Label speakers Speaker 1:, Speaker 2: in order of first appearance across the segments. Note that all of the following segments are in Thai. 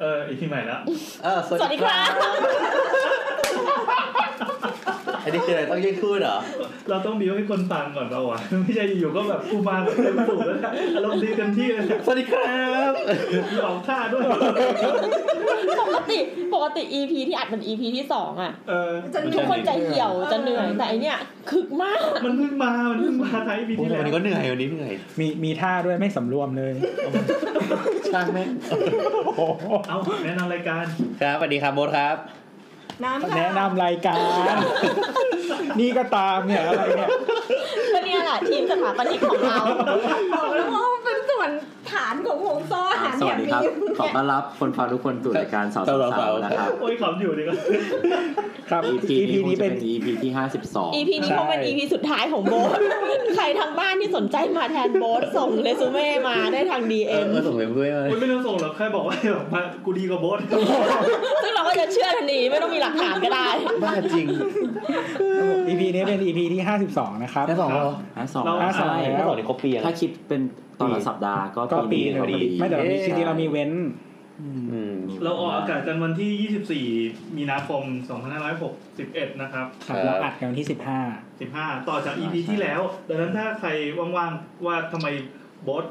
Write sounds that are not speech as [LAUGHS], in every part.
Speaker 1: เอออีกทีใหม่แล้ว
Speaker 2: เออ
Speaker 3: สวัสดีครับ
Speaker 2: อันนี้คืออะไรต้องยื่นคู่เหรอ
Speaker 1: เราต้องบิวให้คนฟังก่อนเปล่าวะ [LAUGHS] ไม่ใช่อยู่ๆก็แบบกูมาแบบเต็มสูบแล้วนะอารมณ์ดีเต็มที่เลยนะ
Speaker 2: สวัสดีครับ
Speaker 1: หลอกท่าด้วย [LAUGHS]
Speaker 3: ปกติปกติ EP ที่อัดมัน EP ที่สองอ่ะ
Speaker 1: เออ
Speaker 4: จะมี
Speaker 3: ทุกคนใจเหี่ยวจะเหนื่อยแต่อันเนี้ยคึกมาก
Speaker 1: มันเพิ่งมา มันเพิ่งมาไทยปี
Speaker 2: โอ้
Speaker 1: ที่
Speaker 2: ยวัน
Speaker 1: แล้ว
Speaker 2: นี้ก็เหนื่อยวันนี้เหนื่อย
Speaker 5: มีมีท่าด้วยไม่สำรวมเลย
Speaker 4: [LAUGHS]
Speaker 2: ช่างแม่ง
Speaker 1: เอาแนะนำรายการ
Speaker 2: ครับสวัสดีครับโบ๊ทครับ
Speaker 4: น้ำ
Speaker 5: แนะนำรายการ [LAUGHS] นี่ก็ตามเนี่ยอะไรเนี่ย
Speaker 3: ก็เนี่ยแหละ [LAUGHS] ทีมสถาปนิกของเรา
Speaker 4: บอกแล้วว่ามันเป็นส่วนฐานของห่วงโซ่อาหาร
Speaker 6: ส
Speaker 4: แบ
Speaker 6: วัส
Speaker 4: บ
Speaker 6: ดีค
Speaker 4: นี้
Speaker 6: รับ ขอต้อนรับคนฟังทุกคนสู่รายการสาวสาวๆนะครับ
Speaker 1: โอ้ยขำอยู่ดีก็ [LAUGHS]
Speaker 5: ครับ
Speaker 6: EP
Speaker 5: EP
Speaker 6: นี้คง
Speaker 5: นี้
Speaker 6: จะ
Speaker 5: เป็
Speaker 6: เป็น น EP ที่ห้าสิบสอง
Speaker 3: EP นี้คงเป็น EP สุดท้ายของโบ [LAUGHS] สใครทางบ้านที่สนใจมาแทนโบสส่งเรซูเม่มาได้ทาง
Speaker 2: เออ
Speaker 3: DM
Speaker 2: เออส่งไปเพื่อนเลย
Speaker 1: คุณไม่ต้องส่งหรอกแค่บอกว่า [LAUGHS] แบบมากูดีกว่าโบส
Speaker 3: ซึ่งเราก็จะเชื่อทันทีไม่ต้องมีหลักฐานก็ได้
Speaker 2: บ้าจริง
Speaker 5: EP นี้เป็น EP ที่ห้าสิบสองนะครับ
Speaker 2: ได้สองเหรอ
Speaker 6: ห้าสอง
Speaker 5: ห้าสอง
Speaker 6: ใช่
Speaker 5: แล้ว
Speaker 2: ได้สองในครบปีอะ
Speaker 6: ถ้าคิดเป็นตอนละสัปดาห์
Speaker 5: ก็
Speaker 6: ก็
Speaker 5: ปีห
Speaker 6: ปีห
Speaker 5: นึ่
Speaker 6: นึ่
Speaker 5: ง
Speaker 6: งพอดี
Speaker 5: ไม่แต่เรามีจริงๆเรามีเว้น
Speaker 2: อืม
Speaker 1: [LAUGHS] เราออกอากาศกันวันที่ 24 มีนาคม 2561 นะครับ
Speaker 5: ครับเราอัดกันวันที่สิบห้า
Speaker 1: 15 ต่อจาก EP ที่แล้ว ดังนั้นถ้าใครว่างๆ ว่าทำไมโบส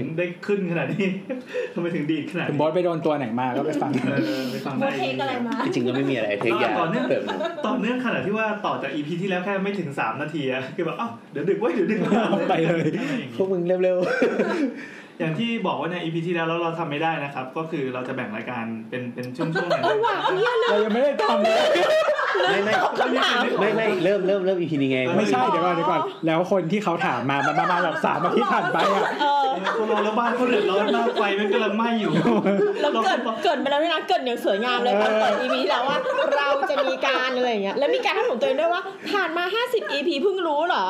Speaker 1: ถึงได้ขึ้นขนาดนี้ [LAUGHS] ทำไมถึงดีดขนาด
Speaker 5: ถึง
Speaker 1: นี้
Speaker 5: บอสไปโดนตัวไหนมาก็ไปฟัง [LAUGHS]
Speaker 1: เออไปฟัง
Speaker 4: โม
Speaker 1: ได้
Speaker 4: เทคอะไรมา
Speaker 2: จริงๆก็ไม่มีอะไรเทคยา
Speaker 1: ต่อเนื่อง
Speaker 2: เติมหนึ่ง
Speaker 1: ต่อเนื่องขนาดที่ว่าต่อจาก EP ที่แล้วแค่ไม่ถึง 3 นาทีอะคือแบบอ้าวเดี๋ยวดึกเว้ยเดี๋ยวดึก
Speaker 5: ไปเลย
Speaker 1: อะไรอย่าง
Speaker 2: พ
Speaker 1: งี้
Speaker 2: วกมึงเร็ว
Speaker 1: อย่างที่บอกว่าใน EP ที่แล้วแล้วเราทำไม่ได้นะครับ ก็คือเราจะแบ่งรายการเป็นเป็นช่วงๆหน่อย
Speaker 3: เออว่ะเนี่ยเลย
Speaker 5: เรายังไม่ได้ทำเลย
Speaker 2: ๆไม่ไม่
Speaker 3: คำถาม
Speaker 2: ไม่ไม่เริ่มเริ่มเริ่ม EP นี้ไง
Speaker 5: ไม่ใช่เดี๋ยวก่อนเดี๋ยวก่อนแล้วคนที่เขาถามมามันมามาแบบสามอาทิตย์ผ่านไปอ่ะ
Speaker 3: เออ
Speaker 1: คนเราแล้วบ้านเขาเดือดร้อนมากไฟมันกำลังไหม้อยู่
Speaker 3: แล้วเกิดเกิดไปแล้วด้วยนะเกิดอย่างสวยงามเลยตอนเปิด EP ที่แล้วว่าเราจะมีการอะไรอย่างเงี้ยแล้วมีการให้ผมตัวเองด้วยว่าผ่านมา 50 EP เพิ่งรู้เหรอ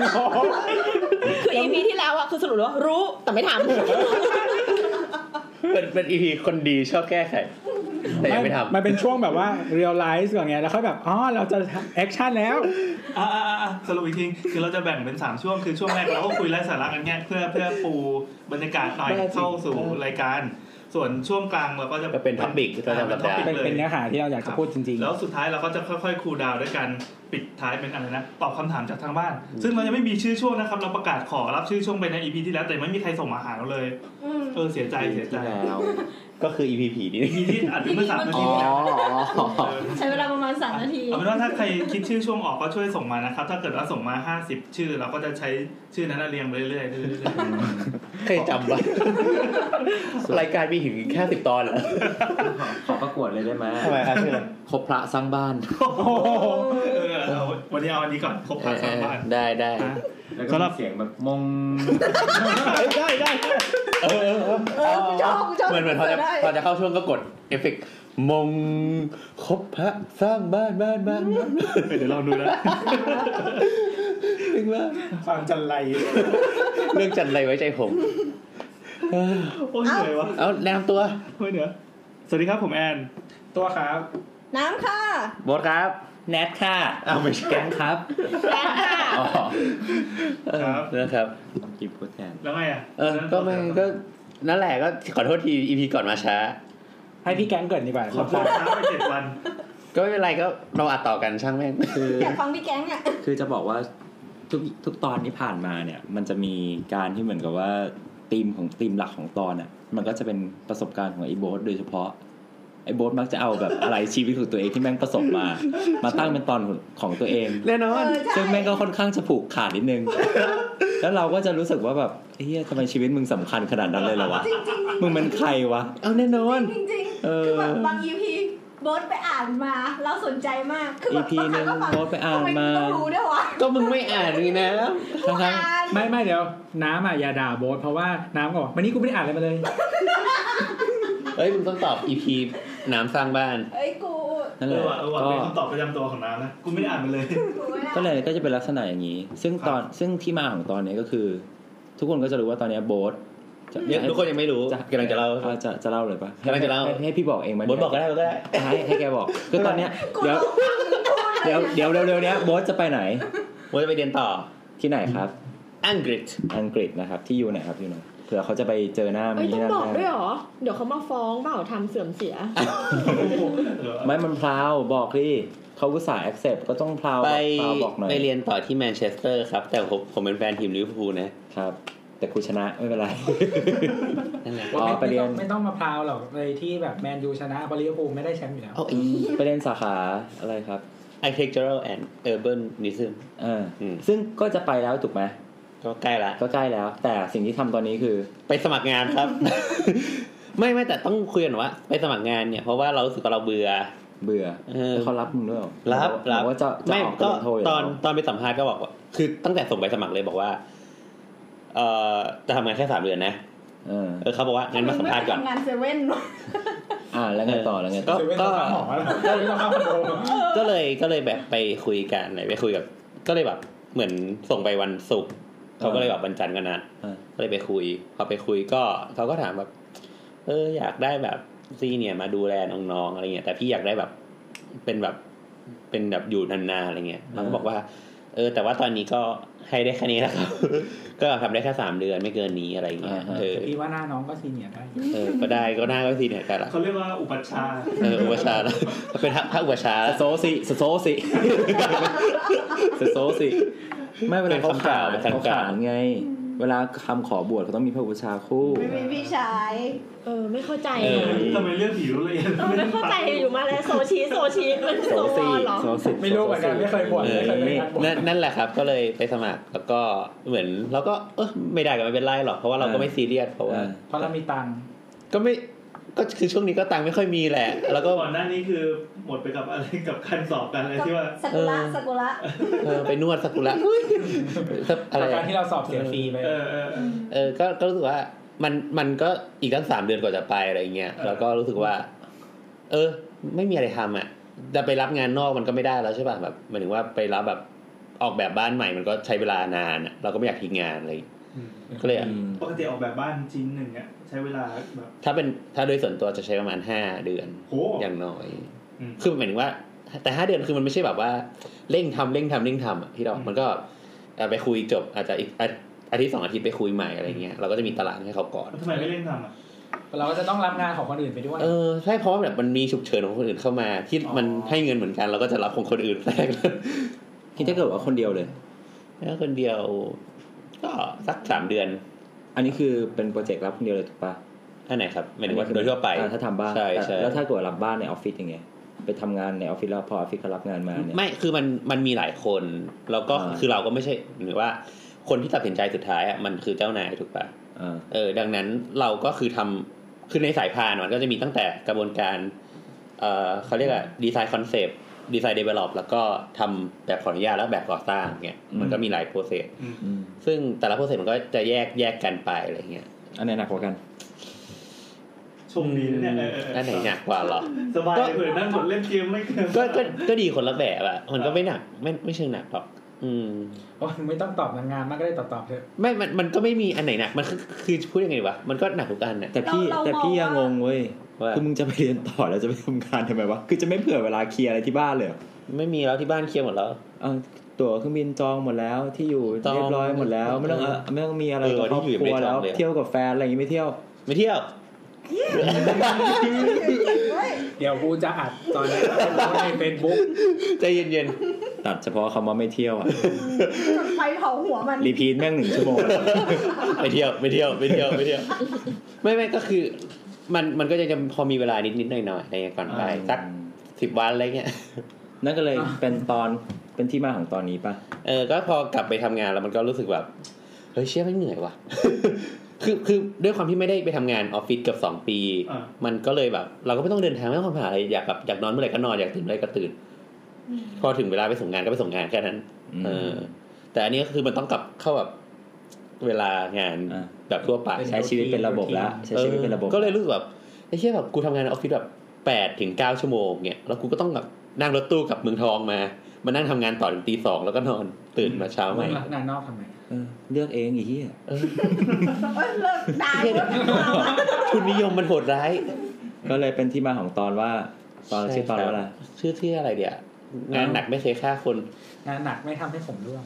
Speaker 3: คือ EP ที่แล้วอะคือสรุปว่ารู้แต่ไม่ท
Speaker 2: เป็นเป็น EP คนดีชอบแก้ไขแต่ยังไม่ทำ
Speaker 5: มันเป็นช่วงแบบว่าเรียลไลซ์ก่อนไงแล้วค่อยแบบอ๋อเราจะแอคชั่นแล้ว
Speaker 1: อ่ะอ่ะอ่ะอ่ะสรุปอีกทีคือเราจะแบ่งเป็น 3 ช่วงคือช่วงแรกเราก็คุยไร้สาระกันแง่เพื่อเพื่อปูบรรยากาศหน่อยเข้าสู่รายการ ส่วนช่วงกลางเราก็จะ
Speaker 2: ก็เป็นท็อปิกประจำสัปดาห์
Speaker 5: เป็นเป็นเนื้อหาที่เราอยากจะพูดจริง
Speaker 1: แล้วสุดท้ายเราก็จะค่อยๆคูลดาวน์ด้วยกันปิดท้ายเป็นอะไรนะตอบคำถามจากทางบ้าน ซึ่งเรายังไม่มีชื่อช่วงนะครับเราประกาศขอรับชื่อช่วงไปใน EP ที่แล้วแต่ไม่มีใครส่งมาหาเราเลย
Speaker 4: อืม
Speaker 1: เออเสียใจเสียใจ
Speaker 6: ที่แล้ว [LAUGHS]
Speaker 2: ก็คือ EP ผีนี่
Speaker 1: มีที่อัดเมื่อสามนา
Speaker 6: อ๋
Speaker 1: ที
Speaker 6: อ
Speaker 1: ที่แล้ว
Speaker 6: อ๋อ
Speaker 1: เออ
Speaker 4: ใช้เวลาประมาณสามนาที
Speaker 1: เอาเป็นว่าถ้าใครคิดชื่อช่วงออกก็ช่วยส่งมานะครับ ถ้าเกิดว่าส่งมา 50 ชื่อ เราก็จะใช้ชื่อนั้นนะเรียงไปเรื่อยๆเรื่อยๆเรื่อย
Speaker 2: เคยจำว่ารายการมีถึงแค่สิบตอนเหรอ
Speaker 6: ขอประกวดเลยได้ไหม
Speaker 2: ทำไมครับชื่ออะไร
Speaker 6: ครบพระสร้างบ้าน
Speaker 1: ๆเออเอาวันนี้เอาอันนี้ก่อนครบพันสามบ้าน
Speaker 2: ได้ได้
Speaker 1: อ่ะ
Speaker 6: แล้ว
Speaker 1: สำหรั
Speaker 6: ก็
Speaker 1: บ
Speaker 6: เสียงแบบมง
Speaker 2: ได้ได้เออเออเออ
Speaker 4: เออชอบชอบ
Speaker 2: เหมือนเหมือนพอจะ
Speaker 4: ได้
Speaker 2: พอจะเข้าช่วงก็กดเอฟเฟกต์มงครบพระสร้างบ้านบ้านบ้านบ้าน
Speaker 1: เดี๋ยวลองดูนะ
Speaker 2: ถึงว่า
Speaker 5: ๆ ความจันไร
Speaker 2: เรื่องจันไรไว้ใจผม
Speaker 1: โอ้ยเหนื่อยวะ
Speaker 2: เอาแนะนำตัว
Speaker 1: โอ้ยเหนื่อยสวัสดีครับผมแอน
Speaker 5: ตัวครับ
Speaker 4: น้ำค่ะ
Speaker 2: บอสครับแนทค่ะเอาไม่ใช่
Speaker 6: แก๊งครับ
Speaker 3: ำแต่ค่ะ
Speaker 2: อ๋อเออ
Speaker 1: ครับ
Speaker 2: นะครับ
Speaker 6: กิบพูดแทน
Speaker 1: แล้วไงอ่ะ
Speaker 2: เออก็ไม่ก็นั่นแหละก็ขอโทษทีอีพีก่อนมาช้า
Speaker 5: ให้พี่แก๊งเกิดดีกว่า
Speaker 1: ขอโทษครับไปเจ็ดวัน
Speaker 2: ก็ไม่เป็นไรก็เราอัดต่อกันช่างแม่ง
Speaker 6: คือ
Speaker 4: อยากฟังพี่แก๊งเนี่ย
Speaker 6: คือจะบอกว่าทุกทุกตอนที่ผ่านมาเนี่ย มันจะมีการที่เหมือนกับว่าธีมของธีมหลักของตอนอ่ะ มันก็จะเป็นประสบการณ์ของไอ้โบ๊ทโดยเฉพาะ ไอ้โบ๊ทมักจะเอาแบบ อะไรชีวิตของตัวเองที่แม่งประสบมา มาตั้งเป็นตอนของของตัวเอง
Speaker 2: แน่นอน
Speaker 4: เออใช่
Speaker 6: ซึ่งแม่งก็ค่อนข้างจะผูกขาดนิดนึง แล้วเราก็จะรู้สึกว่าแบบเฮียทำไมชีวิตมึงสำคัญขนาดนั้นเลยเหรอวะ
Speaker 4: จริงจริง
Speaker 6: มึงเป็นใครวะ
Speaker 2: เอาแน่นอน
Speaker 4: จริงจริง
Speaker 6: เออ
Speaker 4: คือแบบบางอีพีโบทไปอ่านมา เราสนใจมาก คือแบบ
Speaker 6: อีพี
Speaker 4: บางครั้งก็ฟัง
Speaker 6: หนึ่งโบ๊ทไปอ่านมา
Speaker 4: ทำไต้องรู้ด้วยวะ
Speaker 2: ก็มึงไม่อ่านนี่นะ
Speaker 6: ทั้งทั้ง
Speaker 4: อ่าน
Speaker 5: ไม่ไม่เดี๋ยว น้ำอ่ะอย่าด่าโบ๊ทเพราะว่าน้ำก็บอกวันนี้กูไม่ได้อ่านอะไรมาเลย
Speaker 2: เอ้ยมึงต้องตอบ EP น้ำสร้างบ้าน
Speaker 4: เอ้ยกู
Speaker 6: นั่น
Speaker 1: เอ
Speaker 6: แห
Speaker 1: อ
Speaker 6: ละ
Speaker 1: ว่ะเออว่ะ
Speaker 6: ก็
Speaker 1: เป็นคำตอบประจำตัวของน้ำนะ กูไม่ได้อ่านมันเลย
Speaker 4: กูไม่ได้
Speaker 6: ก็เลยก็จะเป็นลักษณะอย่างนี้ ซึ่งตอนซึ่งที่มาของตอนนี้ก็คือ ทุกคนก็จะรู้ว่าตอนนี้โบ๊ทจะ
Speaker 2: เนี่ยทุกคนยังไม่รู้กำลังจะเล่า
Speaker 6: อจะจะเล่าเลยปะ
Speaker 2: กำลังจะเล่า
Speaker 6: ให้ให้พี่บอกเองไหม
Speaker 2: บทบอกก็ได้บทก็ได้
Speaker 6: ให้ให้แกบอกคือตอนเนี้ย
Speaker 4: กู
Speaker 6: เดี๋ยว
Speaker 4: ต้องฟังมึงพูดเล
Speaker 6: เดี๋ยวย เดี๋ยวเร็วๆเนี้ยโบ๊ทจะไปไหน
Speaker 2: บทจะไปเรียนต่อ
Speaker 6: ที่ไหนครับ
Speaker 2: อังกฤษ
Speaker 6: อังกฤษนะครับที่อยู่ไหนครับอยู่ไหน เผื่อเขาจะไปเจอหน้า
Speaker 7: เอ้ยต้
Speaker 6: มี
Speaker 7: อง
Speaker 6: นั่น
Speaker 7: บอกด้วย
Speaker 6: ได้
Speaker 7: เหรอ เดี๋ยวเขามาฟ้องเปล่าทำเสื่อมเสีย
Speaker 1: เออ
Speaker 6: ไม่มันพลาวบอกดิเขาอุตส่าห์ accept ก็ต้องพลาว
Speaker 2: ไป
Speaker 6: พลาวบอกหน่อย
Speaker 2: ไปเรียนต่อที่แมนเชสเตอร์ครับ แต่ผมผมเป็นแฟนทีมลิเวอร์พูลนะครับ
Speaker 6: แต่กูชนะไม่
Speaker 2: [LAUGHS]
Speaker 6: เป็นไร
Speaker 2: นั่นแหละ
Speaker 6: อ๋อไปเรียน
Speaker 5: ไม่ต้องมาพราวหรอกเลยที่แบบแมนยูชนะเพราะลิเวอร์พูลไม่ได้แชมป์อยู่แล้ว
Speaker 2: เอาอี
Speaker 6: ไปเรียนสาขาอะไรครับ
Speaker 2: architectural and urbanism
Speaker 6: เอออ
Speaker 2: ม
Speaker 6: ซึ่งก็จะไปแล้วถูกไหม
Speaker 2: ก็ใกล้ละ
Speaker 6: ก็ใกล้แล้ว แต่สิ่งที่ทำตอนนี้คือ
Speaker 2: ไปสมัครงานครับ [LAUGHS] ไม่ไม่แต่ต้องคุยกันว่า ไปสมัครงานเนี่ยเพราะว่าเรารู้สึกว่าเราเบื่อ
Speaker 6: เบื่อ
Speaker 2: เออ
Speaker 6: แล้วเขารับมึงด้วยเหรอ
Speaker 2: รับรับ
Speaker 6: บอกว่าจะจะ
Speaker 2: ไม่
Speaker 6: ออก
Speaker 2: ก็
Speaker 6: ก็โทรอยู่
Speaker 2: ตอน
Speaker 6: แล้ว
Speaker 2: ตอนไปสัมภาษณ์ก็บอกว่า คือตั้งแต่ส่งไปสมัครเลยบอกว่า เอ่อจะทำงานแค่สามเดือนนะ
Speaker 6: เออ
Speaker 2: เออเขาบอกว่างั้นมาสัมภาษณ์ก่อน
Speaker 8: ทำงานเซเว่นวะ
Speaker 6: อ่าแล้วไงต่อแล้วไงต่อ
Speaker 2: ก็
Speaker 5: เซเว่น
Speaker 2: ก็
Speaker 5: ต้องเข้าหมอแล้วไม่ต้องเข้าคอนโดแล้ว
Speaker 2: ก็เลยก็เลยแบบไปคุยกันไหนไปคุยกับ ก็เลยแบบเหมือนส่งไปวันศุกร์เขาก็เลยแบบวันจันทร์ก็นัด
Speaker 6: เออ
Speaker 2: ก็เลยไปคุย พอไปคุยก็ เขาก็ถามแบบ เออ อยากได้แบบซีเนี่ยมาดูแลน้องๆอะไรเงี้ยแต่พี่อยากได้แบบเป็นแบบเป็นแบบอยู่นานๆอะไรเงี้ยเราก็บอกว่า เออ แต่ว่าตอนนี้ก็ให้ได้แค่นี้แล้วครับ ก็ทำได้แค่สามเดือนไม่เกินนี้อะไรเงี้ยเออ
Speaker 5: แต่พี่ว่าหน้าน้องก็ซีเนียร์ได้
Speaker 2: เออก็ได้ก็น่าก็ซีเนี่ยกันละ
Speaker 1: เขาเรียกว่าอุปัชฌาย์
Speaker 2: เอออุปชฌาย์นะเป็นพระพระอุปชฌาย์
Speaker 6: โซสิโซสิโซสิไม่เวลาเขาขาด
Speaker 2: เป็นคำกล่าวเป็น
Speaker 6: เขา
Speaker 2: คำก
Speaker 6: ขา
Speaker 2: ล่าว
Speaker 6: ดไง เวลาคำขอบวชเขาต้องมีพระอุปชฌาย์คู่
Speaker 8: ไม่มีพี่ชาย
Speaker 7: เออ ไม่เข้าใจ
Speaker 6: เออ
Speaker 7: นะ
Speaker 1: ทำไมเรื่องผิวละเอียด
Speaker 7: เออไม่เข้าใจอยู่มาแล้วโซชีโซชีมันโซ
Speaker 6: โซ
Speaker 7: ว
Speaker 6: สิ
Speaker 7: อนเหรอ
Speaker 6: โซสิ
Speaker 5: ไม่รู้เหมือนกันไม่เคยบวชไม่เคยไปงานบวช
Speaker 2: นั่นนั่นแหละครับ ก็เลยไปสมัครแล้วก็เหมือนเราก็เออไม่ได้ก็ไม่เป็นไรหรอกเพราะว่าเราก็ไม่ซีเรียสเพราะว่า
Speaker 5: เพราะเรามีตังค์
Speaker 2: ก็ไม่ก็คือช่วงนี้ก็ตังค์ไม่ค่อยมีแหละ แล้วก็
Speaker 1: ก่อนหน้านี้คือหมดไปกับอะไรกับการสอบกันอะไรที่ว่า
Speaker 8: สกุระ
Speaker 2: เออ
Speaker 8: สกุระ
Speaker 2: เออไปนวดสักุระอะไร
Speaker 5: จากการ
Speaker 2: อะ
Speaker 5: ที่เราสอบเสียฟรีไป
Speaker 1: เออเออเออ
Speaker 2: เออก็ก็รู้สึกว่ามันมันก็อีกตั้งสามเดือนกว่าจะไปอะไรเงี้ย
Speaker 1: เออ
Speaker 2: แล้วก็รู้สึกว่า เออ ไม่มีอะไรทำอ่ะจะไปรับงานนอกมันก็ไม่ได้แล้วใช่ป่ะแบบหมายถึงว่าไปรับแบบออกแบบบ้านใหม่มันก็ใช้เวลานานอะเราก็ไม่อยากทิ้งงานอะไรก็เลยอะ
Speaker 6: อืม
Speaker 1: ปกติออกแบบบ้านชิ้นหนึ่งอ่ะใช้เวลาแบบ
Speaker 2: ถ้าเป็นถ้าโดยส่วนตัวจะใช้ประมาณห้าเดือน
Speaker 1: โห
Speaker 2: อย่างน้อย
Speaker 1: อืม
Speaker 2: คือหมายถึงว่า แต่ห้าเดือนคือมันไม่ใช่แบบว่าเร่งทำเร่งทำเร่งทำอะที่เรา
Speaker 1: อืม
Speaker 2: มันก็เอ่อไปคุยจบอาจจะอีกอาอาทิตย์สองอาทิตย์ไปคุยใหม่อะไรเงี้ยเราก็จะมีตารางให้เขาก่อน
Speaker 1: แล้วทำไมไม่เร่งทำอ่ะ
Speaker 5: เราก็จะต้องรับงานของคนอื่นไปด้วย
Speaker 2: เออใช่เพราะว่าแบบมันมีฉุกเฉินของคนอื่นเข้ามา ที่
Speaker 5: อ๋อ
Speaker 2: มันให้เงินเหมือนกันเราก็จะรับของคนอื่น [LAUGHS] แทรก
Speaker 6: นี่ถ้าเกิดว่าคนเดียวเลย
Speaker 2: แล้วคนเดียว ก็สักสามเดือน
Speaker 6: อันนี้คือเป็นโปรเจกต์รับคนเดียวเลยถูกปะ
Speaker 2: อันไหนครับหมายถึงว่าโดยทั่วไป
Speaker 6: อ่าถ้าทำบ้าน
Speaker 2: ใช่ใช่
Speaker 6: แล้วถ้าเกิดรับบ้านในออฟฟิศอย่างเงี้ยไปทำงานในออฟฟิศแล้วพอออฟฟิศเขารับงานมาเนี่ย
Speaker 2: ไม่คือมันมันมีหลายคนแล้วก็
Speaker 6: อ่า
Speaker 2: คือเราก็ไม่ใช่หมายว่า คนที่ตัดสินใจสุดท้ายอะมันคือเจ้านายถูกปะ
Speaker 6: อ่า
Speaker 2: เออดังนั้นเราก็คือทำคือในสายพานมันก็จะมีตั้งแต่กระบวนการเออเขาเรียกอะดีไซน์คอนเซปต์ดีไซน์เดเวล็อปแล้วก็ทำแบบขออนุญาตแล้วแบบก่อสร้างเงี้ยมันก็มีหลายโปรเซส
Speaker 6: อืม
Speaker 2: ซึ่งแต่ละโปรเซสมันก็จะแยกแยกกันไปอะไรเงี้ย
Speaker 6: อันไหนหนักกว่ากัน
Speaker 1: ชมดีนะเนี่ยเออเออเออ
Speaker 2: อันไหนหนักกว่าเหรอ
Speaker 1: สบาย
Speaker 2: ก็
Speaker 1: เผื่อนั่งหมดเล่นเกมไม่เกิน
Speaker 2: ก็ก็ก็ดีคนละแบบอะมันก็ไม่หนักไม่ไม่เชิงหนักหรอกอืม
Speaker 5: โอ้ยไม่ต้องตอบนางงามมากก็ได้ตอบตอบๆเถอะ
Speaker 2: ไม่มันมันก็ไม่มีอันไหนหนักมันคือคือพูดยังไงวะมันก็หนักทุกอันน่ะ
Speaker 6: แต่พี่
Speaker 8: เรา
Speaker 6: แต่พี่ยัง
Speaker 8: เราม
Speaker 6: ง
Speaker 8: องว่า
Speaker 6: งเว้ย
Speaker 2: ว่า
Speaker 6: คือมึงจะไปเรียนต่อแล้วจะไปทำงานทำไมวะคือจะไม่เผื่อเวลาเคลียร์อะไรที่บ้านเลยเหรอ
Speaker 2: ไม่มีแล้วที่บ้านเคลียร์หมดแล้ว
Speaker 6: เอาตั๋วเครื่องบินจองหมดแล้วที่อยู่
Speaker 2: จอง
Speaker 6: เรียบร้อยหมดแล้ว ไม่ต้อง
Speaker 2: เออ
Speaker 6: เออไม่ต้องมีอะไร
Speaker 2: เออ
Speaker 6: กับครอบ
Speaker 2: ที่อยู่
Speaker 6: ครัว
Speaker 2: ไม่ได้จอง
Speaker 6: แล้ว
Speaker 2: เลย
Speaker 6: เที่ยวกับแฟนอะไรอย่างงี้ไม่
Speaker 2: [LAUGHS]
Speaker 6: เที่ยว
Speaker 2: ไม่เที่ยว
Speaker 5: เดี๋ยวกูจะอัดตอนนี้ในเฟซบุ๊ก
Speaker 2: ใจเย็น
Speaker 6: ตัดเฉพาะคำว่าไม่เที่ยวอะ
Speaker 8: จุดไฟเผาหัวมัน
Speaker 6: รีพีทแม่งหนึ่งชั่วโมง
Speaker 2: ๆไปเที่ยวไปเที่ยวไปเที่ยวไปเที่ยว ไม่ไม่ก็คือ มันมันก็จะยังพอมีเวลานิดนิดๆหน่อยหน่อยๆในก่อนไปสักสิบวันอะไรเงี้ย
Speaker 6: นั่นก็เลยเป็นตอนเป็นที่มาของตอนนี้ปะ
Speaker 2: เออก็พอกลับไปทำงานแล้วมันก็รู้สึกแบบเฮ้ยเชี่ยไม่งเหนื่อยว่ะ [LAUGHS] คือคือด้วยความที่ไม่ได้ไปทำงานออฟฟิศเกือบสองปี
Speaker 1: อ่ะ
Speaker 2: มันก็เลยแบบ เราก็ไม่ต้องเดินทางไม่ต้องหาอะไรอยากแบบอยากนอนเมื่อไหร่ก็นอนอยากตื่นเมื่อไหร่ก็ตื่น พอถึงเวลาไปส่งงานก็ไปส่งงานแค่นั้น เออ แต่อันนี้ก็คือมันต้องกลับเข้าแบบเวลางาน
Speaker 6: อ่ะ
Speaker 2: แบบทั่วไป
Speaker 6: ใช้ชีวิตเป็นระบบแล้วใช้ชีวิตเป็นระบบ
Speaker 2: ออก็เลยรู้สึกแบบไอ้เชี่ยแบบกูทำงานในออฟฟิศแบบแปดถึงเก้าชั่วโมงเนี่ยแล้วกูก็ต้องแบบนั่งรถตู้กลับเมืองทองมา มานั่งทำงานต่อถึงตีสองแล้วก็นอนตื่นมาเช้าใหม่
Speaker 5: รักงานนอกทำไม
Speaker 6: เออเลือกเองไอีเหี้ย
Speaker 8: เอ้ยเลิกด่า
Speaker 2: เหี้ย
Speaker 8: เลิกด่า
Speaker 2: ทุนนิยมมันโหดร้าย
Speaker 6: ก็เลยเป็นที่มาของตอนว่า ตอนชื่อตอนว่าอะไร
Speaker 2: ชื่อ
Speaker 6: [LAUGHS]
Speaker 2: ที่อะไรเดี๋ยวงานหนักไม่เคยฆ่าคน
Speaker 5: งานหนักไม่ทำให้ผมร่วง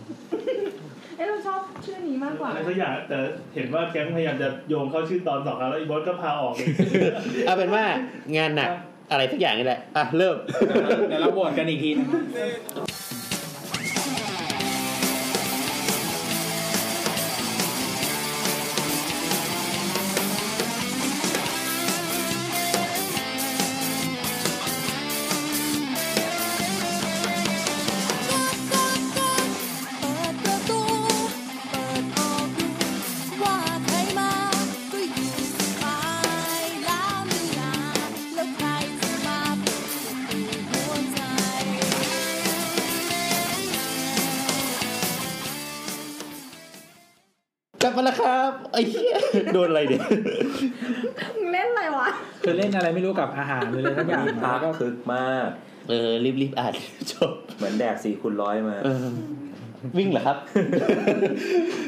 Speaker 8: เอ้เราชอบชื่อนี้มากกว่า
Speaker 1: อะไรสักอย่างแต่เห็นว่าแก๊งพยายามจะโยงเข้าชื่อตอนสองครั้งแล้วอีบอสก็พาออกเอง
Speaker 2: เอาเป็นว่างานหนักอะไรสักอย่างนี่แหละอ่ะเริ่ม
Speaker 5: เดี๋ยวเราโหวตกันอีกทีนะ
Speaker 2: กลับมาแล้วครับไอ้เหี้ยโดนอะไรเด็ก
Speaker 8: เล่นอะไรวะ
Speaker 5: คือเล่นอะไรไม่รู้กับอาหารหรืออะไรสัก
Speaker 6: [LAUGHS]
Speaker 5: อย่าง
Speaker 6: มี
Speaker 5: แล้
Speaker 6: พัก
Speaker 5: วก็
Speaker 6: คึกมาก
Speaker 2: เออรีบๆอ่าน [LAUGHS] จบ
Speaker 6: เหมือนแดกสี่คูณร้อยมา
Speaker 2: เออวิ่งเหรอครับ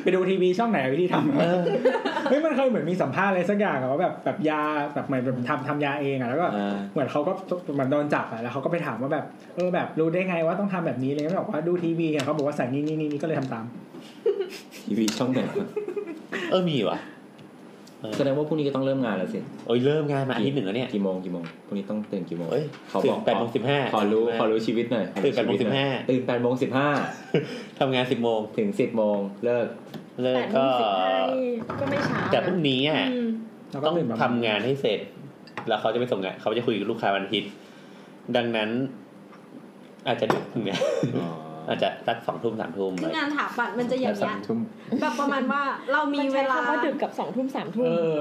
Speaker 5: ไปดูทีวีช่องไหนวิธีทำ
Speaker 2: [LAUGHS]
Speaker 5: [LAUGHS]
Speaker 2: เออ
Speaker 5: เฮ้ยมันเคยเหมือนมีสัมภาษณ์อะไรสักอย่างอะว่าแบบแบบยาแบบเหมือนแบบทำทำยาเองอะแล้วก็
Speaker 6: อ่า
Speaker 5: เหมือนเขาก็เหมือนโดนจับอะแล้วเขาก็ไปถามว่าแบบเออแบบรู้ได้ไงว่าต้องทำแบบนี้เลยก็บอกว่าดูทีวีอะเขาบอกว่าใส่นี่นี่นี่นี่ก็เลยทำตาม
Speaker 6: ทีวีช่องไหนวะ
Speaker 2: เออมีว่ะ
Speaker 6: แสดงว่าพรุ่งนี้ก็ต้องเริ่มงานแล้วสิ
Speaker 2: โอ้ยเริ่มงานมาอาทิตย์หนึ่งแล้วเนี่ย
Speaker 6: กี่โมงกี่โมงพรุ่งนี้ต้องตื่นกี่โมง
Speaker 2: เอ้ย
Speaker 6: ขอ
Speaker 2: ตื่
Speaker 6: บอน ก
Speaker 2: แปดโมงสิบห้า
Speaker 6: ขอรู้ขอรู้ชีวิตหน่อย
Speaker 2: ตื่นแปดโมงสิบห้า
Speaker 6: ตื่นแปดโมงสิบห้า
Speaker 2: ทำงานสิบโมง
Speaker 6: ถึงสิบโมงเลิก
Speaker 2: เลิ
Speaker 3: แป
Speaker 2: ก
Speaker 3: ดโม
Speaker 2: ก็
Speaker 3: งสิบห้านี่ก็ไม่ช้า
Speaker 2: แต่พรุ่งนี้อ่ะ
Speaker 3: อืม
Speaker 5: แล้ว
Speaker 2: ต้
Speaker 5: ก็
Speaker 2: อง
Speaker 5: ตื่นมา
Speaker 2: ทำงานให้เสร็จ แล้วเขาจะไปส่งงานเขาจะคุยกับลูกค้าวันอาทิตย์ ดังนั้น อาจจะดึกเนี่ยอาจจะสักสองทุ่มสามทุ่ม
Speaker 8: คืองานถาปัดมันจะอย่าง
Speaker 2: สา
Speaker 8: เงี้
Speaker 2: ม
Speaker 8: ย
Speaker 2: ทุ่ม
Speaker 8: แบบประมาณว่าเรามี
Speaker 3: มี
Speaker 8: เว
Speaker 3: เว
Speaker 8: ลา
Speaker 3: ลาว่าดึกกับสองทุ่มสามทุ่ม
Speaker 5: เออ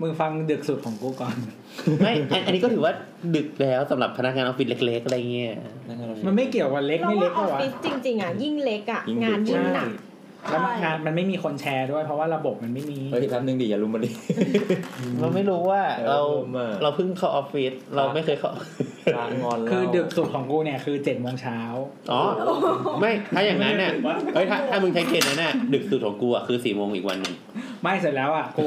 Speaker 5: มึงฟังดึกสุดของกูก่อน
Speaker 2: ไม่อันอันนี้ก็ถือว่าดึกแล้วสำหรับพนักงานออฟฟิศเล็ก ๆ อะไรเงี้ย
Speaker 5: มันไม่เกี่ยวกับเล็ก
Speaker 3: เรา
Speaker 5: ไม่เล็
Speaker 3: ว่าก ออฟ
Speaker 5: วะ
Speaker 3: ฟิศจริง ๆอ่ะยิ่งเล็กอ่ะ
Speaker 6: ยิ่งดึก
Speaker 3: งานยิ่งหนัก
Speaker 5: แล้วงานมันไม่มีคนแชร์ด้วย เพราะว่าระบบมันไม่มี
Speaker 6: เฮ้ยแป๊บนึงดิอย่าลุมมันดิ
Speaker 2: มันไม่รู้ว่าเรา
Speaker 6: เออมา
Speaker 2: เราเพิ่งเข้าออฟฟิศเราไม่เคยเข้า
Speaker 6: ร้านงอนแล้ว
Speaker 5: คือดึกสุดของกูเนี่ยคือเจ็ดโมงเช้า
Speaker 2: อ๋อ ไม่ถ้าอย่างนั้นเนี่ยเฮ้ยถ้าถ้ามึงใช้เกณฑ์นั้นน่ะดึกสุดของกูอ่ะคือสี่โมงอีกวันหนึง
Speaker 5: ไม่เสร็จแล้วอ่ะ [LAUGHS] กู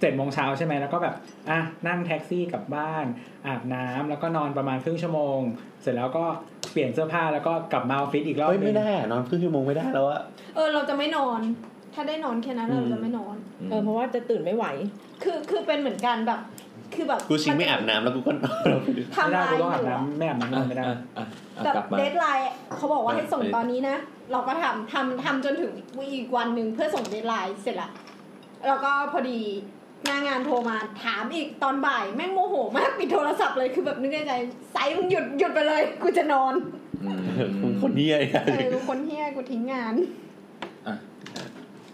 Speaker 5: เจ็ดโมงเช้าใช่ไหมแล้วก็แบบอ่ะนั่งแท็กซี่กลับบ้าน อาบน้ำแล้วก็นอนประมาณครึ่งชั่วโมง เสร็จแล้วก็เปลี่ยนเสื้อผ้าแล้วก็กลับมาออฟฟิศอีกรอบ
Speaker 2: เฮ้ย
Speaker 5: นึ
Speaker 2: ไม่
Speaker 5: ง
Speaker 2: ได้อะนอนครึ่งชั่วโมงไม่ได้แล้วอะ
Speaker 8: เออเราจะไม่นอน ถ้าได้นอนแค่นั้นเราจะไม่นอน
Speaker 6: อืม
Speaker 3: เออเพราะว่าจะตื่นไม่ไหว
Speaker 8: คือคือเป็นเหมือนกันแบบ คือแบบ
Speaker 2: กูชิงไม่อาบน้ำแล้วกูก็นอน
Speaker 8: ทำ
Speaker 5: ไม่ได้
Speaker 8: ลาย
Speaker 5: กู
Speaker 8: อ
Speaker 5: ต้องอาบ
Speaker 8: ยู่อะ
Speaker 5: น้ำไม่อาบน้ำน
Speaker 6: อ่ะ
Speaker 5: อนไม่ได้
Speaker 6: อ่ะอ่ะอ่ะ
Speaker 8: แบบ
Speaker 6: กลับมา
Speaker 8: เดทไลน์เขาบอกว่าให้ส่งตอนนี้นะ เราก็ทำทำทำจนถึงอีกวันหนึ่งเพื่อส่งเดทไลน์เสร็จละแล้วก็พอดีหน้างานโทรมาถามอีกตอนบ่ายแม่งโมโหมากปิดโทรศัพท์เลยคือแบบนึกในใจไซส์มึงหยุดหยุดไปเลย กูจะนอน
Speaker 2: มึง [LAUGHS] คนเนี้ย
Speaker 8: เออกูคนเฮี้ยกูทิ้งงาน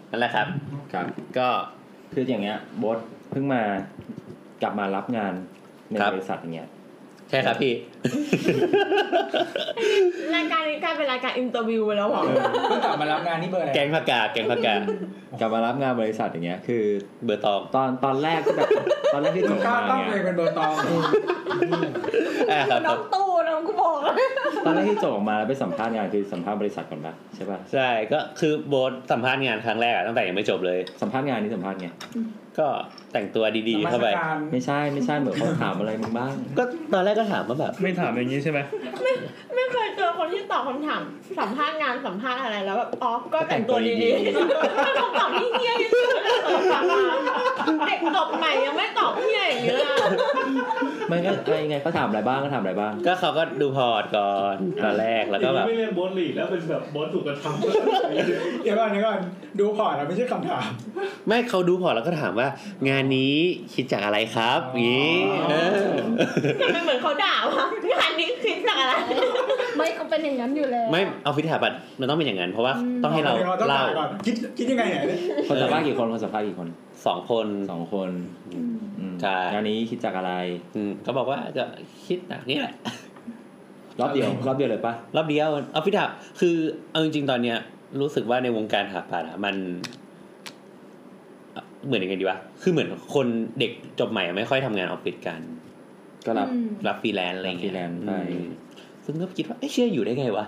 Speaker 2: นั่นแหละครับ
Speaker 6: ครับ
Speaker 2: ก็
Speaker 6: คืออย่างเงี้ยโบอสเพิ่งมากลับมารับงานใน
Speaker 2: ครับ
Speaker 6: บริษัทอย่างเงี้ย
Speaker 2: ใช่ครับพี่
Speaker 3: รายการนี้กลายเป็นรายการอินเตอร์วิวไปแล้วเหรอ
Speaker 5: เพิ่งกลับมารับงานนี่เบอร์อะไร
Speaker 2: แกงผักกาดแกงผักกาด
Speaker 6: กลับมารับงานบริษัทอย่างเงี้ย คือ
Speaker 2: เบอร์ตอง
Speaker 6: ตอนตอนแรกที่แบบ [LAUGHS] ตอนแรกที่จบ
Speaker 5: ก็
Speaker 6: มา
Speaker 5: ต้อง
Speaker 6: เนี่
Speaker 5: เลย ยเป็นเบอร์ตอง
Speaker 2: อ่าครับ
Speaker 8: น้องตู้น้องกูบอกเลย
Speaker 6: ตอนแรกที่จบออกมาแล้วไปสัมภาษณ์งานคือสัมภาษณ์บริษัทก่อนปะใช่ปะ
Speaker 2: ใช่ก็คือโบสสัมภาษณ์งานครั้งแรกอะตั้งแต่ยังไม่จบเลย
Speaker 6: สัมภาษณ์งานนี่สัมภาษณ์ไง
Speaker 2: ก็แต่งตัวดีๆเข้าไป
Speaker 6: ไม่ใช่ไม่ใช่เหมือนเขาถามอะไรมึงบ้าง
Speaker 2: ก็ตอนแรกก็ถามว่าแบบ
Speaker 1: ไม่ถามอย่างนี้ใช่ไหม
Speaker 3: ไม่เคยเจอคนที่ตอบคำถามสัมภาษณ์งานสัมภาษณ์อะไรแล้วแบบอ๋อก็แต่งตัวดีๆเป็นคำตอบที่เฮี้ยที่สุดเลยสำหรับสัมภาษณ์เด็กตบใหม่ยังไม่ตอบเฮี้ยอย่างเงี้ย
Speaker 6: ไม่ก็ไม่ไงเขาถามอะไรบ้างก็ถามอะไรบ้าง
Speaker 2: ก็เขาก็ดูพอร์ตก่อนตอนแรกแล้วก็แบบ
Speaker 1: ไม่เรียกบอสหลีกแล้วเป็นแบบบอสถูกกระทำ
Speaker 5: เดี๋ยวก่อนเดี๋ยวก่อนดูพอร์ตอะไม่ใช่คำถาม
Speaker 2: ไม่เขาดูพอร์ตแล้วก็ถามว่า งานนี้คิดจากอะไรครับ
Speaker 5: อ๋ออ
Speaker 2: ย่างนี้เออ
Speaker 3: แต่มันเหมือนเขาด่าว่างานนี้คิดจากอะไร
Speaker 8: ไม่ก็เป็นอย่างนั้นอยู่แล้ว
Speaker 2: ไม่เอาฟิถาบัตมันต้องเป็นอย่างนั้น เพราะว่าต้องให้เรา
Speaker 5: ดี๋ยวต้อง
Speaker 2: เล่า
Speaker 5: ด่ก่อนคิดคิดยังไงเนี่ย
Speaker 6: คนสัมภาษณ์กี่คนคนสัมภาษณ์กี่คน
Speaker 2: สองคน
Speaker 6: สองคนอืม
Speaker 2: ใช่
Speaker 6: งานนี้คิดจากอะไร
Speaker 2: อืมก็บอกว่าจะคิดแบบนี้แหละ
Speaker 6: รอบเดียว รอบเดียวเลยปะ
Speaker 2: รอบเดียวเอาฟิถาคือเอาจริงๆตอนเนี้ย รู้สึกว่าในวงการถาปัดอะมันเอ่อเหมือนยังไงดีวะคือเหมือนคนเด็กจบใหม่ไม่ค่อยทำงานออฟฟิศกัน
Speaker 6: ก็รับ
Speaker 8: อืม
Speaker 2: รับฟรีแลนซ์อะไรเงี้ย
Speaker 6: รับฟรีแลนซ์ไป
Speaker 2: อืมซึ่งก็คิดว่าเอ้เชื่ออยู่ได้ไงวะ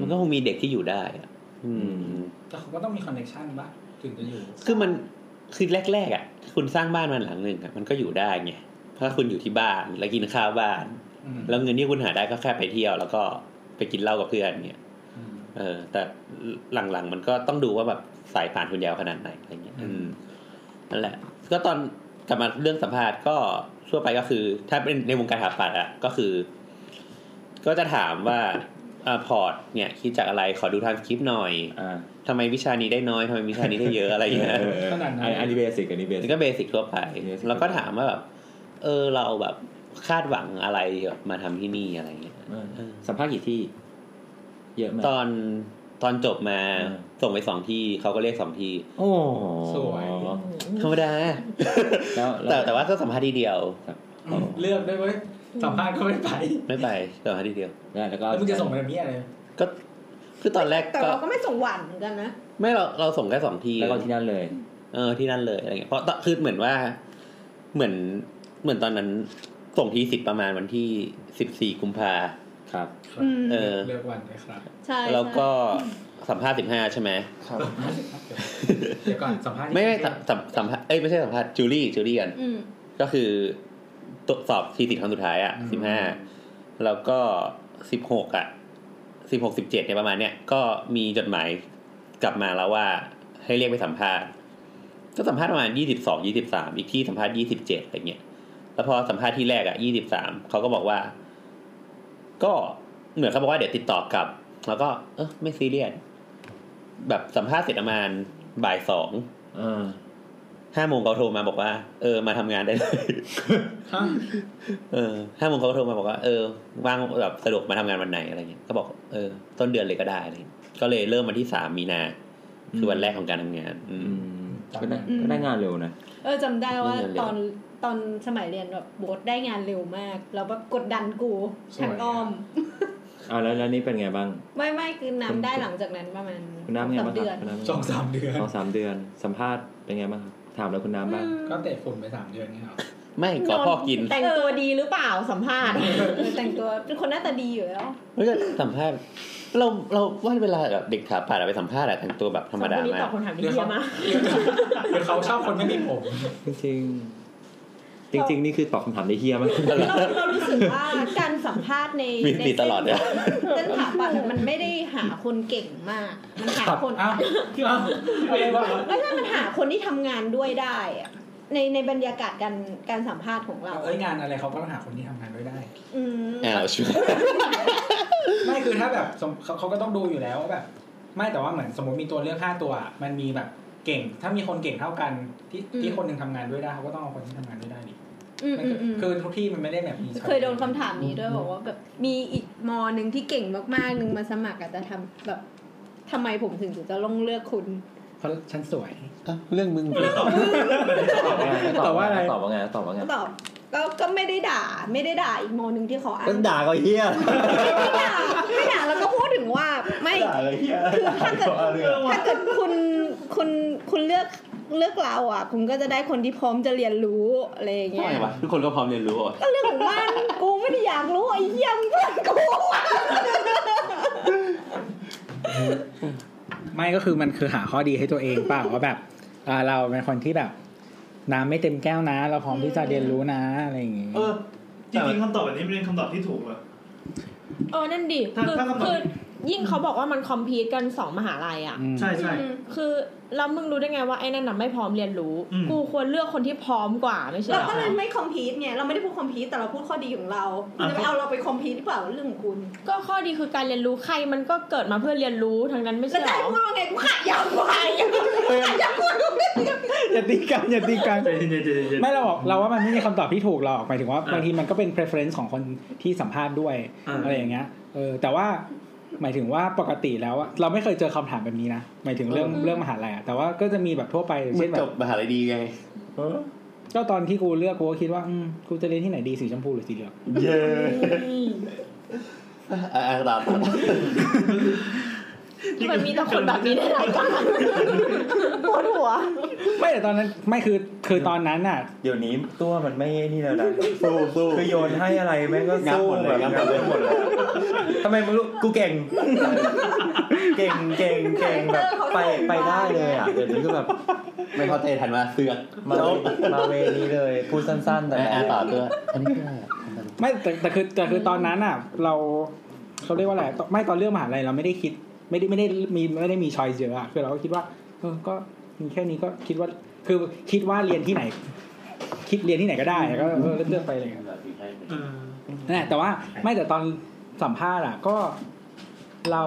Speaker 2: มันก็คงมีเด็กที่อยู่ได้อะอืม
Speaker 5: แต่เขาก็ต้องมีคอนเนคชั่นปะถึงจะอยู่
Speaker 2: คือมันคือแรกๆอ่ะคุณสร้างบ้านมันหลังหนึ่งอ่ะมันก็อยู่ได้ไงเพราะคุณอยู่ที่บ้านแล้วกินข้าวบ้าน แล้วเงินที่คุณหาได้ก็แค่ไปเที่ยว แล้วก็ไปกินเหล้ากับเพื่อนเนี่ย เออ แต่หลังๆ มันก็ต้องดูว่าแบบสายผ่านคุณยาวขนาดไหนอะไรเงี้ยอืมนั่นแหละ ก็ตอนกลับมาเรื่องสัมภาษณ์ก็ทั่วไปก็คือ ถ้าเป็นในวงการถาปัดอะก็คือ ก็จะถามว่าอ่าพอร์ตเนี่ย คิดจากอะไรขอดูทางคลิปหน่อย
Speaker 6: อ่า
Speaker 2: ทำไมวิชานี้ได้น้อยทำไมวิชานี้ได้เยอะอะไรอย่างเงี้ย
Speaker 5: ขนาดนั้น
Speaker 6: อัอันนี้เบสิกอันนี้เบสิ
Speaker 2: มั
Speaker 6: ก
Speaker 2: นก็เบสิกทั่วไป
Speaker 6: เบสิก
Speaker 2: แล้วก็ถามว่าแบบ เออเราแบบคาดหวังอะไรแบบมาทำที่นี่อะไรเงี้ย
Speaker 6: เออสัมภาษณ์กี่ที่ เยอะไหม
Speaker 2: ตอนตอนจบมา
Speaker 6: เออ
Speaker 2: ส่งไปสองที่เขาก็เรียกสองที่
Speaker 6: โอ้
Speaker 5: สวย
Speaker 2: ธรรมดา
Speaker 6: แล้ว
Speaker 2: แต่
Speaker 6: ล้ว
Speaker 2: แต่ว่าก็สัมภาษณ์ทีเดียว
Speaker 5: เลือกได้ไหมสัมภาษณ์ก็ไม่ไป
Speaker 2: ไม่ไปสัมภาษณ์ทีเดียว
Speaker 6: ได้แล้วก็
Speaker 5: แล้วมึงจะส่งไปแบบนี้อะไร
Speaker 2: ก็คือตอนแรก
Speaker 8: แต่
Speaker 2: ก็
Speaker 8: เราก็ไม่ส่งหวานเหมือนกันนะ
Speaker 2: ไม่เราเราส่งแค่สองที่
Speaker 6: แล้วก็ที่นั่นเลย
Speaker 2: เออที่นั่นเลยอะไรเงี้ยเพราะตอนคือเหมือนว่าเหมือนเหมือนตอนนั้นส่งที่สิบประมาณวันที่สิบสี่กุมภา
Speaker 6: ครับ
Speaker 8: อืม
Speaker 2: เออ
Speaker 5: เลือกวันเลยครับ
Speaker 8: ใช่
Speaker 2: แล้วก็สัมภาษณ์สิบห้าใช่ไหม
Speaker 5: เดี๋ยวก่อนสัมภาษณ์
Speaker 2: ไม่ไม่สัมสัมสัมภาษณ์เอ้ยไม่ใช่สัมภาษณ์จูลี่จูลี่กัน
Speaker 8: อืม
Speaker 2: ก็คือตรวจสอบทีติดครั้งสุดท้ายอ่ะสิบห้าแล้วก็สิบหกอ่ะสิบหกสิบเจ็ดเนี่ยประมาณเนี้ยก็มีจดหมายกลับมาแล้วว่าให้เรียกไปสัมภาษณ์ ก็สัมภาษณ์ประมาณยี่สิบสองยี่สิบสามอีกที่สัมภาษณ์ยี่สิบเจ็ดอะไรเงี้ยแล้วพอสัมภาษณ์ที่แรกอ่ะยี่สิบสามเขาก็บอกว่า ก็เหมือนเขาบอกว่าเดี๋ยวติดต่อกลับ แล้วก็ เออไม่ซีเรียสแบบสัมภาษณ์เสร็จประมาณบ่ายสอง
Speaker 6: เออ
Speaker 2: ห้าโมงเขาโทรมาบอกว่า เออมาทำงานได้เลย
Speaker 5: ฮะ
Speaker 2: เออห้าโมงเขาโทรมาบอกว่าเออว่างแบบสะดวกมาทำงานวันไหนอะไรเงี้ยก็บอกเออต้นเดือนเลยก็ได้อะไรเงี้ยก็เลยเริ่มวันที่สามมีนา คือวันแรกของการทำงาน อืม
Speaker 6: อืมก็ได้ก็ได้งานเร็วนะ
Speaker 8: เออจำได้ว่า
Speaker 2: เรียนเร็ว
Speaker 8: ตอนตอนสมัยเรียนแบบโบสได้งานเร็วมากแล้วแบบกดดันกู
Speaker 5: สวย
Speaker 8: ทางอ้อม
Speaker 6: อ่าแล้วแล้วนี่เป็นไงบ้าง
Speaker 8: ไม่ไม่คือน้ำได้หลังจากนั้นประมาณ
Speaker 6: คุณน้ำไงบ้างครั
Speaker 8: สามเดื
Speaker 6: บ
Speaker 8: อน
Speaker 6: คุณน้ำ
Speaker 5: สองสามเดือน
Speaker 6: สองสามเดือน สัมภาษณ์เป็นไงบ้างครับ ถามแล้วคุณน้ำบ้าง
Speaker 5: ก็เตะฝุ่นไปสามเดือนนี่ครับ
Speaker 2: ไม่ก่อพ่อกิน
Speaker 8: แต่งตัวดีหรือเปล่าสัมภาษณ์เออแต่งตัวเป็นคนหน้าตาดีอยู่แล้ว
Speaker 2: ไม่ก็สัมภาษณ์เราเราว่าเวลาแบบเด็กขาผ่านไปสัมภาษณ์อะแต่งตัวแบบธรรมดา
Speaker 3: สองคนนี้
Speaker 2: มา
Speaker 3: ตอก บคำถามที่
Speaker 5: เดี๋ยว
Speaker 3: เฮีย
Speaker 5: เขา
Speaker 3: มาก
Speaker 5: เดี๋ยวเขาชอบ [LAUGHS] คนไม่มีผม
Speaker 6: จริงๆ จริง ๆ นี่คือตอบคำถามได้เฮี้ยมาก
Speaker 8: เราเรารู้สึกว่าการสัมภาษณ์ใน
Speaker 2: มี
Speaker 8: ใน
Speaker 2: มีตลอดเลย
Speaker 8: เส้นผ่าปัดมันไม่ได้หาคนเก่งมาก มันหาคน
Speaker 5: อ้าวที่อ้าวไม่ได้ว่า
Speaker 8: ไม่ใช่มันหาคนที่ทำงานด้วยได้อะในในบรรยากาศการการสัมภาษณ์ของเรา
Speaker 5: เอ้ยงานอะไรเขาก็ต้องหาคนที่ทำงานด้วยได้
Speaker 8: อืม
Speaker 2: อ้าวชัวร์
Speaker 5: [LAUGHS] ไม่คือถ้าแบบสมเขาเขาก็ต้องดูอยู่แล้วว่าแบบ ไม่แต่ว่าเหมือนสมมติมีตัวเลือกห้าตัวอะมันมีแบบเก่ง ถ้ามีคนเก่งเท่ากันที่ที่คนหนึ่งทำงานด้วยได้เขาก็ต้องเอาคนที่ทำงานด้วยได้ดิ
Speaker 8: อืมอืมอืม
Speaker 5: คือทุกที่มันไม่ได้แบบมี
Speaker 8: เคยโดนคำถามนี้ด้วยบอกว่าแบบมีอีกมอหนึ่งที่เก่งมากๆหนึ่งมาสมัครอะแต่ทำแบบทำไมผมถึงจะลงเลือกคุณ
Speaker 5: เพราะฉันสวย
Speaker 9: อ่ะเรื่องมึง
Speaker 5: ตอบว่าอะไร
Speaker 6: ตอบว่าไงตอบว่าไง
Speaker 8: ก็ตอบก็ก็ไม่ได้ด่า ไม่ได้ด่าอีกมอหนึ่งที่เขาอ้าง
Speaker 6: ก็ด่าก็เฮี้ย
Speaker 8: ไม่ด่าไม่ด่าแล้วก็พูดถึงว่าไม่
Speaker 6: ด่าเลยเฮี้ย
Speaker 8: คือถ้าเกิดถ้าเกิดคุณคุณคุณเลือกเลือกเราอ่ะ คุณก็จะได้คนที่พร้อมจะเรียนรู้อะไรอย่าง
Speaker 2: ทำ
Speaker 8: เงี้
Speaker 2: ไม
Speaker 8: ย
Speaker 2: วะทุกคนก็พร้อมเรียนรู้อ่ะ
Speaker 8: ก็เรื่องของมันกูไม่ได้อยากรู้ไอ้เหี้ยมงเพื่อนกูอะ
Speaker 5: ไม่ก็คือมันคือหาข้อดีให้ตัวเองเปล่าว่าแบบอ่าเราเป็นคนที่แบบ น้ำไม่เต็มแก้วนะ เราพร้อมที่จะเรียนรู้นะอะไรอย่างงี้
Speaker 1: เออ จริงๆคำตอบแบบนี้เป็นคำตอบที่ถูกเหรอ
Speaker 3: เออนั่นดิ
Speaker 1: ถ้า
Speaker 3: คือ
Speaker 1: ถ้าคำตอบ
Speaker 3: คือยิ่งเขาบอกว่ามันคอมพีตกันสองมหาลัยอ่ะ
Speaker 5: ม
Speaker 1: ใช่ใช่
Speaker 3: คือแล้วมึงรู้ได้ไงว่าไอ้นั่นน่ะไม่พร้อมเรียนรู้
Speaker 1: อืม
Speaker 3: กูควรเลือกคนที่พร้อมกว่าไม่ใช่ห
Speaker 8: เรา
Speaker 3: รอ
Speaker 8: ก็เลยไม่คอมพีทไงเราไม่ได้พูดคอมพีทแต่เราพูดข้อดีของเราคุณจะไปเอาเราไปคอมพีทหรือเปล่าเรื่องของคุณ
Speaker 3: ก็ข้อดีคือการเรียนรู้ใครมันก็เกิดมาเพื่อเรียนรู้ทั้งนั้นไม่
Speaker 8: แล้
Speaker 3: ใช่
Speaker 8: ว
Speaker 3: ห
Speaker 8: จะ
Speaker 3: รอ
Speaker 8: ให้พูดว่าไงกูขายยาวกว่าไอ้ยาวกว่า
Speaker 5: อย่าตีกันอย่าตีกัน
Speaker 1: ใจเย็นใจเย็น
Speaker 5: ไม่เราบอกเราว่ามันไม่มีคำตอบที่ถูกหรอกหมายถึงว่า
Speaker 1: อ่ะ
Speaker 5: บางทีมันก็เป็น preference ของคนที่สัมภาษณ์ด้วย
Speaker 1: อ่ะ
Speaker 5: อะไรอย่างเงี้ยเออแต่ว่าหมายถึงว่าปกติแล้วอะเราไม่เคยเจอคำถามแบบนี้นะหมายถึงเรื่องเรื่องมหาลัยอะแต่ว่าก็จะมีแบบทั่วไปอย่าง
Speaker 2: มึ
Speaker 5: เช่
Speaker 2: ง
Speaker 5: นแบ
Speaker 2: จ
Speaker 5: บบ
Speaker 2: มหาลัยดีไง
Speaker 5: ก็ตอนที่กูเลือกกูก็คิดว่าอืมกูจะเรียนที่ไหนดีสีชมพูหรือสีเหลือง
Speaker 2: เย้อ่ะอ่ะตามตาม
Speaker 3: มันมีแต่คนแบบนี้ในรายการปวดหัว
Speaker 5: ไม่แต่ตอนนั้นไม่คือคือตอนนั้นอะ
Speaker 6: เดี๋ยวนี้ตัวมันไม่นี่แล้วนะสู้สู้คือโยนให้อะไรแม่งก็
Speaker 9: งับ
Speaker 6: สู้
Speaker 9: หมดเลย
Speaker 6: แบบ
Speaker 9: งับ
Speaker 6: งับหมดเลยทำไมมึงรู้กูเก่ [LAUGHS] ง เก่งเก่งเก่งแบบไปไปได้เลยอ่ะเดี๋ยวนี้ก็แบบ
Speaker 2: ไม่เข้าใจทันว่าเสือก
Speaker 6: มามาเวนี้เลยพูดสั้นๆแต่
Speaker 2: แต่
Speaker 6: แร
Speaker 2: อ่าง ต่อตัวอันนี้ก็
Speaker 5: ไม่แต่แต่คือแต่คือตอนนั้นอะเราเขาเรียกว่าอะไรไม่ตอนเลือกมหาลัยเราไม่ได้คิด ไม่ได้ไม่ได้มีไม่ได้มีชอยเยอะอะคือเราก็คิดว่าเออก็มีแค่นี้ก็คิดว่าคือคิดว่าเรียนที่ไหน คิดเรียนที่ไหนก็ได้ก็เออเลือกไปอะไรอย่างเงี้ย
Speaker 1: เออ
Speaker 5: นั่นแหละแต่ว่าไม่แต่ตอนสัมภาษณ์อ่ะก็เรา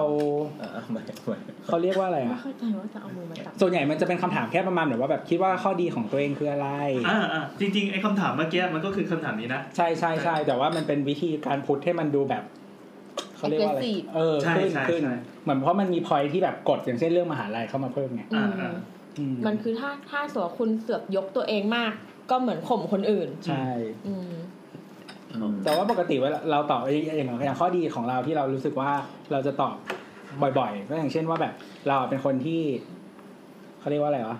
Speaker 5: เขาเรียกว่าอะไร
Speaker 3: ไม่
Speaker 5: อ่ะ
Speaker 3: เข้าใจว่าจะเอามือมาจับ
Speaker 5: ส่วนใหญ่มันจะเป็นคำถามแค่ประมาณแบบว่าแบบคิดว่าข้อดีของตัวเองคืออะไร
Speaker 1: อ่าอ่าจริงๆไอ้คำถามเมื่อกี้มันก็คือคำถามนี้นะ
Speaker 5: ใช่ใช่ใช่แต่ว่ามันเป็นวิธีการพูดให้มันดูแบบเขาเรียกว่าอะไร
Speaker 3: Aggressive
Speaker 5: เออ
Speaker 1: ใช่
Speaker 5: ขึ้น
Speaker 1: ใช่
Speaker 5: ขึ้น
Speaker 1: ใช่
Speaker 5: เหมือนเพราะมันมีพอยที่แบบกดอย่างเช่นเรื่องมหาลัยเข้ามาเพิ่มไง
Speaker 1: อ่าอ่า
Speaker 5: อื
Speaker 3: มันคือถ้าถ้าสมมติวาคุณเสือกยกตัวเองมาก ก็เหมือนข่มคนอื่น
Speaker 5: ใช่
Speaker 3: อืม
Speaker 5: แต่ว่าปกติเวลาเราตอบอย่างอย่างอย่างข้อดีของเราที่เรารู้สึกว่าเราจะตอบบ่อยๆก็อย่างเช่นว่าแบบ เราเป็นคนที่เขาเรียกว่าอะไรวะ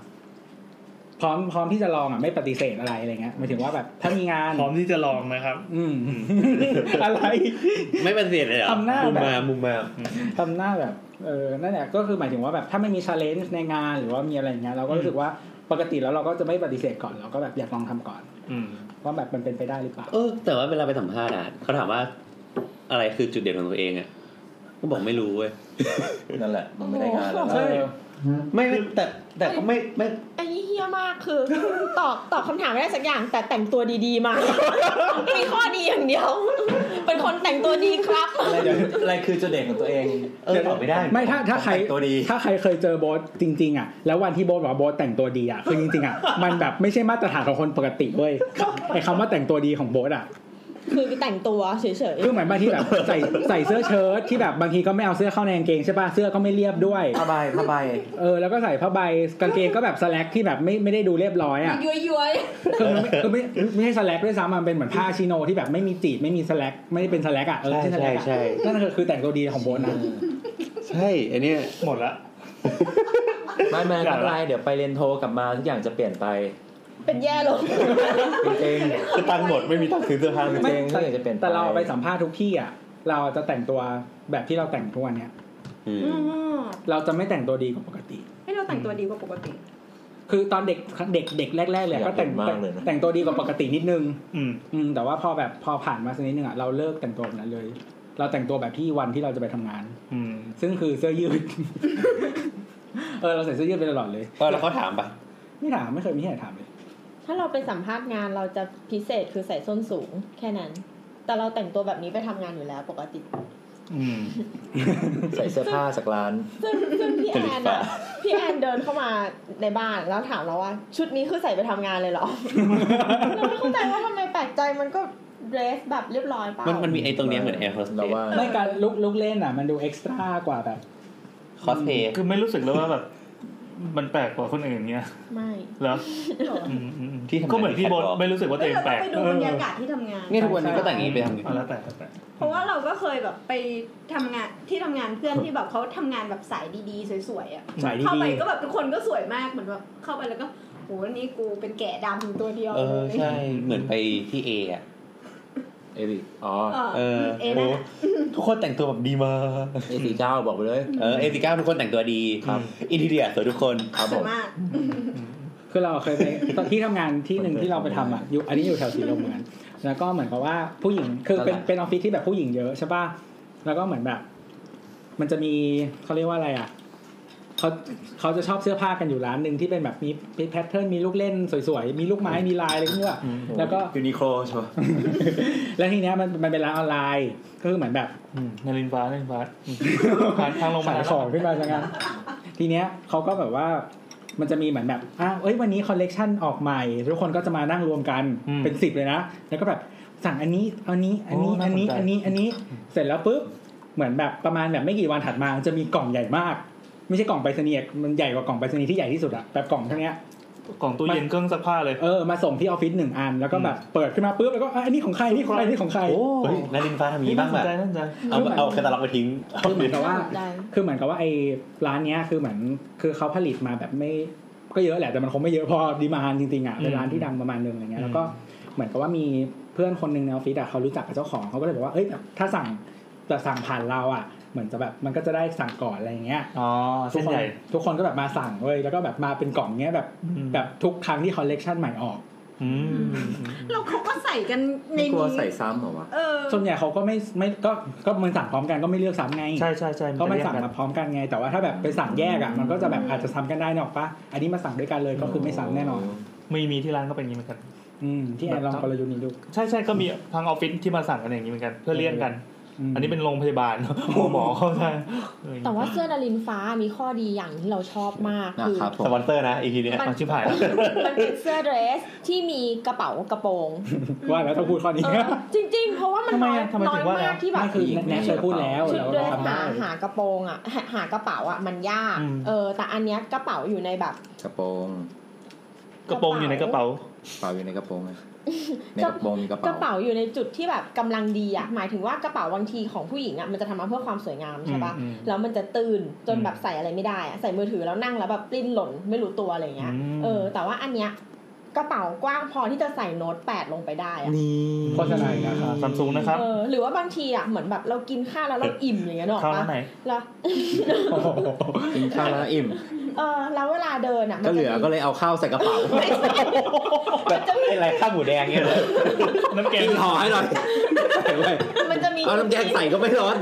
Speaker 5: พร้อมพร้อมที่จะลองอ่ะไม่ปฏิเสธอะไรอะไรเงี้ยหมายถึงว่าแบบ ถ้ามีงาน
Speaker 1: พร้อมที่จะลองนะครับ
Speaker 5: อืม [LAUGHS] อะไร
Speaker 2: ไม่ปฏิเสธเลยเหรอ
Speaker 5: ทำหน้า
Speaker 2: มุม
Speaker 5: แบบ
Speaker 2: มามุมมา
Speaker 5: ทำหน้าแบบเออนั่นแหละก็คือหมายถึงว่าแบบ ถ้าไม่มีชาเลนจ์ในงานหรือว่ามีอะไรอย่างเงี้ยเราก็รู้สึกว่าปกติแล้วเราก็จะไม่ปฏิเสธก่อนเราก็แบบอยากลองทำก่อน
Speaker 1: อืม
Speaker 5: ว่าแบบมันเป็นไปได้หรือเปล่า
Speaker 2: เออ แต่ว่าเวลาไปสัมภาษณ์อ่ะเขาถามว่า อะไรคือจุดเด่นของตัวเองอ่ะก็บอกไม่รู้เว้ย
Speaker 6: นั่นแหละมันไม่ได้งานแล้ว
Speaker 5: เอ
Speaker 6: นะ
Speaker 5: อ
Speaker 6: ไม่ไม่แต่แต่ก็ไม่ไม่
Speaker 3: ไอ้นี่เฮี้ยมากคือ ตอบตอบคำถามไม่ได้สักอย่าง แต่แต่งตัวดีๆมา มีข้อดีอย่างเดียว เป็นคนแต่งตัวดีครับ
Speaker 6: อะไรเดี๋ยวอะไรคือจุดเด่นของตัวเอง เออตอบไม่ได้
Speaker 5: ไม่ถ้าถ้าใคร
Speaker 6: แต่งตัวดี
Speaker 5: ถ้าใครเคยเจอโบสจริง ๆ อ่ะ แล้ววันที่โบสบอกว่าโบสแต่งตัวดีอ่ะคือจริงๆอ่ะ มันแบบไม่ใช่มาตรฐานของคนปกติเว้ยไอ้คำว่าแต่งตัวดีของโบสอ่ะ
Speaker 3: คือแต่งตัวเฉย
Speaker 5: คือเหมือนบางทีแบบใส่ใส่เสื้อเชิ้ตที่แบบบางทีก็ไม่เอาเสื้อเข้าในกางเกงใช่ป่ะเสื้อก็ไม่เรียบด้วย
Speaker 6: ผ้าใบผ้าใบ
Speaker 5: เออแล้วก็ใส่ผ้าใบกางเกงก็แบบสแลกที่แบบไม่ไม่ได้ดูเรียบร้อยอ่ะ
Speaker 8: ย้วยย้วย
Speaker 5: คือมันไม่คือไม่ไม่ใช่สแลกด้วยซ้ำมันเป็นเหมือนผ้าชิโนที่แบบไม่มีจีบไม่มีสแลกไม่ได้เป็นสแลกอ่ะเออ
Speaker 6: ใช่
Speaker 5: ไม่ใช่ส
Speaker 6: ใช่
Speaker 5: แลกอะ
Speaker 6: ใช่
Speaker 5: นั่นคือคือแต่งตัวดีของโบสนะ
Speaker 6: ใช่ไอเนี้ย
Speaker 1: หมดละ
Speaker 10: ไม่ไม่
Speaker 1: อ
Speaker 10: ไม่
Speaker 1: ยากละ
Speaker 10: เป็นไรเดี๋ยวไปเรียนโทกลับมาทุกอย่างจะเปลี่ยนไป
Speaker 3: ๆ เป็นแย่ลง
Speaker 10: จริง
Speaker 6: คือตังค์หมดไม่มีตังค์ซื้อเสื้อผ้าเลย
Speaker 10: ๆจริงๆทุกอย่างจะเปลี่ยน
Speaker 5: แต่เราไปสัมภาษณ์ทุกที่อ่ะ เราจะแต่งตัวแบบที่เราแต่งทุกวันเนี้ย
Speaker 2: อืม
Speaker 8: ๆอืม
Speaker 5: เราจะไม่แต่งตัวดีกว่าปกติ
Speaker 8: ให้เราแต่งตัวดีกว่าปกติ
Speaker 5: คือตอนเด็กเด็กเด็กแรกๆเลยก็แต่ง
Speaker 10: มากเลยนะ
Speaker 5: แต่งตัวดีกว่าปกตินิดนึง
Speaker 1: อืม
Speaker 5: อืมแต่ว่าพอแบบพอผ่านมาสักนิดนึงอ่ะเราเลิกแต่งตัวแบบนั้นเลย เราแต่งตัวแบบที่วันที่เราจะไปทำงาน
Speaker 1: อืม
Speaker 5: ซึ่งคือเสื้อยืด [LAUGHS] เออเราใส่เสื้อยืดไปตลอดเลย
Speaker 2: เออแล้วเขาถามปะ
Speaker 5: ไม่ถามไม่เคยมีที่ไหนถามเลย
Speaker 3: ถ้าเราไปสัมภาษณ์งานเราจะพิเศษคือใส่ส้นสูงแค่นั้น แต่เราแต่งตัวแบบนี้ไปทำงานอยู่แล้วปกติ
Speaker 1: อืม
Speaker 10: ใส่เสื้อผ้าจากร้าน
Speaker 3: ซึ่งซึ่งพี่แอนอะพี่แอนเดินเข้ามาในบ้านแล้วถามเราว่า ชุดนี้คือใส่ไปทำงานเลยเหรอ เราไม่เข้าใจว่าทำไมแปลกใจมันก็เดรสแบบเรียบร้อยเปล่า
Speaker 2: มันมันมีไอ้ตรงเนี้ยเหมือนแอร์โฮสเต
Speaker 10: เรา
Speaker 2: ส
Speaker 10: ว่า
Speaker 5: ไม่การลุกลุกเล่นอ่ะ มันดูเอ็กซ์ตร้ากว่าแบบ
Speaker 2: คอสเพย์
Speaker 1: คือไม่รู้สึกเลยว่าแบบ มันแปลกกว่าคนอื่นเงี้ย
Speaker 3: ไม่
Speaker 1: เหรออืมอืมอืมก็เหมือนพี่โบทไม่รู้สึกว่าตัว
Speaker 8: เอ้
Speaker 1: เอย งแป
Speaker 8: เราต้
Speaker 1: ลก
Speaker 8: องไปดูบรรยากาศที่ทำงาน
Speaker 2: เนี่ยทุกวันนี้ก็แต่งอย่างนี้ไปทำงา
Speaker 1: เอา
Speaker 2: น
Speaker 1: ละแปลกแปลก
Speaker 8: เพราะว่าเราก็เคยแบบไปทำงานที่ทำงานเพื่อนที่แบบเขาทำงานแบบสายดีๆ สวยๆอ่ะ
Speaker 5: สายดีๆ
Speaker 8: เข้าไปก็แบบทุกคนก็สวยมากเหมือนแบบเข้าไปแล้วก็โหนี่กูเป็นแก่ดำตัวเดียว
Speaker 2: เอ
Speaker 8: เล
Speaker 2: อย ใช่เหมือนไปที่เออะ
Speaker 10: เอซีอ๋อ
Speaker 2: เอ
Speaker 8: เอ
Speaker 2: อ
Speaker 8: อเอ็นน
Speaker 2: โอ้
Speaker 8: อะ
Speaker 2: ทุกคนแต่งตัวแบบดีมาก
Speaker 10: เอซีเจ้าบอกไปเลย
Speaker 2: เออเอติก้าทุกคนแต่งตัวดีครับอินทีเดียสวยทุกคน
Speaker 10: ครับ
Speaker 8: ส
Speaker 10: ผ
Speaker 8: วย
Speaker 10: ม
Speaker 8: มาก
Speaker 5: คือเราเคยไปตอนที่ทำงานที่หนึ่งที่เราไปทำอ่ะอยู่อันนี้อยู่แถวสีลมเหมือนกันแล้วก็เหมือนกับว่าผู้หญิงคือเป็นเป็นออฟฟิศที่แบบผู้หญิงเยอะใช่ป่ะแล้วก็เหมือนแบบ มันจะมีเขาเรียกว่าอะไรอ่ะเขาเขาจะชอบเสื้อผ้ากันอยู่ร้านหนึ่งที่เป็นแบบมีมีแพทเทิร์นมีลูกเล่นสวยๆ มีลูกไม้มีลายอะไรพวกนี้ว่ะแล้วก็
Speaker 6: ยูนิโคลใช่ปะ
Speaker 5: [LAUGHS] แล้วทีเนี้ยมันมันเป็นร้านออนไลน์ก็คือเหมือนแบบ
Speaker 1: อืมนารินฟ้านารินฟ้าอืมผ่านทางลงมา
Speaker 5: ขายของขึ้นมาซ [LAUGHS] ะงั้นทีเนี้ยเขาก็แบบว่ามันจะมีเหมือนแบบอ้าวเอ้ยวันนี้คอลเลกชันออกใหม่ ทุกคนก็จะมานั่งรวมกันเป็นสิบเลยนะ แล้วก็แบบสั่งอันนี้อันนี้อันนี้อันนี้อันนี้อันนี้เสร็จแล้วปุ๊บเหมือนแบบประมาณแบบไม่กี่วันถัดมาจะมีกล่องใหญ่มาก ไม่ใช่กล่องไปรษณีย์มันใหญ่กว่ากล่องไปรษณีย์ที่ใหญ่ที่สุดอะแบบกล่องเท่าเนี้ย
Speaker 1: กล่องตู้เย็นเครื่องซักผ้าเลย
Speaker 5: เออมาส่งที่ออฟฟิศหนึ่งอันแล้วก็แบบเปิดขึ้นมาปุ๊บแล้วก็อ่ะอันนี้ของใครอันนี่ของใครอันนี่ของใคร
Speaker 2: เฮ้ยนารินฟ้าทำอย่างนี้บ้าง
Speaker 1: ส
Speaker 2: แบ
Speaker 1: น
Speaker 2: บ
Speaker 1: ใจน่าสนใจ
Speaker 2: เอาเอาแคตตาล็อกไปทิ้ง
Speaker 5: คือเหมือนกับว่า
Speaker 3: น่สนใจ
Speaker 5: คือเหมือนกับว่าไอ้ร้านเนี้ยคือเหมือนคือเขาผลิตมาแบบไม่ก็เยอะแหละแต่มันคงไม่เยอะพอดีมานจริงๆอ่ะเป็นร้านที่ดังประมาณนึงอะไรเงี้ยแล้วก็เหมือนกับว่ามีเพื่อนคนหนึ่งในออฟฟิศอ่ะเขารู้จักกับเจ้าของเขาก็เลยบอกว่าเอ้ยแบบถ้าสั่งแต่สั่งผ่านเราอ่ะ เหมือนจะแบบมันก็จะได้สั่งก่อนอะไรอย่างเงี้ย
Speaker 1: อ๋อ
Speaker 5: ทุ
Speaker 1: เส้น
Speaker 5: กคน
Speaker 1: ใหญ่
Speaker 5: ทุกคนก็แบบมาสั่งเว้ยแล้วก็แบบมาเป็นกล่องเงี้ยแบบ
Speaker 1: อืม
Speaker 5: แบบทุกครั้งที่คอลเลกชันใหม่ออก
Speaker 1: อืม
Speaker 8: เราเขาก็ใส่กันใน
Speaker 6: ไม่กลัว
Speaker 8: นี้
Speaker 6: ใส่ซ้ำเหรอวะ
Speaker 8: เออ
Speaker 5: ส่วนใหญ่เขาก็ไม่ไม่ก็ก็มันสั่งพร้อมกันก็ไม่เลือกซ้ำไง
Speaker 11: ใช่ใช่ใช่
Speaker 5: ก็มัน
Speaker 11: จะ
Speaker 5: สั่ง
Speaker 11: แยกกั
Speaker 5: มาพร้อมกันไง แต่ว่าถ้าแบบไปสั่งแยกอ่ะมันก็จะแบบอาจจะซ้ำกันได้นกออกปะอันนี้มาสั่งด้วยกันเลยก็คือไม่ซ้ำแน่นอน
Speaker 1: ไม่มีที่ร้านก็เป็นอย่างนี้เหมือนกัน
Speaker 5: อืมที่แอนลองกลยุทธ์นี้ดู
Speaker 1: ใช่ใช่ก็มีทางออฟฟิศที่มาสั่งกันอย่างนี้เหมือนกัน เพื่อเลี่ยงกัน
Speaker 5: ม
Speaker 1: อันนี้เป็นโรงพยาบาลหัวหมอเข้าใจ
Speaker 3: แต่ว่าเสื้อนารินฟ้ามีข้อดีอย่างที่เราชอบมาก
Speaker 6: นะ
Speaker 3: คือ
Speaker 6: ครับผ
Speaker 2: ส
Speaker 6: ม
Speaker 2: ปอนเซอร์นะอีพีเนี้ย
Speaker 1: มาชิบหายแล้ว
Speaker 3: มันเป็นเสื้อเดรสที่มีกระเป๋ากระโปรง
Speaker 5: ว่าแล้วต้องพูดข้อนี้
Speaker 3: เออจริง ๆ เพราะว่ามัน
Speaker 1: ทำไม
Speaker 3: น้อย
Speaker 1: อะทำไม
Speaker 3: น้อ
Speaker 1: ถึ
Speaker 3: ย
Speaker 1: งว่าแล้
Speaker 3: มาว กที่แบบ
Speaker 5: ไม่คือแนทเคยพูดแล้ว
Speaker 3: ชุด
Speaker 5: แล้ว
Speaker 3: เดร
Speaker 5: เรา
Speaker 3: สหา
Speaker 5: ทำได้
Speaker 3: หากระโปรงอ่ะหาหากระเป๋าอ่ะมันยาก
Speaker 1: อืม
Speaker 3: เออแต่อันเนี้ยกระเป๋าอยู่ในแบบ
Speaker 6: กระโปรง
Speaker 1: กระโปรงอยู่ในกระเป๋า
Speaker 6: เปล่าอยู่ในกระโปรงไงใน
Speaker 3: ก
Speaker 6: ก
Speaker 3: ระ
Speaker 6: ระโปรงมีกระ
Speaker 3: ก
Speaker 6: เป๋า
Speaker 3: ระเป๋าอยู่ในจุดที่แบบกำลังดีอ่ะหมายถึงว่ากระเป๋าบางทีของผู้หญิงอ่ะมันจะทำมาเพื่อความสวยงามใช่ปะ
Speaker 1: อืมอืม
Speaker 3: แล้วมันจะตื่นจน
Speaker 1: อืม
Speaker 3: แบบใส่อะไรไม่ได้อ่ะใส่มือถือแล้วนั่งแล้วแบบปลิ้นหล่นไม่รู้ตัวอะไรเงี้ย
Speaker 1: อืม
Speaker 3: เออ แต่ว่าอันเนี้ยกระเป๋ากว้างพอที่จะใส่โน้ตแปดลงไปได้อ่ะ
Speaker 11: นี่
Speaker 5: โฆษณาอีกแล้วครับ
Speaker 1: ซัมซุงนะครับ
Speaker 3: เออหรือว่าบางทีอ่ะเหมือนแบบเรากินข้าวแล้วเราอิ่มอย่างเงี้ยเนก
Speaker 1: เข้า
Speaker 3: อะ
Speaker 1: ร้านไหน
Speaker 3: แล้ว [LAUGHS]
Speaker 6: กินข้าวแล้วอิ่ม
Speaker 3: เออแล้วเวลาเดินอ่ะมัน
Speaker 6: ก็
Speaker 3: จะ
Speaker 6: เหลือ
Speaker 3: มี
Speaker 6: ก็เลยเอาข้าวใส่กระเป๋า
Speaker 3: [LAUGHS] มันจะมี
Speaker 2: เป็นไรข้าวหมูแดงเนี่ยเหรอ
Speaker 1: น้ำแกง
Speaker 6: กินห่อให้หน่อย
Speaker 3: มันจะมี
Speaker 6: เอาน้ำแกงใส่ก็ไม่ร้อน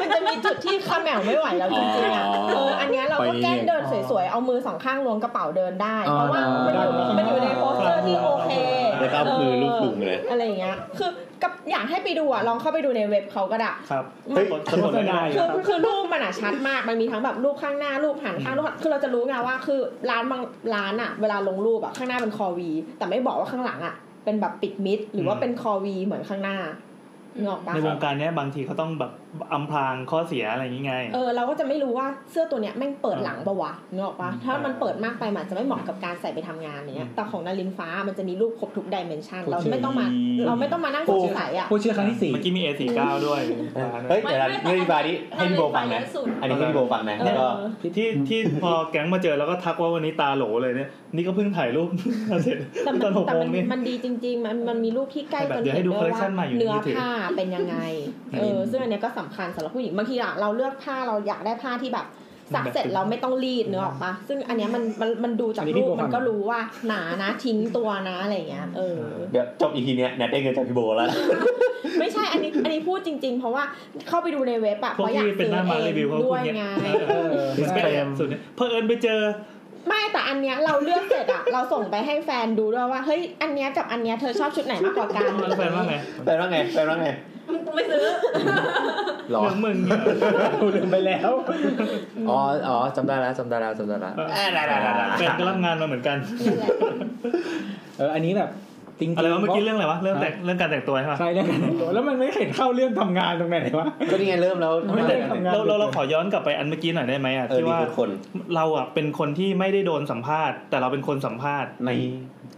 Speaker 3: มันจะมีจุดที่ขมแหมวไม่ไหวแล้วจริงๆอ่ะ
Speaker 6: อ๋อ
Speaker 3: เอออันเนี้ยเราก็แกล้งเดินสวยๆ เอามือสองข้างล้วงกระเป๋าเดินได้
Speaker 6: อ๋อ
Speaker 3: เพราะว่ามันอยู่มันอ
Speaker 5: ได้
Speaker 3: ยู่ในโปสเตอร์ที่โอเค
Speaker 2: แล้วก็เอามือลูบพุงเลย
Speaker 3: อะไรอย่างเงี้ย คือกับอยากให้ไปดูอ่ะ ลองเข้าไปดูในเว็บเขาก็ได้
Speaker 1: ครับ
Speaker 3: เฮ้ย
Speaker 1: กดกดเลยได้
Speaker 3: คือคือรูปมันอ่ะชัดมาก มันมีทั้งแบบรูปข้างหน้ารูปหันข้างรูปหันคือเราจะรู้ไงว่าคือร้านบางร้านอ่ะ เวลาลงรูปอ่ะข้างหน้าเป็นคอวี แต่ไม่บอกว่าข้างหลังอ่ะ เป็นแบบปิดมิด หรือว่าเป็นคอวีเหมือนข้างหน้านึกออกปะ
Speaker 1: ในวงการเนี้ยบางทีเขาต้องแบบอำพรางข้อเสียอะไรอย่างงี้ไง
Speaker 3: เออเราก็จะไม่รู้ว่าเสื้อตัวเนี้ยแม่งเปิดหลังปะวะนึกออกปะถ้ามันเปิดมากไปมันอาจจะไม่เหมาะกับการใส่ไปทำงานอย่างเนี้ยแต่ของนารินฟ้ามันจะมีรูปครบทุกดิเมนชันเราไม่ต้องมาเราไม่ต้องมานั่งสงสัยอ่ะ
Speaker 5: พูดชื่อครั้งที่สี่
Speaker 1: เมื่อกี้มี A49 ด้วย
Speaker 2: เฮ้ยเดี๋ยวนะเรื่องบาร์นี้ให้พี่โบฟังนะ อันนี้ให้พี่โบฟังนะแล้วก็
Speaker 3: เออ
Speaker 1: ที่ที่ที่พอแก๊งมาเจอแล้วก็ทักว่าวันนี้ตาโหลเลยเนี่ย นี่ก็เพิ่งถ่ายรูป [LAUGHS] เสร็จ
Speaker 3: แต่
Speaker 1: ต
Speaker 3: มั
Speaker 1: อน
Speaker 3: น
Speaker 1: หก
Speaker 3: แต่
Speaker 1: โม
Speaker 3: มั
Speaker 1: ง
Speaker 3: น
Speaker 1: นี่
Speaker 3: มันดีจริง ๆ มันมันมีรูปที่ใกล้
Speaker 1: แบบ
Speaker 3: จน
Speaker 1: เดี๋ยวให้ดู
Speaker 3: เห็นด้วย
Speaker 1: collection ใหม่
Speaker 3: ว่า
Speaker 1: อยู่ใน
Speaker 3: เนื้อ
Speaker 1: มือถือ
Speaker 3: ผ้าเป็นยังไงเออซึ่งอันเนี้ยก็สำคัญสำหรับผู้หญิงบางทีอะเราเลือกผ้าเราอยากได้ผ้าที่แบบสักเสร็จเราไม่ต้องรีดเนื้อออกปะซึ่งอันเนี้ยมันมันมันดูจากรูปมันก็รู้ว่าหนานะทิ้งตัวนะอะไรอย่างเงี้ยเออ
Speaker 2: เดี๋ยวจบอีพีเนี้ยแนทได้เงินจากพี่โบแล้ว
Speaker 3: ไม่ใช่ อันนี้ อันนี้พูดจริง ๆ เพราะว่าเข้าไปดูในเว็บอะ
Speaker 1: พวก
Speaker 3: เพราะอยาก
Speaker 1: ที่เป็นหน้ามารีวิวเขา
Speaker 3: ซื้อ
Speaker 1: พว
Speaker 3: เองด้ว
Speaker 1: ก
Speaker 3: ย
Speaker 1: เนี้ย
Speaker 3: ไง
Speaker 5: เออ
Speaker 1: สเปมสุดเนี่ยเพอเอิญไปเจอ
Speaker 3: ไม่แต่อันเนี้ยเราเลือกเสร็จอะเราส่งไปให้แฟนดูด้วยว่า เฮ้ย อันเนี้ยกับอันเนี้ยเธอชอบชุดไหนมากกว่ากัน
Speaker 1: แล้วแฟนว่าไง
Speaker 2: แปลว่าไงแปลว่าไง
Speaker 8: ไม่ซื้อ
Speaker 6: หรอ
Speaker 1: เรื่องมึงเนี่ย
Speaker 5: ลืมไปแล้ว
Speaker 6: อ๋ออ๋อจำได้แล้วจำได้แล้วจำได้แล้ว
Speaker 1: แฟนก็รับงานมาเหมือนกัน
Speaker 5: เอออันนี้แบบจริงๆ
Speaker 1: อะไรวะเมื่อกี้เรื่องอะไรวะ เรื่องแต่งเรื่องการแต่งตัวใช่ปะ
Speaker 5: ใช่เรื่องการตัวแล้วมันไม่เห็นเข้าเรื่องทำงานตรงไหนวะ
Speaker 6: ก็นี่ไงเริ่มแล้ว
Speaker 5: ไม่ได้ ทำงาน
Speaker 1: เราเราเราขอย้อนกลับไปอันเมื่อกี้หน่อยได้ไหมอ่ะ
Speaker 2: เออ
Speaker 1: ที่
Speaker 2: นี่
Speaker 1: ว่า
Speaker 2: คือคน
Speaker 1: เราอ่ะเป็นคนที่ไม่ได้โดนสัมภาษณ์ แต่เราเป็นคนสัมภาษณ์
Speaker 2: ใน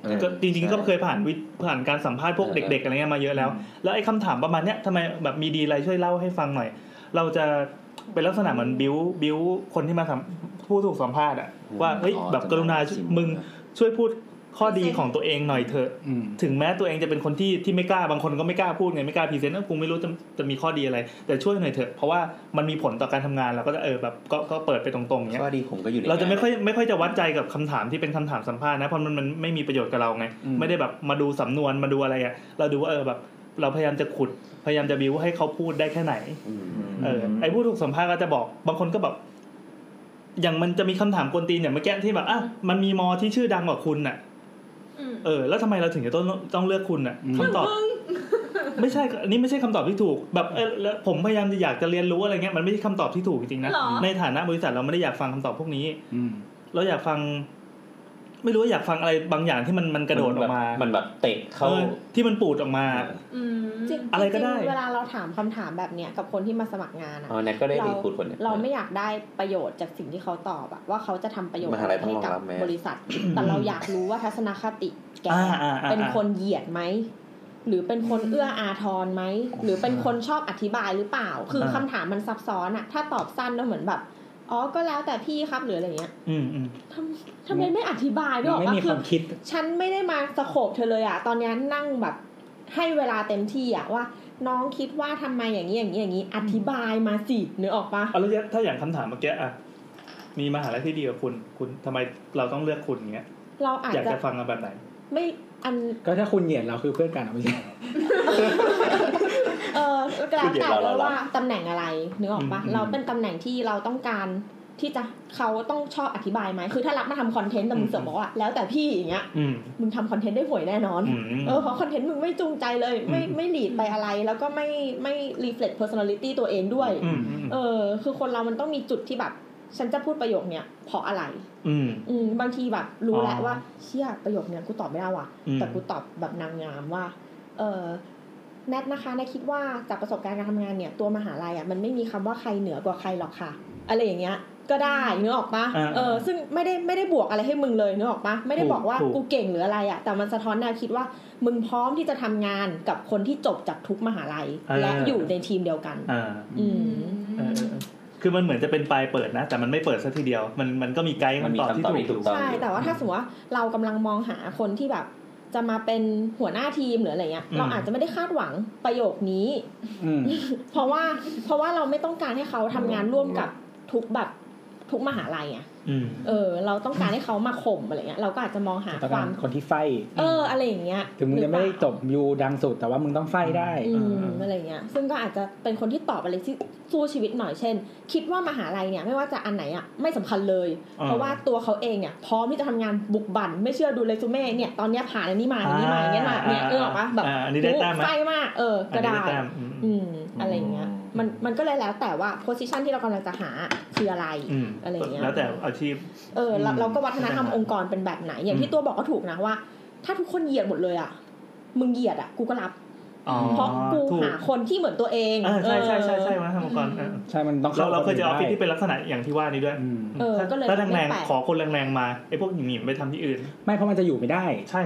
Speaker 6: เออ
Speaker 1: ก็จริง ๆ ก็เคยผ่านวิผ่านการสัมภาษณ์พวก
Speaker 6: เออ
Speaker 1: เด็ก ๆอะไรเงี้ยมาเยอะแล้ว แล้วไอ้คำถามประมาณเนี้ยทำไมแบบมีดีอะไรช่วยเล่าให้ฟังหน่อย เราจะเป็นลักษณะเหมือนบิวบิวคนที่มาสัมผู้ถูกสัมภาษณ์อ่ะว่าเฮ้ย
Speaker 6: อ๋อ
Speaker 1: แบบกรุณา
Speaker 6: จริงๆ
Speaker 1: มึงช่วยพูดข้อดีของตัวเองหน่อยเถอะ
Speaker 5: อืม
Speaker 1: ถึงแม้ตัวเองจะเป็นคนที่ที่ไม่กล้าบางคนก็ไม่กล้าพูดไงไม่กล้าพรีเซนต์เอ้ากูไม่รู้จะจะมีข้อดีอะไร แต่ช่วยหน่อยเถอะเพราะว่ามันมีผลต่อการทำงานเราก็จะเออแบบก็ก็เปิดไปตรงๆอย่างเงี้ย
Speaker 2: ข้อดีผมก็อยู่ใน
Speaker 1: เราจะไม่ค่อยไม่ค่อยจะวัดใจกับคำถามที่เป็นคำถามสัมภาษณ์นะเพราะมันมันมันไม่มีประโยชน์กับเราไง
Speaker 5: อืม
Speaker 1: ไม่ได้แบบมาดูสำนวนมาดูอะไรอ่ะเราดูว่าเออแบบ เราพยายามจะขุดพยายามจะบิวให้เขาพูดได้แค่ไหน
Speaker 2: อืม
Speaker 1: เออไอ้ผู้ถูกสัมภาษณ์ก็จะบอก บางคนก็แบบ อย่างมันจะมีคำถามกวนตีนอย่างเมื่อกี้ที่แบบอ่ะมันมีมอที่ชื่อดังกว่าคุณน่ะ
Speaker 8: อืม
Speaker 1: เออ แล้วทำไมเราถึงจะต้องต้องเลือกคุณน่ะคำตอบ ไม่ใช่อันนี้ไม่ใช่คำตอบที่ถูก แบบเออแล้วผมพยายามจะอยากจะเรียนรู้อะไรเงี้ยมันไม่ใช่คำตอบที่ถูกจริงๆนะ
Speaker 8: หรอ
Speaker 1: ในฐานะบริษัทเราไม่ได้อยากฟังคำตอบพวกนี้
Speaker 5: อืม
Speaker 1: เราอยากฟัง ไม่รู้ว่าอยากฟังอะไรบางอย่างที่มันมันกระโดดออกมาน
Speaker 2: แบบเตะเข้า
Speaker 1: เออที่มันปูดออกมา
Speaker 8: อืม
Speaker 3: จงๆ
Speaker 1: อะไรก็ได้
Speaker 3: เวลาเราถามคำถามแบบเนี้ยกับคนที่มาสมัครงานอะ
Speaker 2: อ๋อแนทก็ได้รีคูดคนเนี่ย
Speaker 3: เราไม่อยากได้ประโยชน์จากสิ่งที่เขาตอบอะว่าเขาจะทำประโยชน์
Speaker 2: มหาลัยต้องรอง
Speaker 3: กั
Speaker 2: รับไหม
Speaker 3: บริษัท แต่เราอยากรู้ว่าทัศนคติแก
Speaker 1: อ่าอ่าอ่า
Speaker 3: เป็นคนเหยียดไหม หรือเป็นคนเอื้ออาทรไหม หรือเป็นคนชอบอธิบายหรือเปล่า คืออา คำถามมันซับซ้อนอะถ้าตอบสั้นก็เหมือนแบบ อ๋อ ก็แล้วแต่พี่ครับ หรืออะไรเงี้ย
Speaker 1: อืมอืม
Speaker 3: ทำทำไมไม่อธิบายด้วย
Speaker 5: ไม่
Speaker 3: ว่า
Speaker 5: มี
Speaker 3: คื
Speaker 5: ค
Speaker 3: อ
Speaker 5: วามคิด
Speaker 3: ฉันไม่ได้มาสโคบเธอเลยอะตอนนี้นั่งแบบให้เวลาเต็มที่อะว่า น้องคิดว่าทำไมอย่างนี้อย่างนี้อย่างนี้ อธิบายมาสิเนื้อออกปะ
Speaker 1: เอาแล้วถ้าอย่างคำถามเมื่อกี้อะมีมหาลัยที่ดีกว่าคุณ คุณทำไมเราต้องเลือกคุณเงี้ย
Speaker 3: เราอาจ
Speaker 1: อยาก
Speaker 3: จะ
Speaker 1: จะฟังกันแบบไหน
Speaker 3: ไม่ อัน
Speaker 5: ก็ถ้าคุณเหยียดเราคือเพื่อนกันเอาไม่ใช่
Speaker 3: เออแล้ว
Speaker 2: คือเดี๋ย
Speaker 3: แต่
Speaker 2: วเรา
Speaker 3: เลย
Speaker 2: เรา
Speaker 3: ว่าตำแหน่งอะไรนึกออกปะ
Speaker 1: อืม
Speaker 3: เราเป็นตำแหน่งที่เราต้องการที่จะเขาต้องชอบอธิบายไหมคือถ้ารับมาทำคอนเทนต์แต่มึ
Speaker 1: อื
Speaker 3: ง
Speaker 1: ม
Speaker 3: เสือกบอกว่าแล้วแต่พี่อย่างเงี้ย
Speaker 1: อืม
Speaker 3: มึงทำคอนเทนต์ได้ห่วยแน่นอน
Speaker 1: อืม
Speaker 3: เออเพราะคอนเทนต์มึงไม่จูงใจเลย ไม่
Speaker 1: อืม
Speaker 3: ไม่หลีดไปอะไร แล้วก็ไม่ไม่รีเฟล็กต์ personality ตัวเองด้วย
Speaker 1: อืมอืม
Speaker 3: เออ คือคนเรามันต้องมีจุดที่แบบ ฉันจะพูดประโยคเนี้ยเพราะอะไร
Speaker 1: อืม
Speaker 3: อืมบางทีแบบรู้แหละ
Speaker 1: อ๋อ
Speaker 3: ว่าเชี่ยประโยคเนี้ยกูตอบไม่ได้ว่ะ
Speaker 1: อืม
Speaker 3: แต่กูตอบแบบนางงามว่า เออแนทนะคะแนทคิดว่าจากประสบการณ์การทำงานเนี่ย ตัวมหาลัยอ่ะมันไม่มีคำว่าใครเหนือกว่าใครหรอกค่ะ อะไรอย่างเงี้ย ก็ได้นึกออกปะ
Speaker 1: อ่า
Speaker 3: เออ ซึ่งไม่ได้ไม่ได้บวกอะไรให้มึงเลยนึกออกปะไม่ได้
Speaker 1: ถูก
Speaker 3: บอกว่า
Speaker 1: ถูก
Speaker 3: กูเก่งหรืออะไรอ่ะ แต่มันสะท้อนแนวคิดว่า มึงพร้อมที่จะทำงานกับคนที่จบจากทุกมหาลัย และอยู่ในทีมเดียวกัน
Speaker 1: อ่า
Speaker 3: อืม
Speaker 1: เออเออคือมันเหมือนจะเป็นปลายเปิดนะ แต่มันไม่เปิดซะทีเดียว มันมันก็มีไกด์
Speaker 12: มันมี
Speaker 1: คำตอบที่
Speaker 12: คำตอบ
Speaker 1: ถู
Speaker 12: ที่
Speaker 1: ก
Speaker 12: ถูกต้อง
Speaker 3: ใช่แต่ว่าถ้าสมมติว่าเรากำลังมองหาคนที่แบบ จะมาเป็นหัวหน้าทีมหรืออะไรเงี้ย
Speaker 1: อืม
Speaker 3: เราอาจจะไม่ได้คาดหวังประโยคนี้ [LAUGHS]
Speaker 5: อืม
Speaker 3: เพราะว่าเพราะว่าเราไม่ต้องการให้เขาทำงานร่วมกับทุกแบบทุกมหาลัยอ่ะ
Speaker 1: อืม
Speaker 3: เออ เราต้องการให้เขามาข่มอะไรเงี้ยเราก็อาจจะมองหา
Speaker 5: ต้อง
Speaker 3: ค
Speaker 5: การ
Speaker 3: วาม
Speaker 5: คนที่ไฟ
Speaker 3: เอออะไรอย่างเงี้ย
Speaker 5: ถึงมึงจะไม่ได้
Speaker 3: หรือเปล่า
Speaker 5: จบยูดังสุดแต่ว่ามึงต้องไฟได้
Speaker 3: อืม
Speaker 1: อ่า
Speaker 3: อะไรเงี้ย ซึ่งก็อาจจะเป็นคนที่ตอบอะไรที่สู้ชีวิตหน่อย เช่น คิดว่ามหาลัยเนี่ยไม่ว่าจะอันไหนอ่ะไม่สำคัญเลย
Speaker 1: อ่า
Speaker 3: เพราะว่าตัวเขาเองเนี่ยพร้อมที่จะทำงานบุกบั่นไม่เชื่อดูเรซูเม่เนี่ยตอนเนี้ยผ่านอันนี้มาอันนี้มาอันนี้มา
Speaker 1: อ่า
Speaker 3: เนี่ยเออหรอกปะแบบ
Speaker 1: อ่าอันนี้ได้แต้มไหม
Speaker 3: ไฟมากเออ
Speaker 1: อัน
Speaker 3: ก็
Speaker 1: นี้
Speaker 3: ได้
Speaker 1: แต้มอืม
Speaker 3: อืมอะไรเงี้ยมันมันก็เลยแล้วแต่ว่าโพสิชันที่เรากำลังจะหาคืออะไร
Speaker 1: อืม
Speaker 3: อะไรอย่างเงี้ย
Speaker 1: แล้วแต่อาชีพ
Speaker 3: เออเรา
Speaker 1: อืม
Speaker 3: เราก็วัฒนธรรมองค์กรเป็นแบบไหน อย่างที่ตัวบอกก็ถูกนะว่า ถ้าทุกคนเหยียดหมดเลยอ่ะมึงเหยียดอ่ะกูก็รับ
Speaker 1: อ๋อ
Speaker 3: เพราะกู
Speaker 1: ถูก
Speaker 3: หาคนที่เหมือนตัวเอง
Speaker 1: อ่าใช่ใช่ใช่ใช่
Speaker 3: เออ
Speaker 1: มาทำองค์กรเออ
Speaker 5: ใช่มันต้อง
Speaker 1: เราเราเคยเจอออฟฟิศ
Speaker 5: ได้
Speaker 1: ที่เป็นลักษณะอย่างที่ว่านี้ด้วย
Speaker 5: อืม
Speaker 3: เออ
Speaker 1: ถ้า
Speaker 3: ก็เลย
Speaker 1: ถ้าแรง
Speaker 3: ไม่แปลก
Speaker 1: ๆขอคนแรงๆมาไอ้พวกหญิงๆไปทำที่อื่น
Speaker 5: ไม่เพราะมันจะอยู่ไม่ได้
Speaker 1: ใช่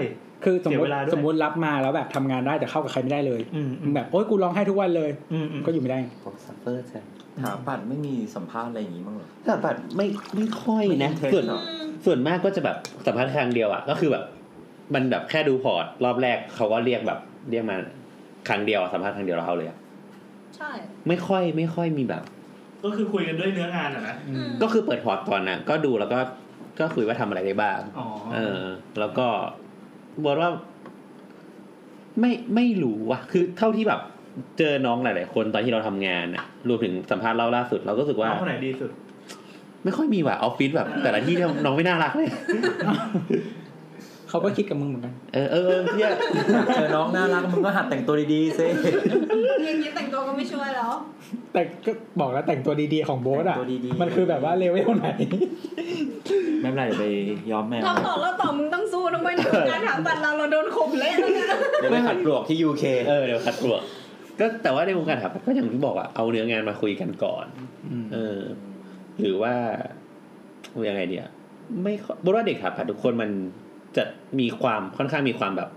Speaker 5: คือสมม
Speaker 1: เสีย
Speaker 5: ติ
Speaker 1: เวลาด้วย
Speaker 5: สมมติรับมาแล้วแบบทำงานได้แต่เข้ากับใครไม่ได้เลย
Speaker 1: อืม
Speaker 5: มึงแบบโอ๊ยกูร้องไห้ทุกวันเลย
Speaker 1: อืมอืม
Speaker 5: ก็อยู่ไม่ได้
Speaker 12: ผมซัฟเฟอร์ใช่
Speaker 6: ถามปัดไม่มีสัมภาษณ์อะไรอย่างงี้มั้างเหรอ
Speaker 2: แต่แบบไม่ไม่ค่อยนะ
Speaker 6: ไม่เทค
Speaker 2: ส่วน
Speaker 6: หรอ
Speaker 2: ส่วนมากก็จะแบบสัมภาษณ์ครั้งเดียวอ่ะก็คือแบบ มันแบบแค่ดูพอร์ตรอบแรกเขาก็เรียกแบบเรียกมาครั้งเดียวอะสัมภาษณ์ครั้งเดียวแล้วเขาเลยอะ
Speaker 8: ใช่
Speaker 2: ไม่ค่อยไม่ค่อยมีแบบ
Speaker 1: ก็คือคุยกันด้วยเนื้องานอ่ะนะ
Speaker 2: ก็คือเปิดพอร์ตก่อนนะก็ดูแล้วก็ก็คุยว่าทำอะไรได้บ้าง
Speaker 1: อ๋อ
Speaker 2: เออ แล้วก็บอกว่า ไม่ไม่รู้ว่ะ คือเท่าที่แบบ เจอน้องหลาย ๆ คนตอนที่เราทำงานอะรวมถึงสัมภาษณ์เราล่าสุด เราก็รู้สึกว่า
Speaker 1: ว่าคนไหนดีสุด
Speaker 2: ไม่ค่อยมีว่ะออฟฟิศแบบ แต่ละที่เนี่ยน้องไม่น่ารักเลย
Speaker 5: เขาก็คิดกับมึงเหมือนกัน
Speaker 2: เออเออเออเที่ย
Speaker 6: เจอน้องน่ารักมึงก็หัดแต่งตัวดีๆซิ
Speaker 8: อย่างนี้แต่งตัวก็ไม่ช่วยแล้ว
Speaker 5: แต่ก็บอกแล้วแต่งตัวดีๆของโบ๊ทอ่ะ
Speaker 6: ตัวดี
Speaker 5: มันคือแบบว่าเลเวลไหน
Speaker 6: ไม่เป็นไรเดี๋ยวไปย้อมแมว
Speaker 8: เราต่อเราต่อมึงต้องสู้นะเว้ยถึงการถามบัตรเราเราโดนข่มเละแล้วนะ
Speaker 6: เดี๋ยวไปขัดปลวกที่ยูเค
Speaker 2: เออเดี๋ยวขัดปลวกก็แต่ว่าในวงการถับก็อย่างที่บอกอะเอาเนื้องานมาคุยกันก่อน เออ หรือว่ายังไงเดียไม่ค่อยบอกว่าเด็กถับทุกคนมันจะมีความค่อนข้างมีความแบบ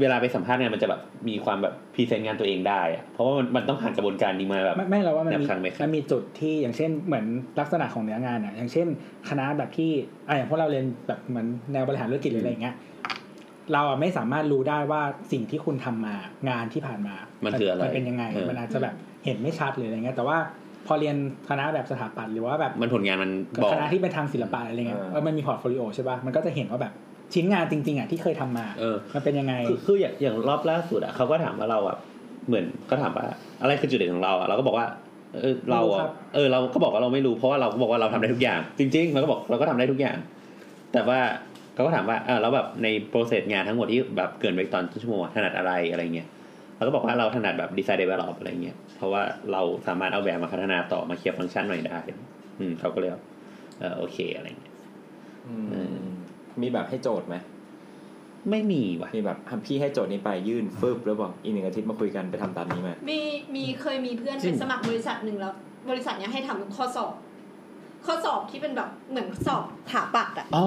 Speaker 2: เวลาไปสัมภาษณ์งานมันจะแบบมีความแบบพรีเซนต์งานตัวเองได้อะเพราะว่ามันมันต้องผ่านกระบวนการนี้มาแบบ
Speaker 5: ไม่ไม่เราว่ามัน
Speaker 2: แบบ
Speaker 5: มี
Speaker 2: ครั้งไหมครับ
Speaker 5: มันมีจุดที่อย่างเช่นเหมือนลักษณะของเนื้องานอ่ะ อย่างเช่น คณะแบบที่อ่ะอย่างพวกเราเรียนแบบเหมือนแนวบริหารธุรกิจหรืออะไรอย่างเงี้ยเราอ่ะไม่สามารถรู้ได้ว่าสิ่งที่คุณทำมางานที่ผ่านมามัน
Speaker 2: คืออะไร
Speaker 5: เป็นยังไง
Speaker 2: เออ
Speaker 5: มันอาจจะแบบเห็นไม่ชัดหรืออะไรเงี้ยแต่ว่าพอเรียนคณะแบบสถาปัตย์หรือว่าแบบ
Speaker 2: มันผลงานมันบอก
Speaker 5: คณะที่เป็นทางศิลปะอะไรเงี้ยเออมันมีพอร์ตโฟลิโอใช่ป่ะมันก็จะเห็นว่าแบบชิ้นงานจริงๆอ่ะที่เคยทำมา
Speaker 2: เออ
Speaker 5: มันเป็นยังไง
Speaker 2: คือคืออย่างอย่างรอบล่าสุดอะเขาก็ถามว่าเราอะเหมือนก็ถามว่า อะไรคือจุดเด่นของเราอะเราก็บอกว่า เออเรา
Speaker 5: ไม่
Speaker 2: อะ
Speaker 5: รู้ครับ
Speaker 2: เออเราก็บอกว่าเราไม่รู้เพราะว่าเราก็บอกว่าเราทำได้ทุกอย่าง จริงๆเราก็บอกเราก็ทำได้ทุกอย่าง แต่ว่าเขาก็ถามว่าอ่าแล้วแบบในโปรเซสงานทั้งหมดที่แบบเกินไปตอนชั่วโมงอะถนัดอะไรอะไรเงี้ยเราก็บอกว่าเราถนัดแบบดีไซน์เดเวลลอปอะไรเงี้ยเพราะว่าเราสามารถเอาแบบมาพัฒนาต่อมาเคลียร์ฟังก์ชันใหม่ได้ อืมเขาก็เลยแบบเออโอเคอะไรเงี้ย อืม
Speaker 6: มีแบบให้โจทย์ไหม
Speaker 2: ไม่มีว่ะ
Speaker 6: มีแบบพี่ให้โจทย์นี้ไปยื่นฟืบแล้วบอกอีกหนึ่งอาทิตย์มาคุยกันไปทำตามนี้ไหม
Speaker 8: มีมีเคยมีเพื่อน
Speaker 2: จริ
Speaker 8: ไป
Speaker 2: ง
Speaker 8: สมัครบริษัทหนึ่งแล้ว บริษัทเนี้ยให้ทำข้อสอบ ข้อสอบที่เป็นแบบเหมือนสอบถาปัดอะ
Speaker 2: อ๋อ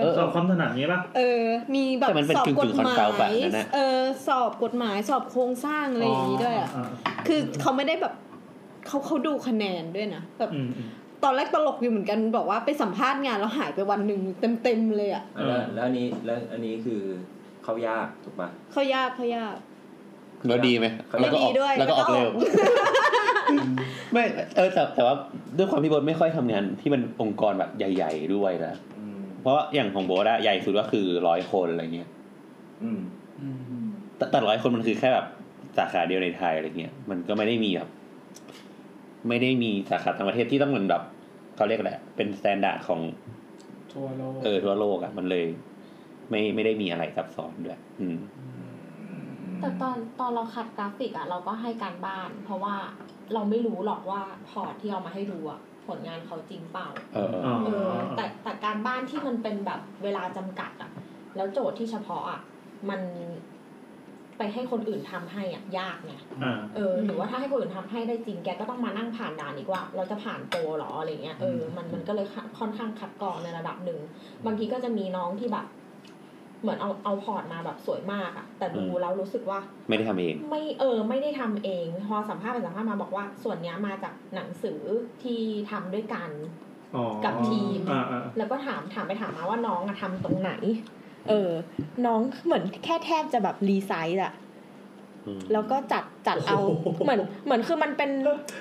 Speaker 2: เออ
Speaker 1: ส
Speaker 2: เอ
Speaker 1: อ
Speaker 2: อ
Speaker 1: บความถนัดนี้ป่ะ
Speaker 8: เออ มีแบบ
Speaker 2: แต่มันเป็น
Speaker 8: สอบ
Speaker 2: กึ่งๆ
Speaker 8: กฎห
Speaker 2: คอน
Speaker 8: มา
Speaker 2: ซัลท์แบบ
Speaker 8: ย
Speaker 2: นั้นน่ะ
Speaker 8: เออ สอบกฎหมาย สอบโครงสร้างอะไรอย่างนี้ด้วยอ่ะ
Speaker 1: อ๋อ
Speaker 8: คือเขาไม่ได้แบบเขาเขาดูคะแนนด้วยนะ แบบ
Speaker 1: อืมอืม
Speaker 8: ตอนแรกตลกอยู่เหมือนกัน บอกว่าไปสัมภาษณ์งานแล้วหายไปวันหนึ่งเต็มๆเลยอ่ะ
Speaker 1: เออ
Speaker 6: แล้วอันนี้แล้วอันนี้คือเขายากถูกปะ
Speaker 8: เขายากเขายาก
Speaker 2: แล้วดีไหม
Speaker 6: แล้
Speaker 2: แล้ว ว
Speaker 6: ก็
Speaker 2: ก็
Speaker 6: อ
Speaker 2: ออก ก
Speaker 6: อ
Speaker 8: แล้
Speaker 2: แล้ว ว
Speaker 8: ก็
Speaker 2: ก็
Speaker 8: อ
Speaker 2: ออ
Speaker 8: อ
Speaker 2: ก ก
Speaker 8: เร็
Speaker 2: เร็
Speaker 8: ว
Speaker 2: [LAUGHS] ว ไม่เออแต่แต่ว่าด้วยความที่โบทไม่ค่อยทำงานที่มันองค์กรแบบใหญ่ ๆ ด้วยนะ
Speaker 6: อืม
Speaker 2: เพราะอย่างของโบทอะใหญ่สุดก็คือร้อยคนอะไรเงี้ย
Speaker 13: อืม
Speaker 5: อืม
Speaker 2: แต่แต่ร้อยคนมันคือแค่แบบสาขาเดียวในไทยอะไรเงี้ยมันก็ไม่ได้มีแบบไม่ได้มีสาขาต่างประเทศที่ต้องเหมือนแบบเขาเรียกอะไรเป็นสแตนดาร์ดของ
Speaker 5: ทั่วโลก
Speaker 2: เออทั่วโลกอะมันเลย ไม่ไม่ได้มีอะไรซับซ้อนด้วย อืม
Speaker 3: แต่ตอนตอนเราขัดกราฟิกอะเราก็ให้การบ้าน เพราะว่าเราไม่รู้หรอกว่าพอร์ตที่เอามาให้ดูอะผลงานเขาจริงเปล่า
Speaker 2: เออ
Speaker 1: อ๋อ
Speaker 3: เออแต่แต่การบ้านที่มันเป็นแบบเวลาจำกัดอะแล้วโจทย์ที่เฉพาะอะมันไปให้คนอื่นทำให้อะยากไง
Speaker 1: อ่า
Speaker 3: เออหรือว่าถ้าให้คนอื่นทำให้ได้จริงแกก็ต้องมานั่งผ่านด่านอีกว่า เราจะผ่านโปรเหรออะไรเงี้ยเออมันมันก็เลยค่ะค่อนข้างคัดกรองในระดับหนึ่ง บางทีก็จะมีน้องที่แบบ เหมือนเอาเอาพอร์ตมาแบบสวยมากอะแต่ดูแล้วรู้สึกว่า
Speaker 2: ไม่ได้ทำเอง
Speaker 3: ไม่เออไม่ได้ทำเอง พอสัมภาษณ์ไปสัมภาษณ์มาบอกว่า ส่วนเนี้ยมาจากหนังสือที่ทำด้วยกัน
Speaker 1: อ๋อ
Speaker 3: กับทีม
Speaker 1: อ่าอ่า
Speaker 3: แล้วก็ถามถามไปถามมาว่าน้องอะทำตรงไหน เออ น้องเหมือนแค่แทบจะแบบรีไซส์อะแล้วก็จัดจัดเอาเหมือนเหมือนคือมันเป็น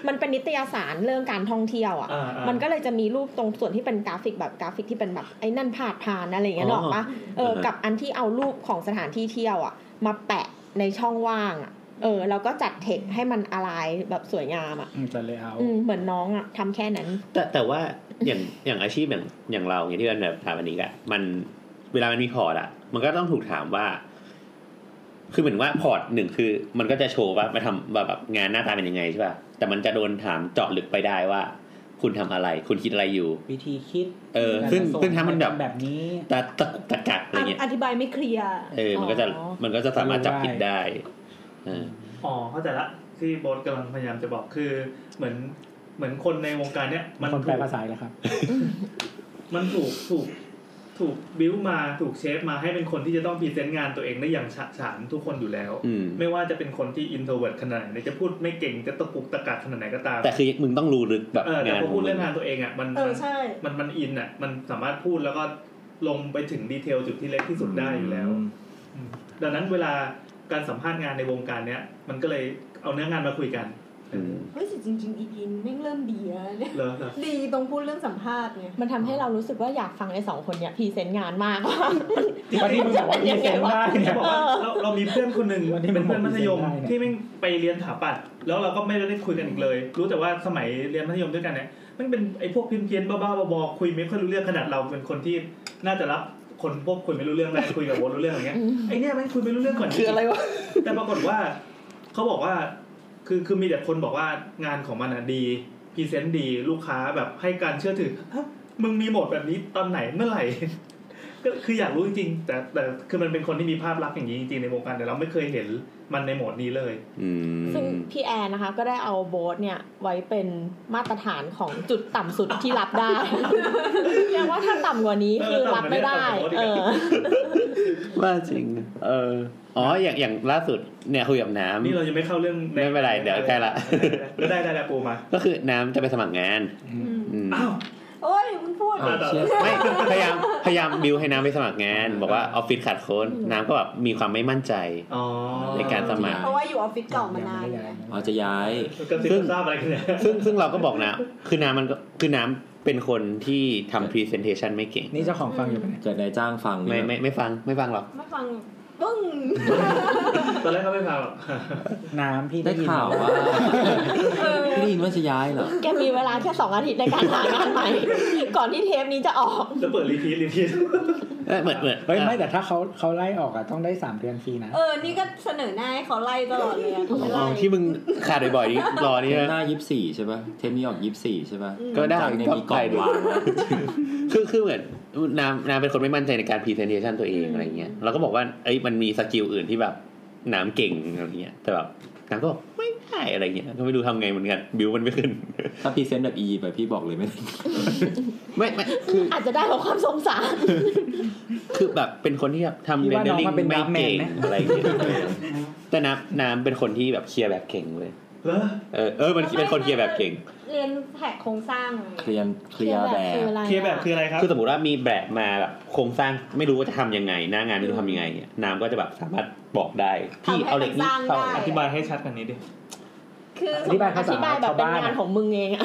Speaker 3: มันเป็นนิตยสารเรื่องการท่องเที่ยวอะ
Speaker 1: อ่าอ่า
Speaker 3: มันก็เลยจะมีรูปตรงส่วนที่เป็นกราฟิกแบบกราฟิกที่เป็นแบบไอ้นั่นผ่าดผ่านอะไรอย่างเงี้ยหรอกปะเออ
Speaker 2: อ่าฮะ
Speaker 3: กับอันที่เอารูปของสถานที่เที่ยวอะมาแปะในช่องว่างอะเออแล้วก็จัดเทคให้มันอะไรแบบสวยงามอะ
Speaker 5: อืมจะเลยเอา
Speaker 3: อืมเหมือนน้องอะทำแค่นั้น
Speaker 2: แต่แต่ว่าอย่างอย่างอาชีพอย่างอย่างเราอย่างที่เราแบบถามอันนี้อะมันเวลามันมีพอร์ตอะมันก็ต้องถูกถามว่า คือเหมือนว่าพอร์ตหนึ่งคือ มันก็จะโชว์ว่ามาทำว่าแบบงานหน้าตาเป็นยังไงใช่ป่ะแต่มันจะโดนถามเจาะลึกไปได้ว่า คุณทำอะไร คุณคิดอะไรอยู่
Speaker 5: วิธีคิด
Speaker 2: เออซึ่ง
Speaker 5: การส่
Speaker 2: ซึ่งถ้ามันแบบ
Speaker 5: แบบนี้
Speaker 2: ตะตะกุกตะกักอะไรเงี้ย
Speaker 8: อธิบายไม่เคลียร์
Speaker 2: เออมันก็จะ
Speaker 3: อ๋อ
Speaker 2: มันก็จะสามารถจับผิดได้เออ
Speaker 1: อ๋อเข้าใจละที่โบทกำลังพยายามจะบอกคือ เหมือนเหมือนคนในวงการเนี้ยมัน
Speaker 5: คน
Speaker 1: ถู
Speaker 5: แปล
Speaker 1: ก
Speaker 5: ภาษาอีกแล้วครับ
Speaker 1: มันถูกถูกถูกบิ้วมาถูกเชฟมาให้เป็นคนที่จะต้องพรีเซนต์งานตัวเองได้อย่างฉะฉานทุกคนอยู่แล้ว
Speaker 2: อืม
Speaker 1: ไม่ว่าจะเป็นคนที่อินโทรเวิร์ดขนาดไหนจะพูดไม่เก่งจะตะกุกตะกักขนาดไหนก็ตาม
Speaker 2: แต่คือมึงต้องรู้ลึกแบบ
Speaker 1: เออแต่
Speaker 2: งาน
Speaker 1: พ
Speaker 2: ขอ
Speaker 1: อ
Speaker 2: ง
Speaker 1: พู
Speaker 2: มึ
Speaker 1: ด
Speaker 2: ง
Speaker 1: เรื่องงานตัวเองอ่ะมัน
Speaker 8: เอ
Speaker 1: มั
Speaker 8: อน ใช่
Speaker 1: มันมันอินอ่ะ มันสามารถพูดแล้วก็ลงไปถึงดีเทลจุดที่เล็กที่สุดได้อยู่แล้ว ดังนั้นเวลาการสัมภาษณ์งานในวงการเนี้ย มันก็เลยเอาเนื้องานมาคุยกัน
Speaker 2: อืม
Speaker 8: เฮ้ยแต่จริงๆอีพีนแม่งเริ่มดีแล้วเนี่ย
Speaker 1: เหรอเหรอ
Speaker 8: ดีตรงพูดเรื่องสัมภาษณ์ไง
Speaker 3: มันทำให้เรารู้สึกว่าอยากฟังไอ้สองคนเนี้ยพรีเซนต์งานมากว่า [LAUGHS]
Speaker 5: วันนี้มึงบอกว่ามีเซนส์ได้
Speaker 1: จะ
Speaker 5: เนี่ย
Speaker 1: บอกว่าเราเรามีเพื่อนคนหนึ่ง
Speaker 5: วันนี้
Speaker 1: เป็นเพื่อนมัธยม
Speaker 5: ผมบอก
Speaker 1: ที่แม่งไปเรียนสถาปัตย์แล้วเราก็ไม่ได้คุยกันอีกเลย รู้แต่ว่าสมัยเรียนมัธยมด้วยกันเนี่ยมันเป็นไอ้พวกเพี้ยนๆบ้าๆบอๆคุยไม่ค่อยรู้เรื่องขนาดเราเป็นคนที่น่าจะรับคนพวกคุยไม่รู้เรื่องได้คุยกับโวรู้เรื่องอย่างเงี้ยไอ้เนี่ยแม่งคุยไม่รู้เรื่องกว่านี้
Speaker 14: คืออะไรวะ
Speaker 1: แต่ปรากฏว่าเขาบอกว่าคือคือมีแต่คนบอกว่างานของมันอ่ะดีพรีเซนต์ดีลูกค้าแบบให้การเชื่อถือฮะมึงมีโหมดแบบนี้ตอนไหนเมื่อไหร่ ก็คืออยากรู้จริงๆแต่แต่คือมันเป็นคนที่มีภาพลักษณ์อย่างนี้จริงๆในวงการแต่เราไม่เคยเห็นมันในโหมดนี้เลย
Speaker 2: อืม
Speaker 3: ซึ่งพี่แอนนะคะ ก็ได้เอาโบสเนี่ย ไว้เป็นมาตรฐานของจุดต่ำสุดที่รับ
Speaker 1: [LAUGHS]
Speaker 3: ได้ เรียกว่าถ้าต่ำกว่านี้
Speaker 1: เออ
Speaker 3: คือรับไม่ได้
Speaker 1: ต่ำกว่านี้
Speaker 3: เอ
Speaker 1: ต่ำกว่า
Speaker 3: อ
Speaker 1: นี้
Speaker 2: ว่าจริง เออ อ๋อ อย่าง อย่างล่าสุด เนี่ย คุยกับน้ำ
Speaker 1: นี่เรายังไม่เข้าเรื่อง
Speaker 2: ไม่เป็นไรเดี๋ยวใกล้ละ
Speaker 1: ได้ได้ได้ได้ปูมา
Speaker 2: ก็คือน้ำจะไปสมัครงาน อืม
Speaker 1: อ้าว
Speaker 8: โอ้ยมึงพูด
Speaker 5: อ้าวเชี่ย
Speaker 2: ไม่ พยายาม พยายามบิวให้น้ำไปสมัครงาน บอกว่าออฟฟิศขาดคน น้ำก็แบบ มีความไม่มั่นใจ
Speaker 1: อ๋อ
Speaker 2: ในการสมัคร
Speaker 8: เพราะว่าอยู่ออฟฟิศเก่ามานานไง
Speaker 6: เอาจะย้าย
Speaker 1: กระซิบกระซาบอะไรกันเนี่ย
Speaker 2: ซึ่ง ซึ่งเราก็บอกนะ คือน้ำมันก็ คือน้ำเป็นคนที่ทำพรีเซนเทชันไม่เก่ง
Speaker 5: นี่เจ้าของฟังอยู่ปะเนี่ย
Speaker 6: เกิดนายจ้างฟังนี่
Speaker 2: ไม่ ไม่ ไม่ฟัง ไม่ฟังหรอก
Speaker 8: ไม่ฟังปึ้ง
Speaker 1: ตอนแรกก็ไม่ฟังหรอก
Speaker 5: น้ำพี่
Speaker 6: ได้
Speaker 5: ยิน
Speaker 6: ข่าวว่าพี่ได้ยินว่าจะย้ายเหรอ
Speaker 3: แกมีเวลาแค่สองอาทิตย์ในการหางานใหม่ ก่อนที่เทปนี้จะออก
Speaker 1: แล้วเปิดรีพีทรีพีท
Speaker 2: เอ้ยเหมือน เหมือน
Speaker 5: เฮ้ยไม่แต่ถ้าเขาเขาไล่ออกอะต้องได้สามเดือนฟรีนะ
Speaker 8: เออ นี่ก็เสนอหน้าให้เขาไล่ตลอดเลยอะเขาไม่
Speaker 2: อ๋
Speaker 8: ไล่
Speaker 2: อที่มึงขาดบ่อยๆนี่รอนี่
Speaker 6: เทป
Speaker 2: นะ
Speaker 6: หน้ายี่สี่ใช่ปะเทปนี้ออกยี่สี่ใช่ปะ
Speaker 2: ก็ได้
Speaker 6: จำเนี่ย
Speaker 2: ก็
Speaker 6: มีกล่อง
Speaker 2: ไปดู
Speaker 6: วางนะ
Speaker 2: คือคือเหมือนนามนามเป็นคนไม่มั่นใจในการพรีเซนเทชันตัวเองอะไรเงี้ยเราก็บอกว่าเอ้ยมันมีสกิลอื่นที่แบบน้ำเก่งอะไรเงี้ย แต่แบบน้ำก็บอกไม่ได้อะไรเงี้ยก็ไม่รู้ทำไงเหมือนกันบิวมันไม่ขึ้น [LAUGHS]
Speaker 6: ถ้าพรีเซนต์แบบอีไปพี่บอกเลยไม่ได้
Speaker 2: ไม่ไม่คือ
Speaker 3: [LAUGHS] อาจจะได้เพราะความสงสาร
Speaker 2: [LAUGHS] คือแบบเป็นคนที่แบบทำ
Speaker 5: พี่
Speaker 2: เรน
Speaker 5: ว่า
Speaker 2: เดอ
Speaker 5: น้อง
Speaker 2: ริ่ง
Speaker 5: มันเป็น
Speaker 2: ไม่เก่ง
Speaker 5: Darkman ไหม
Speaker 2: อะไรเงี้ยเออแต่น้ำน้ำเป็นคนที่แบบเคลียร์แบบเก่งเลย
Speaker 1: เหรอ
Speaker 2: เออเออมันเป็นคนเคลียร์แบบเก่ง
Speaker 8: เรียนแผกโครงสร้าง
Speaker 6: เคลียร์เคลียร์แบบ
Speaker 3: คืออะไรอะ
Speaker 1: เคลียร์แบบคืออะไรครับ
Speaker 2: คือสมมติว่ามีแบบมาแบบโครงสร้างไม่รู้ว่าจะทำยังไง หน้างานไม่รู้ทำยังไงเนี่ยน้ำก็จะแบบสามารถบอกได้พี่เอาเหล็กนี้เข้า
Speaker 1: อธิบายให้ชัดกว่านี้ดิ
Speaker 7: คือ
Speaker 15: อธิบายภาษา
Speaker 7: อธิบายแบบ
Speaker 15: ชาว
Speaker 7: เป็น
Speaker 15: บ้าน
Speaker 7: งานของมึงเองอะ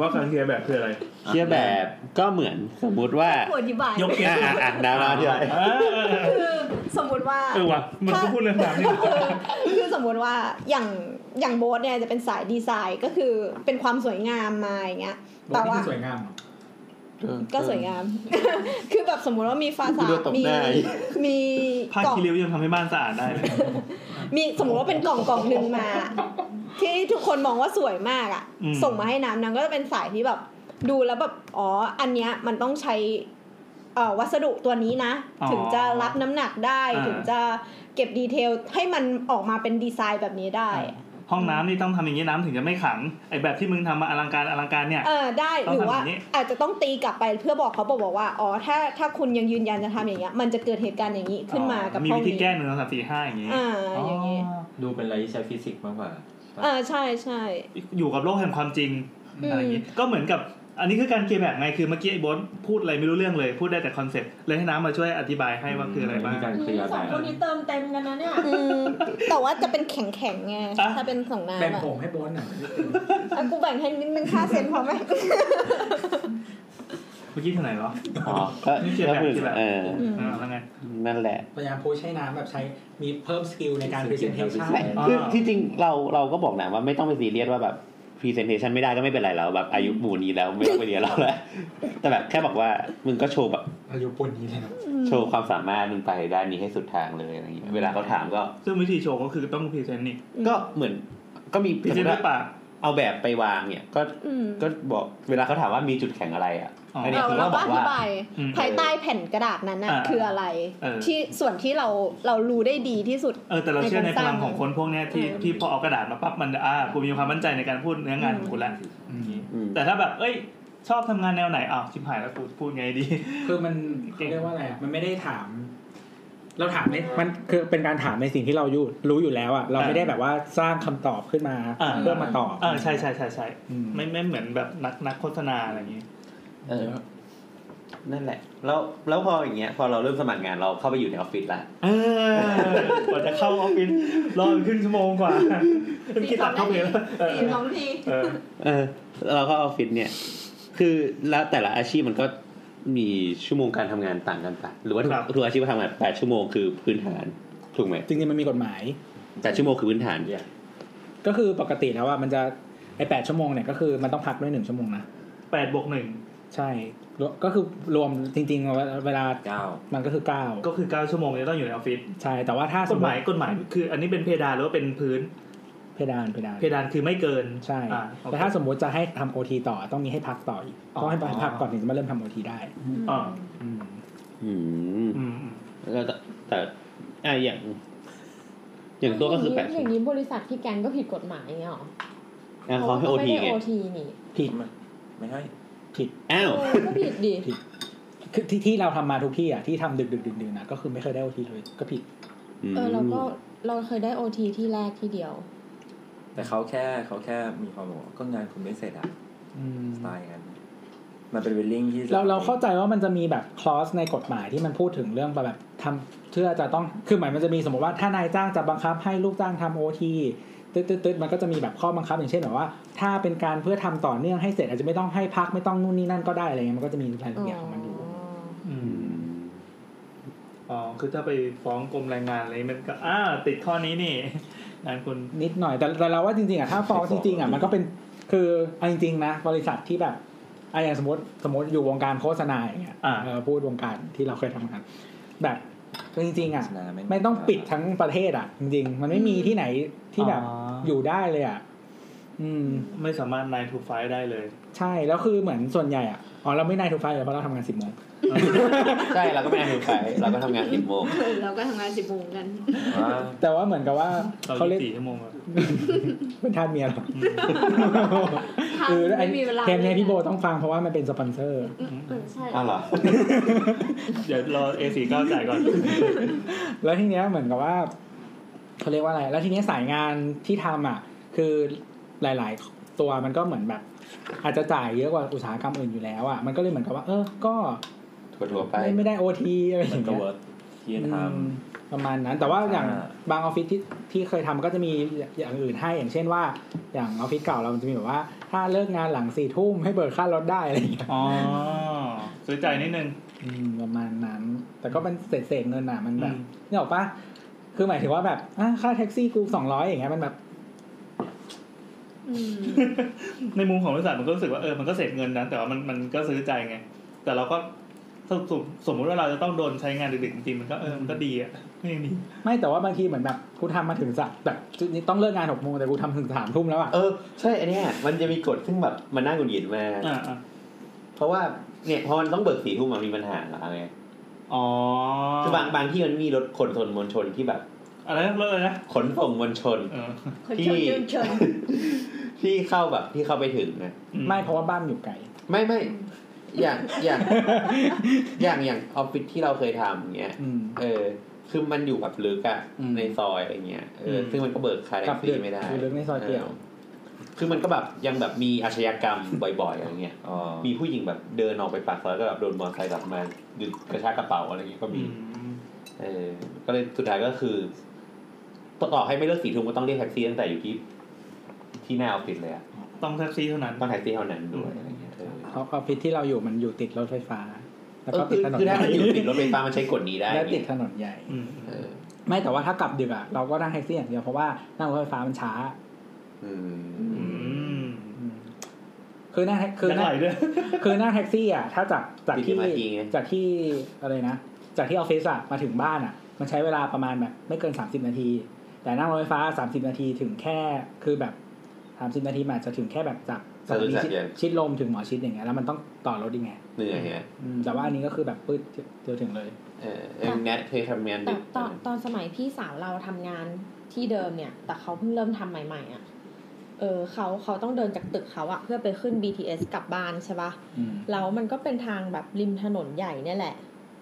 Speaker 1: ว่าการเคลียร์แบบคืออะไร
Speaker 2: เชื่อแบบก็เหมือนสมมุติว่า
Speaker 8: อธิบาย
Speaker 1: ยก
Speaker 2: อ่ะอ่ะอ่ะดาราที่ไร
Speaker 8: คือสมมติว่า
Speaker 1: เออว่ะมันก็พูดเรื่องแบบนี้
Speaker 8: คือสมมติว่าอย่างอย่างโบสเนี่ยจะเป็นสายดีไซน์ก็คือเป็นความสวยงามมาอย่างเงี้ย
Speaker 5: โบ
Speaker 8: แต่
Speaker 5: ทนี่
Speaker 8: ว่า
Speaker 5: คือสวยงามเหรอ
Speaker 8: ก็สวยงาม คือแบบสมมุติว่ามีฟา
Speaker 16: กู
Speaker 8: สา
Speaker 16: โดนตบ
Speaker 8: มี
Speaker 16: หน้าอีก
Speaker 8: มี
Speaker 1: ผ้าก
Speaker 8: ล่อง
Speaker 1: คีริวยังทำให้บ้านสะอาดได้เลย
Speaker 8: มีสมมุติว่าเป็นกล่องกล่องหนึ่งมา ที่ทุกคนมองว่าสวยมากอ่ะ
Speaker 1: อืม
Speaker 8: ส่งมาให้น้ำนางก็จะเป็นสายที่แบบ ดูแล้วแบบอ๋ออันเนี้ยมันต้องใช้เอ่อวัสดุตัวนี้นะ
Speaker 1: อ๋อ
Speaker 8: ถึงจะรับน้ำหนักได้
Speaker 1: อ่า
Speaker 8: ถึงจะเก็บดีเทลให้มันออกมาเป็นดีไซน์แบบนี้ได้
Speaker 1: ห้องน้ำนี่ต้องทำอย่างนี้น้ำถึงจะไม่ขังไอ้แบบที่มึงทำมาอลังการอลังการเนี่ย
Speaker 8: เออได้
Speaker 1: ต้
Speaker 8: ห
Speaker 1: อง
Speaker 8: รือ
Speaker 1: ทำ
Speaker 8: ว่า
Speaker 1: แบบนี้
Speaker 8: อาจจะต้องตีกลับไปเพื่อบอกเขาบอกบอกว่าอ๋อถ้าถ้าคุณยังยืนยันจะทำอย่างเงี้ยมันจะเกิดเหตุการณ์อย่างนี้ขึ้นมากับ
Speaker 1: มี
Speaker 8: ห้อ
Speaker 1: วิ
Speaker 8: ง
Speaker 1: ธี
Speaker 8: นี้
Speaker 1: แก้หนึ่งสองสามสี่ห้าอย่างงี้
Speaker 8: อ่าอย่างนี้
Speaker 15: ดูเป็นอะไรที่ใช้ฟิสิกส์มากกว่า
Speaker 8: เออใช่ใช่
Speaker 1: อยู่กับโลกแห่งความจริงอะไรอย่างงี้ก็เหมือนกับอันนี้คือการเคลียร์แบบไงคือเมื่อกี้ไอ้โบอสพูดอะไรไม่รู้เรื่องเลยพูดได้แต่คอนเซ็ปต์เลยให้น้ำมาช่วยอธิบายให้ว่าคืออะไรบ้าง
Speaker 15: มีการเคลียร์
Speaker 7: สอง
Speaker 15: แบบ
Speaker 7: คนนี้เติมเต็มกันนะเนี่ย
Speaker 8: อืมแต่ว่าจะเป็นแข็งแข็งๆไง
Speaker 1: อ่ะ
Speaker 8: ถ้าเป็นส่งน้ำ
Speaker 5: แบ่ง
Speaker 8: อ่ะ
Speaker 5: ผมให้โบนหน่อย
Speaker 8: อ่ะกูแบ่งให้นิดนึงค่าเซ็นพอไหม
Speaker 1: เมื่อกี้ที่ไหนเหรอ
Speaker 2: อ๋อก็
Speaker 1: นี่เคลียร์แบบ
Speaker 2: ก็เหมือน
Speaker 1: เคลียร์แบบ
Speaker 2: เออ
Speaker 8: ม
Speaker 1: อ่าแล้วไง
Speaker 2: นั่นแหละ
Speaker 5: พยายามโพสต์ใช้น้ำแบบใช้มีเพิ่มสกิลในการพรีเซนเทชัน
Speaker 2: ไม่
Speaker 1: อ่า
Speaker 2: คือที่จริงเราเราก็บอกนะว่าไม่ต้องไปซีเรียสว่าแบบพรีเซนเทชันไม่ได้ก็ไม่เป็นไรแล้วแบบอายุหมู่นี้แล้วไม่ต้องไปเรียนเราแล้ว แต่แบบแค่บอกว่ามึงก็โชว์แบบ
Speaker 5: อายุปนนี้เลยนะ
Speaker 2: โชว์ความสามารถมึงไปด้านนี้ให้สุดทางเลยอะไรอย่างเงี้ยเวลาเขาถามก็
Speaker 1: ซึ่งวิธีโชว์ก็คือต้องพรีเซนต์นี่
Speaker 2: ก็เหมือนก็มี
Speaker 1: พรีเซนต์ด้วยปาก
Speaker 2: เอาแบบไปวางเนี่ยก็
Speaker 8: อืม
Speaker 2: ก็บอกเวลาเขาถามว่ามีจุดแข็งอะไรอ่ะ
Speaker 1: อ๋ออั
Speaker 2: อันนี้
Speaker 8: เรา
Speaker 2: คือ
Speaker 8: เรา
Speaker 2: เรา
Speaker 8: ก็
Speaker 2: บอ
Speaker 8: อก ธิ
Speaker 2: ว่า
Speaker 8: บาย
Speaker 1: อืม
Speaker 8: ภายใต้แผ่นกระดาษนั้นน่ะ
Speaker 1: อ่า
Speaker 8: คืออะไร
Speaker 1: เออ
Speaker 8: ที่ส่วนที่เราเรารู้ได้ดีที่สุด
Speaker 1: เออแต่เราเชื่อในพลังของคนพวกเนี้ยที่
Speaker 8: เออ
Speaker 1: ที่พอเอากระดาษมาปั๊บมันอ่ากูมีความมั่นใจในการพูดเนื้องานของกูแล้ว
Speaker 2: อืม
Speaker 1: แต่ถ้าแบบ เอ้ย ชอบทำงานแนวไหนอ้าวชิบหายแล้วกูพูดไงดี
Speaker 5: คือมัน
Speaker 1: เก่ง
Speaker 5: เรียกว่าอะไรอะมันไม่ได้ถาม เราถามในมันคือเป็นการถามในสิ่งที่เราอยู่รู้อยู่แล้วอ่ะเราไม่ได้แบบว่าสร้างคำตอบขึ้นมา
Speaker 1: อ่า
Speaker 5: เพื่อมาตอบ
Speaker 1: เออใช่ใช่ใช่ใช่
Speaker 5: อืม
Speaker 1: ไม่ไม่เหมือนแบบนักนักโฆษณาอะไรอย่างงี้
Speaker 2: เออนั่นแหละ แล้วแล้วพออย่างเงี้ยพอเราเริ่มสมัครงานเราเข้าไปอยู่ในออฟฟิศละ
Speaker 1: เออกว่าจะเข้าออฟฟิศรอครึ่งชั่วโมงก
Speaker 8: [LAUGHS]
Speaker 1: ว่าเมื่อกี้ตัดเข้าไปแล้วเออ
Speaker 8: อีกสองที
Speaker 1: เออ
Speaker 2: เออเราเข้าออฟฟิศเนี่ย คือแล้วแต่ละอาชีพมันก็มีชั่วโมงการทำงานต่างกันไปหรือว่าทุก
Speaker 1: ครับ
Speaker 2: ทุกอาชีพก็ทำงานแปดชั่วโมงคือพื้นฐานถูกไหม
Speaker 5: จริงๆมันมีกฎหมาย
Speaker 2: แปดชั่วโมงคือพื้นฐาน
Speaker 5: ก็คือปกติแล้วว่ามันจะไอแปดชั่วโมงเนี่ยก็คือมันต้องพักด้วยหนึ่งชั่วโมงนะ
Speaker 1: แปดบวกหนึ่ง
Speaker 5: ใช่รวก็คือรวมจริงๆ เวลา
Speaker 15: เก้า
Speaker 5: มันก็คือเก้า
Speaker 1: ก็คือเก้าชั่วโมงเนี่ยต้องอยู่ในออฟฟิศ
Speaker 5: ใช่ แต่ว่าถ้าส
Speaker 1: ก
Speaker 5: ม
Speaker 1: ฎห
Speaker 5: มติ
Speaker 1: มายกฎหมายคือ อันนี้เป็นเพดานหรือว่าเป็นพื้น
Speaker 5: เพดานเพดาน
Speaker 1: เพดานคือไม่เกิน
Speaker 5: ใช่
Speaker 1: อ่าโอเค
Speaker 5: แต่ถ้าสมมติจะให้ทำโอทีต่อต้องมีให้พักต่ออีก
Speaker 1: อ๋อ
Speaker 5: ต้องให้พักก่อนถึงจะมาเริ่มทำโอทีได้
Speaker 1: อ่า
Speaker 5: อืม
Speaker 2: อืม
Speaker 1: อืมอืม
Speaker 2: แล้วแต่แต่อ่ะอย่าง อย่างตัวก็คือแปด
Speaker 7: อย่างนี้บริษัทที่แกงก็ผิดกฎหมายอย่างเงี้ยหรอ
Speaker 2: อ่ะเขาให้โอ
Speaker 7: ไม่
Speaker 2: ที
Speaker 7: ได้
Speaker 2: ไง
Speaker 7: โอทีนี่
Speaker 5: ผิด
Speaker 15: ไม่ใช่
Speaker 2: อ้าว
Speaker 7: เออก็ผิดดิ
Speaker 5: คือที่ที่เราทำมาทุกที่อ่ะที่ทำดึกดึกดึกดึกนะก็คือไม่เคยได้โอทีเลยก็ผิด
Speaker 7: เออเราก็เราเคยได้โอทีที่แรกที่เดียว
Speaker 15: แต่เขาแค่เขาแค่มีความบอกว่าก็งานคุณไม่เสร็จอะ
Speaker 5: อืม
Speaker 15: สไตล์กัน มันเป็นวิลลิ่งที่
Speaker 5: เราเราเข้าใจว่ามันจะมีแบบคลอสในกฎหมายที่มันพูดถึงเรื่องแบบทำเพื่อจะต้องคือหมายมันจะมีสมมติว่าถ้านายจ้างจะบังคับให้ลูกจ้างทำโอทีตึ๊ดตึ๊ดตึ๊ดมันก็จะมีแบบข้อบังคับอย่างเช่นแบบว่า ถ้าเป็นการเพื่อทำต่อเนื่องให้เสร็จอาจจะไม่ต้องให้พักไม่ต้องนู่นนี่นั่นก็ได้อะไรเงี้ยมันก็จะมีรายละเอียดของมันอยู่
Speaker 1: อืม อ๋อ คือถ้าไปฟ้องกรมแรงงานอะไรมันก็อ่าติดข้อนี้นี่ [LAUGHS] งานคุณ
Speaker 5: นิดหน่อยแต่แต่เราว่าจริงๆอ่ะถ้าฟ้องจริงๆอ่ะมันก็เป็นคือเอาจริงๆนะบริษัทที่แบบอะอย่างสมมติสมมติอยู่วงการโฆษณาอย่างเงี้ย
Speaker 1: อ่า
Speaker 5: เออพูดวงการที่เราเคยทำงานแบบคือจริงๆอ่ะ
Speaker 15: ชนะแ
Speaker 5: ไม่ต้องปิดทั้งประเทศอ่ะ จริงๆ มันไม่มีที่ไหนที่แบบ
Speaker 1: อ๋อ
Speaker 5: อ
Speaker 1: อ
Speaker 5: ยู่ได้เลยอ่ะ อืม
Speaker 1: ไม่สามารถ 9 to 5 ได้เลย
Speaker 5: ใช่แล้วคือเหมือนส่วนใหญ่อ่ะอ๋อเราไม่นายทูไฟเลยเพราะเราทำงานสิบโมง
Speaker 2: ใช่เราก็ไม่ได้ทำไปเราก็ทำงานสิบโมง
Speaker 8: เราก็ทำงานสิบโมงกัน
Speaker 15: แต่ว่า
Speaker 5: แต่ว่าเหมือนกับว่า
Speaker 1: เรา
Speaker 5: เขาเรียก
Speaker 1: สี่ชั่วโมงอะ
Speaker 5: เป็นทาสเมียเหรอ
Speaker 1: อืม
Speaker 5: เออ
Speaker 8: ไม่มีเวลา
Speaker 5: เทปเนี้ยพี่โบต้องฟังเพราะว่ามันเป็นสปอนเซอร์
Speaker 8: ใช่
Speaker 2: อ้าวเหรอ
Speaker 1: เดี๋ยวรอ A 4 9จ่ายก่อน
Speaker 5: แล้วทีเนี้ยเหมือนกับว่าเขาเรียกว่าอะไร แล้วทีเนี้ยสายงานที่ทำอ่ะ คือหลาย ๆ ตัวมันก็เหมือนแบบ อาจจะจ่ายเยอะกว่าอุตสาหกรรมอื่นอยู่แล้วอ่ะมันก็เลยเหมือนกับว่า เออก็
Speaker 2: ทั่วๆไป
Speaker 5: ไม่ไม่ได้โอทีอะไรอ
Speaker 15: มัน
Speaker 5: ย่าง
Speaker 15: ก็
Speaker 5: เงี้ย
Speaker 15: เวิร์ก
Speaker 17: ที่จะท
Speaker 5: อืมประมาณนั้น แต่ว่าอย่าง
Speaker 17: อ่า
Speaker 5: บางออฟฟิศที่ที่เคยทำก็จะมีอย่างอื่นให้อย่างเช่นว่า อย่างออฟฟิศเก่าเรามันจะมีแบบว่า ถ้าเลิกงานหลังสี่ทุ่มให้เบิกค่ารถได้อะไรอย่างเงี้ย
Speaker 1: อ๋อสวยใจนิดนึง
Speaker 5: อืมประมาณนั้น แต่ก็เป็นเศษเศษๆเงินอ่ะมันแบบ
Speaker 1: อืม
Speaker 5: นี่ออกปะคือหมายถึงว่าแบบอ่ะค่าแท็กซี่กูสองร้อยอย่างเงี้ยมันแบบ
Speaker 8: อืม
Speaker 1: ในมุมของบริษัทมันก็รู้สึกว่าเออมันก็เสพเงินนะแต่ว่ามันมันก็ซื้อใจไง แต่เราก็สมมุติสมมุติว่าเราจะต้องโดนใช้งานดึกๆจริงๆมันก็เออมันก็ดีอ่ะไม่ดี
Speaker 5: ไม่แต่ว่าบางทีเหมือนแบบกูทำมาถึงสักแบบจุดนี้ต้องเลิกงานหกโมงแต่กูทำถึงสามทุ่มแล้วอ่ะ
Speaker 2: เออ ใช่อันเนี้ยมันจะมีกฎซึ่งแบบมันน่าหงุดหงิดมาก
Speaker 1: อ่าอ่า
Speaker 2: เพราะว่าเนี่ยพอมันต้องเบิกสี่ทุ่มมันมีปัญหาอะไรไง
Speaker 1: อ๋อ
Speaker 2: คือบางบางที่มันมีรถขนส่งมวลชนที่แบบ
Speaker 1: อะไรนะเลิกเลยนะ
Speaker 2: ขนส่งมวลชน
Speaker 1: เออ
Speaker 8: ขนชนยืนชน
Speaker 2: ที่เข้าแบบที่เข้าไปถึงนะ
Speaker 1: อื
Speaker 5: ไม่เพราะว่าบ้านอยู่ไกล
Speaker 2: ไม่ไม่อย่างอย่าง [LAUGHS] อย่างอย่างออฟฟิศที่เราเคยทำเงี้ย
Speaker 5: อืม
Speaker 2: เออ คือมันอยู่กับลึกอะ
Speaker 5: อืม
Speaker 2: ในซอยอะไรเงี้ย เออ ซึ่งมันก็เบิกคาแท็
Speaker 5: กั
Speaker 2: ก
Speaker 5: บ
Speaker 2: ซี่ไม่ได้
Speaker 5: อยู่ลึกในซอยเปลี่ยว
Speaker 2: อคือมันก็แบบยังแบบมีอาชญากรรมบ่อยๆอะไรเงี้ย
Speaker 17: ำอ๋อ
Speaker 2: มีผู้หญิงแบบเดินออกไปปากซอยก็แบบโดนมอเตอร์ไซค์แบบมาดึงกระชากระเป๋าอะไรเงี้ยก็
Speaker 1: อื
Speaker 2: มี
Speaker 1: ม
Speaker 2: เออ ก็เลยสุดท้ายก็คือต่อให้ไม่เลิกสีทุ่มก็ต้องเรียกแท็กซี่ตั้งแต่อยู่ที่ ที่หน้าออฟฟิศเลยอะ
Speaker 1: ต้องแท็กซี่เท่านั้น
Speaker 2: ต้องแท็กซี่เท่านั้นด้วยอะไรเงี้ยเออ
Speaker 5: เพราะออฟฟิศที่เราอยู่มันอยู่ติดรถไฟฟ้า แล้ว
Speaker 2: เอ
Speaker 5: ก็
Speaker 2: อ
Speaker 5: ติ
Speaker 2: คือ
Speaker 5: ดถนน
Speaker 2: คือ
Speaker 5: ให
Speaker 2: ถ้า
Speaker 5: ญ่
Speaker 2: มันอยู่ติดรถไฟฟ้ามันใช้กฎนี้ได้
Speaker 5: และติด
Speaker 2: เนี่ย
Speaker 5: ถนนใหญ่
Speaker 1: อืม
Speaker 2: เออ
Speaker 5: ไม่แต่ว่าถ้ากลับดึกอ่ะเราก็นั่งแท็กซี่อย่างเดียวเพราะว่านั่งรถไฟฟ้ามันช้า
Speaker 2: อืม
Speaker 1: อืม
Speaker 5: อืมคือนั่งแท็กคือ
Speaker 1: ยัง
Speaker 5: นั่ง
Speaker 1: ไหลด้วย
Speaker 5: คือนั่งแท็กซี่อ่ะถ้าจากจากที่
Speaker 2: ติด MRT ไง
Speaker 5: จากที่อะไรนะจากที่ออฟฟิศอ่ะมาถึงบ้านอ่ะ มันใช้เวลาประมาณแบบ ไม่เกินสามสิบนาที แต่นั่งรถไฟฟ้าสามสิบนาทีถึงแค่คือแบบสามสิบนาทีมันอาจจะถึงแค่แบบจากสถานีชิดชิดลมถึงหมอชิดอย่างเงี้ยแล้วมันต้องต่อรถอีกไง
Speaker 2: เหนื่อยฮะ
Speaker 5: อืมแต่ว่าอันนี้ก็คือแบบปึ๊ดเดียวถึงเลย
Speaker 2: เออเอ็มแนทเคยทำงาน
Speaker 3: ต
Speaker 2: ดึ
Speaker 3: อน
Speaker 2: ก
Speaker 3: ตอนตอนสมัยพี่สาวเราทำงานที่เดิมเนี่ย แต่เขาเพิ่งเริ่มทำใหม่ๆอ่ะ เออเขาเขาต้องเดินจากตึกเขาอะเพื่อไปขึ้น BTS กลับบ้านใช่ปะ
Speaker 5: อืม
Speaker 3: แล้วมันก็เป็นทางแบบริมถนนใหญ่เนี่ยแหละ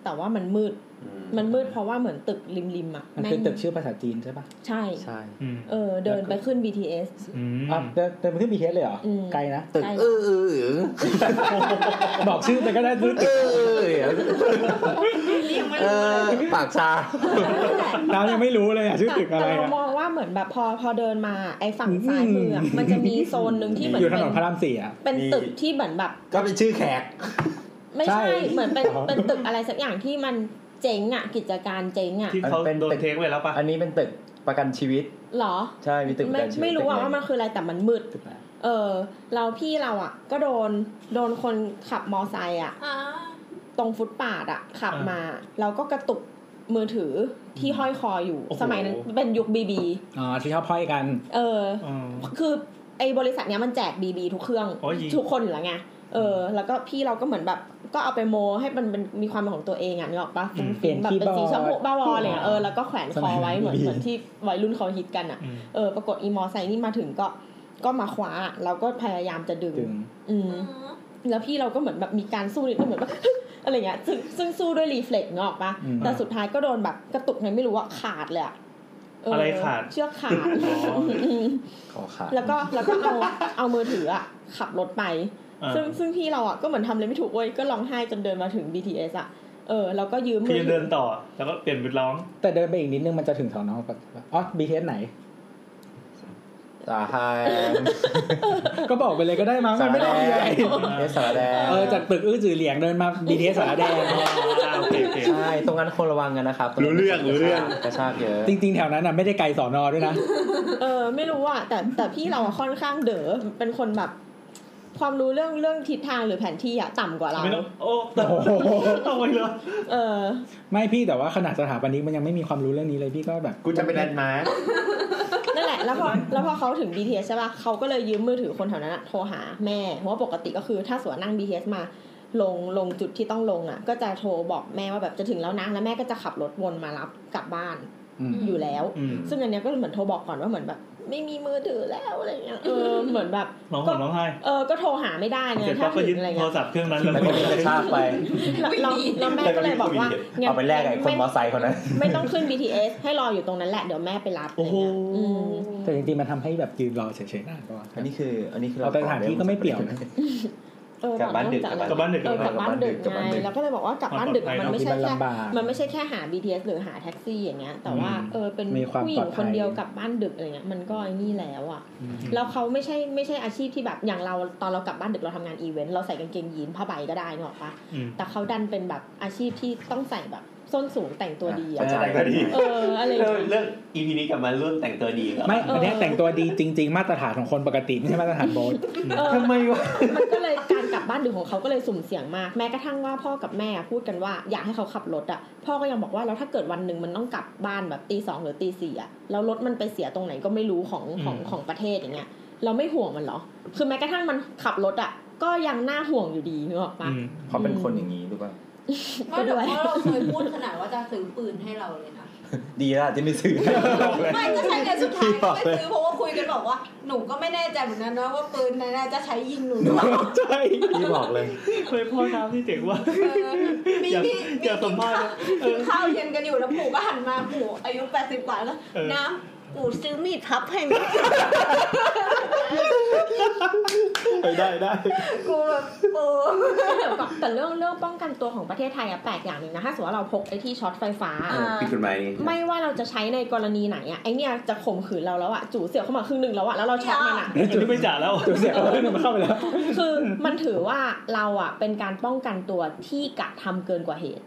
Speaker 3: แต่ว่ามันมืด
Speaker 2: อืม
Speaker 3: มันมืดเพราะว่าเหมือนตึกริมริมๆอะ
Speaker 5: มันคือ
Speaker 3: แง
Speaker 5: ตึกชื่อภาษาจีนใช่ปะ
Speaker 3: ใช่
Speaker 6: ใช่
Speaker 1: อืม
Speaker 3: เออ เดินไปขึ้น BTS
Speaker 1: อืม
Speaker 5: อ่ะเดินเดินไปขึ้น BTS เลยเหรอ
Speaker 3: อืม
Speaker 5: ไกลนะ
Speaker 3: ตึกเออ
Speaker 5: บอกชื่อไปก็ได้ซื้อ
Speaker 6: เอ
Speaker 5: ตึก
Speaker 6: อเออปากชา
Speaker 3: นั่นแหละ
Speaker 5: เรายังไม่รู้เลยอ่ะ ชื่อ
Speaker 3: แต่
Speaker 5: ตึกอะไร
Speaker 3: แต่เรา
Speaker 5: อ่ะ
Speaker 3: มองว่าเหมือนแบบพอพอเดินมาไอ้ฝั่งซ้ายมืออะมันจะมีโซนหนึ่งที่เหมือน
Speaker 5: อยู่ถ
Speaker 3: เป็น
Speaker 5: นนพระรามสี่อ่ะ
Speaker 3: เป็นตึกที่เหมือนแบบ
Speaker 6: ก็เป็นชื่อแขก
Speaker 3: ไม่ใช่
Speaker 5: ใช่
Speaker 3: เหมือนเป็น
Speaker 5: อ๋อ
Speaker 3: เป็นตึกอะไรสักอย่างที่มันเจ๊งอ่ะ กิจการเจ๊งอ่ะ
Speaker 1: ที่เขา
Speaker 6: เป็น
Speaker 1: โดน
Speaker 6: เป็น
Speaker 1: เทคไว้แล้วปะ
Speaker 6: อันนี้เป็นตึกประกันชีวิต
Speaker 3: หรอ
Speaker 6: ใช่มีตึกประ
Speaker 3: ไม่
Speaker 6: กันชีวิต
Speaker 3: ไม่รู้อะว่ามันคืออะไรแต่มันมืด
Speaker 5: ตึกอะไร
Speaker 3: เออ เราพี่เราอ่ะ ก็โดนโดนคนขับมอไซค์อ่ะ ตรงฟุตปาดอ่ะ ขับมาเราก็กระตุกมือถือที่ห้อยคออยู่ สมัยนั้นเป็นยุคบีบี
Speaker 5: อ๋อ ที่ชอบพ้อยกัน
Speaker 3: เออ
Speaker 1: อ๋อ
Speaker 3: คือไอ้บริษัทเนี้ยมันแจกบีบีทุกเครื่อง
Speaker 1: โอ้ย
Speaker 3: ทุกคนอยู่แล้วไง เออ แล้วก็พี่เราก็เหมือนแบบ ก็เอาไปโมให้มันเป็นมีความเป็นของตัวเองอ่ะนึกออกปะฟุ้ง
Speaker 5: เปลี่
Speaker 3: ฟิ้ง
Speaker 5: ยน
Speaker 3: แบบเป็นสี
Speaker 5: คีย์
Speaker 3: ชม
Speaker 5: บอร์ด
Speaker 3: พูบ้าวออะไรเงี้ยเออแล้วก็แขวนคอไว้
Speaker 5: สมัยนั้น
Speaker 3: เหมือนเหมือ
Speaker 5: BB
Speaker 3: นที่วัยรุ่นเขาฮิตกันอ่ะ
Speaker 1: อืม
Speaker 3: เออปรากฏอีมอไซค์นี่มาถึงก็ก็มาคว้าแล้วก็พยายามจะดึง
Speaker 5: ถึง
Speaker 3: อืมแล้วพี่เราก็เหมือนแบบมีการสู้นิดนึงเหมือนแบบ [LAUGHS] อะไรเงี้ยซึ่งซึ่งสู้ด้วยรีเฟล็กเนาะออกปะ
Speaker 5: อืม
Speaker 3: แต่สุดท้ายก็โดนแบบกระตุกไงไม่รู้ว่าขาดเลยอะเ
Speaker 1: ะไรขาด
Speaker 3: เชือกขาด
Speaker 6: ขอขาด
Speaker 3: แล้ว
Speaker 1: [LAUGHS]
Speaker 3: ก็แล้วก็เอาเอามือถืออะขับรถไป
Speaker 1: อ่า
Speaker 3: ซึ่งซึ่งพี่เราอะก็เหมือนทำอะไรไม่ถูกเว้ยก็ร้องไห้จนเดินมาถึง BTS อะเออแล้วก็ยืม
Speaker 1: คื
Speaker 3: มื
Speaker 1: อ
Speaker 3: อ
Speaker 1: ยังเดินต่อ แล้วก็เปลี่ยนเป็นร้อง
Speaker 5: แต่เดินไปอีกนิดนึงมันจะถึงแถวน้องปะอ๋อ BTS ไหน
Speaker 6: สาหาย
Speaker 5: ก็บอกไปเลยก็ได้มั้งมันไม่ต้องมีอะไร
Speaker 6: เอสสาแดง
Speaker 5: เออ จากตึกอื้อจือเหลียงเดินมา BTS สารแดง
Speaker 3: [LAUGHS]
Speaker 1: อ่าโอเคโอเค
Speaker 6: ใช่ตรงนั้นคนระวังกันนะครับ
Speaker 2: รู้เรื่องรู้เรื่อง
Speaker 6: กระชากเยอะ
Speaker 5: จริงๆ แถวนั้นน่ะไม่ได้ไกลสอนอ
Speaker 3: [LAUGHS]
Speaker 5: ด้วยนะ
Speaker 3: เออไม่รู้อะแต่แต่พี่เราอะค่อนข้างเด๋อเป็นคนแบบ ความรู้เรื่องเรื่องทิศทางหรือแผนที่อะต่ำกว่าเรา
Speaker 1: ไม่ต้องโอ้แต่
Speaker 5: โอ้โห
Speaker 1: เอาไปเลย
Speaker 3: เออ
Speaker 5: ไม่พี่แต่ว่าขนาดสถาปนิกมันยังไม่มีความรู้เรื่องนี้เลยพี่ก็แบบ
Speaker 2: กูจะเป็นแลนด์มาร์ค
Speaker 3: นั่นแหละแล้วพอแล้วพอเขาถึง BTS ใช่ป่ะเขาก็เลยยืมมือถือคนแถวนั้นอะโทรหาแม่เพราะว่าปกติก็คือถ้าสมมุติวนนั่ง BTS มาลงลงจุดที่ต้องลงอะก็จะโทรบอกแม่ว่าแบบจะถึงแล้วนะแล้วแม่ก็จะขับรถวนมารับกลับบ้าน
Speaker 5: อืม
Speaker 3: อยู่แล้ว
Speaker 1: อืม
Speaker 3: ซึ่งอันเนี้ยก็เหมือนโทรบอกก่อนว่าเหมือนแบบ ไม่มีมือถือแล้วอะไรเงี้ยเออเหมือนแบบ
Speaker 1: ร้อง
Speaker 3: ก็
Speaker 1: ห่มร้องไห้
Speaker 3: เออก็โทรหาไม่ได้ไง
Speaker 1: เสร็จปั๊
Speaker 3: ถ้า
Speaker 1: บก็
Speaker 3: ถึ
Speaker 1: ยึด
Speaker 3: งอะไร
Speaker 1: โท
Speaker 3: เงี้
Speaker 1: ร
Speaker 3: ย
Speaker 1: ศัพท์เครื่องนั้นแล้ว
Speaker 6: แล้วก็มีกระชากไป
Speaker 3: แล้วแล้วแล้วแม่ก็เลยบอกว่างั้น
Speaker 6: เอาไปแลกกับไอ้คนมอไซค์คนนั้น
Speaker 3: ไม่ต้องขึ้น BTS ให้รออยู่ตรงนั้นแหละเดี๋ยวแม่ไปรับ
Speaker 1: โอ้โห
Speaker 3: อืม
Speaker 5: แต่จริงๆ มันทำให้แบบยืนรอเฉยๆนานกว่า
Speaker 6: อันนี้คือ อันนี้คือ
Speaker 5: เราไปสถานที่ก็ไม่เปลี่ยวนะ
Speaker 3: เออก
Speaker 2: ลับบ้านดึก
Speaker 3: ออก
Speaker 1: ลับบ้านดึก
Speaker 3: เออกลับบ้านดึก
Speaker 18: กลับ
Speaker 3: ไง
Speaker 18: บ้านดึก
Speaker 3: แล้วก็เลยบอกว่ากลับบ้านดึก
Speaker 1: ความปลอดภัย
Speaker 3: มันไม่ใช่
Speaker 18: ที่
Speaker 3: แค่
Speaker 18: ลำบาก
Speaker 3: มันไม่ใช่แค่หา BTS หรือหาแท็กซี่อย่างเงี้ย แต่ว่า
Speaker 18: อืม
Speaker 3: เออเป็น
Speaker 18: มีความ
Speaker 3: ผู้ห
Speaker 18: ปล
Speaker 3: ญิ
Speaker 18: อง ดภัย
Speaker 3: คนเดียวกลับบ้านดึกอะไรเงี้ยมันก็ไอ้นี่แล้วอ่ะแล้วเขาไม่ใช่ไม่ใช่อาชีพที่แบบอย่างเราตอนเรากลับบ้านดึกเราทำงานอีเวนต์เราใส่กางเกงยีนผ้าใบก็ได้เนกอะปะ
Speaker 1: อืม
Speaker 3: แต่เขาดันเป็นแบบอาชีพที่ต้องใส่แบบส้นสูงแต่งตัวดี
Speaker 2: กระ
Speaker 3: อะ
Speaker 2: จายก็ดี
Speaker 3: เอออะไร
Speaker 2: เรื่อง
Speaker 3: เงี้ย
Speaker 2: เรื่อง EP นี้กลับมาเรื่องแต่งตัวดีเหรอ
Speaker 5: ไม่
Speaker 3: เออ
Speaker 5: อันเนี้ยแต่งตัวดีจริง ๆ มาตรฐานของคนปกติไม่ใช่มา
Speaker 3: [LAUGHS]
Speaker 5: ตรฐานโบส
Speaker 3: เออ
Speaker 18: ทำไมวะ
Speaker 3: มันก็เลยการกลับบ้านดึกของเขาก็เลยสุ่มเสี่ยงมาก แม้กระทั่งว่าพ่อกับแม่พูดกันว่าอยากให้เขาขับรถอ่ะพ่อก็ยังบอกว่าแล้วถ้าเกิดวันหนึ่งมันต้องกลับบ้านแบบตีสองหรือตีสี่อ่ะแล้วรถมันไปเสียตรงไหนก็ไม่รู้ของของของประเทศอย่างเงี้ยเราไม่ห่วงมันเหรอ คือแม้กระทั่งมันขับรถอ่ะก็ยังน่าห่วงอยู่ดีนึกออกปะ
Speaker 1: อืม
Speaker 6: เขาเป็นคนอย่างนี้หรือเปล่า
Speaker 3: ก็
Speaker 4: ไม่
Speaker 3: ด้
Speaker 4: แต่
Speaker 3: วย
Speaker 4: ว่าเราเคยพูดขนาดว่าจะซื้อปืนให้เราเลยนะ
Speaker 6: ดีละที่ไม่ซื้อ
Speaker 4: ไม่ก็ใช่ไงสุดท้ายก็ไม่ซื้อเพราะว่าคุยกันบอกว่าหนูก็ไม่แน่ใจเหมือนกันนะว่าปืนนั้นน่ะจะใช้ยิงหนูหรือเปล่า
Speaker 1: ใช่
Speaker 18: พี่บอกเลย
Speaker 1: เคยพ่อน้ำที่เจ๋งว่า
Speaker 4: เออมี
Speaker 1: อย่า
Speaker 4: พี่
Speaker 1: อย่าสัมภาษณ์นะเอ
Speaker 4: กิ
Speaker 1: อ
Speaker 4: นข้าวเย็นกันอยู่แล้วปู่ก็หันมาปู่อายุ 80 กว่าแล้ว
Speaker 1: เออ
Speaker 4: น้ำปู่ซื้อมีดพับให้ไหม
Speaker 1: ไปได้ได้
Speaker 4: กูแบบปู่
Speaker 3: เดี๋ยวก่อนแต่เรื่องเรื่องป้องกันตัวของประเทศไทยอ่ะแปลกอย่างหนึ่งนะถ้าสมมติว่าเราพกไอ้ที่ช็อตไฟฟ้า
Speaker 4: า
Speaker 2: ผิดกฎหมายนี่
Speaker 3: ไม่ว่าเราจะใช้ในกรณีไหนอ่ะไอเนี่ยจะข่มขืนเราแล้วอ่ะจู่เสียบเข้ามาครึ่งหนึ่งแล้วอ่ะแล้วเราช็อตมันอ่ะ
Speaker 1: อันนี้ไม่จ่าแล้ว
Speaker 5: จุดเสียงเรื่องมันเข้าไปแล้ว
Speaker 3: คือมันถือว่าเราอ่ะเป็นการป้องกันตัวที่กระทำเกินกว่าเหตุ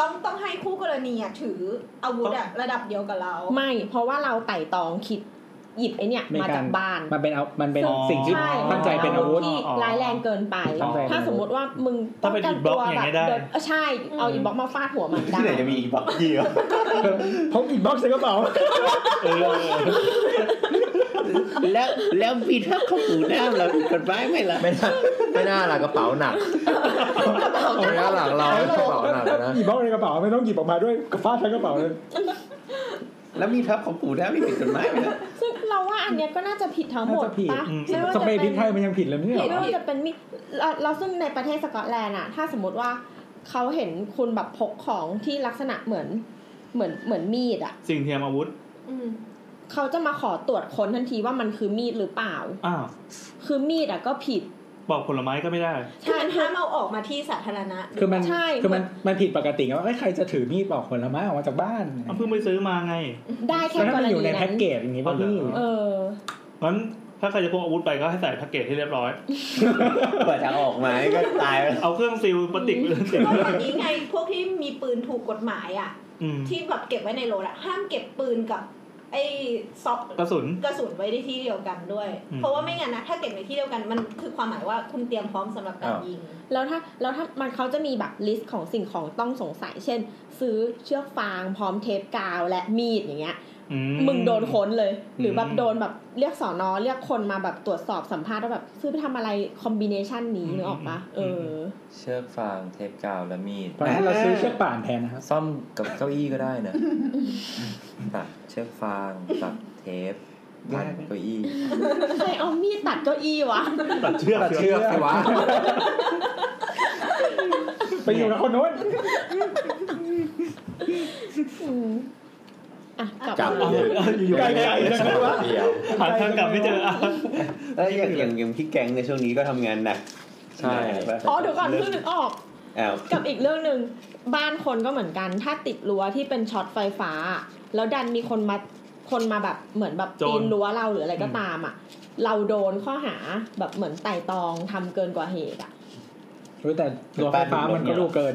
Speaker 4: ต้องต้องให้คู่กรณีอ่ะถืออาวุธอะระดับเดียวกับเรา
Speaker 3: ไม่ เพราะว่าเราไต่ตองคิดหยิบไอเนี่ย
Speaker 5: ใน
Speaker 3: มา
Speaker 5: การ
Speaker 3: จากบ้าน
Speaker 5: มันเป็นเอามันเป็น
Speaker 1: อ๋อ
Speaker 5: สิ่งที่
Speaker 3: ใช่
Speaker 5: ตั้งใจเป็นอาวุธ
Speaker 3: ที่ร้ายแรงเกินไป
Speaker 5: ตั้งใจเป็นอาวุธ
Speaker 3: ถ้าสมมติว่ามึง
Speaker 1: ถ้าเป็นอิฐบล็อกอย่างเงี้ยได้
Speaker 3: โเออใช่เอาอิฐบล็อกมาฟาดหัวมันได้
Speaker 2: ที่ไหนจะมีอีกบอกเดียว
Speaker 5: พกอีกบ็อกซ์ใส่กระเป๋า
Speaker 1: เออ
Speaker 19: แล้วแล้วบีทับเข้าหูหน้าเราผิดกฎหมายไหมล่ะ
Speaker 18: ไม่น่าไม่น่าล่ะกระเป๋าหนักระยะหลังเรากระเป๋าหนักนะ
Speaker 5: หยิบบ็อกซ์ในกระเป๋าไม่ต้องหยิบออกมาด้วยกระฟาดใส่กระเป๋าเลย
Speaker 2: แล้วมีทับของปู่หน้าไม่ผิดกฎหมายไหมล่ะ
Speaker 3: ซึ่งเราว่าอันเนี้ยก็น่าจะผิดทั้งหมด
Speaker 5: น่าจะผิด
Speaker 3: ปะ
Speaker 1: อืม
Speaker 3: ไม่ว่า
Speaker 5: ส
Speaker 3: จะ
Speaker 5: เปร
Speaker 3: เป็น
Speaker 5: ย์พริกไทยมันยังผิดเลยไม่ใช่
Speaker 3: ห
Speaker 5: เหร
Speaker 3: รือ
Speaker 5: อ
Speaker 3: ว่าจะเป็นมีดเราเราซึ่งในประเทศสกอตแลนด์อะถ้าสมมติว่าเขาเห็นคุณแบบพกของที่ลักษณะเหมือนเหมือนเหมือนมีดอะ
Speaker 1: สิ่งเทียมอาวุธ
Speaker 4: อืม
Speaker 3: เขาจะมาขอตรวจค้นทันทีว่ามันคือมีดหรือเปล่า
Speaker 1: อ้าว
Speaker 3: คือมีดอะก็ผิด
Speaker 1: บอกผลไม้ก็ไม่ได้
Speaker 4: คือ
Speaker 3: ใช่
Speaker 4: มันห้ามเอาออกมาที่สาธารณะ
Speaker 5: คือมัน
Speaker 3: ใช่
Speaker 5: คือมันมันผิดปกติไงว่าเอ้ยใครจะถือมีดปอกผลไม้ออกมาจากบ้าน
Speaker 1: เอาเพิ่งไปซื้อมาไง
Speaker 3: ได้แค่
Speaker 5: แล้ว
Speaker 3: ก
Speaker 5: ถ้ามัน
Speaker 3: ร
Speaker 5: อ
Speaker 3: ณี
Speaker 5: ยู่ใน
Speaker 3: นั้
Speaker 5: แพ็ก
Speaker 3: น
Speaker 5: เกจอย่างนี้ป่ะพี่
Speaker 1: อ๋อเหร
Speaker 3: เออ
Speaker 1: งั้นถ้าใครจะพกอาวุธไปก็ให้ใส่แพ็กเกจให้เรียบร้อย
Speaker 2: กว่าจะออกมาก็ตายแล้ว
Speaker 1: เอาเครื่องซีลปฏิกไปเลย
Speaker 4: ก็แบบนี้ไงพวกที่มีปืนถูกกฎหมายอ่ะ
Speaker 1: อืม
Speaker 4: ที่แบบเก็บไว้ในรถอะห้ามเก็บปืนกับ ไอ้ซอก
Speaker 1: กระสุน
Speaker 4: กระสุนไว้ในที่เดียวกันด้วย
Speaker 1: อืม
Speaker 4: เพราะว่าไม่งั้นนะถ้าเก็บในที่เดียวกันมันคือความหมายว่าคุณเตรียมพร้อมสำหรับการ
Speaker 18: อ้าว
Speaker 4: ยิง
Speaker 3: แล้วถ้าแล้วถ้ามันเขาจะมีแบบลิสต์ของสิ่งของต้องสงสัย เช่น ซื้อเชือกฟางพร้อมเทปกาวและมีดอย่างเงี้ย
Speaker 1: อื
Speaker 3: มึงโดนค้นเลย หรืออ
Speaker 1: ม
Speaker 3: แบบโดนแบบเรียกสอนอเรียกคนมาแบบตรวจสอบสัมภาษณ์ว่าแบบซื้อไปทำอะไรคอมบิเนชันนี้นึกออกปะเออ
Speaker 6: เชือกฟางเทปกาวและมีด
Speaker 5: ตอนนั้นเราซื้อเชือกป่านแทนนะครับ
Speaker 6: ซ่อมกับเก้าอี้ก็ได้นะตัดเชือกฟางตัดเทป
Speaker 5: ได้
Speaker 6: ตัด
Speaker 5: ไหม
Speaker 6: เก้าอี้
Speaker 3: ใครเอามีดตัดเก้าอี้วะ
Speaker 1: ตัดเชือก
Speaker 18: ตัดเชือกสิวะ
Speaker 5: ไปอยู่กับคนโน้น
Speaker 3: อืมอ่ะกลับ
Speaker 19: กลับ
Speaker 3: มา
Speaker 1: เอออยู่ไกลๆจังเลยวะ
Speaker 18: เดียว
Speaker 1: หาทางกลับไม่เจออ่ะ
Speaker 2: แล้วอย่างอย่างอย่างพี่แก๊งในช่วงนี้ก็ทำงานหนัก
Speaker 18: ใช่
Speaker 3: อ๋อเดี๋ยวก่อนเพิ่งนึกออก
Speaker 2: อ้าว
Speaker 3: กับอีกเรื่องหนึ่งบ้านคนก็เหมือนกัน ถ้าติดรั้วที่เป็นช็อตไฟฟ้า แล้วดันมีคนมาคนมาแบบเหมือนแบบ
Speaker 1: โจร
Speaker 3: ปีนรั้วเราหรืออะไรก็ตามอ่ะ เราโดนข้อหาแบบเหมือนไต่ตองทำเกินกว่าเหตุอ่ะ
Speaker 5: รู้แต่ตัวไฟฟ้ามันก็ดูเกิน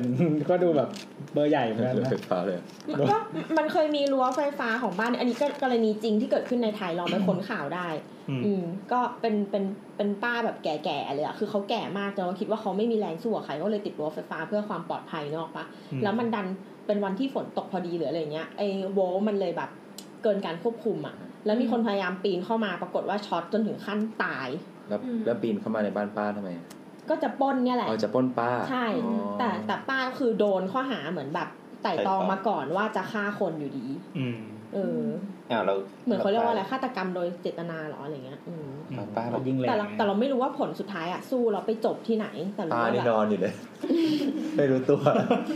Speaker 5: ก็ดูแบบเบอร์ใหญ่เหมือนกันนะ
Speaker 6: ไฟฟ้าเลย
Speaker 5: รั้ว
Speaker 3: ก็มันเคยมีรั้วไฟฟ้าของบ้าน อันนี้ก็กรณีจริงที่เกิดขึ้นในไทยลองไปค้นข่าวได้
Speaker 1: อืม
Speaker 3: อืมก็เป็นเป็นเป็นป้าแบบแก่ๆเลยอะคือเขาแก่มากจนเราคิดว่าเขาไม่มีแรงสู้กับใครก็เลยติดรั้วไฟฟ้าเพื่อความปลอดภัยเนกอะปะแล้วมันดันเป็นวันที่ฝนตกพอดีหรืออะไรเงี้ยไอ้โวลต์มันเลยแบบเกินการควบคุมอะแล้วมีคนพยายามปีนเข้ามาปรากฏว่าช็อตจนถึงขั้นตาย
Speaker 6: แล้ว
Speaker 4: อืม
Speaker 6: แล้วปีนเข้ามาในบ้านป้าทำไม
Speaker 3: ก็จะปล้นเนี่ยแหละ
Speaker 6: เอาจะปล้นป้า
Speaker 3: ใช่
Speaker 6: อ๋อ
Speaker 3: แต่แต่ป้าคือโดนข้อหาเหมือนแบบไต่ตองมาก่อนว่าจะฆ่าคนอยู่ดี
Speaker 1: อืม
Speaker 3: เออ
Speaker 2: อ้าวเรา
Speaker 3: เหมือนเขาเรียกว่าอะไรฆาตกรรมโดยเจตนาเหรออะไรเงี้ยอืม
Speaker 1: อืม
Speaker 2: ป้าบอก
Speaker 5: ยิงแร
Speaker 3: แต่
Speaker 5: ง
Speaker 3: เราแต่เราไม่รู้ว่าผลสุดท้ายอะสู้เราไปจบที่ไหนแต่รู้
Speaker 6: ป้า
Speaker 3: ว่า
Speaker 6: นี่
Speaker 3: แบ
Speaker 6: น
Speaker 3: บ
Speaker 6: อนอยู่เลย
Speaker 15: ไม่รู้ตัว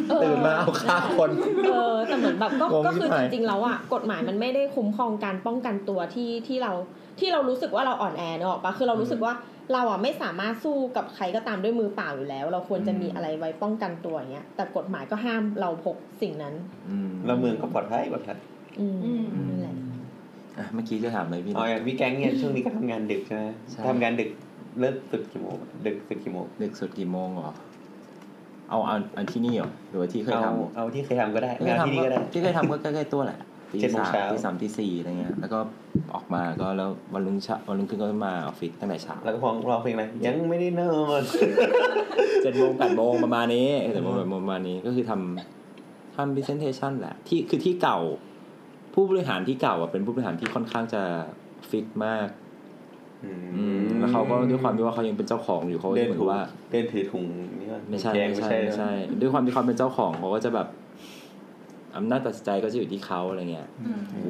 Speaker 7: เออ
Speaker 15: ตื่นมาเอาฆ่าคน
Speaker 7: เออแต่เหมือนแบบก็
Speaker 15: งง
Speaker 7: ก็คือจ
Speaker 15: ที่ไหน
Speaker 7: ริงๆแล้วอ่ะกฎหมายมันไม่ได้คุ้มครองการป้องกันตัวที่ที่เราที่เรารู้สึกว่าเราอ่อนแอเนกอะปะคือเรารู้สึกว่าเราอ่ะไม่สามารถสู้กับใครก็ตามด้วยมือเปล่าอยู่แล้ว เราควรจะมีอะไรไว้ป้องกันตัวอย่างเงี้ยแต่กฎหมายก็ห้ามเราพกสิ่งนั้น
Speaker 6: อืม
Speaker 2: แล้วเมืองก็ปลอดภัยปลอดภัย
Speaker 7: อืม
Speaker 8: อืม
Speaker 7: นั่นแหละ
Speaker 6: อ่ะเมื่อกี้จะถามอะไรพี่
Speaker 2: อ๋อ
Speaker 6: นะ
Speaker 2: อย่างพี่แก๊งเนี่ยช่วงนี้ก็ทำงานดึกใช่ไหม
Speaker 6: ใช่
Speaker 2: ทำงานดึกเลิกสึกกี่โมงดึกสึกกี่โมง
Speaker 6: ดึกสุดกี่โมงเหรอเอาเอาอันที่นี่เหรอหรือว่าที่เคย
Speaker 2: เอา
Speaker 6: ทำ
Speaker 2: เอาที่เคยทำก็ได้
Speaker 6: ที่เค
Speaker 2: งาย นที่
Speaker 6: ทำ
Speaker 2: นี่
Speaker 6: ก็
Speaker 2: ก็ได้
Speaker 6: ที่เคยทำก็ใกล้ๆตัวแหละตี
Speaker 2: [LAUGHS] เจ็ดโมง
Speaker 6: สาม
Speaker 2: เช้า
Speaker 6: ตีสามตีสี่อะไรเงี้ย แล้วก็ออกมาก็แล้ววันรุ่งเช้าวันรุ่งขึ้นก็มาออฟฟิศตั้งแต่เช้า
Speaker 2: แล้วก็ร้องร้องเพลงอะไรยังไม่ได้นอน
Speaker 6: เจ็ดโมงแปดโมงประมาณนี้เจ็ดโมงแปดโมงประมาณนี้ก็คือทำทำ presentation แหละ ที่คือที่เก่า ผู้บริหารที่เก่าอ่ะเป็นผู้บริหารที่ค่อนข้างจะฟิกมากอืมแล้วเขาก็ด้วยความที่ว่าเขายังเป็นเจ้าของอยู่เขาก็
Speaker 2: เดิน
Speaker 6: เหมือ
Speaker 2: ถุง
Speaker 6: นว่า
Speaker 2: เดินถือถุงนี่ว่า
Speaker 6: ไม่ใช่
Speaker 2: แกง
Speaker 6: ไม่ใช่ไม่ใช่ ด้วยความที่เขาเป็นเจ้าของเขาก็จะแบบอำนาจตัดสินใจก็จะอยู่ที่เขาอะไรเงี้ย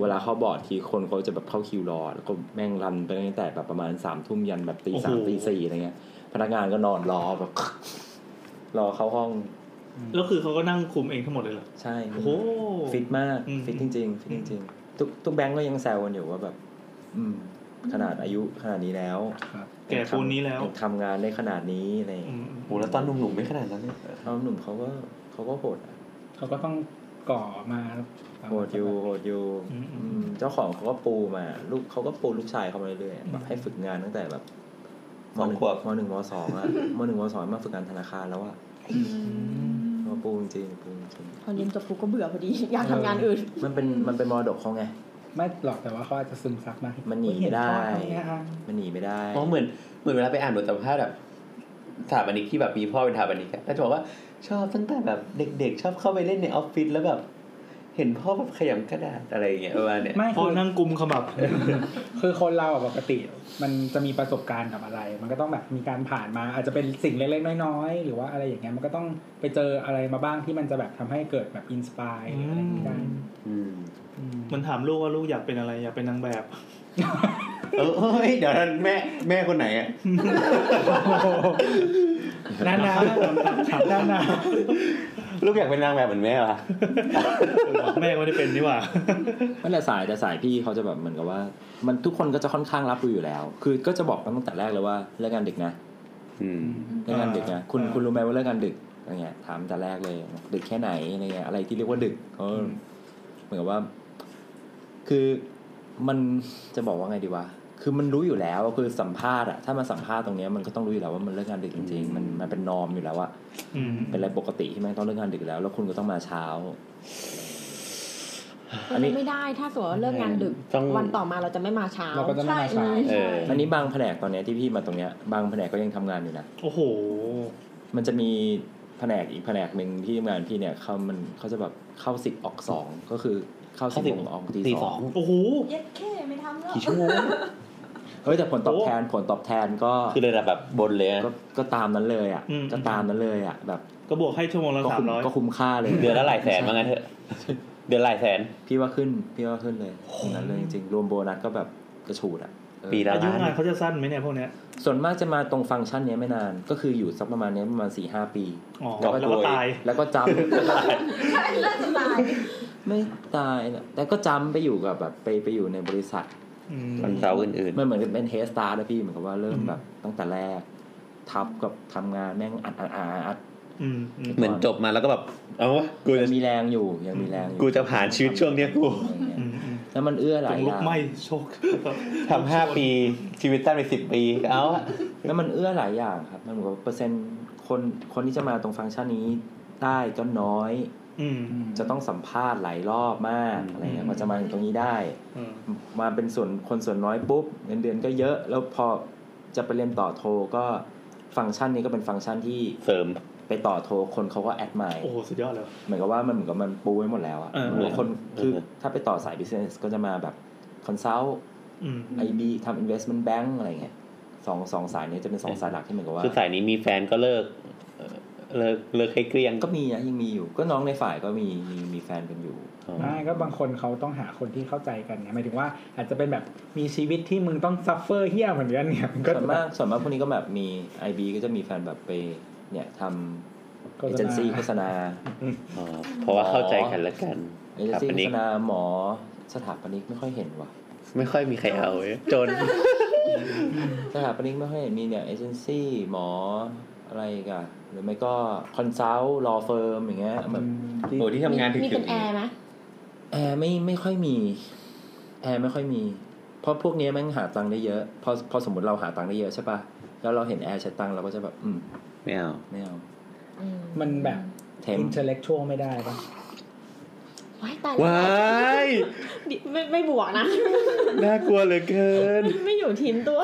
Speaker 6: เวลาเขาบอร์ดทีคนเขาจะแบบเข้าคิวรอแล้วก็แม่งรันไปตั้งแต่แบบประมาณสามทุ่มยันแบบตี
Speaker 1: โอ้โห
Speaker 6: สามตีสี่อะไรเงี้ย พนักงานก็นอนรอแบบ [COUGHS] รอเข้าห้อง
Speaker 1: แล้วคือเขาก็นั่งคุมเองทั้งหมดเลยเหรอ
Speaker 6: ใช่
Speaker 1: โอ้โห
Speaker 6: ฟิตมาก
Speaker 1: อืม
Speaker 6: ฟิตจริงๆฟิตจริงๆทุกทุกแบงก์ก็ยังแซวกันอยู่ว่าแบบ อืม ขนาดอายุขนาดนี้แล้ว
Speaker 1: แก่ปูนนี้แล้ว
Speaker 6: ยังทำงานได้ขนาดนี้อะไร
Speaker 1: อื
Speaker 6: เงี้ย
Speaker 1: ม
Speaker 2: โอ้แล้วตอนหนุ่มๆไม่ขนาดนั้นเลย
Speaker 6: เอ้าหนุ่มเขาก็เขาก็โหดอะ
Speaker 5: เขาก็ต้องก่อมา
Speaker 6: โหดอยู่โหดอยู่
Speaker 1: อืมอื
Speaker 6: อื
Speaker 1: ม
Speaker 6: มเจ้าของเขาก็ปูมา ลูกเขาก็ปูลูกชายเขามาเรื่อย
Speaker 1: อืม
Speaker 6: ๆแบบให้ฝึกงานตั้งแต่แบบ
Speaker 2: สอง
Speaker 6: หนึ่
Speaker 2: ขวบ
Speaker 6: มหนึ่งมสองอะ [LAUGHS] มหนึ่งมสองมาฝึกงานธนาคารแล้วอะมาปูจริงๆปูจริง
Speaker 7: พอเรียนจบปุ๊บก็เบื่อพอดี [LAUGHS] อยากทำงานอื่น
Speaker 6: ๆมันเป็นมันเป็นมรดกเขาไง
Speaker 5: ไม่หรอกแต่ว่าเขาอาจจะซึมซับมา
Speaker 6: มั
Speaker 5: มัน
Speaker 6: หนีไม่ได้ มันหนีไม่ได้
Speaker 2: อ๋
Speaker 6: [LAUGHS]
Speaker 2: อเหมือนเหมือนเวลาไปอ่านบทสัมภาษณ์แบบสถาปนิกที่แบบมีพ่อเป็นสถาปนิกอะแล้วจะบอกว่าชอบตั้งแต่แบบเด็กๆ ชอบเข้าไปเล่นในออฟฟิศแล้วแบบ เห็นพ่อแบบขยำกระดาษอะไรอย่างเงี้ยประมาณเนี้ย
Speaker 5: ไม่
Speaker 1: พอ
Speaker 5: คือ
Speaker 1: นั่งกุมขมับ
Speaker 5: คือคนเราอะปกติ มันจะมีประสบการณ์กับอะไร มันก็ต้องแบบมีการผ่านมา อาจจะเป็นสิ่งเล็กๆน้อยๆหรือว่าอะไรอย่างเงี้ยมันก็ต้องไปเจออะไรมาบ้างที่มันจะแบบทำให้เกิดแบบอินสปายหรืออะไรอย่างงี้ได้
Speaker 1: มันถามลูกว่าลูกอยากเป็นอะไรอยากเป็นนางแบบ
Speaker 2: เออเฮ้ยเดี๋ยวนั้นแม่แม่คนไหนอ่ะ
Speaker 5: นานานานา
Speaker 2: ลูกอยากเป็นนางแบบเหมือนแม่ป่ะ
Speaker 1: แม่ก็ไม่ได้เป็นนี่หว่า
Speaker 6: ไม่แต่สายแต่สายพี่เขาจะแบบเหมือนกับว่า มันทุกคนก็จะค่อนข้างรับรู้อยู่แล้ว คือก็จะบอกกันตั้งแต่แรกเลยว่าเลิกงานดึกนะ
Speaker 2: อืม
Speaker 6: เลิกงานดึกนะคุณคุณรู้ไหมว่าเลิกงานดึกอะไรเงี้ยถามแต่แรกเลย ดึกแค่ไหนอะไรเงี้ยอะไรที่เรียกว่าดึกเขาเหมือนกับว่า คือมันจะบอกว่าไงดีวะคือมันรู้อยู่แล้วคือสัมภาษณ์อะถ้ามาสัมภาษณ์ตรงเนี้ยมันก็ต้องรู้อยู่แล้วว่ามันเลิกงานดึกจริงๆมันมันเป็นนอมอยู่แล้วอะ
Speaker 1: อืม
Speaker 6: เป็นอะไรปกติที่แม่งต้องเลิกงานดึกแล้ว แล้วคุณก็ต้องมาเช้า อั
Speaker 7: มัน
Speaker 6: นนี้
Speaker 7: จะไม่ได้ถ้าสมมติว่าเลิกงานดึก
Speaker 2: ต้อง
Speaker 7: วันต่อมาเราจะไม่มาเช้า
Speaker 5: เราก็จะไม่มา
Speaker 8: ใช่
Speaker 5: ช้า
Speaker 2: เออ
Speaker 6: อันนี้บางแผนกตอนเนี้ยที่พี่มาตรงเนี้ยบางแผนกก็ยังทำงานอยู่นะ
Speaker 1: โอ้โห
Speaker 6: มันจะมีแผนกอีกแผนกหนึ่งที่ทำงานพี่เนี่ยเขามันเขาจะแบบเข้าสิบออกสองก็คือเข้าสิบโมงออกตีสอง
Speaker 1: โอ้โห
Speaker 8: เย็ดแค่ไม่ทำแล้ว
Speaker 6: กี่ชั่วโมง [LAUGHS] เฮ้ยแต่ผลตอบแทนผลตอบแทนก็
Speaker 2: คือระดับแบบบนเลยอะ
Speaker 6: ก็ก็ตามนั้นเลยอ่ะ
Speaker 1: อืม
Speaker 6: ก็ตามนั้นเลยอ่ะแบบ
Speaker 1: ก็บวกให้ชั่วโมงละ
Speaker 6: ก็
Speaker 1: สาม
Speaker 6: คุ้ม
Speaker 1: ร้อย
Speaker 6: ก็คุ้มค่าเลย
Speaker 2: เดือนละหลายแสนว่างั้นเถอะ เดือนหลายแสน
Speaker 6: พี่ว่าขึ้นพี่ว่าขึ้นเลยตรงนั้นเลยจริงๆรวมโบนัสก็แบบกระฉูดอ่ะเออ
Speaker 2: ปีละ
Speaker 1: อายุ
Speaker 2: ล้าน
Speaker 1: งานเขาจะสั้นไหมเนี่ยพวกเนี้ย
Speaker 6: ส่วนมากจะมาตรงฟังก์ชันเนี้ยไม่นาน ก็คืออยู่สักประมาณเนี้ยประมาณสี่ห้าปี
Speaker 1: อ๋อแล้วก็ตาย
Speaker 6: แล้วก็จำ
Speaker 8: ใช่เลิกจะตาย
Speaker 6: ไม่ตายนะแต่ก็จำไปอยู่กับแบบไปไปอยู่ในบริษัท
Speaker 1: อืม
Speaker 2: วันเสาร์อื่น
Speaker 6: มันเหมือนเป็นเฮสตาร์นะพี่เหมือนกับว่าเริ่ม
Speaker 1: อืม
Speaker 6: แบบตั้งแต่แรก ทับกับทำงานแม่งอัดอัดอัดอัด
Speaker 1: อืมอืม
Speaker 2: ๆ เหมือนจบมาแล้วก็แบบ เอาวะกูจะ
Speaker 6: ยังมีแรงอยู่ยังมีแรงอยู่
Speaker 2: กูจะผ่านชีวิตช่วงเนี้ยกู
Speaker 6: อะไรเงี้ย
Speaker 1: อืมอืม
Speaker 6: แล้วมันเอื้อห
Speaker 1: จ
Speaker 6: ลาย
Speaker 1: ง
Speaker 6: อ
Speaker 1: ลุก
Speaker 6: ย่าง
Speaker 1: ไหมโชค
Speaker 2: ทำห้าปีชีวิตสั้นไปสิบปีเอาอะ
Speaker 6: แล้วมันเอื้อหลายอย่างครับมันเหมือนกับว่าเปอร์เซ็นต์คนคนที่จะมาตรงฟังก์ชันนี้ได้ก็น้อย
Speaker 1: อืม
Speaker 6: จะต้องสัมภาษณ์หลายรอบมากอะไรเงี้ยกว่าจะมาถึงตรงนี้ได้
Speaker 1: อืม
Speaker 6: มาเป็นส่วนคนส่วนน้อยปุ๊บเงินเดือนก็เยอะ แล้วพอจะไปเรียนต่อโทก็ฟังก์ชันนี้ก็เป็นฟังก์ชันที่
Speaker 2: เสริม
Speaker 6: ไปต่อโทคนเขาก็แอดมาย
Speaker 1: โอ้โห สุดยอดเลย
Speaker 6: เหมือนกับว่ามันเหมือนกับมันปูไว้หมดแล้วอะ
Speaker 1: เออ
Speaker 6: เหมือนกับคน
Speaker 2: เออ
Speaker 6: คือ
Speaker 2: เออ
Speaker 6: ถ้าไปต่อสาย business ก็จะมาแบบ consult
Speaker 1: อืม
Speaker 6: IB ทำ investment bank อะไรเงี้ยสองสองสายเนี้ยจะเป็นสองสายหลักที่เหมือนกับว่า
Speaker 2: คือสายนี้มีแฟนก็เลิกเอ่อเลิกเลิกให้เกลี้ยง
Speaker 6: ก็มีนะยังมีอยู่ ก็น้องในฝ่ายก็มีมีมีแฟนกันอยู่
Speaker 2: อ๋อ
Speaker 5: ไม่ก็บางคนเขาต้องหาคนที่เข้าใจกันไงหมายถึงว่าอาจจะเป็นแบบมีชีวิตที่มึงต้องซัฟเฟอร์เฮี้ยเหมือนกันเนี่ยมันก็
Speaker 6: ส่วนมากส่วนมากพวกนี้ก็แบบมี IB ก็จะมีแฟนแบบไปเนี่ยทำ
Speaker 5: โฆษณา
Speaker 6: เอเจนซี่โฆษณา
Speaker 2: อ๋อเพราะว่าเข้าใจกันและกัน
Speaker 6: เอ
Speaker 2: ค
Speaker 6: เจ
Speaker 2: น รับ
Speaker 6: ซี่
Speaker 2: อัน
Speaker 6: โฆ
Speaker 2: นี้
Speaker 6: ษณาหมอสถาปนิกไม่ค่อยเห็นว่ะ
Speaker 2: ไม่ค่อยมีใครเอาเว้ยจน
Speaker 6: สถาปนิกไม่ค่อยเห็นมีเนี่ยเอเจนซี่หมออะไรอีกันหรือไม่ก็คอนซัลท์ลอเฟิร์มอย่างเงี้ยแบบ
Speaker 20: โอ้ที่ทำงานถึง
Speaker 3: มีเป็นแอร์ไหม
Speaker 6: แอร์ไม่ไม่ค่อยมี แอร์ไม่ค่อยมี เพราะพวกเนี้ยแม่งหาตังค์ได้เยอะ พอพอสมมติเราหาตังค์ได้เยอะใช่ปะแล้วเราเห็นแอร์ใช้ตังค์เราก็จะแบบ อืม
Speaker 2: ไม่เอา
Speaker 6: ไม่เอา
Speaker 5: มันแบบ
Speaker 6: เทม
Speaker 5: อินเทลเล็กชวลไม่ได้ปะ
Speaker 3: ว้ายตายแล้ว
Speaker 2: ว้าย
Speaker 3: ดิไม่ไม่บวกนะ
Speaker 2: น่ากลัวเหลือเกิน
Speaker 3: ไม่อยู่ทีมตัว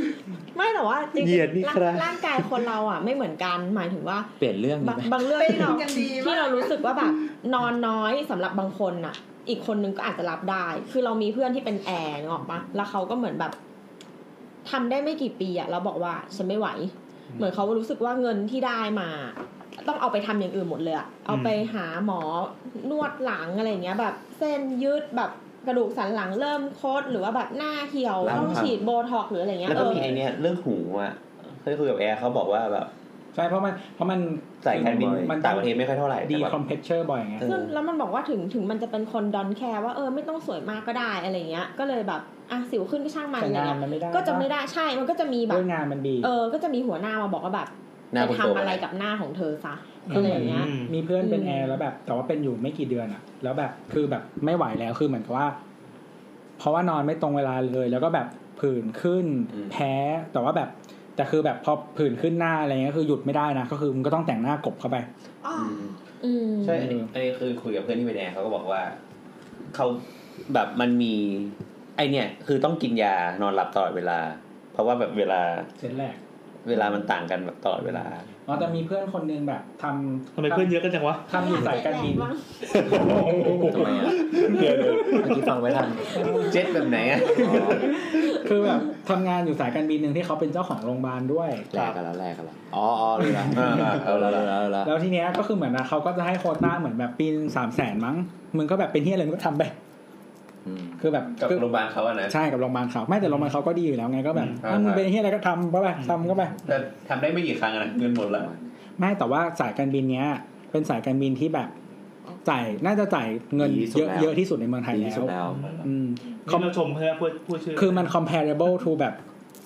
Speaker 3: [LAUGHS] ไม่แต่ว่าจริง
Speaker 2: เหยียดนี่ครับ
Speaker 3: ร่างกายคนเราอ่ะ ไม่เหมือนกันหมายถึงว่า
Speaker 6: เปลี่ยนเรื่อง
Speaker 3: บาง
Speaker 6: นี้ไหม
Speaker 3: บางเรื่องที่เรา
Speaker 21: เป็นกันดีมาก
Speaker 3: ที่เรารู้สึกว่าแบบนอนน้อยสำหรับบางคนน่ะ อีกคนนึงก็อาจจะรับได้ คือเรามีเพื่อนที่เป็นแอร์นึกออกปะแล้วเขาก็เหมือนแบบทำได้ไม่กี่ปีอะเราบอกว่าฉันไม่ไหว เหมือนเขารู้สึกว่าเงินที่ได้มา ต้องเอาไปทำอย่างอื่นหมดเลยอะเอาไปหาหมอนวดหลังอะไรเงี้ย แบบเส้นยืดแบบกระดูกสันหลังเริ่มโคดหรือว่าแบบหน้าเหี่ยว
Speaker 2: หลัง
Speaker 3: ต้อง
Speaker 2: พัง
Speaker 3: ฉีดโบท็อกซ์หรืออะไรเงี้ย
Speaker 2: แล้ว
Speaker 3: เอ
Speaker 2: ก็
Speaker 3: อ
Speaker 2: มีไอเนี้ยเรื่องหูอ่ะเคยคุยกับแอร์เขาบอกว่าแบบ
Speaker 5: ใช่เพราะมันเพราะมัน
Speaker 2: ใส่แคดมิน
Speaker 5: มัน
Speaker 2: ต่างประเทศไม่ค่อยเท่าไหร่
Speaker 5: ดี
Speaker 2: แต่แบบ
Speaker 5: คอมเพลเชอร์บ่อยไง
Speaker 3: ซึ่งแล้วมันบอกว่าถึงถึงมันจะเป็นคนดอนแคร์ว่าเออไม่ต้องสวยมากก็ได้อะไรเงี้ย ก็เลยแบบอ่ะสิวขึ้นก็ช่างมัน
Speaker 5: แต่
Speaker 3: อะไร
Speaker 5: งาน
Speaker 3: เงี้ย
Speaker 5: มันไม่ได้
Speaker 3: ก็จะไม่ได้ใช่มันก็จะมีแบบ
Speaker 5: ด้วยงานมันดี
Speaker 3: เออ ก็จะมีหัวหน้ามาบอกว่าแบบ
Speaker 2: หน้า
Speaker 3: ไป
Speaker 2: คนโต
Speaker 3: ทำอะไร
Speaker 2: ไป
Speaker 3: กับหน้าของเธอซะ
Speaker 5: คื
Speaker 3: อะ
Speaker 5: อ
Speaker 3: ไร
Speaker 5: เหมื
Speaker 3: อ
Speaker 5: อน
Speaker 3: ย่างเงี้ย
Speaker 5: มีเพื่อนเป็น
Speaker 3: อืม
Speaker 5: แอร์แล้วแบบ แต่ว่าเป็นอยู่ไม่กี่เดือนอะแล้วแบบคือแบบไม่ไหวแล้วคือเหมือนกับว่า เพราะว่านอนไม่ตรงเวลาเลย แล้วก็แบบผื่นขึ้น
Speaker 2: อืม
Speaker 5: แพ้แต่ว่าแบบ แต่คือแบบพอผื่นขึ้นหน้าอะไรเงี้ยคือหยุดไม่ได้นะก็คือมึงก็ต้องแต่งหน้ากบเข้าไป
Speaker 2: อืม
Speaker 3: อืม
Speaker 2: ใช่อันนี้อันนี้คือคุยกับเพื่อนที่เป็นแอร์เขาก็บอกว่าเขาแบบมันมีไอเนี่ยคือต้องกินยานอนหลับตลอดเวลา เพราะว่าแบบเวลา
Speaker 5: เสร็จแรก
Speaker 2: เวลามันต่างกันแบบตลอดเวลา
Speaker 5: อ๋อแต่มีเพื่อนคนนึงแบบทำ
Speaker 1: ทำไมเพื่อนเยอะกันจังวะ
Speaker 5: ทำอยู่สายการบิน
Speaker 6: ทำไมอ่ะเมื่อกี้ฟังไว้ทัน
Speaker 2: เจ็ตแบบไหนอะ
Speaker 5: คือแบบทำงานอยู่สายการบินหนึ่งที่เขาเป็นเจ้าของโรงพยาบาลด้วย
Speaker 6: แลกกันละแลกกันละ
Speaker 2: อ๋ออ๋อเลยนะ
Speaker 6: เอา
Speaker 2: เอา
Speaker 6: ละ
Speaker 2: ละ
Speaker 6: เอาละเอาละ
Speaker 5: แล้วทีเนี้ยก็คือเหมือนนะเขาก็จะให้โควต้าเหมือนแบบปีสามแสน300,000มั้งมึงก็แบบเป็นเฮียอะไรมึงก็ทำไป
Speaker 6: อืม
Speaker 5: คือแบบ
Speaker 2: กับ
Speaker 5: คือ
Speaker 2: โรงพยาบาลเขาอะนะ
Speaker 5: ใช่กับโรงพยาบาลเขาไม่แต่โรงพยาบาลเขาก็ดีอยู่แล้วไงก็แบบ
Speaker 2: อืม
Speaker 5: ถ้ามึงเป็นเฮียอะไรก็ทำเข้าไปทำเข้าไป
Speaker 2: แต่ทำได้ไม่กี่ครั้งอะนะเงินหมดละ
Speaker 5: ไม่แต่ว่าสายการบินเนี้ย เป็นสายการบินที่แบบจ่ายน่าจะจ่ายเงินเยอะเยอะที่สุดในเมืองไทย
Speaker 6: ดี
Speaker 5: แล้
Speaker 6: ที่สุด
Speaker 5: ว
Speaker 6: แล้ว
Speaker 5: อืม
Speaker 1: นี่เราชมเพื่อพูดพูดชื่อ
Speaker 5: คือมัน comparable to แบบ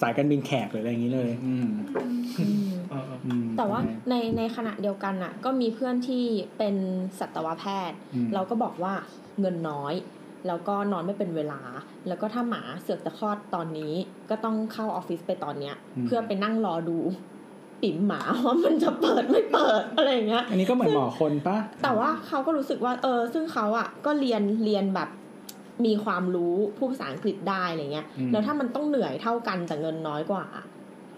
Speaker 5: สายการบินแขกหรืออะไรอย่างนี้เลย อืม
Speaker 1: เออเออ
Speaker 5: อืม
Speaker 3: แต่ว่าในในขณะเดียวกันน่ะ ก็มีเพื่อนที่เป็นสัตวแพทย์
Speaker 5: อืม
Speaker 3: เราก็บอกว่าเงินน้อย แล้วก็นอนไม่เป็นเวลา แล้วก็ถ้าหมาเสือกจะคลอดตอนนี้ ก็ต้องเข้าออฟฟิศไปตอนเนี้ย เพื่อไปนั่งรอดูปิ่มหมาว่ามันจะเปิดไม่เปิด [LAUGHS] อะไรอย่างเงี้ย
Speaker 5: อันนี้ก็เหมือนหมอคนปะ
Speaker 3: แต่ว่าเขาก็รู้สึกว่า เออ ซึ่งเขาอ่ะก็เรียนเรียนแบบมีความรู้พูดภาษาอังกฤษได้อะไรเงี้ย แล้วถ้ามันต้องเหนื่อยเท่ากันแต่เงินน้อยกว่า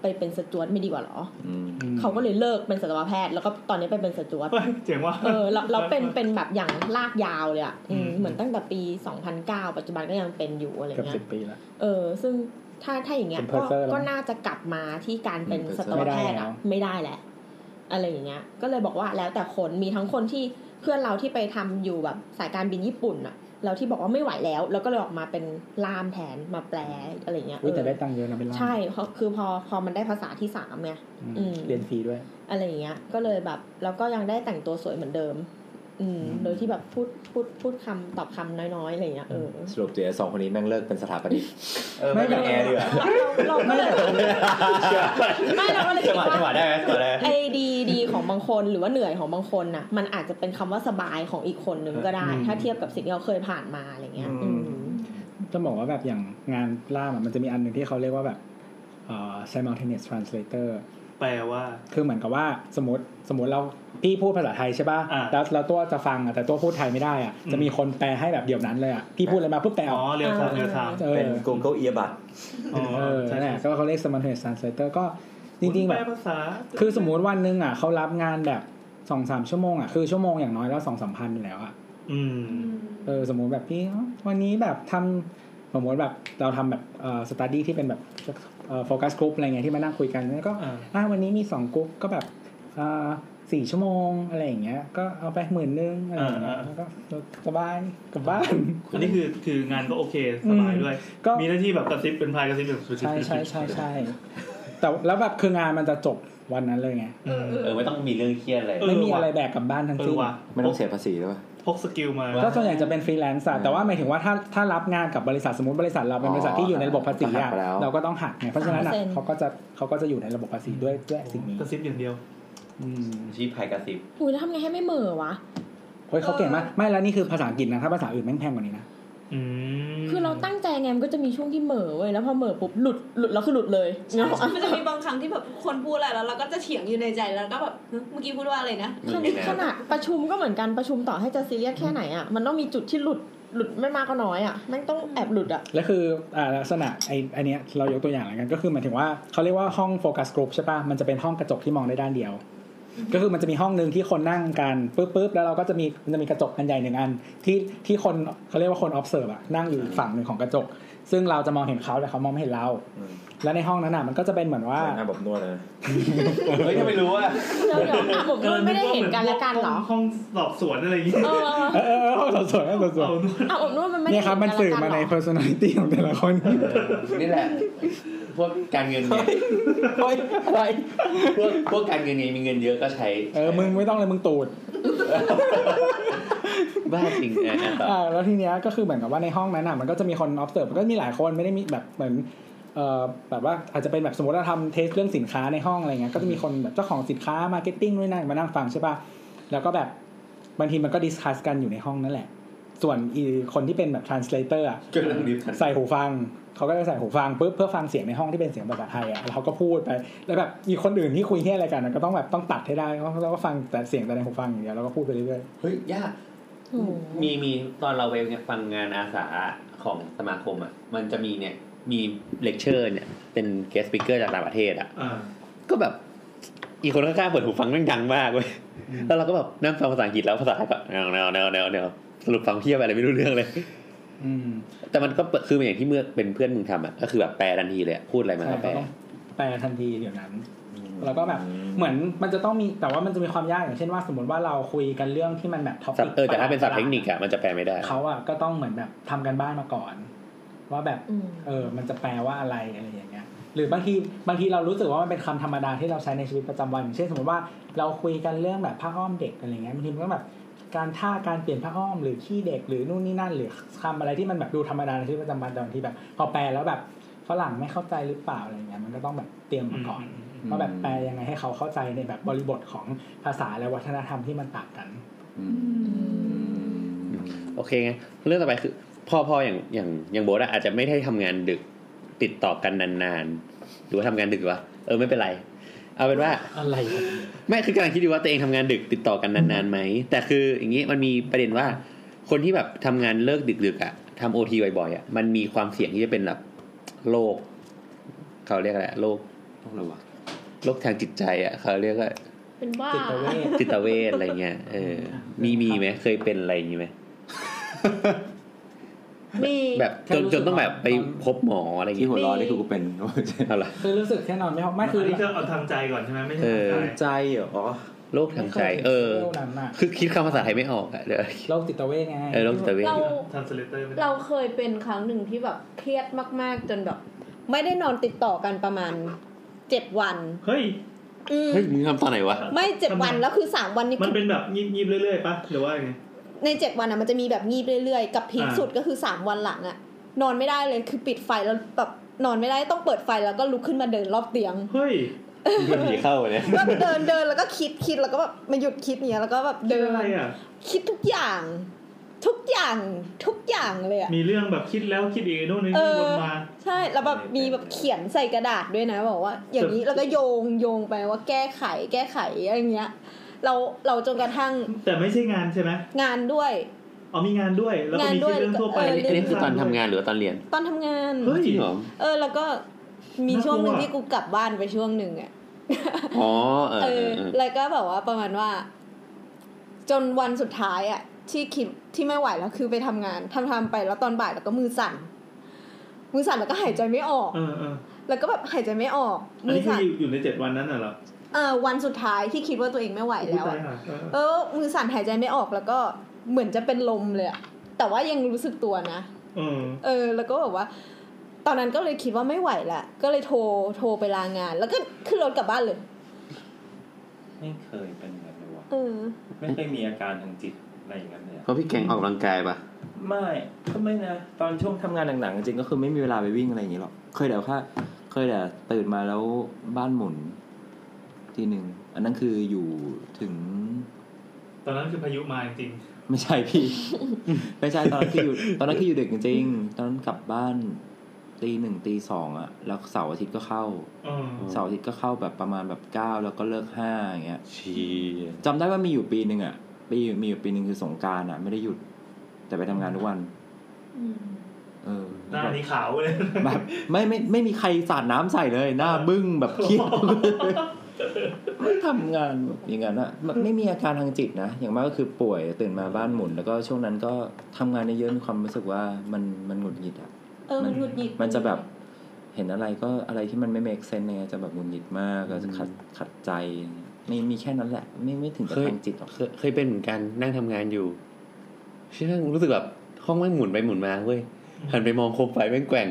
Speaker 3: ไปเป็นสจวตไม่ดีกว่าเหรอ
Speaker 6: อืม
Speaker 5: อืม
Speaker 3: เขาก็เลยเลิกเป็นสัตวแพทย์แล้วก็ตอนนี้ไปเป็นสัตวแพ
Speaker 1: เฮ้
Speaker 3: ท
Speaker 1: ย
Speaker 3: ย์
Speaker 1: เจ๋งว่ะ
Speaker 3: เออเราเราเป็นเป็นแบบอย่างลากยาวเลยอ่ะอืม
Speaker 1: อืม
Speaker 3: เหมือนตั้งแต่ปี 2009 ปัจจุบันก็ยังเป็นอยู่อะไร
Speaker 5: เกือบ
Speaker 3: เงี้
Speaker 5: สิบ
Speaker 3: ย
Speaker 5: ปีละ
Speaker 3: เออ ซึ่งถ้าถ้าอย่างเงี้ย
Speaker 5: เป็น
Speaker 3: ก็
Speaker 5: professor แล้ว
Speaker 3: ก็น่าจะกลับมาที่การเป็นสัตวแพทย์อ่ะไม่ได้แหละ อะไรอย่างเงี้ย ก็เลยบอกว่าแล้วแต่คนมีทั้งคนที่เพื่อนเราที่ไปทำอยู่แบบสายการบินญี่ปุ่นอ่ะ เราที่บอกว่าไม่ไหวแล้ว แล้วก็เลยออกมาเป็นล่ามแทนมาแปลอะไรเงี้ย
Speaker 5: อุ้ยแต่ได้
Speaker 3: เอ
Speaker 5: ตังค์เยอะนะเป็น
Speaker 3: อ
Speaker 5: ล้าน
Speaker 3: ใช่เพราะคือพอพอมันได้ภาษาที่สามไง
Speaker 5: อืม
Speaker 3: อืม
Speaker 5: เรียนฟรีด้วย
Speaker 3: อะไรอย่างเงี้ย ก็เลยแบบแล้วก็ยังได้แต่งตัวสวยเหมือนเดิม อืม โดยที่แบบพูดพูดพูดคำตอบคำน้อยๆอะไรอย่างเงี้ยเออ
Speaker 6: สรุปเดี๋ยวสองคนนี้แม่งเลิกเป็นสถาปนิก
Speaker 2: เออไม่เป็นแอร์ดีกว่า
Speaker 3: เราเราก็เลยไม่เราก็เลย
Speaker 2: จั
Speaker 3: คิ
Speaker 2: ง
Speaker 3: ด
Speaker 2: หวะจังหวะ
Speaker 3: ว่า
Speaker 2: ได้ไหมจังหวะได้ไหม
Speaker 3: ไอ้ดีดีของบางคนหรือว่าเหนื่อยของบางคนน่ะ มันอาจจะเป็นคำว่าสบายของอีกคนนึงก็ได้
Speaker 5: อืม
Speaker 3: ถ้าเทียบกับสิ่งที่เราเคยผ่านมาอะไรเงี้ย อืม
Speaker 5: จะบอกว่าแบบอย่างงานล่ามอะมันจะมีอันหนึ่งที่เขาเรียกว่าแบบเอ่อ simultaneous translator
Speaker 1: แปลว่า
Speaker 5: คือเหมือนกับว่าสมมติสมมติเราพี่พูดภาษาไทยใช่ป่ะ
Speaker 1: อ่า
Speaker 5: แล้วแล้วตัวจะฟังอะแต่ตัวพูดไทยไม่ได้อะ
Speaker 1: อืม
Speaker 5: จะมีคนแปลให้แบบเดี๋ยวนั้นเลยอะพี่พูดอะไรมาปุ๊บแปลอ
Speaker 1: อ๋อ
Speaker 5: อก
Speaker 1: เรียลไทม์เรียลไทม์
Speaker 5: เอ
Speaker 6: เป็น
Speaker 5: อ
Speaker 6: Google Earbud
Speaker 1: อ๋อ
Speaker 5: เออ
Speaker 1: ใช่
Speaker 5: นั่นแหละ
Speaker 1: ใช่
Speaker 5: ก็เขาเรียก simultaneous translator ก็จริงๆแบบ
Speaker 1: แปลภาษา
Speaker 5: คือสมมติวันหนึงอ่ะเขารับงานแบบสองสามชั่วโมงอ่ะคือชั่วโมงอย่างน้อยแล้วสองสามพันอยู่แล้วอ่ะ
Speaker 1: อืม
Speaker 5: เออสมมติแบบพี่อ๋อวันนี้แบบทำสมมติแบบเราทำแบบเอ่อ study ที่เป็นแบบโฟกัสกลุ่มอะไรเงี้ยที่มานั่งคุยกันแล้วก็
Speaker 1: อ่า
Speaker 5: อ่ะวันนี้มีสองกรุ๊ปก็แบบอ่าสี่ชั่วโมงอะไรอย่างเงี้ย ก็เอาไปหมื่นนึงอะไรอย่างเงี้ย
Speaker 1: อ่า
Speaker 5: แล้วก็สบายกลับ
Speaker 1: [LAUGHS]
Speaker 5: บ้าน
Speaker 1: อันนี้คือคืองานก็โอเคสบายด้วย
Speaker 5: ก็
Speaker 1: มีหน้าที่แบบกระซิบเป็นพลายกระซิบแบบ
Speaker 5: ใช่ใช่ใช่ใช่แต่แล้วแบบคืองานมันจะจบ วันนั้นเลยไง
Speaker 1: เออเออ
Speaker 2: เออไม่ต้องมีเรื่องเครียดอะไร
Speaker 1: เออ
Speaker 5: ไม่มีอะไรแบกกลับบ้านทั้ง
Speaker 1: เออ
Speaker 5: สิ้น
Speaker 1: ว่ะ
Speaker 6: ไม่ต้องเสียภาษีด้วย
Speaker 1: พกสกิลมา
Speaker 5: ก็ส่วนใหญ่จะเป็นฟรีแลนซ์อะ
Speaker 6: เออ
Speaker 5: แต่ว่าหมายถึงว่าถ้าถ้ารับงานกับบริษัทสมมติบริษัทเราเป็นบริษัทที่อยู่ในระบบภาษี
Speaker 6: ก็หั
Speaker 5: อะ
Speaker 6: กไปแล้ว
Speaker 5: เราก็ต้องหักไงเพราะฉะนั้นอะ
Speaker 3: 3%
Speaker 5: เขาก็จะเขาก็จะอยู่ในระบบภาษีด้วยด้วยสิ่งนี้
Speaker 1: กระซิบอย่างเดียว
Speaker 5: อืม
Speaker 2: ชีพภัยกระสิบ
Speaker 3: อุยแล้วทำไงให้ไม่เหม่อวะ
Speaker 5: เฮ้ยเขาเก่งมากไม่แล้วนี่คือภาษาอังกฤษนะถ้าภาษาอื่นแม่งแพงกว่านี้นะ
Speaker 1: อืม
Speaker 3: คือเราตั้งใจไงมันก็จะมีช่วงที่เหม่อเว้ยแล้วพอเหม่อปุ๊บหลุดหลุดแล้วคือหลุดเลยเนาะ
Speaker 4: มันจะมีบางครั้งที่แบบคนพูดอะไรแล้วเราก็จะเถียงอยู่ในใจแล้วก็แบบเฮ้ยเมื่อกี้พูดว่าอะไรนะ
Speaker 3: คือขนาดประชุมก็เหมือนกันประชุมต่อให้จะซีเรียสแค่ไหนอ่ะมันต้องมีจุดที่หลุดหลุดไม่มากก็น้อยอ่ะแม่งต้องแอบหลุดอ่ะ
Speaker 5: และคืออ่าลักษณะไอไอันเนี้ยเรายกตัวอย่างแล้วกันก็คือหมายถึงว่าเขาเรียกว่าห้องโฟกัสกลุ่มใช่ปะมันจะเป็นห้องกระจกที่มองได้ด้านเดียว ก็คือมันจะมีห้องหนึ่งที่คนนั่งกันปุ๊บปุ๊บแล้วเราก็จะมีมันจะมีกระจกอันใหญ่หนึ่งอันที่ที่คนเขาเรียกว่าคน observe อะนั่งอยู่อีกฝั่งหนึ่งของกระจก ซึ่งเราจะมองเห็นเขาแต่เขามองไม่เห็นเรา
Speaker 22: อืม
Speaker 5: และในห้องนั้นอะมันก็จะเป็นเหมือนว่า
Speaker 22: หน้าแบบนวดเลย
Speaker 2: เฮ้ยทำไมรู้อ่ะ
Speaker 3: เดี๋ [LAUGHS] ยวเดี๋ยวอ่ะผมไม่ได้เห็นกันและกันเหรอ
Speaker 1: ห้องสอบสวนอะไรอย่างงี้
Speaker 3: เออเออ
Speaker 5: เออเออเออสวยๆสวยๆสวย
Speaker 1: เอานู่น
Speaker 3: อ่ะอบนวดมันไม่ได้
Speaker 5: ๆเนี่
Speaker 3: เห็
Speaker 5: ย
Speaker 3: น
Speaker 5: ค
Speaker 3: กัน
Speaker 5: รับ
Speaker 3: และ
Speaker 5: มันสื่อ
Speaker 3: กัน
Speaker 5: มา
Speaker 3: เหร
Speaker 5: ใน
Speaker 3: อ
Speaker 5: personality ของแต่ละคน
Speaker 2: นี่แหละ พวกการเงินไง
Speaker 6: เฮ้ยอะไร
Speaker 2: พวกพวกการเงินไงมีเงินเยอะก็ใช้
Speaker 5: เออมึงไม่ต้องเลยมึงตูด
Speaker 2: บ้าจริงนะต่อ
Speaker 5: อ่าแล้วทีเนี้ยก็คือเหมือนกับว่าในห้องนั้นอ่ะมันก็จะมีคน observe มันก็มีหลายคนไม่ได้มีแบบเหมือนเอ่อแบบว่าอาจจะเป็นแบบสมมติเราทำเทสเรื่องสินค้าในห้องอะไรเงี้ยก็จะมีคนแบบเจ้าของสินค้ามาร์เก็ตติ้งด้วยนั่นมานั่งฟังใช่ป่ะแล้วก็แบบบางทีมันก็ดิสคัสกันอยู่ในห้องนั่นแหละ ส่วนอีคนที่เป็นแบบ translator อ่ะ
Speaker 2: เกิดเรื่องนี้
Speaker 5: ใส่หูฟังเขาก็จะใส่หูฟังปุ๊บเพื่อฟังเสียงในห้องที่เป็นเสียงภาษาไทยอ่ะแล้วเขาก็พูดไปแล้วแบบอีกคนอื่นที่คุยเฮี้ยอะไรกันอะก็ต้องแบบต้องตัดให้ได้เพราะเขาก็ฟังแต่เสียงแต่ในหูฟังอย่างเดียวแล้วก็พูดไปเรื่อย
Speaker 2: เฮ้ยยาก
Speaker 3: โอ้โห
Speaker 2: มีมีตอนเราไปฟังงานอาสาของสมาคมอ่ะ มันจะมีเนี่ยมีเลคเชอร์เนี่ย เป็น guest speaker จากต่างประเทศอ่ะ
Speaker 1: อ่า
Speaker 2: ก็แบบ อีกคนข้างๆเปิดหูฟังแม่งดังมากเว้ยแล้วเราก็แบบนั่งฟังภาษาอังกฤษแล้วภาษาไทยก็แนวแนวแนวแนวแนวสรุปฟังเพี้ยอะไรไม่รู้เรื่องเลย
Speaker 5: ๆอืม
Speaker 2: แต่มันก็เปิดคืออย่างที่เมื่อเป็นเพื่อนมึงทำอ่ะก็คือแบบแปลทันทีเลยอะพูดอะไรมา
Speaker 5: ใช่
Speaker 2: ก็แปล
Speaker 5: ต้องแปลทันทีเดี๋ยวนั้น แล้วก็แบบเหมือนมันจะต้องมีแต่ว่ามันจะมีความยากอย่างเช่นว่า สมมติว่าเราคุยกันเรื่องที่มันแบบท็อ
Speaker 2: สั
Speaker 5: ปิ
Speaker 2: บเออแต่ถ้าเป็นสับเทคนิคอะมันจะแปลไม่ได้
Speaker 5: เขาอะก็ต้องเหมือนแบบทำกันบ้านมาก่อน ว่าแบบ
Speaker 3: อืม
Speaker 5: เออมันจะแปลว่าอะไรอะไรอย่างเงี้ย หรือบางทีบางทีเรารู้สึกว่ามันเป็นคำธรรมดาที่เราใช้ในชีวิตประจำวันอย่างเช่นสมมติว่าเราคุยกันเรื่องแบบผ้าอ้อมเด็กอะไรเงี้ยบางทีมันก็แบบการท่าการเปลี่ยนผ้าอ้อมหรือขี้เด็กหรือนู่นนี่นั่นหรือคำอะไรที่มันแบบดูธรรมดาในชีวิตประจำวันแต่บางทีแบบพอแปลแล้วแบบฝรั่งไม่เข้าใจหรือเปล่าอะไรเงี้ยมันก็ต้องแบบเตรียมมาก่อน ว่าแบบแปลยังไงให้เขาเข้าใจในแบบบริบทของภาษาและวัฒนธรรมที่มันต่างกัน
Speaker 2: โอเคงั้นเรื่องต่อไปคือ พอพออย่างอย่างอย่างโบทอะอาจจะไม่ได้ทำงานดึกติดต่อกันนานๆหรือว่าทำงานดึกวะเออไม่เป็นไร เอาเป็นว่า
Speaker 5: อะไร
Speaker 2: ไม่คือกำลังคิดดูว่าตัวเองทำงานดึกติดต่อกันนานๆไหมแต่คืออย่างนี้มันมีประเด็นว่า คนที่แบบทำงานเลิกดึกๆอะทำโอทีบ่อยๆอะมันมีความเสี่ยงที่จะเป็นแบบโรคเขาเรียกอะไรโรคโรคอะไรวะโรคทางจิตใจอะเขาเรียกว่า
Speaker 23: เป็นว่า
Speaker 5: จิตเวช
Speaker 2: จิตเวชอะไรเงี้ย เออ มีมีไหมเคยเป็นอะไรอย่างงี้ไหม
Speaker 23: มี
Speaker 2: แบบจน
Speaker 5: แค่รู้สึก
Speaker 2: จนต้องแบบไป
Speaker 5: ว่า
Speaker 2: พบหมออะไร
Speaker 6: ที่
Speaker 2: เงี้ย
Speaker 6: หัวเร้อนนี่คือกูเป็น
Speaker 2: เอาละ
Speaker 5: คือรู้สึกแค่นอนไม่พอไม่คื
Speaker 1: คือ
Speaker 5: อ
Speaker 1: นี่เธอเอาทางใจก่อนใช่ไหมไม่ใช่ทางใจ
Speaker 6: ใจเหรอ
Speaker 2: โรคทางใจ เออ
Speaker 5: เรื่องนั้นน่ะ
Speaker 2: คือคิดคำภาษาไทยไม่ออกอะเดี๋ยว
Speaker 5: โรคจิตเวชไง
Speaker 2: เออโรคจิตเวช
Speaker 8: เรา
Speaker 1: ทำสเลเตอร์ไม่ได้
Speaker 8: เราเคยเป็นครั้งหนึ่งที่แบบเครียดมากๆ จนแบบ ไม่ได้นอนติดต่อกันประมาณเจ็ดวัน
Speaker 1: เฮ้ย
Speaker 8: อืม
Speaker 2: เฮ้ยมึงทำตอนไหนวะ
Speaker 8: ไม่เจ็ด
Speaker 1: ทำไม
Speaker 8: วันแล้วคือสามวันนี้
Speaker 1: มันเป็นแบบงีบๆเรื่อยๆปะหรือว่าไง
Speaker 8: ในเจ็ดวันอ่ะมันจะมีแบบงีบเรื่อยๆ กับพีค
Speaker 1: อ่า
Speaker 8: สุดก็คือสามวันหลังอ่ะ นอนไม่ได้เลยคือปิดไฟแล้วแบบนอนไม่ได้ต้องเปิดไฟแล้วก็ลุกขึ้นมาเดินรอบเตียง
Speaker 1: เฮ้ย
Speaker 2: ผีเข้าเนี่ย
Speaker 8: ก็เดินเดินแล้วก็คิดคิดแล้วก็แบบมาหยุดคิดเนี้ยแล้วก็แบบ
Speaker 1: คิด
Speaker 8: เดิน
Speaker 1: อะไรอ่ะ
Speaker 8: คิดทุกอย่าง ทุกอย่างทุกอย่างเลยอ่ะ
Speaker 1: มีเรื่องแบบคิดแล้วคิดอีกไอ้นู่นไอ้
Speaker 8: เอ
Speaker 1: นี่
Speaker 8: อ
Speaker 1: วนมา
Speaker 8: ใช่แล้วแบบมีแบบเขียนใส่กระดาษด้วยนะบอกว่า อย่าง
Speaker 1: [LAUGHS]
Speaker 8: นี้แล้วก็โยงโยงไปว่าแก้ไขแก้ไขอะไรเงี้ย เราเราจนกระทั่ง
Speaker 1: แต่ไม่ใช่งานใช่ไหม
Speaker 8: งานด้วย
Speaker 1: อ๋อมีงานด้วย แล้วก็มี
Speaker 8: งานด้
Speaker 1: คิ
Speaker 8: วย
Speaker 1: ดเรื่องทั่วไป
Speaker 8: เออ
Speaker 2: อันนี้คือตอนทำงานหรือว่าตอนเรียน
Speaker 8: ตอนทำงาน
Speaker 1: เฮ้ย
Speaker 2: จริงเหรอ
Speaker 8: เออ แล้วก็มี
Speaker 1: น่ากลัว
Speaker 8: ช่วงหนึ่งที่กูกลับบ้านไปช่วงหนึ่งอ่ะ
Speaker 2: อ๋อ เออ
Speaker 8: เอ
Speaker 2: เอ
Speaker 8: อ
Speaker 2: อเออ
Speaker 8: แล้วก็แบบว่าประมาณว่า จนวันสุดท้ายอ่ะ ที่คิดที่ไม่ไหวแล้วคือไปทำงานทำทำไปแล้วตอนบ่ายแล้วก็มือสั่น มือสั่นแล้วก็หายใจไม่ออก
Speaker 1: เออเออ
Speaker 8: แล้วก็แบบหายใจไม่ออก
Speaker 1: อัน
Speaker 8: มือ
Speaker 1: นี้คือ
Speaker 8: สั่น
Speaker 1: อยู่อยู่ในเจ็ดวันนั้นน่ะเหรอ
Speaker 8: เออวันสุดท้ายที่คิดว่าตัวเองไม่ไหวแล้ว
Speaker 1: อุ๊ยตา
Speaker 8: อะ
Speaker 1: ยห่าเออ
Speaker 8: เออมือสั่นหายใจไม่ออกแล้วก็เหมือนจะเป็นลมเลยอะแต่ว่ายังรู้สึกตัวนะ
Speaker 1: เออ
Speaker 8: เออ แล้วก็แบบว่า ตอนนั้นก็เลยคิดว่าไม่ไหวละ ก็เลยโทรโทรไปลางาน แล้วก็ขึ้นรถกลับบ้านเลย ไม่เคยเป็นแบบนี้วะ
Speaker 3: เออ
Speaker 8: ไม่เคยมีอาการทางจิตอะไรอย่างนั้นเลยอะ
Speaker 2: เพราะพี่เก่งออกกำลังกายปะ
Speaker 8: ไม่ก็ไม่นะ
Speaker 6: ตอนช่วงทำงานหนักๆจริงๆก็คือไม่มีเวลาไปวิ่งอะไรอย่างนี้หรอก เคยแต่ว่าเคยแต่ตื่นมาแล้วบ้านหมุน ทีหนึ่งอันนั้นคืออยู่ถึง
Speaker 1: ตอนนั้นคือพายุมาจริง
Speaker 6: ไม่ใช่พี่ [LAUGHS] ไม่ใช่ตอนนั้นคืออยู่ตอนนั้นคืออยู่ดึกจริงๆตอนนั้นกลับบ้านตีหนึ่งตีสองอะแล้วเสาร์อาทิตย์ก็เข้า
Speaker 1: ๆอืม
Speaker 6: เสาร์อาทิตย์ก็เข้าแบบประมาณแบบเก้าแล้วก็เลิกห้าอย่างเงี้ย
Speaker 2: ชี
Speaker 6: จำได้ว่ามีอยู่ปีหนึ่งอะปีมีอยู่ปีหนึ่งคือสงกรารอะไม่ได้หยุด แต่ไปทำงานทุกวัน เออ
Speaker 1: หน้านี้ขาวเลย
Speaker 6: แบบไม่ไม่ไม่มีใครสาดน้ำใส่เลย หน้าบึ้งแบบเครียด ไม่ทำงานแบบอย่างนั้นอะไม่ไม่มีอาการทางจิตนะ อย่างมากก็คือป่วยตื่นมาบ้านหมุน แล้วก็ช่วงนั้นก็ทำงานเยอะๆมีความรู้สึกว่ามันมันหงุดหงิดอะ
Speaker 4: เออมันหงุดหงิด
Speaker 6: มันจะแบบเห็นอะไรก็อะไรที่มันไม่ make sense เนี่ยจะแบบหงุดหงิดมากแล้วจะขัดขัดใจไม่มีแค่นั้นแหละ ไม่ไม่ถึงกับทางจิตหรอก
Speaker 2: เคยเคยเป็นเหมือนกันนั่งทำงานอยู่เช่ยรู้สึกแบบห้องแม่งหมุนไปหมุนมาเว้ยหันไปมองโคมไฟแม่งแกว่ง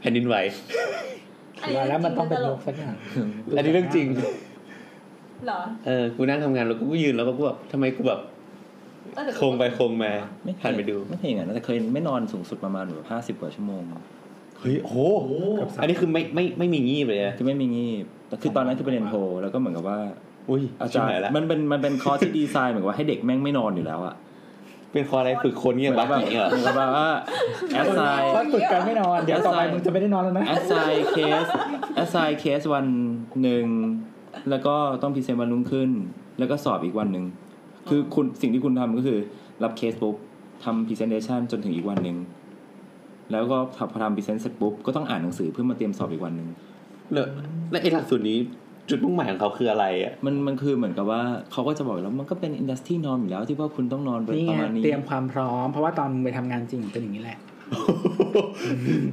Speaker 2: แผ่นดินไหว
Speaker 5: ว่าแล้วมันต้องเป็น
Speaker 4: ตล
Speaker 5: โร
Speaker 4: ก
Speaker 5: คสักอย่าง
Speaker 2: อันนี้เรื่องจริง
Speaker 4: เหรอ
Speaker 2: เออ กูนั่งทำงานแล้วกูก็ยืนแล้วก็กูแบบทำไมกูแบบ
Speaker 4: เออแต่
Speaker 2: โคงไปโคงมา
Speaker 6: ไม่เคย
Speaker 2: หันไปดู
Speaker 6: ไม่เคยอย่างนั้นแต่เคยไม่นอนสูงสุดประมาณแบบห้าสิบกว่าชั่วโมง
Speaker 2: เฮ้ย โอ้โห
Speaker 1: โอ้โห
Speaker 2: อันนี้คือไม่ไม่ไม่มีงีบเลยนะ
Speaker 6: คือไม่มีงี้แต่คือตอนนั้นคือไปเรียนโทแล้วก็เหมือนกับว่า
Speaker 2: อุ้ย
Speaker 6: อาจารย์
Speaker 2: ชิบหละ
Speaker 6: มันเป็นมันเป็นคอร์สที่ดีไซน์เหมือนกับว่าให้เด็กแม่งไม่นอนอยู่แล้วอะ
Speaker 2: เป็นคออะไรฝึกคนเงี้
Speaker 6: แบบ
Speaker 2: ยัก
Speaker 6: บ
Speaker 2: อย่างเงี้ยเหรอ
Speaker 6: เหมือนกับว่าแอสไซน์
Speaker 5: ถ้าฝึกกันไม่นอน เดี๋ยวต่อไป
Speaker 6: เดี๋ยว
Speaker 5: มึงจะไม่ได้นอนแล้วนะ
Speaker 6: แอสไซน์เคสแอสไซน์เคสวันหนึ่งแล้วก็ต้องพรีเซนต์วันรุ่งขึ้น แล้วก็สอบอีกวันหนึ่งคือคุณสิ่งที่คุณทำก็คือ รับเคสปุ๊บทำพรีเซนเ t ชันจนถึงอีกวันหนึ่งแล้วก็พอทำพรีเซนต์เสร็จปุ๊บก็ต้องอ่านหนังสือเพื่อมาเตรียมสอบอีกวันหนึ่ง
Speaker 2: แล้วแล้วไอ้หลักสูตรนี้จุดมุ่งหมายของเขาคืออะไรอ่ะ
Speaker 6: มันมันคือเหมือนกับว่าเขาก็จะบอกอยู่แล้วมันก็เป็นอินดัสทรีนอนอยู่แล้วที่ว่าคุณต้องนอนไป
Speaker 5: นี่
Speaker 6: ประ
Speaker 5: ไง
Speaker 6: มาณนี้
Speaker 5: เตรียมความพร้อม เพราะว่าตอนมึงไปทำงานจริงเป็นอย่างนี้แหละ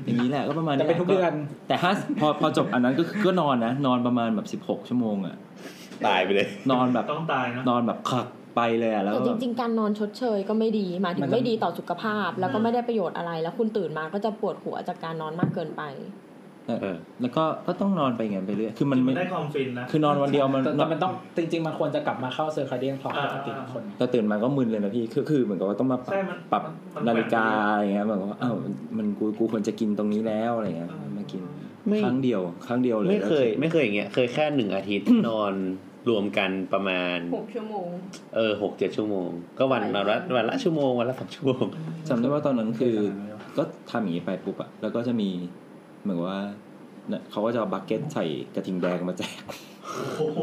Speaker 6: อย่างนี้แหละก็ประมาณ
Speaker 5: แต่เป็นทุกเดือน
Speaker 6: แต่ห้าพอพอจบอันนั้นก็คือก็นอนนะ นอนประมาณแบบสิบหกชั่วโมงอะ
Speaker 2: ตายไปเลย
Speaker 6: นอนแบบ
Speaker 1: ต้องตายนะ
Speaker 6: นอนแบบขักไปเลยอะแล้ว
Speaker 3: แต่จ
Speaker 6: ก็แบบ
Speaker 3: ริงๆ การนอนชดเชยก็ไม่ดีหมายถึ
Speaker 6: มั
Speaker 3: ง
Speaker 6: นก็
Speaker 3: ไม่ดีต่อสุขภาพ แล้วก็ไม่ได้ประโยชน์อะไร แล้วคุณตื่นมาก็จะปวดหัวจากการนอนมากเกินไป
Speaker 2: เออ
Speaker 6: แล้วก็ก็ต้องนอนไปอย่างนั้นไปเรื่อยคือมัน
Speaker 1: มั
Speaker 6: ไม่
Speaker 1: นได้ความฟินนะ
Speaker 6: คือนอนวันเดียวมัน
Speaker 5: แต่แต่มันต้องจริง ๆ มันควรจะกลับมาเข้าเซอร์คาเดียนคล็อกปกติของคน
Speaker 6: เราตื่นมาก็มึนเลยนะพี่คือคือเหมือนกับว่าต้องมาปรับ
Speaker 1: ใช่มัน
Speaker 6: ปรับ
Speaker 1: มัน
Speaker 6: นาฬิกา
Speaker 1: แปลกดี
Speaker 6: อย่างเงี้ยเหมือนกับว่าอ้าวมันกูกูควรจะกินตรงนี้แล้วอะไรเงี้ย
Speaker 1: เออ
Speaker 6: มากิน
Speaker 2: ไม่
Speaker 6: ครั้งเดียวครั้งเดียวเลย
Speaker 2: ไม่เคย
Speaker 6: แล้วอ
Speaker 2: ไม่เคยอย่างเงี้ย เคยแค่หนึ่งอาทิตย์ นอนรวมกันประมาณ
Speaker 4: หกชั่วโมง
Speaker 2: เออหกเจ็ดชั่วโมง ก็วันวันละวันละชั่วโมงวันละสองชั่วโมง
Speaker 6: จำได้ว่าตอนนั้นคือก็ทำอย่างนี้ไปปุ๊บอะแล้วก็จะมีเหมือนว่าเนี่ยเขาก็จะเอาบักเก็ตใส่กระทิงแดงมาแจก
Speaker 1: โอ้โห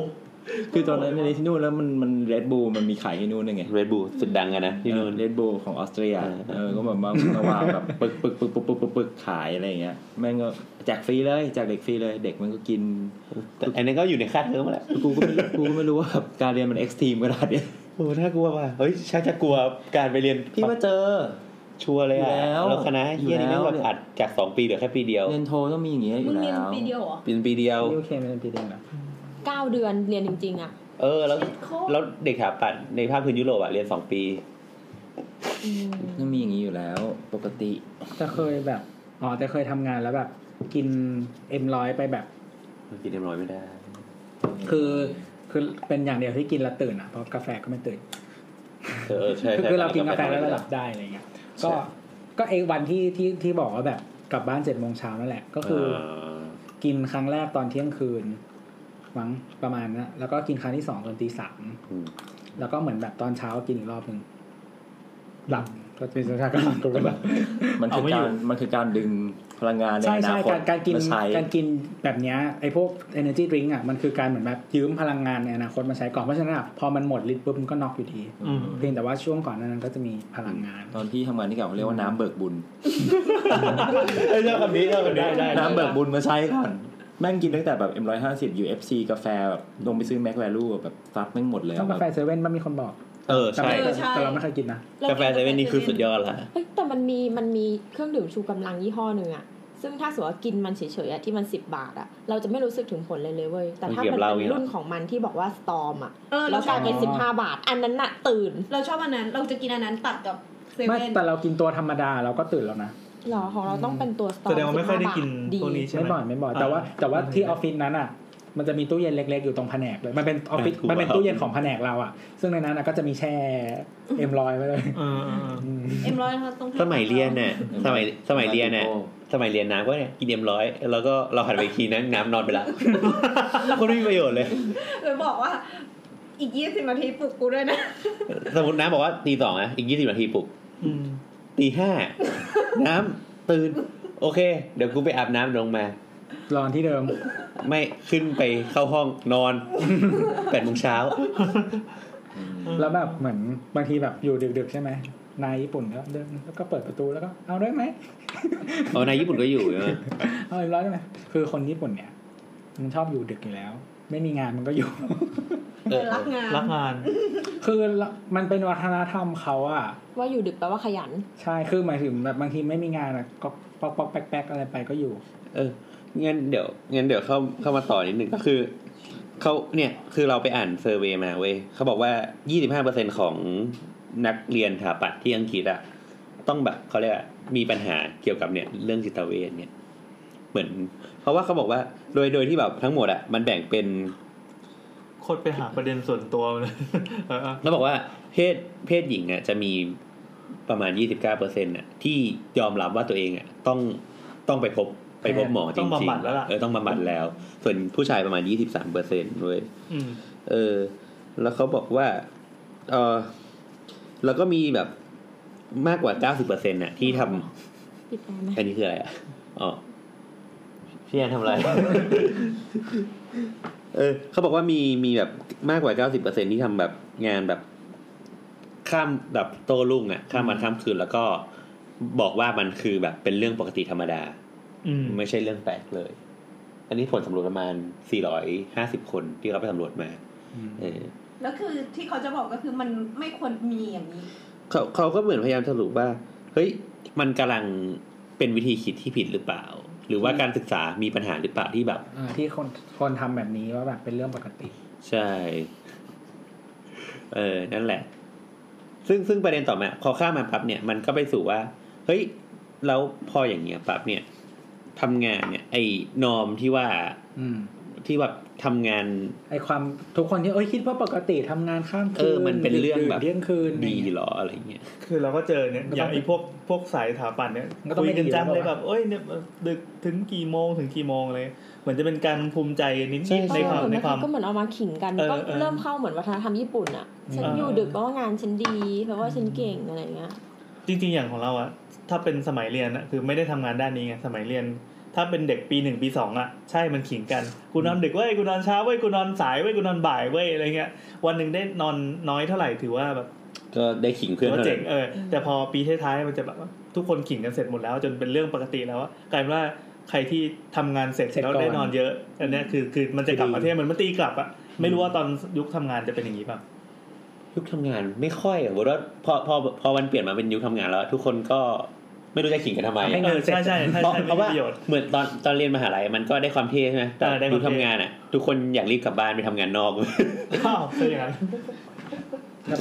Speaker 6: คือตอนนั้นในที่นู่นแล้วมันมันเรดบูมันมีขายที่นู่นด้วยไง
Speaker 2: เรดบูสุดดังอะนะที่นู่น
Speaker 6: เรดบูของออสเตรียเออก็แบบมาวางแบบปึกปึกปึกปึกปึกปึกปึกขายอะไรอย่างเงี้ยแม่งก็แจกฟรีเลยแจกเด็กฟรีเลยเด็กมันก็กิน
Speaker 2: แต่อันนั้นก็อยู่ในค่าเทอมแหละ
Speaker 6: กูก็ไม่กูก็ไม่รู้ว่าแบบการเรียนมันเอ็กซ์ทีมขนาดเนี้ย
Speaker 2: โอ้น่ากลัวว่ะเฮ้ยชักจะกลัวการไปเรียน
Speaker 6: พี่ว่าเจอ
Speaker 2: ชัวร์เลย
Speaker 6: อ
Speaker 2: อะ
Speaker 6: ยู่แล้ว
Speaker 2: แล้วคณะเฮียนี่
Speaker 6: อยู่แล้
Speaker 2: แม่
Speaker 6: ว
Speaker 2: งแบบอัดจากสองปีเหลือแค่ปีเดียว
Speaker 6: เรียนโทต้องมีอย่างเงี้ยอ
Speaker 4: มึ
Speaker 6: ยู่
Speaker 4: ง
Speaker 6: แล้ว
Speaker 4: เรียนปีเดียวเหรอ
Speaker 2: เป็นปีเดียว
Speaker 5: นี่โอเคมันเป็นปีเดียวนะ
Speaker 3: 9 เดือนเรียนจริงๆ อ่ะ
Speaker 2: เออ แล้ว
Speaker 4: ชีวิตโคตร
Speaker 2: แล้วเด็กสถาปัดในภาคพื้นยุโรปอะเรียนสองปี
Speaker 3: อืม
Speaker 6: ต้องมีอย่างนี้อยู่แล้วปกติ
Speaker 5: แต่เคยแบบ อ๋อ แต่เคยทำงานแล้วแบบ กินเอ็มร้อยไปแบบ
Speaker 2: มันกินเต็มร้อยไม่ได้
Speaker 5: คือคือเป็นอย่างเดียวที่กินแล้วตื่นอ่ะเพราะกาแฟก็ไม่ตื่น
Speaker 2: เออใช่
Speaker 5: คือ
Speaker 2: ใช่
Speaker 5: คือเรากินกาแฟแล้วเราหลับได้อะไรเงี้ย ก็ก็ไอ้วันที่ที่ที่บอกว่าแบบกลับบ้านเจ็ดโมงเช้านั่นแหละ ก็คืออ
Speaker 2: อ
Speaker 5: กินครั้งแรกตอนเที่ยงคืนมั้งประมาณนะแล้วก็กินครั้งที่สองตอนตีสาม
Speaker 2: อืม
Speaker 5: แล้วก็เหมือนแบบตอนเช้ากินอีกรอบหนึ่งหลับก็เป็นสภาพกำลังตกลง
Speaker 6: มันคือการมันคือการดึงพลังงานใน
Speaker 5: ใช่
Speaker 6: อนา
Speaker 5: ใช่
Speaker 6: คต
Speaker 5: การการกิน
Speaker 6: มาใช้
Speaker 5: การกินแบบเนี้ยไอ้พวก energy drink อ่ะมันคือการเหมือนแบบยืมพลังงานในอนาคตมาใช้ก่อนเพราะฉะนั้นอะพอมันหมดฤทธิ์ปุ๊บมันก็น็อกอยู่ดี
Speaker 1: อืม
Speaker 5: เพียงแต่ว่าช่วงก่อนหนานั้นก็จะมีพลังงาน
Speaker 6: ตอนที่ทำงานที่เก่าเขาเรียกว่าน้ำเบิกบุญ
Speaker 2: เอ้ยชอบคำนี้ชอบคำนี้ได้
Speaker 6: น้ำเบิกบุญมาใช้ก่อน แม่งกินตั้งแต่แบบ M150 UFC กาแฟแบบลงไปซื้อแม็กแวลูแบบซัดแม่งหมดเลย
Speaker 5: ต้องกาแฟ
Speaker 6: แบบ
Speaker 5: เซเว่นมันมีคนบอก
Speaker 2: เออ
Speaker 5: แต่
Speaker 2: ใช่
Speaker 5: ไม่
Speaker 4: เออใช่
Speaker 5: แต่เราไม่เคยกินนะ
Speaker 4: ร
Speaker 2: กาแฟเซเว่นนี่คือสุดยอดละ
Speaker 3: เฮ้ยแต่มันมีมันมีเครื่องดื่มชูกำลังยี่ห้อหนึ่งอ่ะ ซึ่งถ้าสมมติว่ากินมันเฉยๆอะที่มัน 10 บาทอ่ะ เราจะไม่รู้สึกถึงผลเลยเลยเว้ย แต่ถ้า
Speaker 2: มันเกี่ยว
Speaker 3: มัน
Speaker 2: เหล้า
Speaker 3: เป็น
Speaker 2: เนี่ย
Speaker 3: รุ่นของมันที่บอกว่าสตอมอ่ะ
Speaker 4: เออ
Speaker 3: แล้
Speaker 4: เรา
Speaker 3: ว
Speaker 4: ชอ
Speaker 3: กลา
Speaker 4: บ
Speaker 3: ยเป็นสิบห้าบาท อันนั้นน่ะตื่น
Speaker 4: เราชอบอันนั้น เราจะกินอันนั้นตัดกับเซ
Speaker 5: ไม่
Speaker 4: เว่น
Speaker 5: แต่เรากินตัวธรรมดาเราก็ตื่นแล้วนะ
Speaker 3: เหรอของเราต้องเป็นตัวสตอม
Speaker 1: แสดงว่าไม่ค่อยได้
Speaker 3: 15บาท
Speaker 1: กินตัวนี้ใช่ไหม
Speaker 5: ไม่บ่อยไม่บ่อย แต่ว่า
Speaker 1: อ่า
Speaker 5: แต่ว่าที่อ
Speaker 1: ไม่
Speaker 5: อฟฟิศนั้นอ่ะ มันจะมีตู้เย็นเล็ก ๆ อยู่ตรงแผนกเลยมันเป็นออฟฟิศ
Speaker 24: ถูก
Speaker 5: มันเป็น
Speaker 24: แล้ว
Speaker 5: ตู้เย็นของแผนกเราอ่ะ ซึ่งในนั้นอะก็จะมีแช่เอ็มรอยไว้เลย
Speaker 1: เออเออเออ
Speaker 5: อืม
Speaker 25: เอ็มร้อยนะคะตรง
Speaker 2: สมัยเรียนเนี่ยสมัยสมัยเรียนเนี่ยสมัยเรียนน้ำก็เนี่ยกินเอ็มร้อยแล้วก็เราหันไปอีกทีนะน้ำนอนไปละ [LAUGHS] คนไม่มีประโยชน์เลย
Speaker 4: เลยบอกว่า อีกยี่สิบนาทีปลุกกูด้วยนะ
Speaker 2: สมมติน้ำบอกว่าตีสองนะอีกยี่สิบนาทีปลุก
Speaker 1: อืม
Speaker 2: ตีห้า [LAUGHS] น้ำตื่น โอเค เดี๋ยวกูไปอาบน้ำลงมา
Speaker 5: รอนที่เดิม
Speaker 2: ไม่ขึ้นไปเข้าห้องนอน [LAUGHS] แปดโมงเช้า
Speaker 5: แล้วแบบเหมือนบางทีแบบอยู่ดึกๆใช่ไหมนายญี่ปุ่นก็เดินแล้วก็เปิดประตูแล้วก็เอาด้วยไหม
Speaker 2: เอานายญี่ปุ่นก็อยู่ใช่ไหม
Speaker 5: เอาอีกร้อยได้ไหมคือคนญี่ปุ่นเนี่ย มันชอบอยู่ดึกอยู่แล้ว ไม่มีงานมันก็อยู่ [LAUGHS]
Speaker 2: เออ
Speaker 4: รักงาน
Speaker 1: รักงาน
Speaker 5: คือมันเป็นวัฒนธรรมเขาอะ
Speaker 3: ว่าอยู่ดึกแปลว่าขยัน
Speaker 5: ใช่คือหมายถึงแบบบางทีไม่มีงานอะก็ปอกปอกๆแป๊กๆอะไรไปก็อยู่
Speaker 2: เอองั้นเดี๋ยวงั้นเดี๋ยวเข้าเข้ามาต่อนิดนึงก็คือเขาเนี่ยคือเราไปอ่านเซอร์เวย์มาเว้ยเขาบอกว่า 25%ของนักเรียนสถาปัตย์ที่อังกฤษอะต้องแบบเขาเรียกอะมีปัญหาเกี่ยวกับเนี่ยเรื่องจิตเวชเนี่ย เหมือน เพราะว่าเขาบอกว่าโดยโดยที่แบบทั้งหมดอะมันแบ่งเป็น
Speaker 1: โคตรไปหาประเด็นส่วนตัวเลย [LAUGHS] เออเออ
Speaker 2: แล้วบอกว่าเพศเพศหญิงอ่ะจะมีประมาณ 29เปอร์เซ็นต์่ะที่ยอมรับว่าตัวเองอ่ะต้องต้องไปพบไปพบหมอจริ
Speaker 1: ต้อง
Speaker 2: ๆ
Speaker 1: งบำบัดแล้วล่ะ
Speaker 2: เออต้องบำบัดแล้ว ส่วนผู้ชายประมาณ 23เปอร์เซ็นต์ด้วย
Speaker 1: อืม
Speaker 2: เออ แล้วเขาบอกว่าเออแล้วก็มีแบบมากกว่า 90เปอร์เซ็นต์่ะที่ทำ
Speaker 3: ปิดแอร์ไหม
Speaker 2: อันนี้คืออะไรอ่ะอ๋อพี่แอนทำอะไร [LAUGHS] เออเขาบอกว่ามีมีแบบมากกว่า 90เปอร์เซ็นที่ทำแบบงานแบบข้ามแบบโตรุ่งอะข้ามวันข้ามคืนแล้วก็บอกว่ามันคือแบบเป็นเรื่องปกติธรรมดา
Speaker 1: อืม
Speaker 2: ไม่ใช่เรื่องแปลกเลย อันนี้ผลสำรวจประมาณ 450 คนที่เขาไปสำรวจมาเออ
Speaker 4: แล้วคือที่เขาจะบอกก็คือมันไม่ควรมีอย่างนี้
Speaker 2: เขาเขาก็เหมือนพยายามสรุปว่า เฮ้ย มันกำลังเป็นวิธีคิดที่ผิดหรือเปล่า หรือว่าการศึกษามีปัญหาหรือเปล่าที่แบบ
Speaker 5: อ่าที่คนคนทำแบบนี้ว่าแบบเป็นเรื่องปกติ
Speaker 2: ใช่ เออ นั่นแหละ ซึ่งซึ่งประเด็นต่อมาพอข้ามมาปั๊บเนี่ย มันก็ไปสู่ว่า เฮ้ย แล้วพออย่างเงี้ยปั๊บเนี่ยทำงานเนี่ย ไอ้นอมที่ว่า
Speaker 5: อืม
Speaker 2: ที่แบบทำงาน
Speaker 5: ไอความทุกคนที่เอ้ยคิดว่าปกติทำงานข้าม
Speaker 2: เอ
Speaker 5: คื
Speaker 2: อน มันเป็นเรื่องแบบ
Speaker 5: ดึกๆเที่ยงคืน
Speaker 2: ดีเหรออะไรเงี้ย
Speaker 1: คือเราก็เจอเนี่ยอย่างไอ้พวกพวกสายสถาปัตย์เนี่ย
Speaker 5: ก็ต้อง
Speaker 1: คุยกัน
Speaker 5: ไม่ดี
Speaker 1: จังเลย
Speaker 5: แล้วอะ
Speaker 1: แบบเอ้ยเนี่ยดึกถึงกี่โมงถึงกี่โมงอะไรเหมือนจะเป็นการภูมิใจนิด
Speaker 2: ใช่
Speaker 1: ๆในความ
Speaker 3: เออ
Speaker 1: ในความ
Speaker 3: ก็เหมือนเอามาขิงกัน
Speaker 1: เออ
Speaker 3: ก็
Speaker 1: เออ
Speaker 3: เริ่มเข้าเหมือนวัฒนธรรมญี่ปุ่นอะฉัน
Speaker 1: เออ
Speaker 3: อ
Speaker 1: อ
Speaker 3: ยู่ดึกแปลว่างานฉันดีแปลว่าฉันเก่งอะไรเงี้ย
Speaker 1: จริงๆอย่างของเราอะถ้าเป็นสมัยเรียนอะคือไม่ได้ทำงานด้านนี้ไงสมัยเรียน ถ้าเป็นเด็กปีหนึ่งปีสองอะใช่มันขิงกันกูนอนดึกเว้ยกูนอนเช้าเว้ยกูนอนสายเว้ยกูนอนบ่ายเว้ยอะไรเงี้ยวันหนึ่งได้นอนน้อยเท่าไหร่ถือว่าแบบ
Speaker 2: ก็ได้ขิง
Speaker 1: ถื
Speaker 2: เพื่อ
Speaker 1: อน ว่า
Speaker 2: เท่า
Speaker 1: เจ๋
Speaker 2: นั้
Speaker 1: ง
Speaker 2: น
Speaker 1: เออแต่พอปีท้ายๆมันจะแบบว่าทุกคนขิงกันเสร็จหมดแล้ว จนเป็นเรื่องปกติแล้วอะกลายเป็นว่าใครที่ทำงานเสร็จ
Speaker 5: เสร็จก่
Speaker 1: แล้
Speaker 5: อน
Speaker 1: วได้นอนเยอะอันเนี้ยคือคือมันจะกลับประเทศมันมันตีกลับอะไม่รู้ว่าตอนยุคทำงานจะเป็นอย่างนี้ป่ะ
Speaker 2: ยุคทำงานไม่ค่อยอะบอกว่าพอพอพอวันเปลี่ยนมาเป็นยุคทำงานแล้ว ทุกคนก็ไม่รู้จะขิงกันทำไมอะ
Speaker 1: เออใช่ใช่ใช่
Speaker 2: เพราะ
Speaker 1: ใช่
Speaker 2: เพ
Speaker 1: ไม่
Speaker 2: ราะ
Speaker 1: มี
Speaker 2: ว่า
Speaker 1: ประโยชน์
Speaker 2: เหมือนตอนตอนเรียนมหาลัยมันก็ได้ความเท่ใช่ไหมแต่
Speaker 1: อ่าได้ความ
Speaker 2: ดู
Speaker 1: เท่
Speaker 2: ทำงานอ่ะ ทุกคนอยากรีบกลับบ้านไปทำงานน
Speaker 6: [LAUGHS]
Speaker 2: อก
Speaker 1: อ้าวเป็นอย่างนั้น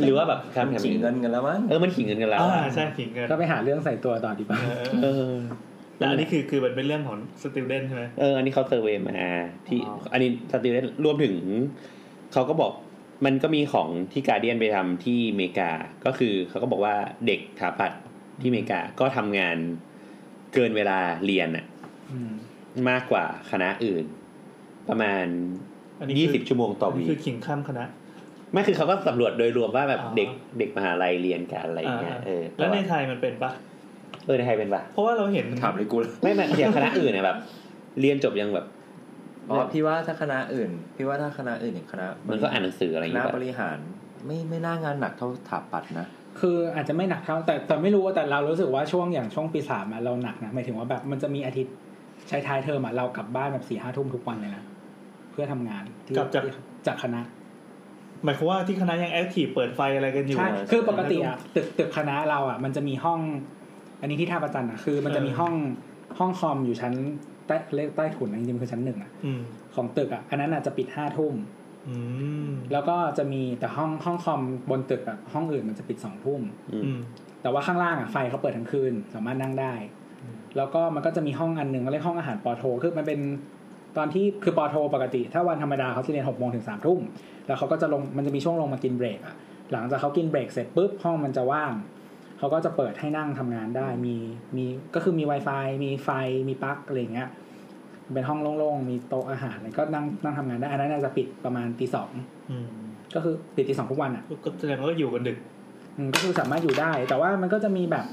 Speaker 2: หรือว่าแบบทำทำ
Speaker 6: ขิงเงินกันแล้วมั้ง
Speaker 2: เออมันขิงเงินกันแล้ว
Speaker 1: อ่าใช่ขิงกัน
Speaker 5: ก็ไปหาเรื่องใส่ตัวต่อดีกว่า
Speaker 1: เออ
Speaker 2: เออ
Speaker 1: แต่อันนี้คือคือมันเป็นเรื่องของสติวเดนใช่ไหม
Speaker 2: เอออันนี้เขาเซอร์เวย์มาที่
Speaker 1: อ๋อ
Speaker 2: อันนี้สติวเดนรวมถึง เขาก็บอกมันก็มีของที่การเดียนไปทำที่อเมริกาก็คือเขาก็บอกว่าเด็กถาปัดที่อเมริกาก็ทำงานเกินเวลาเรียนอ่ะ
Speaker 5: อืม
Speaker 2: มากกว่าคณะอื่น ประมาณ
Speaker 1: อันนี้
Speaker 2: ยี่
Speaker 1: คื
Speaker 2: สิบชั่วโมงต่อวี
Speaker 1: คือขิงข้ามคณะ
Speaker 2: ไม่คือเขาก็สำรวจโดยรวมว่าแบบ
Speaker 1: อ๋อ
Speaker 2: เด็กเด็กมหาลัยเรียนกันอะไรอย่างเงี้ย
Speaker 1: า
Speaker 2: เออ
Speaker 1: แล้วใน
Speaker 2: ต่า
Speaker 1: ไทยมันเป็นปะ
Speaker 2: เออในไทยเป็นปะ
Speaker 1: เพราะว่าเราเห็น
Speaker 6: ถามเลยกู
Speaker 2: ไม่ไม่อย่างคณะอื่นเนี่ยแบบ เรียนจบยังแบบ
Speaker 6: อ๋อพี่ว่าถ้าคณะอื่น พี่ว่าถ้าคณะอื่นอย่างคณะ
Speaker 2: มันก็อ่านหนังสืออะไรอย่าง
Speaker 6: คณะ
Speaker 2: เงี้ย
Speaker 6: บ
Speaker 2: ปะ
Speaker 6: ริหาร ไม่ไม่น่างานหนักเท่าถาปัดนะ
Speaker 5: คืออาจจะไม่หนักเท่าแต่แต่ไม่รู้ว่าแต่เรารู้สึกว่าช่วงอย่างช่วงปีสามอะเราหนักนะหมายถึงว่าแบบมันจะมีอาทิตย์ใช้ท้ายเทอมอะเรากลับบ้านแบบสี่ห้าทุ่มทุกวันเลยนะเพื่อทำงานที่
Speaker 1: กลับจาก
Speaker 5: จากคณะ
Speaker 1: หมายความว่าที่คณะยังแอคทีฟเปิดไฟอะไรกันอยู่
Speaker 5: ใช่ คือปกติอ่ะตึกตึกคณะเราอ่ะ มันจะมีห้อง อันนี้ที่ท่าประจันอ่ะ คือมันจะมี
Speaker 1: เออ
Speaker 5: ห้องห้องคอมอยู่ชั้นใต้เรียกใต้ถุนนะจริงๆมันคือชั้นหนึ่งอ่ะ
Speaker 1: อืม
Speaker 5: ของตึกอ่ะ อันนั้นอ่ะจะปิดห้าทุ่ม
Speaker 1: อืม
Speaker 5: แล้วก็จะมีแต่ห้องห้องคอมบนตึกอ่ะห้องอื่นมันจะปิดสองทุ่ม
Speaker 1: อืม
Speaker 5: แต่ว่าข้างล่างอ่ะไฟเขาเปิดทั้งคืนสามารถนั่งได้
Speaker 1: อืม
Speaker 5: แล้วก็มันก็จะมีห้องอันหนึ่งเขาเรียกห้องอาหารปอโท คือมันเป็น ตอนที่คือปอโทปกติ ถ้าวันธรรมดาเขาจะเรียนหกโมงถึงสามทุ่มแล้วเขาก็จะลงมันจะมีช่วงลงมากินเบรกอะหลังจากเขากินเบรกเสร็จปุ๊บห้องมันจะว่าง เขาก็จะเปิดให้นั่งทำงานได้มีมีก็คือมี Wi-Fi มีไฟมีปลั๊กอะไรอย่างเงี้ย เป็นห้องโล่งๆ มีโต๊ะอาหารอะไรก็นั่งนั่งทำงานได้ อันนั้นน่าจะปิดประมาณตีสอง
Speaker 1: อืม
Speaker 5: ก็คือปิดตีสองทุกวันอ่ะ
Speaker 1: ก็แสดงว่าอยู่กันดึก
Speaker 5: อืมก็คือสามารถอยู่ได้ แต่ว่ามันก็จะมีแบบ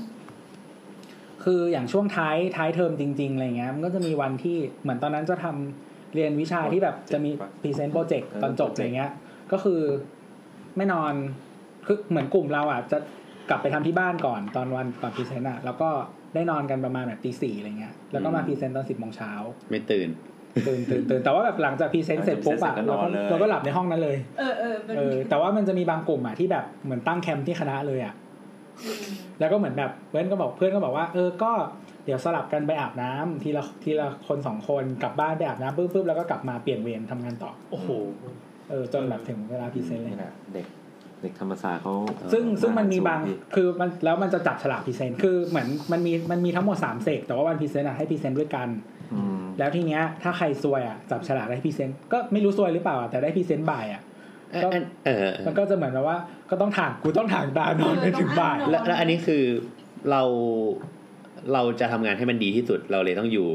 Speaker 5: คืออย่างช่วงท้ายท้ายเทอมจริง ๆอะไรเงี้ยมันก็จะมีวันที่เหมือนตอนนั้นจะทำเรียนวิชาที่แบบจะมีพรีเซนต์โปรเจกต์ตอนจบอะไรเงี้ย ก็คือไม่นอนคือเหมือนกลุ่มเราอ่ะจะกลับไปทำที่บ้านก่อนตอนวันก่อนพรีเซนต์อ่ะแล้วก็ได้นอนกันประมาณแบบตีสี่อะไรเงี้ยแล้วก็มาพรีเซนต์ตอนสิบโมงเช้า
Speaker 16: ไม่ตื่น
Speaker 5: ตื่นตื่นตื่นแต่ว่าแบบหลังจากพรีเซนต์เสร็จปุ๊บอ่ะ
Speaker 6: หลังจา
Speaker 5: เราก็
Speaker 6: กพรีเซนต์เสร็จก็นอนเลย
Speaker 5: เราก็หลับในห้องนั้นเลย
Speaker 4: เออเออเป็น
Speaker 5: เออแต่ว่ามันจะมีบางกลุ่มอ่ะที่แบบเหมือนตั้งแคมป์ที่คณะเลยอ่ะแล้วก็เหมือนแบบเพื่อนก็บอกเพื่อนก็บอกว่า เออก็เดี๋ยวสลับกันไปอาบน้ำทีละทีละคนสองคนกลับบ้านไปอาบน้ำปุ๊บปุ๊บแล้วก็กลับมาเปลี่ยนเวรทำงานต่อ
Speaker 1: โอ้โห
Speaker 5: เออจนแบบถึงเวลาพิเศษเลย
Speaker 15: นี่แหละเด็กเด็กธรรมศาสตร์เขา
Speaker 5: ซึ่ง
Speaker 15: เออ
Speaker 5: ซึ่งมันมีบาง
Speaker 15: พี่
Speaker 5: คือมันแล้วมันจะจับฉลากพิเศษคือเหมือนมันมีมันมีทั้งหมดสามเสกแต่ว่าวันพิเศษอ่ะให้พิเศษด้วยกัน
Speaker 15: อืม
Speaker 5: แล้วทีเนี้ยถ้าใครซวยอ่ะจับฉลากได้พิเศษก็ไม่รู้ซวยหรือเปล่าอ่ะแต่ได้พิเศษบ่ายอ่ะ
Speaker 16: เอ่อ
Speaker 5: ก็
Speaker 16: อันเออ
Speaker 5: มันก็จะเหมือนแบบว่าก็ต้องถ่างกูต้องถ่างตานอนไปถึงบ่าย
Speaker 16: แล้วแล้วอันนี้คือเราเราจะทำงานให้มันดีที่สุดเราเลยต้องอยู่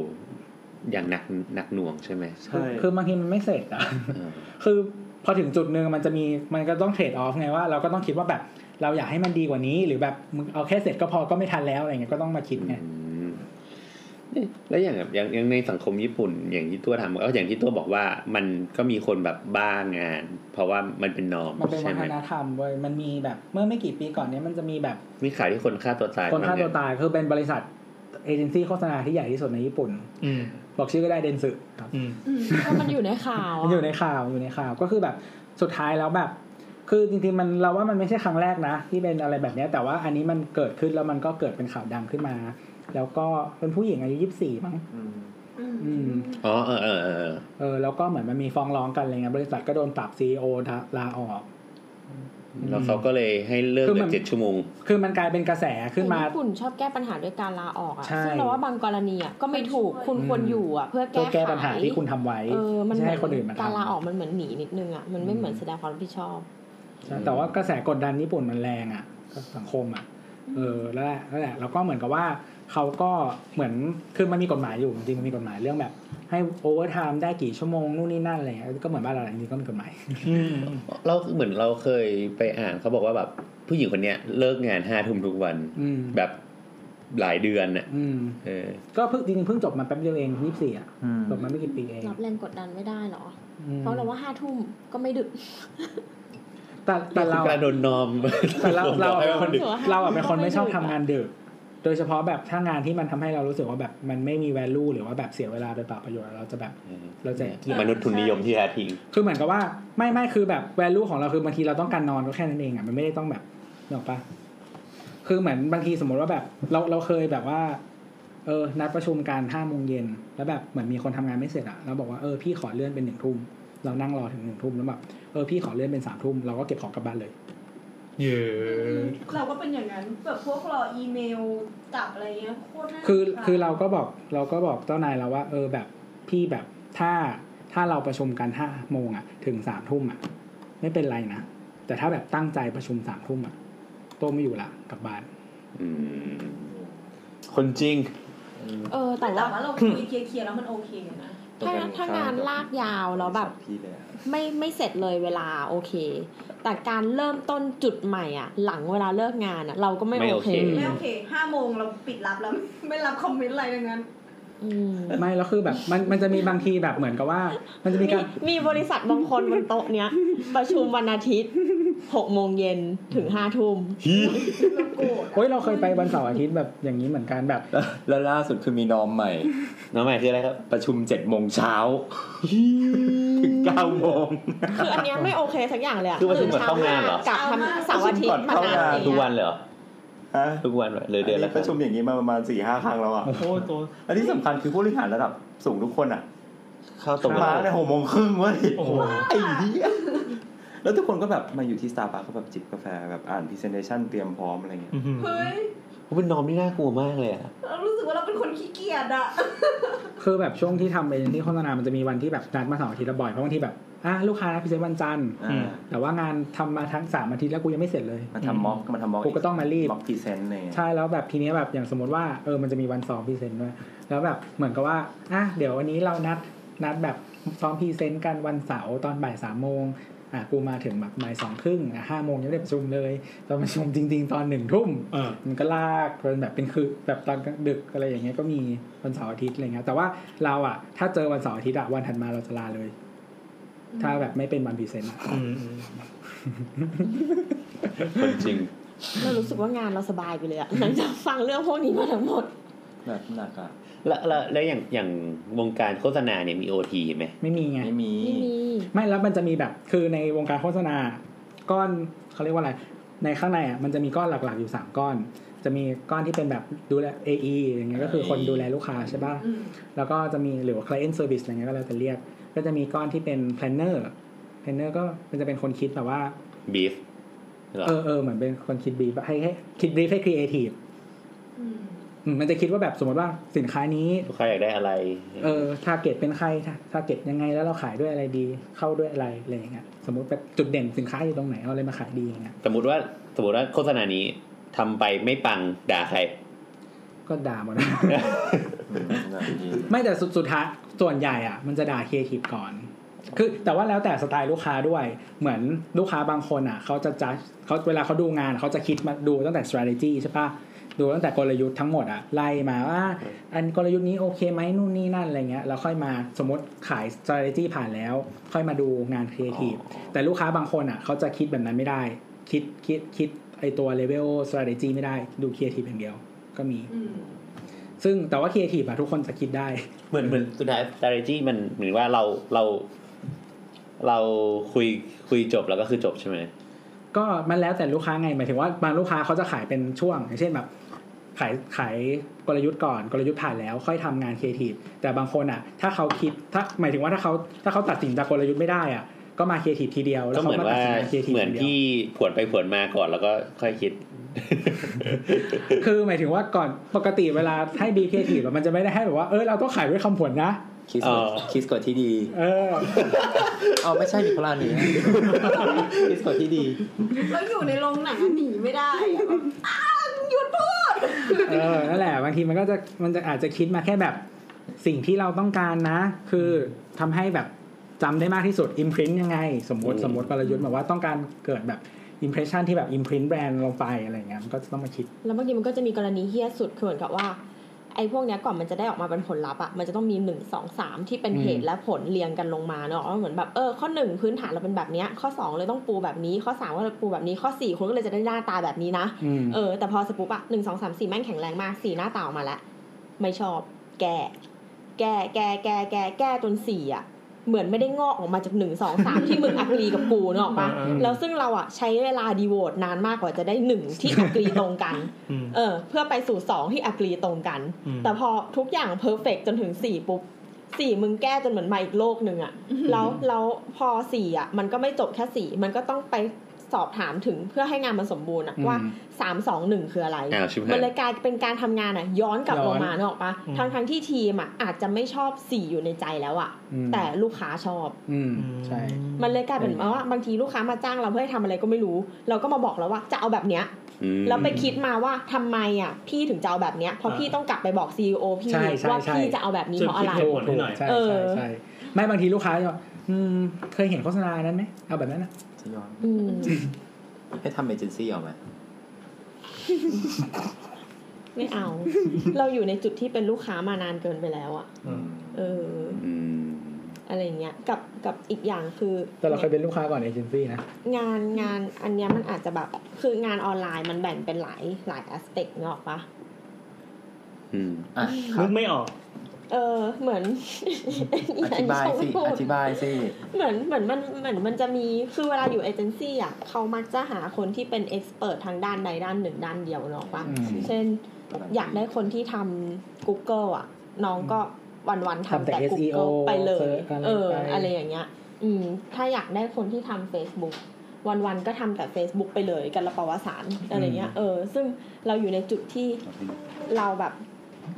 Speaker 16: อย่างหนักหนักหน่วงใช่ไหม
Speaker 15: ใช่
Speaker 5: คือบางทีมันไม่เสร็จอะ
Speaker 16: เออ
Speaker 5: คือพอถึงจุดหนึ่งมันจะมีมันก็ต้องเทรดออฟไงว่าเราก็ต้องคิดว่าแบบเราอยากให้มันดีกว่านี้หรือแบบมึงเอาแค่เสร็จก็พอก็ไม่ทันแล้วอะไรเงี้ยก็ต้องมาคิดไง
Speaker 16: อืมแล้วอย่างแบบอย่างอย่างในสังคมญี่ปุ่นอย่างที่ตัวทำก็อย่างที่ตัวบอกว่ามันก็มีคนแบบบ้างาน เพราะว่ามันเป็นนอม
Speaker 5: มันเป็น
Speaker 16: ใช่
Speaker 5: วั
Speaker 16: ไหม
Speaker 5: ฒนธรรมเว้ยมันมีแบบเมื่อไม่กี่ปีก่อนเนี้ยมันจะมีแบบ
Speaker 16: มีข่าวที่คนฆ่าตัวตาย
Speaker 5: คนฆ่าตัว
Speaker 16: ม
Speaker 5: ตายคือเป็นบริษัทเอเจนซี่โฆษณาที่ใหญ่ที่สุดในญี่ปุ่น
Speaker 1: อืม
Speaker 5: บอกชื่อก็ได้เดนซึครับ
Speaker 1: อืม
Speaker 3: ก็มันอยู่ในข่าว
Speaker 5: มันอยู่ในข่าวอยู่ในข่าวก็คือแบบสุดท้ายแล้วแบบ คือจริงๆมันเราว่ามันไม่ใช่ครั้งแรกนะ ที่เป็นอะไรแบบเนี้ยแต่ว่าอันนี้มันเกิดขึ้นแล้วมันก็เกิดเป็นข่าวดังขึ้นมา แล้วก็เป็นผู้หญิงอายุยี่สิบสี่มั้ง
Speaker 15: อืม
Speaker 5: อืม
Speaker 16: อ๋อเออเออเออเออ
Speaker 5: เออแล้วก็เหมือนมันมีฟ้องร้องกันอะไรเงี้ยบริษัทก็โดนปรับซีโอลาออก
Speaker 16: แล้วเขาก็เลยให้เลิก
Speaker 5: คือ
Speaker 16: เหลื
Speaker 5: มั
Speaker 16: อน เจ็ดชั่วโมง
Speaker 5: คือมันกลายเป็นกระแสขึ้นมา
Speaker 3: ญี่ปุ่นชอบแก้ปัญหาด้วยการลาออกอะ
Speaker 5: ใช่
Speaker 3: ซึ่งเราว่าบางกรณีอะก็ไม่ถูกคุณ
Speaker 5: อืม
Speaker 3: ควรอยู่อะเพื่อ
Speaker 5: เพื่อ
Speaker 3: แก้
Speaker 5: แก้ปัญหาที่คุณทำไว้
Speaker 3: เออมัน
Speaker 5: ไม่ใช่ให้คนอื่นมา
Speaker 3: การลาออก
Speaker 5: ทำ
Speaker 3: มันเหมือนหนีนิดนึงอะมันไม่เหมือนแสดงความรับผิดชอบ
Speaker 5: ใช่แต่ว่ากระแสกดดันญี่ปุ่นมันแรงอ่ะสังคมอ่ะเออแล้วแหละแล้วแหละแล้วก็เหมือนกับว่าเขาก็เหมือนคือมันมีกฎหมายอยู่จริงๆมันมีกฎหมายเรื่องแบบ ให้โอเวอร์ไทม์ได้กี่ชั่วโมงนู่นนี่นั่นอะไรเงี้ยก็เหมือนบ้านเราแหละจริงๆก็มีกฎหมาย
Speaker 16: เราเหมือนเราเคยไปอ่านเขาบอกว่าแบบผู้หญิงคนเนี้ยเลิกงานห้าทุ่มทุกวัน
Speaker 5: อืม
Speaker 16: แบบหลายเดือนน่ะ
Speaker 5: อืม
Speaker 16: เออ
Speaker 5: ก็เพิ่งจริงๆเพิ่งจบมาแป๊บเดียวเองยี่สิบสี่อ่ะ
Speaker 15: อืม
Speaker 5: จบมาไม่กี่ปีเอง
Speaker 3: รับแรงกดดันไม่ได้เหรอ
Speaker 5: อืม
Speaker 3: เพราะเราว่าห้าทุ่มก็ไม่ดึก
Speaker 5: แต่แต่เรา
Speaker 16: การโดนนอม
Speaker 5: แต่เราเรา
Speaker 16: บอกให้ว่าคนดึก
Speaker 5: เราอะเป็นคนไม่ชอบทำงานดึก โดยเฉพาะแบบถ้างานที่มันทำให้เรารู้สึกว่าแบบมันไม่มี value หรือว่าแบบเสียเวลาไปเปล่าประโยชน์เราจะแบบเราจะเกลียด
Speaker 16: มนุษย์ทุนนิยมที่แท้จริง
Speaker 5: คือเหมือนกับว่าไม่ไม่คือแบบ value ของเราคือบางทีเราต้องการนอนก็แค่นั้นเองอะมันไม่ได้ต้องแบบนึกออกปะคือเหมือนบางทีสมมติว่าแบบเราเราเคยแบบว่า เออนัดประชุมการห้าโมงเย็นแล้วแบบเหมือนมีคนทำงานไม่เสร็จอะเราบอกว่าเออพี่ขอเลื่อนเป็นหนึ่งทุ่มเรานั่งรอถึงหนึ่งทุ่มแล้วแบบเออพี่ขอเลื่อนเป็นสามทุ่มเราก็เก็บของกลับบ้านเลย
Speaker 1: เยอ
Speaker 4: อื
Speaker 1: ะ
Speaker 4: มเราก็เป็นอย่างนั้นแบบพวกรออีเมลกลับอะไรเงี้ยโคตรน่า
Speaker 5: คือ
Speaker 4: รำาญ
Speaker 5: คือเราก็บอกเราก็บอกเจ้านายเราว่า เออแบบพี่แบบถ้าถ้าเราประชุมกันห้าโมงอ่ะ ถึงสามทุ่มอ่ะ ไม่เป็นไรนะ แต่ถ้าแบบตั้งใจประชุมสามทุ่มอ่ะโต้ไม่อยู่ละกลับบ้าน
Speaker 16: อืม คนจริง
Speaker 3: เออ แต่
Speaker 4: แต่
Speaker 3: ว่า
Speaker 4: ว่าเราคุยเคลียร์ๆแล้วมันโอเคนะ
Speaker 3: ถ้าถ้างานลากยาวแล้วแบบ
Speaker 15: พี่เลยอะ
Speaker 3: ไม่ไม่เสร็จเลยเวลาโอเค แต่การเริ่มต้นจุดใหม่อ่ะ หลังเวลาเลิกงานอ่ะ เราก็ไม่
Speaker 16: ไม่
Speaker 3: โอ
Speaker 16: โอ
Speaker 3: เค
Speaker 16: เค
Speaker 5: ม
Speaker 4: ไม่โอเคห้าโมงเราปิดรับแล้ว [LAUGHS] ไม่รับคอมเมนต์อะไรดังนั้น
Speaker 3: อืม
Speaker 5: ไม่แล้วคือแบบมันมันจะมีบางทีแบบเหมือนกับว่า มันจะมี
Speaker 3: มี
Speaker 5: การ
Speaker 3: มีบริษัทบางคนบนโต๊ะเนี้ย ประชุมวันอาทิตย์หกโมงเย็นถึงห้าทุ่ม
Speaker 5: โอ้ยเราเคยไปวันเสาร์อาทิตย์แบบอย่างนี้เหมือนกันแบบ
Speaker 6: แล้วแล้วล่าสุดคือมีนอมใหม่
Speaker 16: น้องใหม่คืออะไรครับ
Speaker 6: ประชุมเจ็ดโมงเช้า [LAUGHS] ถึงเก้าโมง
Speaker 3: คืออันเนี้ยไม่โอเคสักอย่างเลยอ่ะ
Speaker 16: คือประชุมก่อนเข้างานเหรอ
Speaker 3: ตื่ช้กับทำเสาร์อาทิตย์
Speaker 6: ประชุมก่อนเข้างาน
Speaker 3: อะไร
Speaker 16: ทุกวั
Speaker 3: เงี้
Speaker 16: น
Speaker 3: ย
Speaker 16: เลยเหรอ
Speaker 6: ฮะ
Speaker 16: ทุกวันเลยเดือนละค
Speaker 6: ป
Speaker 16: รั้
Speaker 6: ระชุม
Speaker 16: ง
Speaker 6: อย่างนี้มาประมาณสี่ห้าครั้งแล้วอ่ะ
Speaker 1: โอ้โหโต
Speaker 6: อันที่สำคัญคือผู้บริหารระดับสูงทุกคนอ่ะ
Speaker 16: เข้าตรง
Speaker 6: มาในหกโมงครึ่งเว้ย
Speaker 1: โอ้โห
Speaker 6: ไอ้เหี้ยแล้วทุกคนก็แบบมาอยู่ที่สตาร์บัคก็แบบจิบกาแฟแบบอ่านพรีเซนเ t ชันเตรียมพร้อมอะไรเงี้ย
Speaker 1: อื้อหือ
Speaker 4: เฮ้ย
Speaker 16: เพราะเป็นนอมที่น่ากลัวมากเลยอะ
Speaker 4: เรารู้สึกว่าเราเป็นคนขี้เกียจอะ
Speaker 5: คือแบบช่วงที่ทำเอเจนซี่โฆษณา มันจะมีวันที่แบบนัดมาสองอาทิตย์ละบ่อย เพราะบางทีแบบอ่ะลูกค้านัดพิเศษวันจันทร์
Speaker 1: อืม
Speaker 5: แต่ว่างานทำมาทั้งสามอาทิตย์แล้วกูยังไม่เสร็จเลย
Speaker 6: มาทำม็อกมาทำม็อก
Speaker 5: กูก็ต้องมารีบ
Speaker 6: ม็อกพรีเซนต์เลย
Speaker 5: ใช่แล้วแบบทีเนี้ยแบบอย่างสมมติว่าเออมันจะมีวันซ้อมพรีเซนต์ด้วยแล้วแบบเหมือนกับว่าอ่ะเดี๋ยววันนี้เรานัดนัดแบบซ้อมพรีเซนต์กันวันเสาร์ตอนบ่ายสามโมงอ่ะกูมาถึงแบบบ่ายสองครึ่งอ่ะห้าโมงยังไม่ได้ประชุมเลยตอนประชุมจริง ๆ ตอนหนึ่งทุ่ม
Speaker 1: เออ
Speaker 5: มันก็ลากเป็นแบบเป็นคือแบบตอนกลางดึกอะไรอย่างเงี้ยก็มีวันเสาร์อาทิตย์อะไรเงี้ยแต่ว่าเราอ่ะ ถ้าเจอวันเสาร์อาทิตย์อ่ะวันถัดมาเราจะลาเลย ถ้าแบบไม่เป็นวันพรีเซนต์อะ
Speaker 1: อืมอืม
Speaker 16: คนจริง
Speaker 3: เรารู้สึกว่างานเราสบายไปเลยอะหลังจากฟังเรื่องพวกนี้มาทั้งหมด
Speaker 6: หนักหนักอ่ะ
Speaker 16: แล้วแล้วแล้วอย่างอย่างวงการโฆษณาเนี่ยมีโอทีไหม
Speaker 5: ไม่มีไง
Speaker 6: ไม่มี
Speaker 3: ไม่มี
Speaker 5: ไม่แล้วมันจะมีแบบคือในวงการโฆษณา ก้อนเขาเรียกว่าอะไร ในข้างในอ่ะมันจะมีก้อนหลักๆอยู่สามก้อน จะมีก้อนที่เป็นแบบดูแล AE อย่างเงี้ยก็คือคนดูแลลูกค้าใช่ป่ะ แล้วก็จะมีหรือว่า client service อะไรเงี้ยก็แล้วแต่เรียก ก็จะมีก้อนที่เป็น planner planner ก็มันจะเป็นคนคิดแบบว่า
Speaker 16: บีฟหรอ
Speaker 5: เออเออเหมือนเป็นคนคิดบีให้ให้คิดบีให้ creative อืมมันจะคิดว่าแบบสมมติว่าสินค้านี้
Speaker 16: ลูกค้าอยากได้อะไร
Speaker 5: เออ ทาร์เก็ตเป็นใคร ทาร์เก็ตยังไง แล้วเราขายด้วยอะไรดี เข้าด้วยอะไรอะไรอย่างเงี้ย สมมติแบบจุดเด่นสินค้าอยู่ตรงไหน เอาอะไรมาขายดีอย่างเงี้ย
Speaker 16: สมมติว่าสมมติว่าโฆษณานี้ทำไปไม่ปังด่าใคร
Speaker 5: ก็ด่าหมดนะ
Speaker 6: อืมหนักจริง
Speaker 5: ไม่แต่สุดสุดท้ายส่วนใหญ่อ่ะ มันจะด่าครีเอทีฟก่อน คือแต่ว่าแล้วแต่สไตล์ลูกค้าด้วย เหมือนลูกค้าบางคนอ่ะเขาจะจัดเขาเวลาเขาดูงานเขาจะคิดมาดูตั้งแต่ strategy ใช่ปะดูตั้งแต่กลยุทธ์ทั้งหมดอ่ะไล่มาว่า อันกลยุทธ์นี้โอเคไหมนู่นนี่นั่นอะไรเงี้ยแล้วค่อยมาสมมติขาย strategy ผ่านแล้ว ค่อยมาดูงานครีเอทีฟแต่ลูกค้าบางคนอ่ะเขาจะคิดแบบนั้นไม่ได้ คิดคิดคิดไอตัว level strategy ไม่ได้ดูครีเอทีฟอย่างเดียวก็มี ซึ่งแต่ว่าครีเอทีฟอะทุกคนจะคิดได้
Speaker 16: เหมือนเหมือนสุดท้าย strategy มันเหมือนว่าเราเรา เราคุยคุยจบแล้วก็คือจบใช่ไหม
Speaker 5: ก็มันแล้วแต่ลูกค้าไงหมายถึงว่าบางลูกค้าเขาจะขายเป็นช่วง อย่างเช่นแบบ ขายขายกลยุทธ์ก่อนกลยุทธ์ผ่านแล้วค่อยทำงานครีเอทีฟแต่บางคนอ่ะ ถ้าเขาคิดถ้าหมายถึงว่าถ้าเขาถ้าเขาตัดสินจากกลยุทธ์ไม่ได้อ่ะก็มาครีเอทีฟทีเดียวแล้
Speaker 16: ก็
Speaker 5: ว
Speaker 16: เห
Speaker 5: เขา
Speaker 16: มือน
Speaker 5: มาตัด
Speaker 16: ว่า
Speaker 5: สินงานครีเอทีฟ
Speaker 16: เหมือน
Speaker 5: ทีเดียว
Speaker 16: ที่ผวนไปผวนมาก่อนแล้วก็ค่อย
Speaker 4: [LAUGHS]
Speaker 16: คิด
Speaker 5: คือหมายถึงว่าก่อนปกติเวลาให้บีครีเอทีฟมันจะไม่ได้ให้แบบว่าเออเราต้องขายด้วยคำผลนะ
Speaker 6: คิส
Speaker 16: เออ
Speaker 6: คิสกดที่ดี
Speaker 5: เออ
Speaker 6: เอาไม่ใช่ดิพลาดนี้ [LAUGHS] คิสกดที่ดี
Speaker 8: เราอยู่ในโรงหนังอะหนีไม่ได้อะแบบอ้าวหยุดพูด
Speaker 5: เออ นั่นแหละ บางทีมันก็จะมันจะอาจจะคิดมาแค่แบบสิ่งที่เราต้องการนะ คือทำให้แบบจำได้มากที่สุด imprint ยังไง สมมติ
Speaker 16: อืม
Speaker 5: สมมติกลยุทธ์แบบว่าต้องการเกิดแบบ impression ที่แบบ imprint แบรนด์ลงไปอะไรอย่างเงี้ยมันก็จะต้องมาคิด
Speaker 3: แล้วบางทีมันก็จะมีกรณีเฮี้ยสุดคือเหมือนกับว่าไอ้พวกเนี้ยก่อนมันจะได้ออกมาเป็นผลลัพธ์อะมันจะต้องมีหนึ่งสองสามที่เป็น
Speaker 5: อืม
Speaker 3: เหตุและผลเรียงกันลงมาเนาะว่าเหมือนแบบเออข้อหนึ่งพื้นฐานเราเป็นแบบเนี้ยข้อสองเลยต้องปูแบบนี้ ข้อสามก็เลยปูแบบนี้ข้อสี่คุณก็เลยจะได้หน้าตาแบบนี้นะ
Speaker 5: อืม
Speaker 3: เออแต่พอสปุ๊บอะหนึ่งสองสามสี่แม่งแข็งแรงมากสี่หน้าตาออกมาแล้วไม่ชอบแก้แก้แก้แก้แก้แก้จนสี่อะเหมือนไม่ได้งอกออกมาจากหนึ่งสองส [LAUGHS] ามที่มึงอักลีกับกูเนกออกปะ
Speaker 1: อืม
Speaker 3: แล้วซึ่งเราอะใช้เวลาดีโวตนานมากกว่าจะได้หนึ่งที่อักลีตรงกัน
Speaker 1: อืม
Speaker 3: เออเพื่อไปสู่สองที่อักลีตรงกัน
Speaker 1: อืม
Speaker 3: แต่พอทุกอย่างเพอร์เฟกจนถึงสี่ปุ๊บสี่มึงแก้จนเหมือนมาอีกโลกหนึ่งอะแล้วแล้วพอสี่อะมันก็ไม่จบแค่สี่มันก็ต้องไปสอบถามถึงเพื่อให้งานมันสมบูรณ์อะว่าสามสองหนึ่งคืออะไร
Speaker 16: อ้าวชิบ
Speaker 3: มั
Speaker 16: หาย
Speaker 3: นเลยกลายเป็นการทำงานอะย้อนกลับลงมาเนกอะปะ
Speaker 1: อืม
Speaker 3: ทั้งทั้งๆที่ทีมอะอาจจะไม่ชอบสี่อยู่ในใจแล้วอะ
Speaker 5: อืม
Speaker 3: แต่ลูกค้าชอบ
Speaker 5: อืมใช่
Speaker 3: มันเลยกลายเป็นว่าบางทีลูกค้ามาจ้างเราเพื่อให้ทำอะไรก็ไม่รู้ เราก็มาบอกแล้วว่าจะเอาแบบเนี้ย
Speaker 16: อืม
Speaker 3: แล้วไปคิดมาว่าทำไมอ่ะพี่ถึงจะเอาแบบเนี้ยเพราะ
Speaker 1: อ่า
Speaker 3: พี่ต้องกลับไปบอกซีอพี่
Speaker 5: ใช่ใช่
Speaker 3: ว่า
Speaker 5: ใช่
Speaker 3: พี่จะเอาแบบนี้
Speaker 1: ช่วย
Speaker 3: เพราะ
Speaker 1: คิด
Speaker 3: อะไร
Speaker 1: เหตุผลให้หน่อย
Speaker 5: ใช่
Speaker 3: เออ
Speaker 5: ใช่ใช่ไม่บางทีลูกค้าจะบอกอืมเคยเห็นโฆษณานั้นไหมเอาแบบนั้นนะ
Speaker 6: จะย้อน
Speaker 3: อืม
Speaker 6: ให้ทำเอเจนซี่เอาไหม
Speaker 3: ไม่เอา เราอยู่ในจุดที่เป็นลูกค้ามานานเกินไปแล้วอ่ะ
Speaker 1: อืม
Speaker 3: เออ
Speaker 16: อืม
Speaker 3: อะไรเงี้ยกับกับอีกอย่างคือ
Speaker 5: แต่เราเคยเป็นลูกค้าก่อนเอเจนซี่นะ
Speaker 3: งานงานอันเนี้ยมันอาจจะแบบคืองานออนไลน์มันแบ่งเป็นหลายหลายอาสเปกเนกอะปะ
Speaker 16: อืม
Speaker 6: อ่ะ
Speaker 1: นึกไม่ออก
Speaker 3: เออเหมือน [LAUGHS]
Speaker 6: อธิบายสิ
Speaker 3: พู
Speaker 6: อ
Speaker 3: ด
Speaker 6: ธิบายสิ
Speaker 3: เหมือนเหมือนมันเหมือนมันจะมีคือเวลาอยู่เอเจนซี่อ่ะเขามักจะหาคนที่เป็นเอ็กซ์เพรสทางด้านใดด้านหนึ่งด้านเดียวเนาะปะ
Speaker 5: อืม
Speaker 3: เช่นอยากได้คนที่ทำ Google อ่ะ น้องก็วันวันๆ
Speaker 5: ทำ
Speaker 3: ทำ
Speaker 5: แต่
Speaker 3: แต่
Speaker 5: SEO
Speaker 3: Google ไปเลย
Speaker 5: search อะไร
Speaker 3: เออ
Speaker 5: ไป
Speaker 3: อะไรอย่างเงี้ย อืมถ้าอยากได้คนที่ทำ Facebook วันๆก็ทำแต่ Facebook ไปเลยกันละประวัติศาสตร์อะไรเงี้ยเออซึ่งเราอยู่ในจุดที่เราแบบ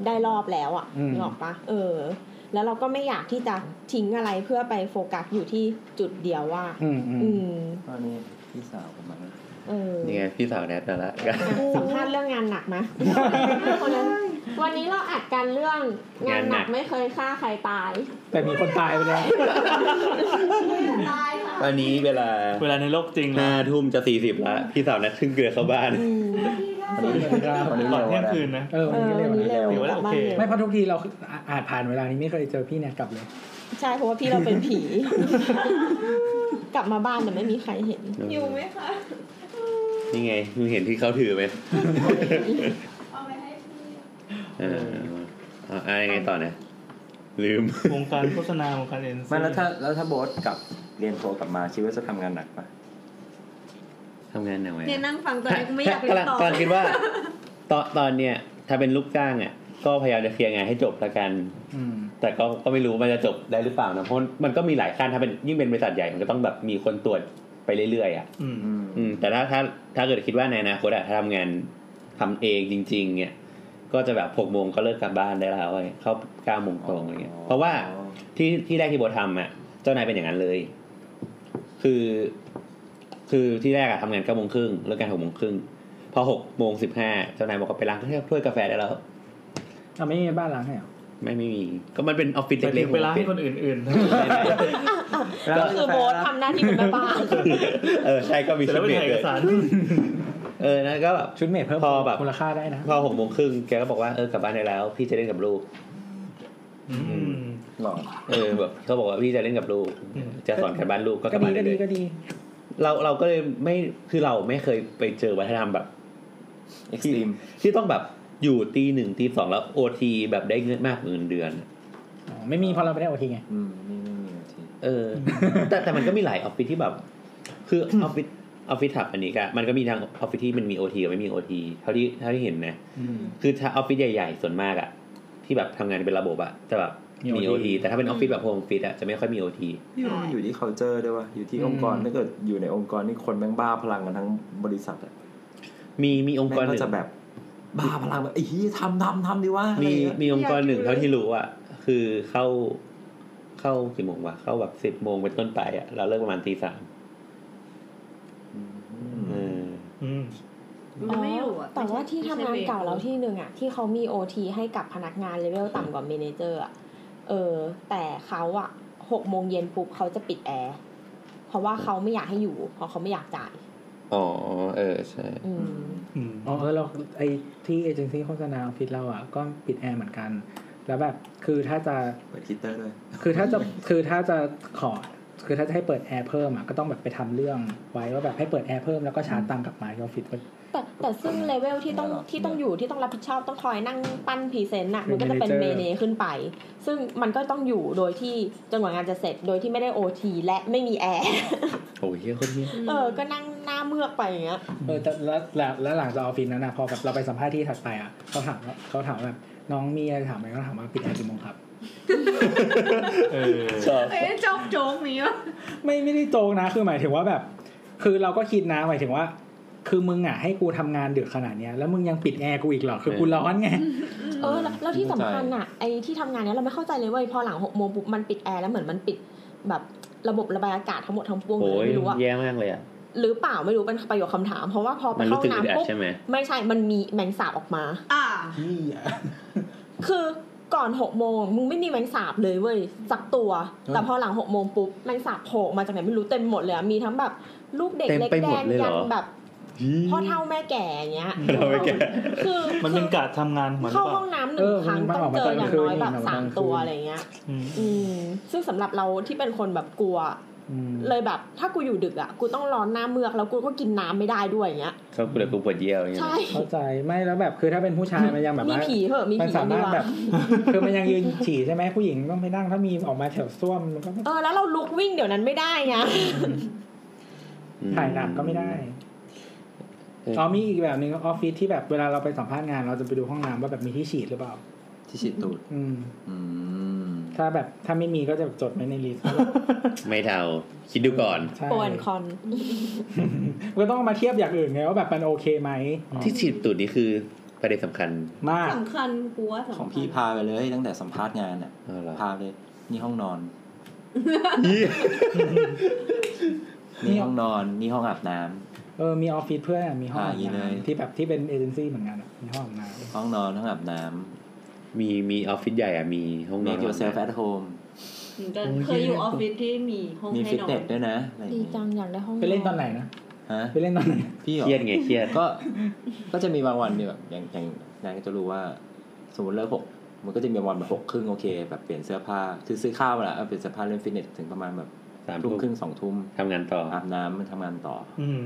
Speaker 3: ได้รอบแล้วอะ่ะ
Speaker 26: อืม
Speaker 3: นึกออกปะเออ แล้วเราก็ไม่อยากที่จะทิ้งอะไรเพื่อไปโฟกัสอยู่ที่จุดเดียวว่า
Speaker 26: อืมอืม
Speaker 3: อืม
Speaker 6: ตอนนี้พี่สาวผมมา
Speaker 3: เออ
Speaker 2: นี่ไงพี่สาวแนท
Speaker 4: [LAUGHS]
Speaker 2: นั่นแหละ
Speaker 3: สัมภาษณ์เรื่องงานหนักไหม วันนี้เราอัดกันเรื่องงานหนักไม่เคยฆ่าใครตาย
Speaker 5: แต่มีคนตายไปแล้ว
Speaker 27: ตายค่ะ
Speaker 2: วันนี้เวลา
Speaker 1: เวลาในโลกจริงแล้
Speaker 2: ห้าว ทุ่มจะสี่สิบละพี่สาวนัดขึ้นเกลือเข้าบ้าน
Speaker 6: วันนี้วันนี้
Speaker 1: ก่
Speaker 6: เร็
Speaker 1: อน
Speaker 6: ว
Speaker 1: เที่ยงคืน
Speaker 6: นะ
Speaker 1: นะ
Speaker 5: เออวันนี้ก็เร็ว
Speaker 3: เออวันนี้
Speaker 5: นะ
Speaker 3: เร็ว
Speaker 1: เดี๋ยวแล้วโอเค
Speaker 3: กลับบ้านร็ว
Speaker 5: ไม่เพราะทุกทีเราคืออ่ะอาจผ่านเวลานี้ไม่เคยเจอพี่เนี่ยกลับเลย
Speaker 3: ใช่เพราะว่าพี่เราเป็น [LAUGHS] ผี กลับมาบ้านแต่ไม่มีใครเห็น
Speaker 4: อยู่ไหมคะ
Speaker 2: นี่ไงมึงเห็นที่เขาถือไหม
Speaker 4: เอาไปให้พี่
Speaker 2: เออเอาอะไรไงต่อนะลืม
Speaker 1: วงการโฆษณาวงการเอ็นซี
Speaker 6: ไม่แล้วถ้าแล้วถ้าโบ๊ทกลับเรียนโทกลับมาคิดว่าจะทำงานหนักปะ
Speaker 2: ทำงานหนักไหม
Speaker 4: เนี่ยนั่งฟังตอน
Speaker 2: [LAUGHS]
Speaker 4: นี้กูไม่อยากเรี
Speaker 2: กำ
Speaker 4: ย
Speaker 2: ลั
Speaker 4: นต่อก
Speaker 2: งำลังคิดว่า ตอนตอนเนี้ยถ้าเป็นลูกจ้างอ่ะ ก็พยายามจะเคลียร์งานให้จบละกัน
Speaker 5: อืม
Speaker 2: แต่ก็ก็ไม่รู้มันจะจบได้หรือเปล่านะเพราะมันก็มีหลายขั้นถ้าเป็นยิ่งเป็นบริษัทใหญ่มันก็ต้องแบบมีคนตรวจไปเรื่อยๆอ่ะ
Speaker 1: อืม
Speaker 6: อืม
Speaker 2: อืมแต่ถ้าถ้าถ้าเกิดคิดว่าในอนาคตอะถ้าทำงานทำเองจริง ๆ เนี่ย ก็จะแบบหกโมงก็เลิกกลับบ้านได้แล้วอะไรเข้าเก้าโมงตรงอะไรเงี้ยเพราะว่าที่ที่แรกที่โบทำอะเจ้านายเป็นอย่างนั้นเลย คือ คือที่แรกอะทำงานเก้าโมงครึ่งเลิกงานหกโมงครึ่งพอหกโมงสิบห้าเจ้านายบอกว่าไปล้างถ้วยกาแฟได้แล้ว
Speaker 5: เอาไม่มีบ้านหลังให้เหรอ
Speaker 2: ไม่ไม่มี ก็มันเป็นออฟฟิศ
Speaker 1: ไป
Speaker 2: เล็
Speaker 1: ถึ
Speaker 2: ก
Speaker 1: ง
Speaker 2: ๆ
Speaker 1: เวลาให้คนอื่นๆ
Speaker 3: ก็คือโบสทำหน้าที่เป็นแม่บ้าน
Speaker 2: [LAUGHS] เออใช่ก็มี
Speaker 1: เสร็จ
Speaker 2: ชุ
Speaker 1: แล
Speaker 2: ด
Speaker 1: ้วไป
Speaker 2: เด็ก
Speaker 1: ถ่ายเอ
Speaker 2: เล
Speaker 1: ก
Speaker 2: ย
Speaker 1: สาร
Speaker 2: เออนะก็แบบ
Speaker 5: ชุดเมทเพิ่ม
Speaker 2: พอแบบ
Speaker 5: มูลค่าได้นะ
Speaker 2: พอหกโมงครึ่งแกก็บอกว่าเออกลับบ้านได้แล้ว พี่จะเล่นกับลูก
Speaker 1: อืม
Speaker 6: หรอ
Speaker 2: เออแบบเขาบอกว่าพี่จะเล่นกับลูก
Speaker 1: อืม
Speaker 2: จะสอนการบ้านลูกก็ก
Speaker 5: ก็
Speaker 2: ลับ
Speaker 5: ดี
Speaker 2: บ้าน
Speaker 5: ก็
Speaker 2: ได้เล
Speaker 5: ดี
Speaker 2: ย
Speaker 5: ก็ดี
Speaker 2: เราเราก็เลยไม่คือเราไม่เคยไปเจอวัฒนธรรมแบบ
Speaker 6: เอ็กซ์ตรีม
Speaker 2: ที่ต้องแบบอยู่ตีหนึ่งตีสองแล้วโอทีแบบได้เงินมากกว่าเงินเดือน
Speaker 5: อ๋อ ไม่มีเพอเราไปได้โอทีไง
Speaker 6: อืมนี่ไม่มีที
Speaker 2: เออ แต่แต่มันก็มีหลายออฟฟิศที่แบบ คือออฟฟิศออฟฟิศถับอันนี้ก็มันก็มีทางออฟฟิศที่มันมีโอทีกับไม่มีโอทีเท่าที่เท่าที่เห็นนะ คือถ้าออฟฟิศใหญ่ๆ ส่วนมากอะที่แบบทำงานเป็นระบบอะจะแบบ
Speaker 5: มี
Speaker 2: มีโอ
Speaker 5: OT
Speaker 2: ทีแต่ถ้าเป็นออฟฟิศแบบโฮมออฟฟิศอะจะไม่ค่อยมีโอที
Speaker 6: นี่มันอยู่ที่ culture ด้วยวะอยู่ที่องค์กร
Speaker 5: อืม
Speaker 6: ถ้าเกิดอยู่ในองค์กรนี่คนแม่งบ้าพลังกันทั้งบริษัทอะ
Speaker 2: มีมีองค์
Speaker 6: แม่
Speaker 2: กรง ห
Speaker 6: ก็
Speaker 2: นึ่ง
Speaker 6: จะแบบบ้าพลังแบบไอ้เฮียทำทำทำดิวะอะไร
Speaker 2: มี
Speaker 6: อย่างเงี้ย
Speaker 2: มีองค์กรหนึ่งเท่าที่รู้อ่ะคือเข้าเข้ากี่โมงวะเข้าแบบสิบโมงเป็นต้นไปอ่ะเราเลิกประมาณตีสาม
Speaker 6: อืม
Speaker 1: อืม
Speaker 4: มันไม่อยู่อะ
Speaker 3: แต่ว่าที่ทำงานเก่าเราที่หนึ่งอะที่เขามีโอทีให้กับพนักงานเลเวลต่ำกว่าเมเนเจอร์อะเออ แต่เขาอะหกโมงเย็นปุ๊บเขาจะปิดแอร์เพราะว่าเขาไม่อยากให้อยู่ เพราะเขาไม่อยากจ่าย
Speaker 2: อ๋อเออใช่
Speaker 3: อืม
Speaker 1: อืม
Speaker 5: อ๋อเออเราไอที่เอเจนซี่โฆษณาออฟฟิศเราอ่ะ ก็ปิดแอร์เหมือนกัน แล้วแบบคือถ้าจะ
Speaker 6: เปิดคิตเตอร์ด้วย
Speaker 5: คือถ้าจะคือถ้าจะขอ คือถ้าจะให้เปิดแอร์เพิ่มอ่ะก็ต้องแบบไปทำเรื่องไว้ว่าแบบให้เปิดแอร์เพิ่มแล้วก็ชาร์จตังค์กลับมาที่ออฟฟิศไว้
Speaker 3: แต่แต่ซึ่งเลเวลที่ต้อง
Speaker 6: ไม่หรอก
Speaker 3: ที่ต้องอยู่ที่ต้องรับผิดชอบต้องคอยนั่งปั้นพรีเซนต์น่ะ
Speaker 5: เป็
Speaker 3: มัน
Speaker 5: น
Speaker 3: ก็จะเป็นเม
Speaker 5: manager
Speaker 3: เนขึ้นไป ซึ่งมันก็ต้องอยู่โดยที่จนกว่างานจะเสร็จโดยที่ไม่ได้โอทีและไม่มีแอร์
Speaker 2: โอ้ยเฮียคนเฮีย
Speaker 3: เออ ก็นั่งหน้าเมือกไปอย่างเงี้ย
Speaker 5: เออแต่แล้วแล้วแล้วหลังจากออฟฟิศนั้นนะพอแบบเราไปสัมภาษณ์ที่ถัดไปอ่ะเขาถามว่าเขาถามแบบน้องมีอะไรถามไหมก็ถามว่าปิดแอร์กี่โมงครับ
Speaker 1: เออ
Speaker 2: ชอบ
Speaker 4: เอ้ยโจ๊กโจ๊กนี้วะ
Speaker 5: ไม่ไม่ได้โจงนะคือหมายถึงว่าแบบ คือเราก็คิดนะหมายถึงว่า คือมึงอ่ะให้กูทำงานดึกขนาดเนี้ยแล้วมึงยังปิดแอร์กูอีกเหรอคือกูร้อน
Speaker 3: [LAUGHS]
Speaker 5: ไง
Speaker 3: เออแล้วแล้วที่สำคัญอ่ะไอ้ที่ทำงานเนี้ยเราไม่เข้าใจเลยเว้ยพอหลังหกโมงปุ๊บมันปิดแอร์แล้วเหมือนมันปิดแบบระบบระบายอากาศทั้งหมดทั้งปวงเล
Speaker 2: โอ้
Speaker 3: ย
Speaker 2: ย
Speaker 3: ไม่รู้อะ
Speaker 2: แย่มากเลยอ่ะ
Speaker 3: หรือเปล่าไม่รู้เป็นประโยคคำถามเพราะว่าพอไป
Speaker 2: มัน
Speaker 3: เข้า
Speaker 2: รู้สึก
Speaker 3: ห้อง
Speaker 2: อึดอัด
Speaker 3: น้ำปุ๊บ
Speaker 2: ใช่ไหม
Speaker 3: ไม่ใช่มันมีแมงสาบออกมา
Speaker 4: อ่า
Speaker 3: คือก่อนหกโมงมึงไม่มีแมงสาบเลยเว้ยสักตัว แต่พอหลังหกโมงปุ๊บแมงสาบโผล่มาจากไหนไม่รู้เต็มหมดเลยอะมีทั้งแบบลูกเด็ก
Speaker 2: เต็ม
Speaker 3: เล็ก
Speaker 2: ไปห
Speaker 3: แด
Speaker 2: มด
Speaker 3: ง
Speaker 2: เลยเหร
Speaker 3: ยั
Speaker 2: อ
Speaker 3: นแบบพ่อเท่าแม่แก่อย่างเงี้ย
Speaker 2: เราไม่แก่
Speaker 3: คือ
Speaker 1: มันเป็นการทำงานเหมือน
Speaker 3: เข้า
Speaker 1: เปล่า
Speaker 3: ห้องน้ำห
Speaker 5: เอ
Speaker 3: นึ่ง
Speaker 5: อ
Speaker 3: ครั้ง
Speaker 5: มัน
Speaker 3: ต้อ
Speaker 5: ออง กมา
Speaker 3: เจออย่างน้อย
Speaker 5: ต
Speaker 3: แบ
Speaker 5: อน
Speaker 3: บ
Speaker 5: กลางคืน
Speaker 3: สามตัวอะไรเงี้ย
Speaker 1: อืม
Speaker 3: อืมซึ่งสำหรับเราที่เป็นคนแบบกลัว
Speaker 5: อืม
Speaker 3: เลยแบบ ถ้ากูอยู่ดึกอ่ะ กูต้องร้อนหน้าเมือกแล้วกูก็กินน้ำไม่ได้ด้วยอย่างเงี้ย
Speaker 2: ชอบกูเลยกูปวดเยี่ยวอย่างเงี้ย
Speaker 3: ใช่
Speaker 5: เข้าใจไม่แล้วแบบคือถ้าเป็นผู้ชายมันยังแบบ
Speaker 3: มี
Speaker 5: ว่า
Speaker 3: ผีเหอะมี
Speaker 5: มัน
Speaker 3: ผี
Speaker 5: สามารถ
Speaker 3: ว่ะ
Speaker 5: แบบ [LAUGHS] คือมันยังยืนฉี่ใช่ไหมผู้หญิงต้องไปนั่งถ้ามีออกมาแถวส้วมมันก็
Speaker 3: เออแล้วเราลุกวิ่งเดี๋ยวนั้นไม่ได้ไง
Speaker 2: อืม
Speaker 5: ถ่ายหนักก็ไม่ได้
Speaker 2: เออ
Speaker 5: อ๋อมีอีกแบบหนึ่งออฟฟิศที่แบบเวลาเราไปสัมภาษณ์งาน เราจะไปดูห้องน้ำว่าแบบมีที่ฉีดหรือเปล่า
Speaker 6: ที่ฉีดตูด
Speaker 5: อืม
Speaker 6: อืม
Speaker 5: ถ้าแบบถ้าไม่มีก็จะจดไว้ในลิสต์
Speaker 2: ไม่เท่าคิดดูก่อน
Speaker 5: ใช่
Speaker 3: โปรแอนคอน
Speaker 5: ก็ต้องมาเทียบอย่างอื่นไงว่าแบบมันโอเคไหม
Speaker 2: ที่ฉีดตูดนี่คือประเด็นสำคัญ
Speaker 5: มาก
Speaker 28: สำคัญกูว่าสำคัญ
Speaker 6: ของพี่พาไปเลยตั้งแต่สัมภาษณ์งานอ่ะ
Speaker 2: เอาล่ะ
Speaker 6: พาเลยนี่ห้องนอน
Speaker 5: นี่
Speaker 6: นี่ห้องนอนนี่ห้องอาบน้ำ
Speaker 5: เออมีออฟฟิศเพื่อนอะมีห้องอาบ
Speaker 6: อ่าอย่างนี้เลย
Speaker 5: น้ำที่แบบที่เป็นเอเจนซี่เหมือนกันอะมีห้องอาบน้
Speaker 6: ห้องนอนห้องอาบน้ำ
Speaker 2: มีมีออฟฟิศใหญ่อะมีห้องนอน
Speaker 6: make yourself at home
Speaker 8: เหมือนกันเคยอยู่ออฟฟิศที่มีห้อง
Speaker 6: มี
Speaker 8: ให้
Speaker 6: ฟิต
Speaker 8: นอ
Speaker 6: เน
Speaker 8: น
Speaker 6: สด้วยนะอะไรอย่าง
Speaker 3: ดี
Speaker 6: เงี้ย
Speaker 3: จังอยากได้ห้อง
Speaker 5: ำไปเล่นตอนไหนนะ
Speaker 6: ฮะ
Speaker 5: ไปเล่นตอนไหน
Speaker 6: พี่เหร
Speaker 2: เครียด
Speaker 6: อ
Speaker 2: ไงเครียด
Speaker 6: ก็ ก็จะมีบางวันเนี่ยแบบอย่างอย่างนายก็จะรู้ว่า สมมติเลิกหกมันก็จะมีวันแบบหกครึ่งโอเค แบบเปลี่ยนเสื้อผ้าคือซื้อข้าวละเอาเปลี่ยนเสื้อผ้าเล่นฟิตเนสถึงประมาณแบบ
Speaker 2: สาม
Speaker 6: ทุ่
Speaker 2: ทุ่
Speaker 6: ม
Speaker 2: ม
Speaker 6: ครึ่งสองทุ่ม
Speaker 2: ทำงานต่อ
Speaker 6: อาบน้ำมันทำงานต่อ
Speaker 1: อืม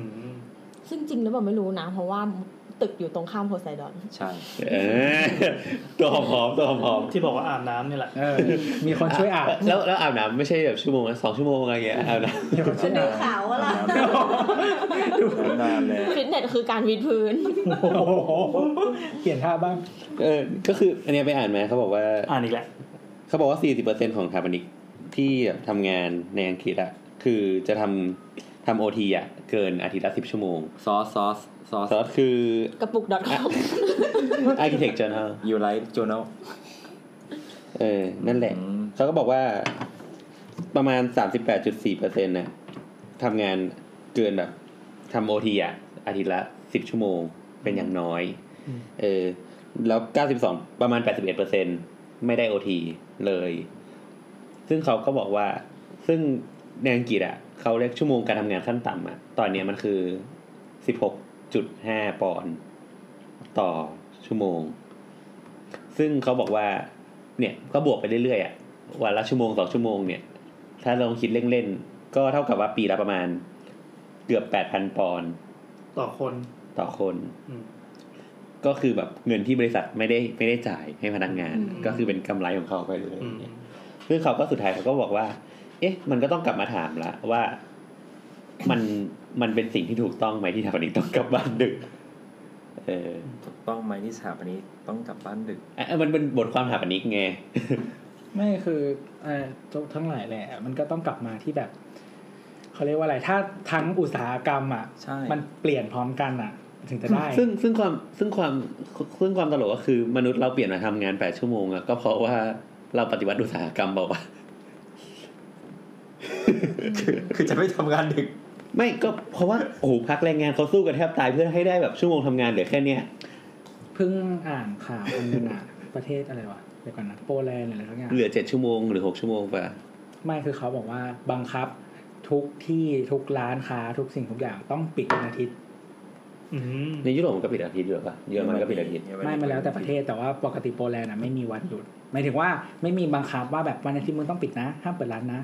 Speaker 3: ซึ่งจริงหรือเปล่าไม่รู้นะ เพราะว่าตึกอยู่ตรงข้ามโพไซดอน
Speaker 6: ใช่
Speaker 2: [LAUGHS] เออตัวหอมๆตัวหอม
Speaker 1: ที่บอกว่าอาบน้ำนี่แหละ
Speaker 5: เออ มีคน
Speaker 2: ๆ
Speaker 5: ช่วยอาบ
Speaker 2: แล้วแล้วอาบน้ำไม่ใช่แบบชั่วโมงนะสองชั่วโมงอะไรเงี้ยอาบน้
Speaker 5: มีคนช่วยอาบ
Speaker 28: ขาวอะไร
Speaker 6: อาบน้ำเลย
Speaker 3: ฟิตเนสคือการวิดพื้น [LAUGHS]
Speaker 5: โอ้โหเปลี่ยนท่าบ้าง
Speaker 2: ำเออก็คืออันเนี้ยไปอ่านมาเขาบอกว่า
Speaker 1: อ่านอีกแล้ว
Speaker 2: เขาบอกว่า 40%ของสถาปนิกที่ทำงานในอังกฤษอะคือจะทำทำโอทีอะเกินอาทิตย์ละ 10 ชั่วโมง
Speaker 6: ซอสซอสซอส
Speaker 2: ซอสคือก
Speaker 3: ระปุก .com
Speaker 2: อาร์เคเต็กจ n น l
Speaker 6: อยู่ไลฟ์จูโน่
Speaker 2: เออ นั่นแหละ เขาก็บอกว่าประมาณ 38.4%นะทำงานเกินแบบทำโอทีอะอาทิตย์ละ 10 ชั่วโมงเป็นอย่างน้อย เออ แล้ว 92 ประมาณ 81%ไม่ได้โอทีเลย ซึ่งเขาก็บอกว่า ซึ่งในอังกฤษอะเขาเรียกชั่วโมงการทำงานขั้นต่ำอะตอนเนี้ยมันคือ 16.5 ปอนด์ต่อชั่วโมง ซึ่งเขาบอกว่า เนี่ยก็บวกไปเรื่อยๆอ่ะวันละชั่วโมงสองชั่วโมงเนี่ย ถ้าเราคิดเล่นๆ ก็เท่ากับว่าปีละประมาณ เกือบแปดพันปอนด์
Speaker 1: ต่อคน
Speaker 2: ต่อคน
Speaker 1: อืม
Speaker 2: ก็คือแบบเงินที่บริษัทไม่ได้ไม่ได้จ่ายให้พนักงาน
Speaker 1: อืม
Speaker 2: ก็คือเป็นกำไรของเขาไปเลย
Speaker 1: อืม
Speaker 2: ซึ่งเขาก็สุดท้ายเขาก็บอกว่า เอ๊ะ มันก็ต้องกลับมาถามละว่า มันมันเป็นสิ่งที่ถูกต้องไหมที่ทำแบบนี้ต้องกลับบ้านดึก เออ
Speaker 6: ถูกต้องไหมที่สถาปนิกต้องกลับบ้านดึก
Speaker 2: อ่ะมันเป็นบทความถามอันนี้ไง
Speaker 5: ไม่คือเอ่อทั้งหลายแหละ มันก็ต้องกลับมาที่แบบเขาเรียกว่าอะไรถ้าทั้งอุตสาหกรรมอ่ะ
Speaker 6: ใช่
Speaker 5: มันเปลี่ยนพร้อมกันอ่ะ ถึงจะได้
Speaker 2: ซึ่งซึ่งความซึ่งความซึ่งความตลกก็คือมนุษย์เราเปลี่ยนมาทำงานแปดชั่วโมงอะก็เพราะว่าเราปฏิวัติอุตสาหกรรมบอกว่าวะ
Speaker 6: คือคือจะไม่ทำงานดึก
Speaker 2: ไม่ก็เพราะว่าโอ้โหพักแรงงานเขาสู้กันแทบตายเพื่อให้ได้แบบชั่วโมงทำงานเหลือแค่เนี้ย
Speaker 5: เพิ่งอ่านข่าวอันนึงอ่ะประเทศอะไรวะเดี๋ยวก่อนนะโปแลนด์หรืออะไรสักอย่าง
Speaker 2: เหลือเจ็ดชั่วโมงหรือหกชั่วโมงป่ะ
Speaker 5: ไม่คือเขาบอกว่าบังคับทุกที่ทุกร้านค้าทุกสิ่งทุกอย่างต้องปิดวันอาทิตย์
Speaker 1: อืม
Speaker 2: ในยุโรปมันก็ปิดอาทิตย์ด้วยป่ะเยอรมันก็ปิดอาทิตย์
Speaker 5: ไม่มาแล้วแต่ประเทศแต่ว่าปกติโปแลนด์อะไม่มีวันหยุดหมายถึงว่าไม่มีบังคับว่าแบบวันอาทิตย์มึงต้องปิดนะห้ามเปิดร้านนะ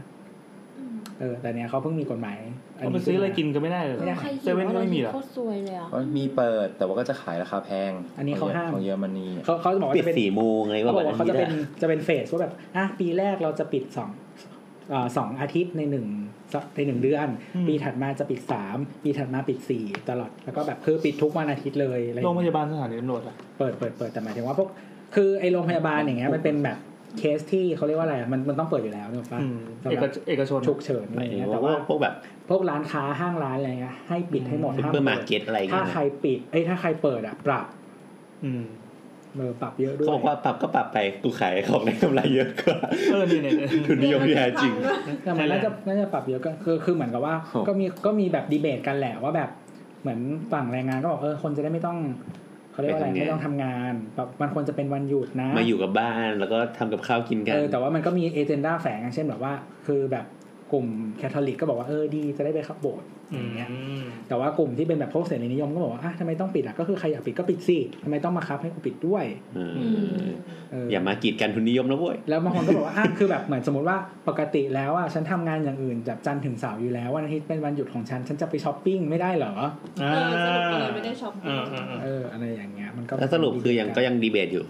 Speaker 5: เออแต่เนี้ยเขาเพิ่งมีกฎหมาย
Speaker 1: เอาไปซื้ออะไรกินก็ไม่ได้เลยเหรอ
Speaker 3: ใครหิ
Speaker 1: เซ
Speaker 3: ว
Speaker 1: เว่นก็
Speaker 3: อะไร
Speaker 1: ไม่มี
Speaker 3: ที่
Speaker 1: เหรอ
Speaker 3: โคตรซวยเลยอ่ะ
Speaker 6: มันมีเปิดแต่ว่าก็จะขายราคาแพง
Speaker 5: อันนี้เขาห้าม
Speaker 6: ของเยอรมนี
Speaker 5: เขาเขาจะบอกว่า
Speaker 2: ปิด
Speaker 5: จะเป็น
Speaker 2: สี่โมงไง
Speaker 5: เขา
Speaker 2: ว่า
Speaker 5: บ
Speaker 2: วั
Speaker 5: อนกว่าเขา
Speaker 2: นี้
Speaker 5: จะเป็น
Speaker 2: นะ
Speaker 5: จะเป็นเฟสว่าแบบอ่ะปีแรกเราจะปิดสองเอ่อสองอาทิตย์ในหนึ่งในหนึ่งเดือน
Speaker 1: อืม
Speaker 5: ปีถัดมาจะปิดสามปีถัดมาปิดสี่ตลอดแล้วก็แบบคือปิดทุกวันอาทิตย์เลยอะไรอย่า
Speaker 1: โรง ง
Speaker 5: เงี้
Speaker 1: พ
Speaker 5: ย
Speaker 1: ยาบาลสถานีตำรวจอะ
Speaker 5: เปิดเปิดเปิดแต่หมายถึงว่าพวกคือไอโรงพยาบาลอย่างเงี้ยมันเป็นแบบเคสที่เขาเรียกว่าอะไรอะมันมันต้องเปิดอยู่แล้วเนี่ยป่ะ
Speaker 1: อืม
Speaker 5: สำ
Speaker 1: เอ
Speaker 5: ห
Speaker 1: ก
Speaker 5: รับ
Speaker 1: ชเอกชน
Speaker 5: ฉุกเฉินอะไรอย่างเงี้ยแต่ว่า
Speaker 2: พวกแบบ
Speaker 5: พวกร้านค้าห้างร้านอะไรเงี้ยให้ปิดให้หมด
Speaker 2: ซุป
Speaker 5: ห้าม
Speaker 2: เปอร์มา
Speaker 5: เปิ
Speaker 2: ร์
Speaker 5: ด
Speaker 2: เก็ตอะไรอย่าง
Speaker 5: ถ้า
Speaker 2: เงี้ย
Speaker 5: ใครปิดไอยถ้าใครเปิดอ่ะปรับ
Speaker 1: อืม
Speaker 5: เออปรับเยอะด้ว
Speaker 2: เขา
Speaker 5: ย
Speaker 2: บอกว่าปรับก็ปรับไปกูขายของได้กำไรเยอะก [LAUGHS] ว่า
Speaker 1: เออเนี่ยเนี่ยเนี่ย
Speaker 2: ทุนนิยมที่แท้จริง
Speaker 5: แต่มันน่าจะน่าจะปรับเยอะก็คือคือเหมือนกับว่า ก็มีก็มีแบบดีเบตกันแหละว่าแบบเหมือนฝั่งแรงงานก็บอกเออคนจะได้ไม่ต้องเขาเรียกว่าอะไร
Speaker 2: ไปทำงาน
Speaker 5: ไม่ต้องทำงานแบบมันควรจะเป็นวันหยุดนะ
Speaker 2: มาอยู่กับบ้านแล้วก็ทำกับข้าวกินกัน
Speaker 5: เออแต่ว่ามันก็มีเอเจนดาแฝงอย่างเช่นแบบว่า คือแบบกลุ่มแคทอลิกก็บอกว่าเออดีจะได้ไปเข้าโบสถ์
Speaker 1: อื
Speaker 5: อ
Speaker 1: ม
Speaker 5: ย่างเงี้ยแต่ว่ากลุ่มที่เป็นแบบพวกเสรีนิยมก็บอกว่าอ่ะทำไมต้องปิดอ่ะก็คือใครอยากปิดก็ปิดสิทำไมต้องมาคับให้กูปิดด้วย
Speaker 2: เออ
Speaker 5: เอออย่
Speaker 2: อามากีดกันทุนนิยมนะเว้ย
Speaker 5: แล้วบางคนก็บอกว่าอ่ะคือแบบเหมือนสมมติว่าปกติแล้วอ่ะฉันทำงานอย่างอื่นแบบจันทร์ถึงเสาร์อยู่แล้ววันอาทิตย์เป็นวันหยุดของฉันฉันจะไปช้อปปิ้งไม่ได้เหรอ
Speaker 1: เอ
Speaker 8: เออสรุปก็เลยไม่ได้ช็อป
Speaker 1: าาา
Speaker 5: เอออะไรอย่างเงี้ยมันก็
Speaker 2: แล้วสรุปคือยังก็ยังดีเบตอยู่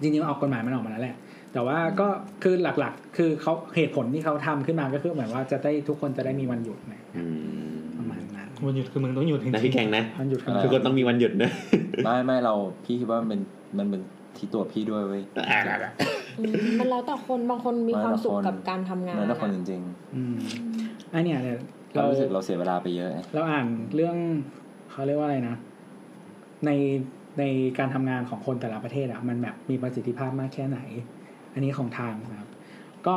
Speaker 5: จริงๆออกกฎหมายมันออกมาแล้วแหละ แต่ว่าก็คือหลักๆ คือเขาเหตุผลที่เขาทำขึ้นมาก็คือเหมือนว่าจะได้ทุกคนจะได้มีวันหยุดนะ
Speaker 2: อื
Speaker 5: ประ
Speaker 2: ม
Speaker 5: มาณนั้น
Speaker 1: วันหยุดคือมึงต้องหยุดจริงๆ
Speaker 2: นะพี่แกงนะ
Speaker 5: มันหยุดกัน
Speaker 2: ทุกคนต้องมีวันหยุดนะ
Speaker 6: ไม่ไม่เราพี่คิดว่ามันเป็นมันเป็นที่ตัวพี่ด้วยเว้ย
Speaker 3: อืมมันแล้วแต่คนบางคนมีความสุขกับการทำงาน
Speaker 6: นั่นละ
Speaker 3: อะ
Speaker 6: คนจริง
Speaker 5: อืมอันเนี้ยเนี่ย
Speaker 6: ๆ
Speaker 5: เรา
Speaker 6: เรารู้สึกเราเสียเวลาไปเยอะไง
Speaker 5: เราอ่านเรื่องเขาเรียกว่าอะไรนะ ในในการทำงานของคนแต่ละประเทศอะมันแบบมีประสิทธิภาพมากแค่ไหน อันนี้ของทางนะครับ ก็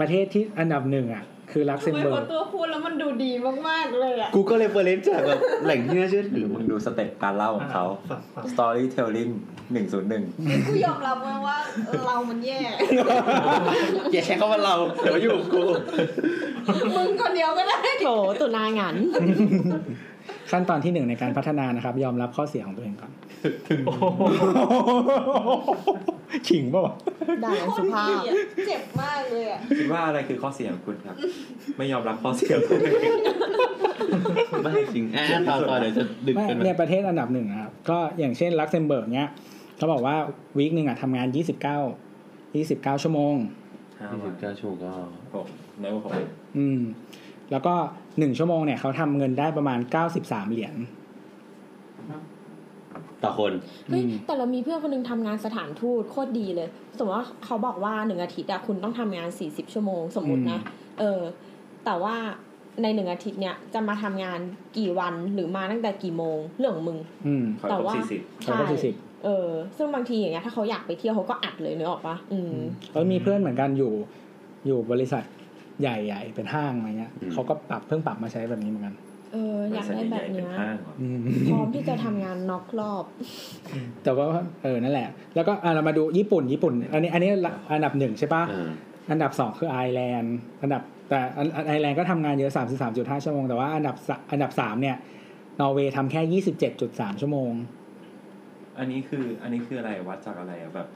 Speaker 5: ประเทศที่อันดับหนึ่งอะคือลักเซ
Speaker 7: ทำ
Speaker 5: ม
Speaker 7: ไม
Speaker 5: เบิ
Speaker 7: พอ
Speaker 5: ร์
Speaker 7: ก ตัวพูดแล้วมันดูดีมากๆเลยอะ
Speaker 16: กูก็เลยเฟรนจากแบบแหล่งที่น่าเชื่อถือ
Speaker 6: มึงดูสเต็ปการเล่าของเขา
Speaker 1: ฝากฝาก
Speaker 6: storytelling หนึ่งศูนย์หนึ่ง
Speaker 8: กูยอมรับเลยว่าเรามันแย่
Speaker 16: อย่าใช้คำว่าเราเดี๋ยวอยู่กับกู
Speaker 8: มึงคนเดียวก็ได้
Speaker 3: โถตุนางัน
Speaker 5: ขั้นตอนที่หนึ่งในการพัฒนานะครับ ยอมรับข้อเสียของตัวเองก่อน
Speaker 1: โอ้โห
Speaker 5: ขิงเปล่าวะ
Speaker 3: ด่าอย่างสุภาพ
Speaker 8: เจ็บมากเลยอ่ะ
Speaker 6: คิดว่าอะไรคือข้อเสียของคุณครับ ไม่ยอมรับข้อเสียของคุณ
Speaker 16: ไม่จริงอ่ะต่อต่อเดี๋ยวจะดึก
Speaker 5: ไม่
Speaker 16: เป็น
Speaker 5: เนี่ยประเทศอันดับหนึ่งนะครับ ก็อย่างเช่นลักเซมเบิร์กเนี้ยเขาบอกว่าวีคหนึ่งอะทำงาน 29 29 ชั่วโมง
Speaker 6: ห้า
Speaker 16: ยี่
Speaker 6: วั
Speaker 16: สิ
Speaker 6: น
Speaker 16: บเก้าชั่วโมงก็
Speaker 6: หกน้อยกว่าหก
Speaker 5: อืม แล้วก็ 1 ชั่วโมงเนี่ยเขาทำเงินได้ประมาณ 93 เหรียญ
Speaker 16: ต่อคน
Speaker 3: เฮ้ย แต่เรามีเพื่อนคนหนึงทำงานสถานทูตโคตรดีเลย สมมติว่าเขาบอกว่าหนึ่งอาทิตย์อะคุณต้องทำงาน 40 ชั่วโมง สมมตินะ เออ แต่ว่าในหนึ่งอาทิตย์เนี่ยจะมาทำงานกี่วันหรือมาตั้งแต่กี่โมง เรื่องของมึง
Speaker 5: อืม
Speaker 6: ขอ
Speaker 3: แต่
Speaker 6: ครบ
Speaker 3: ว่า
Speaker 6: สี่สิบ
Speaker 5: เขาก็สี่สิบ
Speaker 3: เออ ซึ่งบางทีอย่างเงี้ยถ้าเขาอยากไปเที่ยวเขาก็อัดเลยเนกออกปะอืม
Speaker 5: ก็มีเพื่อนเหมือนกันอยู่อยู่บริษัทใหญ่ๆ เป็นห้างอะไรเงี้ยเขาก็ปรับเพิ่งปรับมาใช้แบบนี้เหมือนกัน
Speaker 3: เออ อยากได้
Speaker 6: บริษัท
Speaker 3: แบ
Speaker 6: ใหญ่
Speaker 3: บ
Speaker 6: ๆ
Speaker 3: เนี้
Speaker 6: เป็น
Speaker 3: ย
Speaker 6: ห้างเหรอ
Speaker 5: อืม
Speaker 3: พร้อมที่จะทำงานนอกรอบ
Speaker 5: แต่ว่าเออนั่นแหละ แล้วก็อ่ะเรามาดูญี่ปุ่นญี่ปุ่น อันนี้อันนี้ละอันดับหนึ่งใช่ปะ
Speaker 16: อ่า
Speaker 5: อันดับสองคือไอร์แลนด์อันดับแต่อันอันไอร์แลนด์ก็ทำงานเยอะสามสิบสามจุดห้าชั่วโมงแต่ว่าอันดับสะอันดับสามเนี่ยนอร์เวย์ทำแค่ยี่สิบเจ็ดจุดสามชั่วโมง
Speaker 6: อันนี้คืออันนี้คืออะไรวัดจากอะไรอะแบบ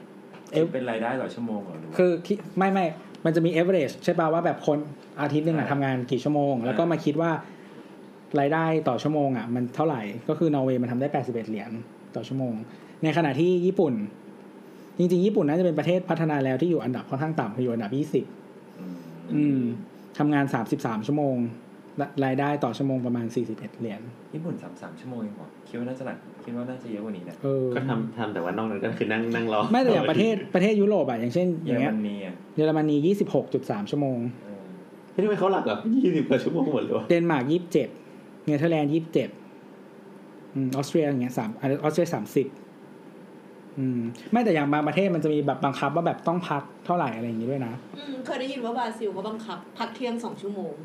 Speaker 5: เอ๊ะ
Speaker 6: เป็นรายได้ต่อชั่วโมงเหรอหรือว่า
Speaker 5: คือคิดไม่ไม่มันจะมี average ใช่ปะว่าแบบคนอาทิตย์หนึ่งอะ
Speaker 6: อ่า
Speaker 5: ทำงานกี่ชั่วโมง แล้วก็
Speaker 6: อ่าม
Speaker 5: มาคิดว่ารายได้ต่อชั่วโมงอะมันเท่าไหร่ก็คือนอร์เวย์มันทำได้ 81 เหรียญต่อชั่วโมง ในขณะที่ญี่ปุ่น จริงๆ ญี่ปุ่นน่าจะเป็นประเทศพัฒนาแล้วที่อยู่อันดับค่อนข้างต่ำคืออยู่อันดับ 20 อืมทำงาน 33 ชั่วโมงรรายได้ต่อชั่วโมงประมาณ 41 เหรียญ
Speaker 6: ญี่ปุ่นสามสามชั่วโมงเองเหรอคิดว่าน่าจะหนักคิดว่าน่าจะเยอะกว่านี้นะ
Speaker 5: เออ
Speaker 16: ก็ทำทำแต่ว่านอกนั้นก็คือนั่งนั่งรอ
Speaker 5: ไม่แต่อย่างประเทศประเทศยุโรปอะอย่างเช่นอ
Speaker 6: เยอย่าง
Speaker 5: เงี้ย
Speaker 6: รมนีอ่ะ
Speaker 5: เยอรมนี 26.3 ชั่วโมง
Speaker 6: เออ
Speaker 16: เฮ้ยทำไมเขาหลักแบบยี่สิบกว่าชั่วโมงหมดเลยวะ
Speaker 5: เดนมาร์ก 27 เนเธอร์แลนด์ 27อืมออสเตรียอย่างเงี้ยสามออสเตรีย 30 อืมไม่แต่อย่างบางประเทศมันจะมีแบบบังคับว่าแบบต้องพักเท่าไหร่อะไรอย่างงี้ด้วยนะ
Speaker 4: อืมเคยได้ยินว่าบราซิลเขาบังคับ พักเที่ยงสองชั่วโมง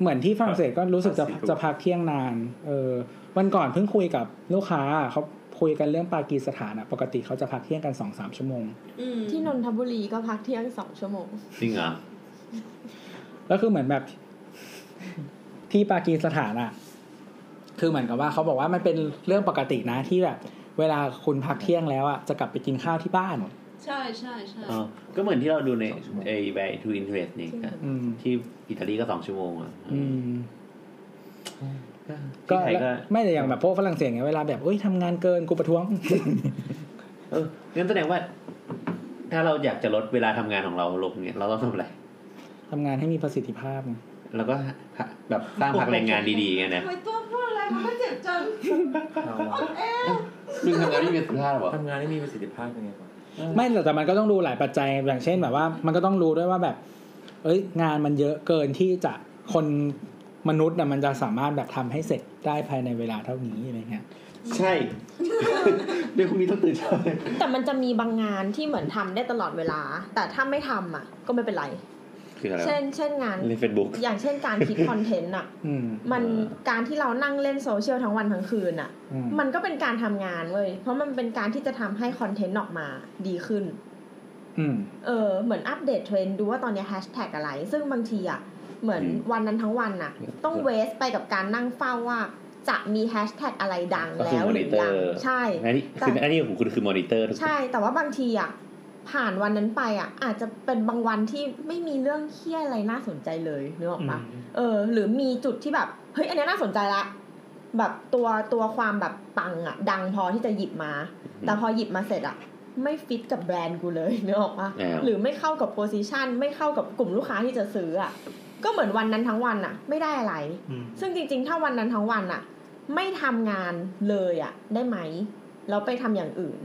Speaker 5: เหมือนที่ฝรั่งเศสก็รู้สึกจะจะพักเที่ยงนาน เออวันก่อนเพิ่งคุยกับลูกค้าเขาคุยกันเรื่องปากีสถานอะปกติเขาจะพักเที่ยงกันสองสามชั่วโมง
Speaker 4: อืม
Speaker 3: ที่นนทบุรีก็พักเที่ยงสองชั่วโมง
Speaker 16: จริงเหรอ
Speaker 5: แล้วคือเหมือนแบบ [LAUGHS] ที่ปากีสถานอะคือเหมือนกับว่าเขาบอกว่ามันเป็นเรื่องปกตินะที่แบบ เวลาคุณพักเที่ยงแล้วอะจะกลับไปกินข้าวที่บ้าน
Speaker 4: ใช่ใช่ใช่
Speaker 16: อ๋อก็เหมือนที่เราดูในไอ้แบทูอินเทอร์เน็ตนี่ก็
Speaker 5: อืม
Speaker 16: ที่อิตาลีก็สองชั่วโมงอ่ะ
Speaker 5: อืม
Speaker 16: ก็
Speaker 5: ก็
Speaker 16: ไทยก็
Speaker 5: ไม่แต่อย่างแบบพวกฝรั่งเศสไงเวลาแบบเอ้ยทำงานเกินกูประท้วง [LAUGHS]
Speaker 16: เอองั้นแสดงว่า ถ้าเราอยากจะลดเวลาทำงานของเราลงเนี่ยเราต้องทำอะไร
Speaker 5: ทำงานให้มีประสิทธิภาพไง
Speaker 16: เราก็หาแบบสร้างพักแรงงานดีๆไงนะ
Speaker 8: ไมตัวพูดอะไรมันก็เจ็บจัง
Speaker 6: เอาวะ
Speaker 16: มึงทำงานไม่มีประสิทธิภาพเหรอ
Speaker 6: ทำงานได้มีประสิทธิภาพยังไงวะ
Speaker 5: ไม่แต่แต่มันก็ต้องดูหลายปัจจัยอย่างเช่นแบบว่า มันก็ต้องรู้ด้วยว่าแบบ เอ้ย งานมันเยอะเกินที่จะคนมนุษย์น่ะมันจะสามารถแบบทำให้เสร็จได้ภายในเวลาเท่านี้อะไรเงี้ย
Speaker 16: ใช่ เดี๋ยวพรุ่งนี้ต้องตื่นเช้าเลย
Speaker 3: แต่มันจะมีบางงานที่เหมือนทำได้ตลอดเวลา แต่ถ้าไม่ทำอ่ะ ก็ไม่เป็นไร
Speaker 16: คืออะไรวะ
Speaker 3: เช่น เช่นงาน
Speaker 16: ในเฟซบุ๊ก
Speaker 3: อย่างเช่นการคิดคอนเทนต์อ่ะ
Speaker 5: อืม
Speaker 3: มัน
Speaker 16: อ่า
Speaker 3: การที่เรานั่งเล่นโซเชียลทั้งวันทั้งคืนอ่ะ
Speaker 5: อืม
Speaker 3: มันก็เป็นการทำงานเว้ย เพราะมันเป็นการที่จะทำให้คอนเทนต์ออกมาดีขึ้น
Speaker 5: อืม
Speaker 3: เออ เหมือนอัปเดตเทรนด์ดูว่าตอนเนี้แฮชแท็กอะไร ซึ่งบางทีอ่ะ เหมือน
Speaker 16: อืม
Speaker 3: วันนั้นทั้งวันน่ะ ต้องเวสไปกับการนั่งเฝ้าว่าจะมีแฮชแท็กอะไรดัง
Speaker 16: ก็คื
Speaker 3: แล้
Speaker 16: อ
Speaker 3: ว
Speaker 16: มอ
Speaker 3: หรื
Speaker 16: นิ
Speaker 3: อ
Speaker 16: เตอ
Speaker 3: ยัง
Speaker 16: ร์
Speaker 3: ใช่
Speaker 16: อันนี้คืออันนี้ของคุณคือมอนิเตอร์ถูกไหม
Speaker 3: ใช่ แต่ว่าบางทีอ่ะ ผ่านวันนั้นไปอ่ะ อาจจะเป็นบางวันที่ไม่มีเรื่องเครียดอะไรน่าสนใจเลยนึกออกปะเออ หรือมีจุดที่แบบ เฮ้ย อันเนี้ยน่าสนใจละ แบบตัวตัวความแบบปังอ่ะ ดังพอที่จะหยิบมา
Speaker 16: อืม
Speaker 3: แต่พอหยิบมาเสร็จอ่ะ ไม่ฟิตกับแบรนด์กูเลย [LAUGHS] นึกออกปะ
Speaker 16: อ้าว
Speaker 3: หรือไม่เข้ากับโพซิชันไม่เข้ากับกลุ่มลูกค้าที่จะซื้ออ่ะ ก็เหมือนวันนั้นทั้งวันอ่ะ ไม่ได้อะไร
Speaker 1: อืม
Speaker 3: ซึ่งจริงๆ ถ้าวันนั้นทั้งวันอะไม่ทำงานเลยอะได้ไหม แล้วไปทำอย่างอื่น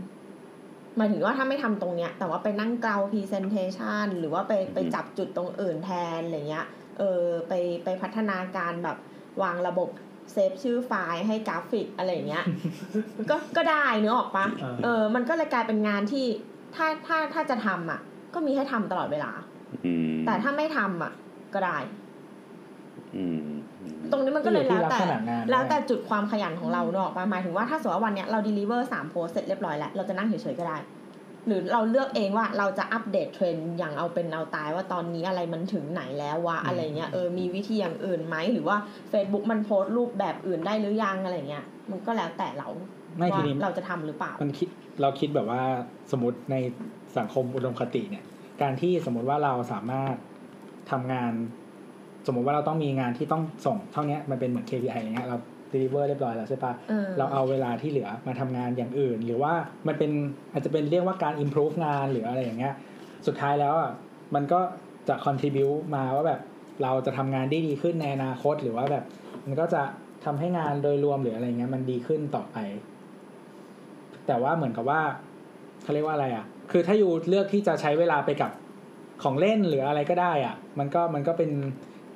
Speaker 3: หมายถึงว่าถ้าไม่ทำตรงเนี้ย แต่ว่าไปนั่งเกลา presentation หรือว่าไปไปจับจุดตรงอื่นแทนอะไรเงี้ย เออไปไปพัฒนาการแบบวางระบบเซฟชื่อไฟล์ให้กราฟิกอะไรเงี้ย
Speaker 5: [LAUGHS]
Speaker 3: ก็ก็ได้เนื้อออกปะ
Speaker 5: อ่า
Speaker 3: เออ มันก็เลยกลายเป็นงานที่ถ้าถ้าถ้าจะทำอ่ะ ก็มีให้ทำตลอดเวลา
Speaker 16: อืม
Speaker 3: แต่ถ้าไม่ทำอ่ะ ก็ได้
Speaker 16: อืม
Speaker 3: ตรงนี้มันก็เลย
Speaker 5: ก็อยู่ที่
Speaker 3: แล้วแต่
Speaker 5: ลักษณะงานด้วย
Speaker 3: แล้วแต่จุดความขยันของเราเนกอะปะหมายถึงว่าถ้าสมมติว่าวันเนี้ยเรา deliver สามโพสเสร็จเรียบร้อยแล้ว เราจะนั่งเฉยๆก็ได้ หรือเราเลือกเองว่าเราจะอัปเดตเทรนด์อย่างเอาเป็นเอาตายว่าตอนนี้อะไรมันถึงไหนแล้ววะอะไรเงี้ยเออมีวิธีอย่างอื่นไหมหรือว่า Facebook มันโพสต์รูปแบบอื่นได้หรือยังอะไรเงี้ย มันก็แล้วแต่เรา
Speaker 5: ไม่ที
Speaker 3: ว่า
Speaker 5: นี้
Speaker 3: เราจะทำหรือเปล่า
Speaker 5: มันคิดเราคิดแบบว่าสมมติในสังคมอุดมคติเนี่ย การที่สมมติว่าเราสามารถทำงาน สมมติว่าเราต้องมีงานที่ต้องส่งเท่าเนี้ยมันเป็นเหมือน KPI อย่างเงี้ยเรา deliver เรียบร้อยแล้วใช่ปะ
Speaker 3: เออ
Speaker 5: เราเอาเวลาที่เหลือมาทำงานอย่างอื่น หรือว่ามันเป็นอาจจะเป็นเรียกว่าการ improve งานหรืออะไรอย่างเงี้ย สุดท้ายแล้วอ่ะมันก็จะ contribute มาว่าแบบเราจะทำงานได้ดีขึ้นในอนาคตหรือว่าแบบ มันก็จะทำให้งานโดยรวมหรืออะไรเงี้ย มันดีขึ้นต่อไป แต่ว่าเหมือนกับว่าเขาเรียกว่าอะไรอ่ะ คือถ้าอยู่เลือกที่จะใช้เวลาไปกับของเล่นหรืออะไรก็ได้อ่ะ มันก็มันก็เป็น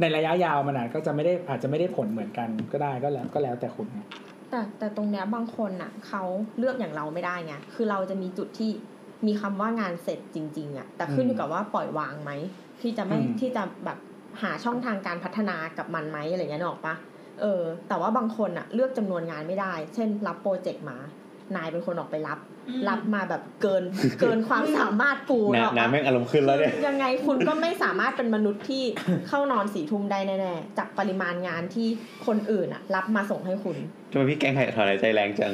Speaker 5: ในระยะยาวมันอาจก็จะไม่ได้อาจจะไม่ได้ผลเหมือนกันก็ได้ก็แล้วก็แล้วแต่คุณไง
Speaker 3: แต่แต่ตรงเนี้ยบางคนน่ะเขาเลือกอย่างเราไม่ได้ไง คือเราจะมีจุดที่มีคำว่างานเสร็จจริงๆอะแต่ขึ้นอยู่กับว่าปล่อยวางไหม ที่จะไม่
Speaker 5: อืม
Speaker 3: ที่จะแบบหาช่องทางการพัฒนากับมันไหมอะไรเงี้ยนึกออกปะเออ แต่ว่าบางคนอะเลือกจำนวนงานไม่ได้ เช่น รับโปรเจกต์มา นายเป็นคนออกไปรับ รับมาแบบเกิน
Speaker 16: [LAUGHS]
Speaker 3: เกินความสามารถกู
Speaker 16: น้ำ
Speaker 3: เนาะ
Speaker 16: น้ำแม่งอารมณ์ขึ้นแล้วเนี่ย
Speaker 3: ยังไงคุณก็ไม่สามารถเป็นมนุษย์ที่ เข้านอนสี่ทุ่มได้แน่ๆ จากปริมาณงานที่คนอื่นอะรับมาส่งให้คุณ
Speaker 16: ทำไมพี่แกงไข่ถอนหายใจแรงจัง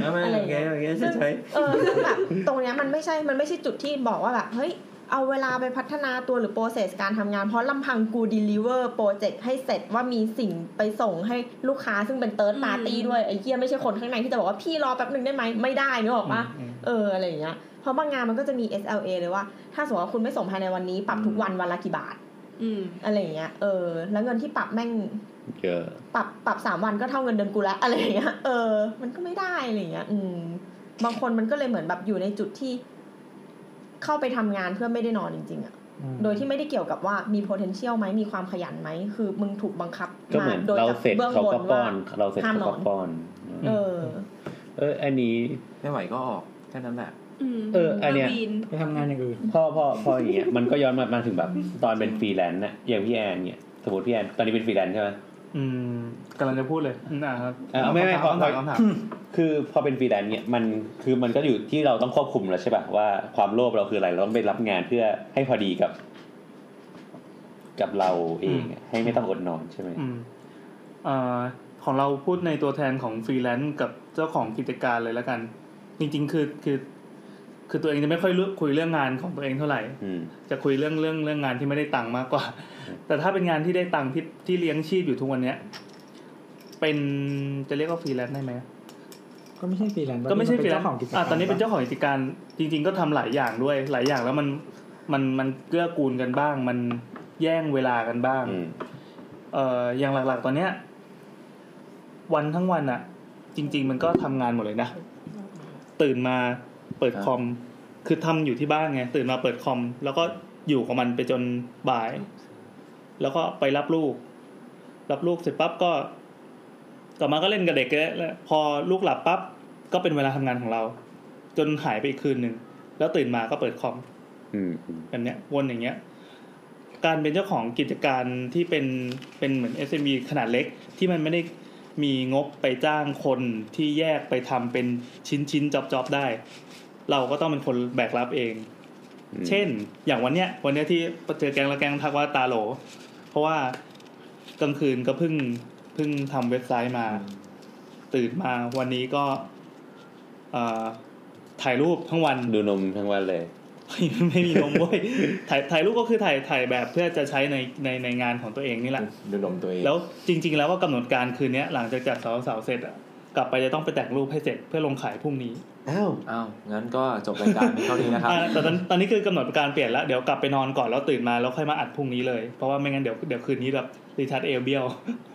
Speaker 15: ไม่ไม่โอเคโอเคเฉยเฉย
Speaker 3: เออซึ่งแบบตรงเนี้ยมันไม่ใช่ มันไม่ใช่จุดที่บอกว่าแบบเฮ้ย เอาเวลาไปพัฒนาตัวหรือโปรเซสการทำงาน เพราะลำพังกู deliver โปรเจกต์ให้เสร็จว่ามีสิ่งไปส่งให้ลูกค้าซึ่งเป็น third party ด้วย ไอ้เหี้ยไม่ใช่คนข้างในที่จะบอกว่าพี่รอแป๊บหนึ่งได้ไหมไม่ได้นึกออกปะเอออะไรอย่างเงี้ย เพราะบางงานมันก็จะมี SLA เลยว่า ถ้าสมมติว่าคุณไม่ส่งภายในวันนี้ปรับทุกวันวันละกี่บาท
Speaker 4: อืม
Speaker 3: อะไรอย่างเงี้ย เออ แล้วเงินที่ปรับแม่ง
Speaker 16: เยอะ
Speaker 3: ปรับปรับสามวัน [LAUGHS] ก็เท่าเงินเดือนกูละ อะไรอย่างเงี้ย เออ มันก็ไม่ได้อะไรอย่างเงี้ย อืม บางคนมันก็เลยเหมือนแบบอยู่ในจุดที่ เข้าไปทำงานเพื่อไม่ได้นอนจริงๆอะ
Speaker 5: อืม
Speaker 3: โดยที่ไม่ได้เกี่ยวกับว่ามี potential ไหมมีความขยันไหม คือมึงถูกบังคับ
Speaker 16: ก็เหมือน
Speaker 3: โดย
Speaker 16: เรา
Speaker 3: จาก
Speaker 16: เสร็จ
Speaker 3: เบื้อง
Speaker 16: เขา
Speaker 3: บน
Speaker 16: ก็ป้
Speaker 3: ว่า
Speaker 16: อน เราเสร็จ
Speaker 3: ห้าม
Speaker 16: เขา
Speaker 3: นอ
Speaker 16: ก็
Speaker 3: น
Speaker 16: ป้อน
Speaker 3: เออ
Speaker 16: เออ อันนี้
Speaker 15: ไม่ไหวก็ออกแค่นั้นแหละ
Speaker 4: อืม
Speaker 16: เอออันเนี้ย
Speaker 4: วีน
Speaker 5: ไปทำงานอย่างอื่น
Speaker 16: พ่อพ่อพ่ออย่างเงี้ย มันก็ย้อนมามาถึงแบบตอนเป็นฟรีแลนซ์น่ะ อย่างพี่แอนเนี่ย สมมติพี่แอน ตอนนี้เป็นฟรีแลนซ์ใช่ไหม
Speaker 1: อืมกำลังจะพูดเลยอืมอ่าครับ
Speaker 16: เออไม่ไม่พอ
Speaker 15: คำ
Speaker 16: พอ
Speaker 15: ถามคำถาม
Speaker 16: คือพอเป็นฟรีแลนซ์เนี่ยมันคือมันก็อยู่ที่เราต้องควบคุมแล้วใช่ป่ะว่าความโลภเราคืออะไรเราต้องไปรับงานเพื่อให้พอดีกับ กับเราเองอะให้ไม่ต้องอดนอนใช่ไหม
Speaker 1: อืมเอ่อของเราพูดในตัวแทนของฟรีแลนซ์กับเจ้าของกิจการเลยแล้วกัน จริง ๆ คือคือ คือตัวเองจะไม่ค่อยรู้คุยเรื่องงานของตัวเองเท่าไหร่
Speaker 16: อืม
Speaker 1: จะคุยเรื่องเรื่องเรื่องงานที่ไม่ได้ตังค์มากกว่า [LAUGHS] แต่ถ้าเป็นงานที่ได้ตังค์ที่ที่เลี้ยงชีพอยู่ทุกวันเนี้ย เป็นจะเรียกว่าฟรีแลนซ์ได้ไหม
Speaker 5: ก็ไม่ใช่ฟรีแลนซ์
Speaker 1: ก็ไม่ใช่ฟรีแลน
Speaker 5: เจ้า
Speaker 1: ซ์
Speaker 5: ของกิจการ
Speaker 1: อ่ะตอนนี้เป็นเจ้าของกิจการ จริง ๆ ก็ทำหลายอย่างด้วย หลายอย่างแล้วมันมันมันเกื้อกูลกันบ้าง มันแย่งเวลากันบ้าง
Speaker 16: อืม
Speaker 1: เอ่ออย่างหลักๆ ตอนเนี้ย วันทั้งวันอะจริง ๆ มันก็ทำงานหมดเลยนะ ตื่นมาเปิดคอม คือทำอยู่ที่บ้านไง ตื่นมาเปิดคอม แล้วก็อยู่กับมันไปจนบ่าย แล้วก็ไปรับลูก รับลูกเสร็จปั๊บก็กลับมาก็เล่นกับเด็กแล้วแล้วพอลูกหลับปั๊บก็เป็นเวลาทำงานของเรา จนหายไปอีกคืนหนึ่งแล้วตื่นมาก็เปิดคอม
Speaker 16: อืมอืม
Speaker 1: แบบเนี้ยวนอย่างเงี้ย การเป็นเจ้าของกิจการที่เป็นเป็นเหมือน SME ขนาดเล็ก ที่มันไม่ได้มีงบไปจ้างคนที่แยกไปทำเป็นชิ้นชิ้นจ็อบจ็อบๆได้ เราก็ต้องเป็นคนแบกรับเอง
Speaker 16: อืม
Speaker 1: เช่น อย่างวันเนี้ย วันเนี้ยที่เจอแกงแล้วแกงทักว่าตาโหล เพราะว่ากลางคืนก็เพิ่งเพิ่งทำเว็บไซต์มา ตื่นมาวันนี้ก็เอ่อถ่ายรูปทั้งวัน
Speaker 16: ดูนมทั้งวันเลย
Speaker 1: ไม่ [LAUGHS] ไม่มีนมเว้ยถ่ายถ่ายรูปก็คือถ่ายถ่ายแบบเพื่อจะใช้ในในในงานของตัวเองนี่แหละ
Speaker 6: ดูนมตัวเอง
Speaker 1: แล้วจริง ๆ แล้วก็กำหนดการคืนเนี้ยหลังจากจัดเสาเสาเสร็จอะ กลับไปจะต้องไปแต่งรูปให้เสร็จเพื่อลงขายพรุ่งนี้
Speaker 2: อ้าว
Speaker 6: อ้าวงั้นก็จบรายการเท่านี้นะครับ
Speaker 1: อ่าแต่ตอนตอนนี้คือกำหนดการเปลี่ยนแล้วเดี๋ยวกลับไปนอนก่อนแล้วตื่นมาแล้วค่อยมาอัดพรุ่งนี้เลยเพราะว่าไม่งั้นเดี๋ยวเดี๋ยวคืนนี้แบบรีทัชเอลเบียว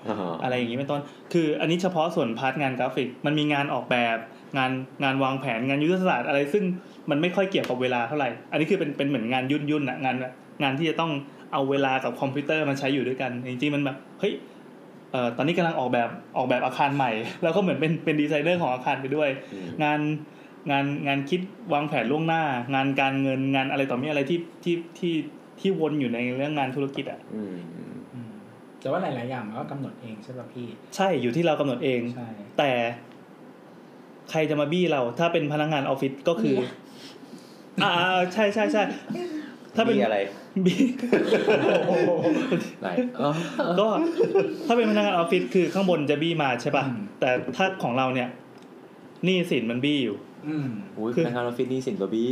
Speaker 2: อ๋อ
Speaker 1: อะไรอย่างนี้เป็นต้น คืออันนี้เฉพาะส่วนพาร์ทงานกราฟิก มันมีงานออกแบบ งานงานวางแผน งานยุทธศาสตร์อะไร ซึ่งมันไม่ค่อยเกี่ยวกับเวลาเท่าไหร่ อันนี้คือเป็นเป็นเหมือนงานยุ่นยุ่นๆอะงานงานที่จะต้องเอาเวลากับคอมพิวเตอร์มาใช้อยู่ด้วยกัน จริงๆมันแบบ เฮ้ย เอ่อ ตอนนี้กำลังออกแบบออกแบบอาคารใหม่ [LAUGHS] แล้วก็เหมือนเป็นเป็นดีไซเนอร์ของอาคารไปด้วย งานงานงานคิดวางแผนล่วงหน้า งานการเงินงานอะไรต่อมีอะไรที่ที่ที่ที่วนอยู่ในเรื่องงานธุรกิจอ่ะ
Speaker 2: อืม
Speaker 5: อืมแต่ว่าหลาย ๆ อย่างมันก็กำหนดเองใช่ป่ะพี่
Speaker 1: ใช่ อยู่ที่เรากำหนดเอง
Speaker 5: ใช่
Speaker 1: แต่ใครจะมาบี้เราถ้าเป็นพนักงานออฟฟิศก็คือ อ่าอ่าใช่ใช่ใช่ถ้าเป็น
Speaker 2: มีอะไร
Speaker 1: [LAUGHS] บี้
Speaker 6: ไหนเออ
Speaker 1: ก็ ถ้าเป็นพนักงานออฟฟิศคือข้างบนจะบี้มาใช่ป่ะ
Speaker 5: อืม
Speaker 1: แต่ถ้าของเราเนี่ยหนี่สินมันบี้อยู่
Speaker 5: อืม
Speaker 6: อุ้ยพนักงานออฟฟิศนี่สินกว่าบี้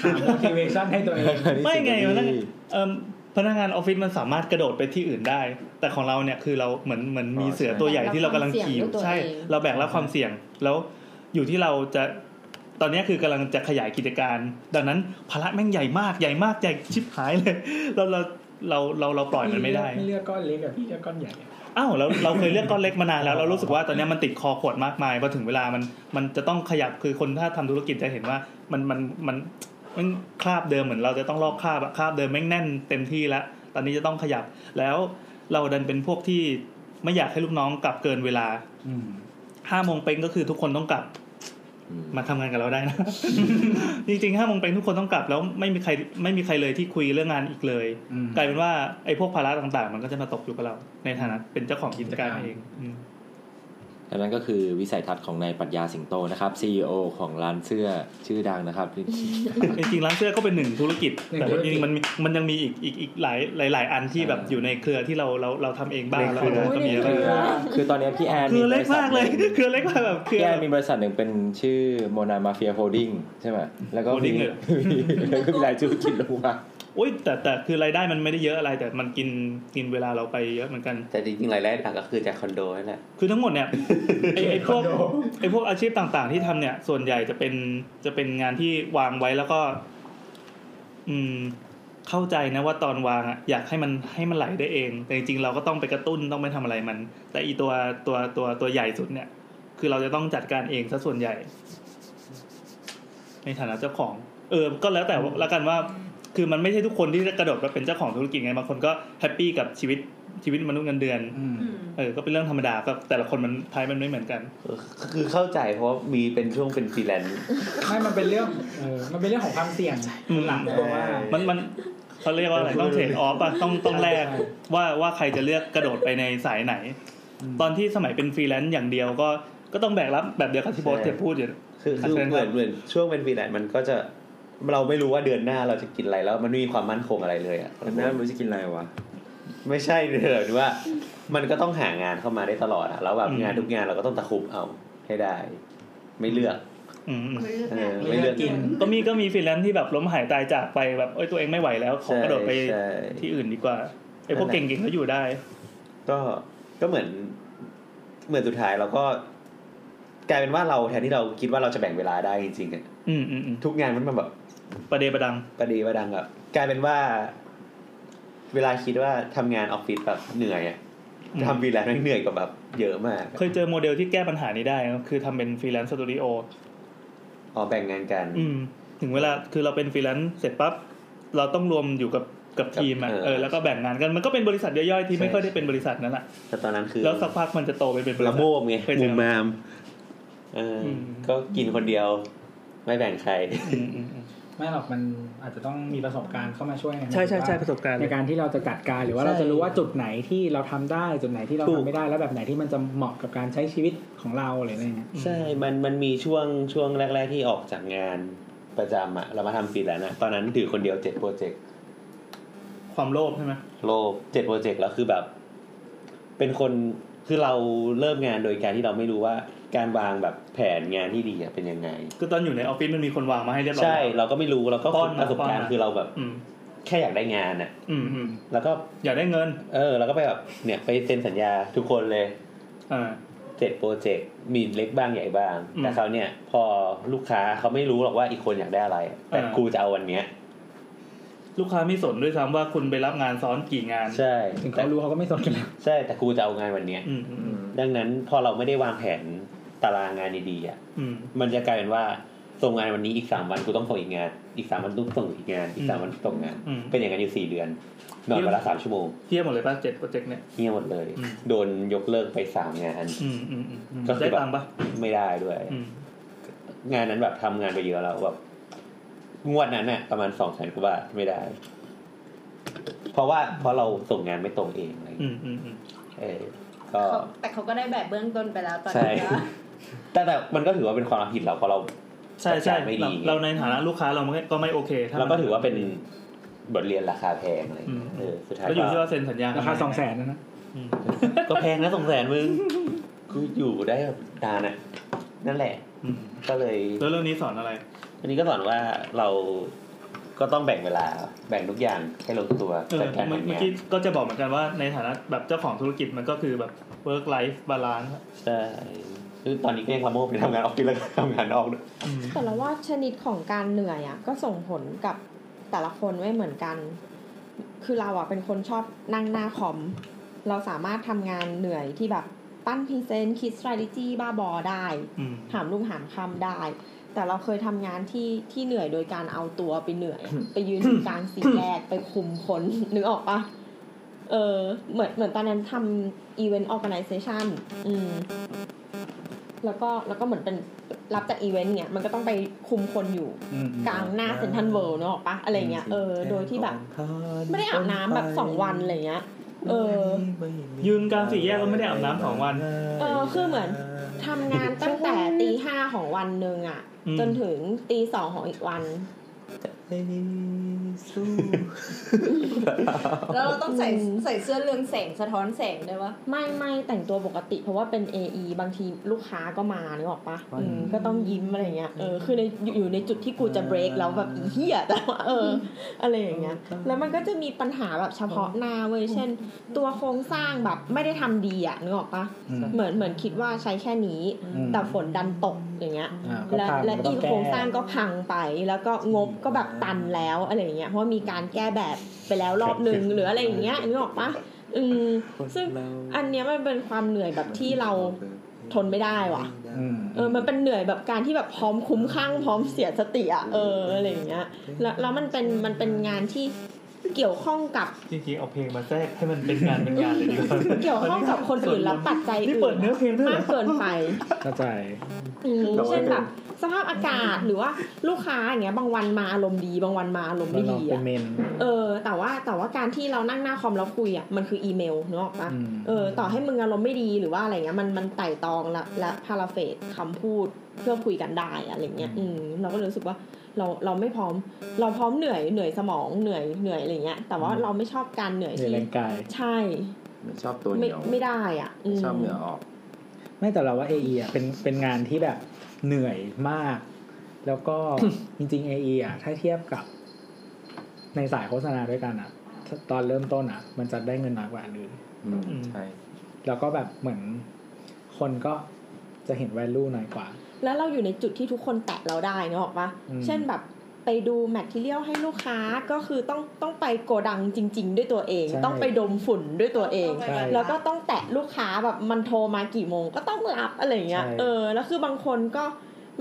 Speaker 5: หา motivation ให้ตัวเอง
Speaker 1: ไม่ไง
Speaker 6: พ
Speaker 1: พ
Speaker 6: นั
Speaker 1: นัก
Speaker 6: กงาง
Speaker 1: าน นเอิ่มพนักงานออฟฟิศมันสามารถกระโดดไปที่อื่นได้ แต่ของเราเนี่ยคือเราเหมือนเหมือนมีเสือตัวใหญ่ที่เรากำลังขี่อยู่
Speaker 8: แบกรับความเสี่ย
Speaker 1: ใช่
Speaker 8: งด้วยตัวเอง
Speaker 1: เราแบกรับความเสี่ยงแล้วอยู่ที่เราจะตอนเนี้ยคือกำลังจะขยายกิจการ ดังนั้นภาระแม่งใหญ่มากใหญ่มากใหญ่ชิบหายเลย เราเราเราเราเราปล่อยมันไม่ได้
Speaker 5: ไม่เลือกก้อนเล็กอะพี่เลือกก้อนใหญ่อะ
Speaker 1: อ้าวเราเราเคยเลือกก้อนเล็กมานานแล้วเรารู้สึกว่าตอนเนี้ยมันติดคอขวดมากมายพอถึงเวลามันมันจะต้องขยับคือคนถ้าทำธุรกิจจะเห็นว่ามันมันมัน มันคราบเดิมเหมือนเราจะต้องลอกคราบอะคราบเดิมแม่งแน่นเต็มที่แล้วตอนนี้จะต้องขยับ แล้วเราดันเป็นพวกที่ไม่อยากให้ลูกน้องกลับเกินเวลา
Speaker 5: อืม
Speaker 1: ห้าโมงเป้งก็คือทุกคนต้องกลับมาทำงานกับเราได้นะ [LAUGHS] จริงๆห้าโมงเป้งทุกคนต้องกลับแล้วไม่มีใครไม่มีใครเลยที่คุยเรื่องงานอีกเลย
Speaker 5: อืม
Speaker 1: กลายเป็นว่าไอ้พวกภาระต่างๆ มันก็จะมาตกอยู่กับเรา ในฐานะเป็นเจ้าของกิจการเองอืม
Speaker 6: อันนั้นก็คือวิสัยทัศน์ของนายปรัชญาสิงโตนะครับ CEO ของร้านเสื้อชื่อดังนะครับ
Speaker 1: จริงๆร้านเสื้อก็เป็นหนึ่งธุรกิจแต่ว่าจริงๆมันมีมันยังมีอีกอีกอีกหลายหลายหลายอันที่แบบอยู่ในเครือที่เราเราเราทำเองบ้างแล้วเราก็มี
Speaker 6: คือคือตอนนี้พี่แอน
Speaker 1: เครือเล็กมากเลย
Speaker 6: หนึ่ง
Speaker 1: เครือเล็กมากแบบเครื
Speaker 6: พี่
Speaker 1: อ
Speaker 6: แอนมีบริษัทหนึ่งเป็นชื่อโมนามาเฟียโฮลดิ้งใช่ไหมแล้วก็มี
Speaker 1: Holding เล
Speaker 2: [LAUGHS]
Speaker 1: ยเหรอ
Speaker 6: แล้วก็มีรายชื่อกินลงมา
Speaker 1: โอ้ยแต่แต่คือรายได้มันไม่ได้เยอะอะไร แต่มันกินกินเวลาเราไปเยอะเหมือนกัน
Speaker 2: แต่จริงๆรายได้หลักก็คือจากคอนโดนั่นแหละ
Speaker 1: คือทั้งหมดเนี่ยไอไอพวกไอพวกอาชีพต่างๆ ที่ทำเนี่ย ส่วนใหญ่จะเป็นจะเป็นงานที่วางไว้แล้วก็ อืม เข้าใจนะว่าตอนวางอะอยากให้มันให้มันไหลได้เอง แต่จริงๆเราก็ต้องไปกระตุ้นต้องไปทำอะไรมัน แต่อีตัวตัวตัวตัวใหญ่สุดเนี่ย คือเราจะต้องจัดการเองซะส่วนใหญ่ ในฐานะเจ้าของ เออ ก็แล้วแต่ว่าละกันว่า คือมันไม่ใช่ทุกคนที่จะกระโดดมาเป็นเจ้าของธุรกิจไงบางคนก็แฮปปี้กับชีวิตชีวิตมนุษย์เงินเดือน
Speaker 5: อืม
Speaker 1: เออ ก็เป็นเรื่องธรรมดาก็แต่ละคนมันไทยมันไม่เหมือนกัน
Speaker 2: คือเข้าใจเพราะว่ามีเป็นช่วงเป็นฟรีแลนซ์
Speaker 5: ไม่มันเป็นเรื่องเออมันเป็นเรื่องของความเสี่ยง
Speaker 1: อืม
Speaker 5: หลังเพราะว่า
Speaker 1: มันมันเขาเรียกว่าอะไรต้องเทรดออฟอะต้องต้องแลก
Speaker 5: ใช่
Speaker 1: ว่าว่าใครจะเลือกกระโดดไปในสายไหน ตอนที่สมัยเป็นฟรีแลนซ์อย่างเดียวก็ก็ต้องแบกรับแบบเดียวกับที่โบอส
Speaker 2: ใช่
Speaker 1: เทปพูดอยู่
Speaker 2: คือคือเหมือนเหมือนช่วงเป็นฟรีแลนซ์มันก็จะเราไม่รู้ว่าเดือนหน้าเราจะกินอะไรแล้วมันไม่มีความมั่นคงอะไรเลยอ่ะ
Speaker 6: แล้วนั่นรู้จะกินอะไรวะ
Speaker 2: ไม่ใช่เลยหรือว่า มันก็ต้องหางานเข้ามาได้ตลอดอ่ะแล้วแบบ
Speaker 1: อืม
Speaker 2: งานทุกงานเราก็ต้องตะครุบเอาให้ได้ ไม่เลือก
Speaker 1: อืมอืม
Speaker 2: เออไม่เลือก
Speaker 5: กิน
Speaker 1: ก็มีก็มีฟรีแลนซ์ที่แบบล้มหายตายจากไปแบบเอ้ยตัวเองไม่ไหวแล้วขอ
Speaker 2: ใช่
Speaker 1: กระโดดไป
Speaker 2: ใช่
Speaker 1: ที่อื่นดีกว่าไอ้พวกเก่งๆก็อยู่ได้
Speaker 2: ก็ก็เหมือนเหมือนสุดท้ายเราก็กลายเป็นว่าเราแทนที่เราคิดว่าเราจะแบ่งเวลาได้จริงๆอะ
Speaker 1: อืมอืมอืม
Speaker 2: ทุกงานมันแบบ
Speaker 1: ประเดประดัง
Speaker 2: ประดีประดังแบบกลายเป็นว่า เวลาคิดว่าทำงานออฟฟิศแบบเหนื่อยอะ
Speaker 1: อืม
Speaker 2: ทำฟรีแลนซ์แม่งเหนื่อยกว่าแบบเยอะมาก
Speaker 1: เคยเจอโมเดลที่แก้ปัญหานี้ได้นะคือทำเป็นฟรีแลนซ์สตูดิโอ
Speaker 2: อ๋อแบ่งงานกัน
Speaker 1: อืมถึงเวลาคือเราเป็นฟรีแลนซ์เสร็จปั๊บเราต้องรวมอยู่กับกับทีมอ่ะ
Speaker 2: กับเออ
Speaker 1: เออแล้วก็แบ่งงานกันมันก็เป็นบริษัทย่อยๆที่ไม่ค่อยได้เป็นบริษัทนั่นแหละ
Speaker 2: แต่ตอนนั้นคือ
Speaker 1: แล้วสักพักมันจะโตไปเป็นบริ
Speaker 2: ละ
Speaker 1: ษัท
Speaker 2: โมบไง
Speaker 1: เคยเจ
Speaker 2: มุ
Speaker 1: อ
Speaker 2: มมามเอออ
Speaker 1: ม
Speaker 2: ก็กินคนเดียว ไม่แบ่งใคร
Speaker 1: อืมอืมอืม
Speaker 5: ไม่หรอกมันอาจจะต้องมีประสบการณ์เข้ามาช่วยไง
Speaker 1: ใช่ใช่ใช่
Speaker 5: ว่า
Speaker 1: ประสบการณ์
Speaker 5: ในการที่เราจะจัดการหรือว่า
Speaker 6: ใช่
Speaker 5: เราจะรู้ว่าจุดไหนที่เราทำได้จุดไหนที่เรา
Speaker 2: ถูก
Speaker 5: ทำไม่ได้แล้วแบบไหนที่มันจะเหมาะกับการใช้ชีวิตของเราอะไรเงี้ย
Speaker 2: ใช่ มันมันมีช่วงช่วงแรก ๆ ที่ออกจากงานประจำอะเรามาทำฟรีแลนซ์อะตอนนั้นถือคนเดียวเจ็ดโปรเจกต์
Speaker 1: ความโลภใช่ไหม
Speaker 2: โลกเจ็ดโปรเจกต์แล้วคือแบบ เป็นคนคือเราเริ่มงานโดยการที่เราไม่รู้ว่าการวางแบบแผนงานที่ดีอะเป็นยังไง
Speaker 1: คือตอนอยู่ในออฟฟิศมันมีคนวางมาให้เรียบร้อย
Speaker 2: ใช่เราก็ไม่รู้เราก็
Speaker 1: ป้อน
Speaker 2: ป
Speaker 1: มา
Speaker 2: ระสบการ
Speaker 1: ป้อน
Speaker 2: ณ์
Speaker 1: มา
Speaker 2: คือเราแบบ
Speaker 1: อืม
Speaker 2: แค่อยากได้งานอะ
Speaker 1: อืมอืม
Speaker 2: แล้วก็
Speaker 1: อยากได้เงิน
Speaker 2: เออเราก็ไปแบบเนี่ยไปเซ็นสัญญาทุกคนเลย
Speaker 1: อ่า
Speaker 2: เจ็ดโปรเจกต์มีเล็กบ้างใหญ่บ้าง
Speaker 1: อืม
Speaker 2: แต่คราวเนี่ยพอลูกค้าเขาไม่รู้หรอกว่าอีกคนอยากได้อะไร แต่
Speaker 1: อ่ากู
Speaker 2: กูจะเอาวันเนี้ย
Speaker 1: ลูกค้าไม่สนด้วยซ้ำว่าคุณไปรับงานซ้อนกี่งาน
Speaker 2: ใช่
Speaker 5: ถึง
Speaker 2: แต่
Speaker 5: เขารู้เขาก็ไม่สนกันแล้ว
Speaker 2: ใช่แต่กูจะเอางานวันเนี้ย
Speaker 1: อืมอืม
Speaker 2: ดังนั้นพอเราไม่ได้วางแผนตารางงานดีๆอ่ะ
Speaker 1: อืม
Speaker 2: มันจะกลายเป็นว่าส่งงานวันนี้อีกสามวันกูต้องส่งอีกงาน อีกสามวันต้องส่งอีกงานอีกสาม
Speaker 1: อืม
Speaker 2: วันส่งงาน
Speaker 1: อืม
Speaker 2: เป็นอย่างนั้นอยู่สี่เดือนนอนวันละสามชั่วโมง
Speaker 1: เที่ยหมดเลยป่ะเจ็ดโปรเจกต์เนี่ย
Speaker 2: เที่ยหมดเลย
Speaker 1: อืม
Speaker 2: โดนยกเลิกไปสามงาน
Speaker 1: อืมอืมอืมอืม
Speaker 2: ก็คือ
Speaker 1: ได้
Speaker 2: แบบ
Speaker 1: ตังค์ป่ะ
Speaker 2: ไม่ได้ด้วย
Speaker 1: อืม
Speaker 2: งานนั้นแบบทำงานไปเยอะแล้วแบบงวดนั้นน่ะประมาณสองแสนกว่าบาทไม่ได้ เพราะว่าเพราะเราส่งงานไม่ตรงเองอะไรอย่าง
Speaker 1: อื
Speaker 2: เงี้ย
Speaker 1: มอืมอืม
Speaker 2: เออก็
Speaker 4: เขาแต่เขาก็ได้แบบเบื้องต้นไปแล้วตอน
Speaker 2: ใช่ [LAUGHS]
Speaker 4: นี้นะ
Speaker 2: แต่แต่มันก็ถือว่าเป็นความรับผิดเราเพราะเรา
Speaker 1: ใช่ใช่
Speaker 2: จัดการไม่ดี
Speaker 1: เราเราในฐานะลูกค้าเราก็ไม่โอเคถ้
Speaker 2: เราก็
Speaker 1: มัน
Speaker 2: ถือว่าเป็นบทเรียนราคาแพงอะไรอย่างเงี้
Speaker 1: อื
Speaker 2: ย
Speaker 1: ม
Speaker 2: เออสุดท้าย
Speaker 1: ก็อยู่ที่ว่าเซ็นสัญญา
Speaker 5: ราคาสองแสนนะนะ
Speaker 1: อืม
Speaker 2: ก็แพงนะสองแสนมึงคืออยู่ได้แบบนานอ่ะ นั่นแหละ
Speaker 1: อืม
Speaker 2: ก็เลย
Speaker 1: แล้วเรื่องนี้สอนอะไร
Speaker 2: อันนี้ก็สอนว่าเราก็ต้องแบ่งเวลา แบ่งทุกอย่างให้ลงตัว
Speaker 1: เออ
Speaker 2: จัดกา
Speaker 1: เมื่อง
Speaker 2: ราน
Speaker 1: เมื่อกี้ก็จะบอกเหมือนกันว่าในฐานะแบบเจ้าของธุรกิจมันก็คือแบบ work life balance
Speaker 2: ใช่คือตอนนี้ก็ยังละโมบไปทำงานออฟฟิศแล้วก็ทำงานนอกด้วย
Speaker 1: อืม
Speaker 3: แต่เราว่าชนิดของการเหนื่อยอ่ะก็ส่งผลกับแต่ละคนไม่เหมือนกัน คือเราอ่ะเป็นคนชอบนั่งหน้าคอม เราสามารถทำงานเหนื่อยที่แบบปั้นพรีเซนต์คิด strategy บ้าบอได้
Speaker 1: อืม
Speaker 3: ถามลูกหามคำได้ แต่เราเคยทำงานที่ที่เหนื่อยโดยการเอาตัวไปเหนื่อย [COUGHS] ไปยืนอยู่กลางสี่แยกไปคุมคน นึกออกปะเออ เหมือนเหมือนตอนนั้นทำอีเวนต์ออแกไนเซชันอืม แล้วก็แล้วก็เหมือนเป็นรับจากอีเวนต์เนี่ย มันก็ต้องไปคุมคนอยู่กลางหน้าเซ็นทรัลเวิลด์นึกออกปะอะไรเงี้ยเออโดยที่แบบ ไม่ได้อาบน้ำแบบสองวันอะไรเงี้ย เออ
Speaker 1: ยืนกลางสี่แยกก็ไม่ได้อาบน้ำสองวัน
Speaker 3: เออคือเหมือน ทำงานตั้งแต่ตีห้าของวันหนึ่งอ่ะ
Speaker 1: อืม
Speaker 3: จนถึงตีสองของอีกวัน
Speaker 4: แล้วเราต้องใส่
Speaker 3: อืม
Speaker 4: ใส่เสื้อเรืองแสงสะท้อนแสงด้วยวะ
Speaker 3: ไม่ไม่แต่งตัวปกติ เพราะว่าเป็น AE บางทีลูกค้าก็มานึกออกปะอืมก็ต้องยิ้มอะไรเงี้ยเออคือในอยู่อยู่ในจุดที่กูจะ break แล้วแบบอีเหี้ย [LAUGHS] แต่ว่าเออ อะไรอย่างเงี้ย แล้วมันก็จะมีปัญหาแบบเฉพาะหน้าเว้ยเช่น ตัวโครงสร้างแบบไม่ได้ทำดีอ่ะนึกออกปะ
Speaker 5: อืม
Speaker 3: เหมือนเหมือนคิดว่าใช้แค่นี้ แต่ฝนดันตกอย่างเงี้ย
Speaker 5: อ่าก็
Speaker 3: และ
Speaker 5: พัง
Speaker 3: และ
Speaker 5: ก็ต้
Speaker 3: อี
Speaker 5: อ
Speaker 3: ก
Speaker 5: งแก้
Speaker 3: โครงสร้างก็พังไป แล้วก็งบก็แบบตันแล้วอะไรอย่างเงี้ยเพราะว่ามีการแก้แบบไปแล้วรอบหนึ่งหรืออะไรอย่างเงี้ยนึกออกปะอืมซึ่งอันเนี้ยมันเป็นความเหนื่อยแบบที่เราทนไม่ได้ว่ะ
Speaker 5: อืม
Speaker 3: เออมันเป็นเหนื่อยแบบการที่แบบพร้อมคุ้มข้างพร้อมเสียสติอ่ะเอออะไรอย่างเงี้ยแล้วแล้วมันเป็นมันเป็นงานที่เกี่ยวข้องกับ
Speaker 1: จริงๆเอาเพลงมาแทรกให้มันเป็นงานเป็นงานเลยดีกว่า
Speaker 3: เกี่ยวข้องกับคนอื่นและปัจจัย
Speaker 1: นี่
Speaker 3: อื่
Speaker 1: เปิด
Speaker 3: น
Speaker 1: เนื้อเพลงด้วยเหร
Speaker 3: มา
Speaker 1: อก
Speaker 3: เกินไป
Speaker 5: เข้าใจ
Speaker 3: อืมเช่นแบบสภาพอากาศหรือว่าลูกค้าอย่างเงี้ยบางวันมาอารมณ์ดีบางวันมาอารมณ์
Speaker 5: แล้ว
Speaker 3: ไม่
Speaker 5: เรา
Speaker 3: ดี
Speaker 5: เป็น
Speaker 3: อ่ะ
Speaker 5: เมน
Speaker 3: เออ แต่ว่าแต่ว่าการที่เรานั่งหน้าคอมแล้วคุยอ่ะมันคืออีเมลนึกออกปะ
Speaker 5: อืม
Speaker 3: เออต่อให้มึงอารมณ์ไม่ดีหรือว่าอะไรเงี้ยมันมันไต่ตองและและพาราเฟสคำพูดเพื่อคุยกันได้อะไรเงี้ยอืมเราก็เลยรู้สึกว่าเราเราไม่พร้อม เราพร้อมเหนื่อยเหนื่อยสมองเหนื่อยเหนื่อยอะไรเงี้ย แต่ว่าเราไม่ชอบการเหนื่อย
Speaker 5: เน
Speaker 3: ที่
Speaker 5: แรงกาย
Speaker 3: ใช่
Speaker 6: ไม่ชอบตัวเห
Speaker 3: ไม่
Speaker 6: นียว
Speaker 3: ไม่ได้อ่ะม
Speaker 6: ชอบเหงื่อออก
Speaker 5: ไม่แต่เราว่า AE อ่ะเป็นเป็นงานที่แบบเหนื่อยมาก แล้วก็ จริง ๆ AE อ่ะถ้าเทียบกับในสายโฆษณาด้วยกันอ่ะ ตอนเริ่มต้นอ่ะ มันจะได้เงินน้อยกว่าอื่น
Speaker 6: อืมใช่
Speaker 5: แล้วก็แบบเหมือนคนก็จะเห็น value น้อยกว่า
Speaker 3: แล้วเราอยู่ในจุดที่ทุกคนแตะเราได้เนกอะปะ
Speaker 5: อืม
Speaker 3: เช่นแบบไปดูแมทเทียลให้ลูกค้าก็คือต้องต้องไปโกดังจริง ๆ ด้วยตัวเอง
Speaker 5: ใช่
Speaker 3: ต้องไปดมฝุ่นด้วยตัวเอง
Speaker 4: ต้
Speaker 5: ใช่
Speaker 4: ไปบบ
Speaker 3: แล้วก็ต้องแตะลูกค้าแบบมันโทรมากี่โมงก็ต้องรับอะไรอย่างเงี้ย
Speaker 5: ใช่
Speaker 3: เออแล้วคือบางคนก็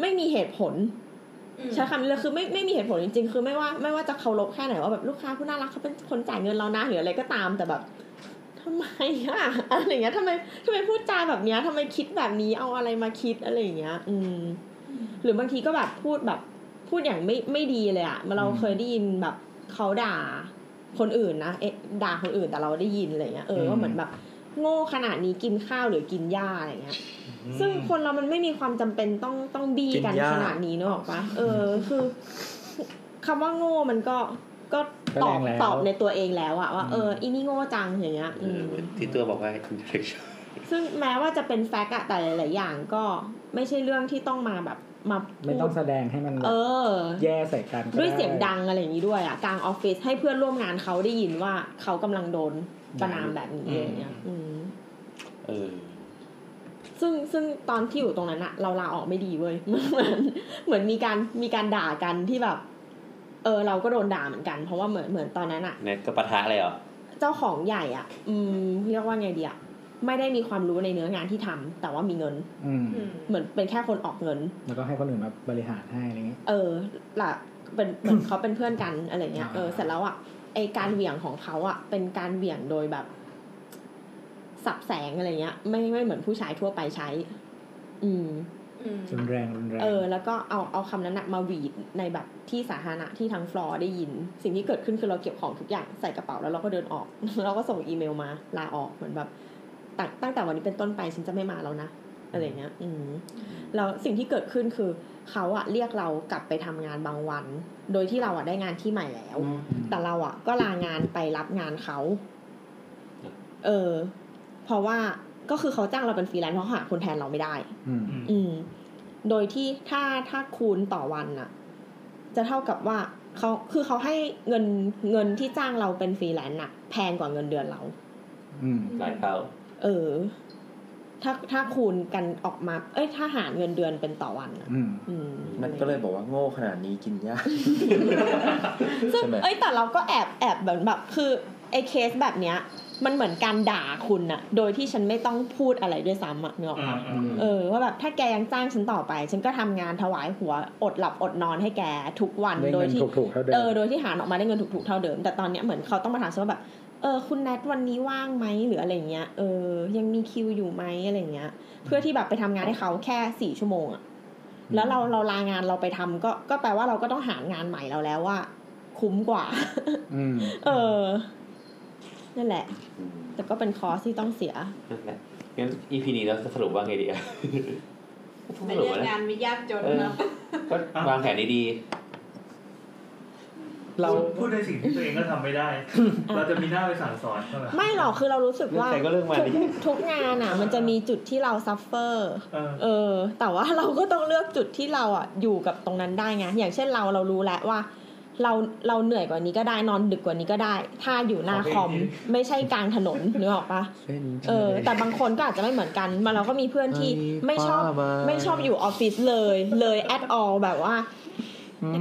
Speaker 3: ไม่มีเหตุผล
Speaker 4: อืม
Speaker 3: ใช้คำนี้เลยคือไม่ไม่มีเหตุผลจริงๆ คือไม่ว่าไม่ว่าจะเคารพแค่ไหนว่าแบบลูกค้าผู้น่ารักเขาเป็นคนจ่ายเงินเรานะหรืออะไรก็ตามแต่แบบทำไมอะ [LAUGHS] อะไรอย่างเงี้ยทำไมทำไมพูดจาแบบเนี้ยทำไมคิดแบบนี้เอาอะไรมาคิดอะไรอย่างเงี้ย อืม หรือบางทีก็แบบพูดแบบพูดอย่างไม่ไม่ดีเลยอะมาเราเคยได้ยินแบบเขาด่าคนอื่นนะเอ๊ะด่าคนอื่นแต่เราได้ยินอะไรอย่างเงี้ยเออว่าเหมือนแบบ โง่ขนาดนี้กินข้าวหรือกินหญ้าอะไรอย่างเงี้ย ซึ่งคนเรามันไม่มีความจำเป็นต้องต้องบี้กัน
Speaker 15: กินยาก
Speaker 3: ขนาดนี้เนกอะปะเออ คือคำว่าโง่มันก็ก็ตอบ
Speaker 5: ก็แรงแล้ว
Speaker 3: ตอบในตัวเองแล้วอะว่าเอออีนี่โง่จังอย่างเงี้ย
Speaker 2: เอ
Speaker 3: อื
Speaker 2: อ
Speaker 3: ม
Speaker 2: เหมือนที่ตัวบอกว่า intellectual
Speaker 3: ซึ่งแม้ว่าจะเป็นแฟกต์อะแต่หลาย ๆ อย่างก็ไม่ใช่เรื่องที่ต้องมาแบบมาพู
Speaker 5: ไม่
Speaker 3: ด
Speaker 5: ต้องแสดงให้มันแบบ
Speaker 3: เออ
Speaker 5: แย่ใส่กันก็ไ
Speaker 3: ด้วยเสียงดังอะไรอย่างนี้ด้วยอะกลางออฟฟิศให้เพื่อนร่วมงานเขาได้ยินว่าเขากำลังโดนประนามแบบนี้อะไรอย่างเงี้ยอืม
Speaker 2: เออ
Speaker 3: ซึ่งซึ่งตอนที่อยู่ตรงนั้นอะเราลาออกไม่ดีเว้ย [LAUGHS] เหมือนเหมือนมีการมีการด่ากันที่แบบ เออ เราก็โดนด่าเหมือนกัน เพราะว่าเหมือนเหมือนตอนนั้นอะ
Speaker 2: เน็ตก็ปะทะเลยเหรอ
Speaker 3: เจ้าของใหญ่อะอืมเรียกว่าไงดีอะไม่ได้มีความรู้ในเนื้องานที่ทำแต่ว่ามีเงิน
Speaker 5: อืม
Speaker 3: เหมือนเป็นแค่คนออกเงิน
Speaker 5: แล้วก็ให้คนอื่นมาบริหารให้อะไรเงี้ย
Speaker 3: เออล่ะเป็นเหมือน เขาเป็นเพื่อนกันอะไรเงี้ย เออ
Speaker 5: อ่า
Speaker 3: เสร็จแล้วอ่ะ ไอการเหวี่ยงของเขาอ่ะ เป็นการเหวี่ยงโดยแบบ สับแสงอะไรเงี้ย ไม่ไม่เหมือนผู้ชายทั่วไปใช้ อืม
Speaker 5: รุนแรงรุนแรง
Speaker 3: เออ แล้วก็เอาเอาคำนั้นนะมาหวีดในแบบที่สาธารณะที่ทางฟลอร์ได้ยิน สิ่งที่เกิดขึ้นคือเราเก็บของทุกอย่างใส่กระเป๋าแล้วเราก็เดินออก [LAUGHS] เราก็ส่งอีเมลมา ลาออกเหมือนแบบตั้งตั้งแต่วันนี้เป็นต้นไปฉันจะไม่มาแล้วนะอะไรเงี้ย อืมแล้วสิ่งที่เกิดขึ้นคือเขาอะเรียกเรากลับไปทำงานบางวัน โดยที่เราอะได้งานที่ใหม่แล้ว แต่เราอะก็ลางานไปรับงานเขา เออ เพราะว่าก็คือเขาจ้างเราเป็นฟรีแลนซ์เพราะหาคนแทนเราไม่ได้ อืม โดยที่ถ้าถ้าคูณต่อวันน่ะ จะเท่ากับว่าเขาคือเขาให้เงินเงินที่จ้างเราเป็นฟรีแลนซ์น่ะ แพงกว่าเงินเดือนเรา
Speaker 2: หลายเท่า
Speaker 3: เออ ถ้าถ้าคูณกันออกมา เอ้ย ถ้าหารเงินเดือนเป็นต่อวันน่ะ อืม
Speaker 15: มันก็เลยบอกว่าโง่ขนาดนี้กินยาก
Speaker 3: ซึ่ง
Speaker 15: ใช่ไหม
Speaker 3: เอ้ยแต่เราก็แอบแอบแบบแบบ คือไอ้เคสแบบเนี้ย มันเหมือนการด่าคุณน่ะ โดยที่ฉันไม่ต้องพูดอะไรด้วยซ้ำอะเนกอะ
Speaker 1: อ่าอ่า
Speaker 3: เออว่าแบบถ้าแกยังจ้างฉันต่อไป ฉันก็ทำงานถวายหัวอดหลับอดนอนให้แกทุกวัน
Speaker 5: ได้
Speaker 3: โดย
Speaker 5: เงิน
Speaker 3: ที่
Speaker 5: ถูกๆเท่าเดิม
Speaker 3: เออโดยที่หารออกมาได้เงินถูกๆเท่าเดิม แต่ตอนเนี้ยเหมือนเขาต้องมาถามฉันว่าแบบเออคุณแนทวันนี้ว่างไหมหรืออะไรเงี้ยเออยังมีคิวอยู่ไหมอะไรเงี้ย เพื่อที่แบบไปทำงานให้เขาแค่สี่ชั่วโมงอะแล้วเราเราลางานเราไปทำก็ก็แปลว่าเราก็ต้องหางานใหม่เราแล้วว่า คุ้มกว่า [LAUGHS]
Speaker 5: อืม
Speaker 3: เออ นั่นแหละ แต่ก็เป็นคอร์สที่ต้องเสีย
Speaker 2: นั่นแหละงั้น EP นี้เราจะสรุปว่าไงดีอะ ส
Speaker 4: ไม่
Speaker 2: รุป
Speaker 4: เรื่อง
Speaker 2: ว่านะ
Speaker 4: งานไม่ยากจนนะ
Speaker 2: ก็วางแผนดี
Speaker 1: เราพูดในสิ่งที่ตัวเองก็ทำไม่ได้ เราจะมีหน้าไปสั่งสอนเขาเหรอ
Speaker 3: ไม่หรอกคือเรารู้สึก
Speaker 2: ๆเรื่อง
Speaker 3: ว่า
Speaker 2: ใครก็เรื่องมัน
Speaker 3: ทุกทุกงานอ่ะ มันจะมีจุดที่เราซัฟเฟอร์
Speaker 1: เออ
Speaker 3: เออ แต่ว่าเราก็ต้องเลือกจุดที่เราอ่ะอยู่กับตรงนั้นได้ไงอย่างเช่นเราเรารู้แล้วว่า เราเราเหนื่อยกว่านี้ก็ได้นอนดึกกว่านี้ก็ได้ ถ้าอยู่หน้าคอมไม่ใช่กลางถนนนึกออกปะเออ แต่บางคนก็อาจจะไม่เหมือน [LAUGHS] กันมาเราก็มีเพื่อนที่ไม่ชอบไม่ชอบอยู่ออฟฟิศเลยเลย at all แบบว่า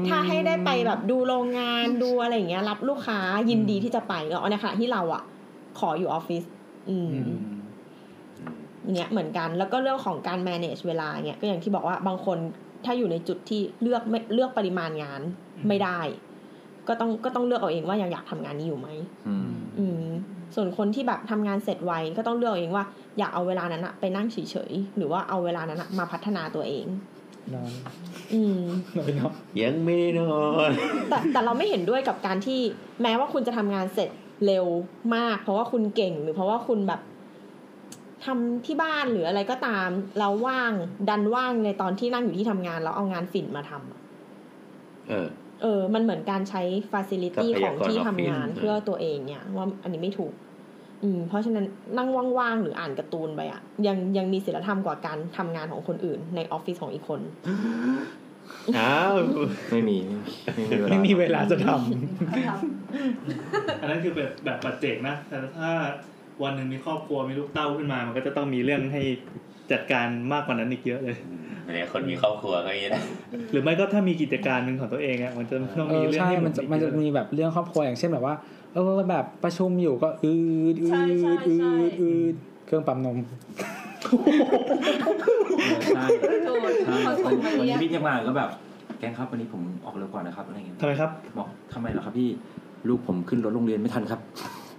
Speaker 3: ถ้าให้ได้ไปแบบดูโรงงานดูอะไรอย่างเงี้ย รับลูกค้ายินดีที่จะไปเนาะในขณะที่เราอ่ะ ขออยู่ออฟฟิศอืม เนี่ยเหมือนกันแล้วก็เรื่องของการ manage เวลาเนี่ยก็อย่างที่บอกว่าบางคนถ้าอยู่ในจุดที่เลือกไม่เลือกปริมาณงานไม่ได้ ก็ต้องก็ต้องเลือกเอาเองว่ายังอยากทำงานนี้อยู่ไหมอืม ส่วนคนที่แบบทำงานเสร็จไวก็ต้องเลือกเอาเองว่าอยากเอาเวลานั้นอะไปนั่งเฉยๆหรือว่าเอาเวลานั้นอะมาพัฒนาตัวเอง
Speaker 5: นอน
Speaker 3: อืม
Speaker 5: นอนไปนอน
Speaker 2: ยังไม่ได้นอน
Speaker 3: แต่แต่เราไม่เห็นด้วยกับการที่แม้ว่าคุณจะทำงานเสร็จเร็วมาก เพราะว่าคุณเก่งหรือเพราะว่าคุณแบบทำที่บ้านหรืออะไรก็ตาม เราว่างดันว่างในตอนที่นั่งอยู่ที่ทำงานแล้วเอางานฝิ่นมาทำอะ
Speaker 2: เออ
Speaker 3: เออ มันเหมือนการใช้ฟาซิลิตี้
Speaker 2: ทรัพยา
Speaker 3: ข
Speaker 2: กร
Speaker 3: องที่ทำงาน
Speaker 2: ออฟฟิศ
Speaker 3: เพื่อตัวเองเนี่ย ว่าอันนี้ไม่ถูก อืม เพราะฉะนั้นนั่งว่างๆหรืออ่านการ์ตูนไปอะยังยังมีศีลธรรมกว่าการทำงานของคนอื่น ในออฟฟิศของอีกคน
Speaker 2: อ้าว
Speaker 15: ไม่มีไม่มี
Speaker 5: ไม่มีเวลาจะท
Speaker 1: อันนั้นคือแบบแบบปัจเจกนะ แต่ถ้าวันหนึ่งมีครอบครัวมีลูกเต้าขึ้นมา มันก็จะต้องมีเรื่องให้จัดการมากกว่านั้นอีกเยอะเลย
Speaker 2: เนี่ยคนมีครอบครัวก็อย่างนี้นะ
Speaker 1: หรือไม่ก็ถ้ามีกิจการเป็นของตัวเองอ่ะมันจะต้อ
Speaker 5: ำ
Speaker 1: ง
Speaker 5: เอ
Speaker 1: มี
Speaker 5: อ
Speaker 1: เรื่อง
Speaker 5: ใช่
Speaker 1: ให้
Speaker 5: มันจะมันจะมีแบบเรื่องครอบครัวอย่างเช่นแบบว่าเออแบบประชุมอยู่ก็อืดอืดอืดอืดเครื่องปั๊มนม
Speaker 6: ใช่
Speaker 4: โดน
Speaker 6: ใช่
Speaker 4: เขาช
Speaker 6: วั
Speaker 4: มมา
Speaker 6: นวัน
Speaker 4: เรีย
Speaker 6: นี้
Speaker 4: ก
Speaker 6: พี่เรียกมาก็แบบ แกงครับวันนี้ผมออกเร็วกว่านะครับอะไรเงี้ย
Speaker 1: ทำไมครับ
Speaker 6: บอกทำไมเหรอครับพี่ลูกผมขึ้นรถโรงเรียนไม่ทันครับ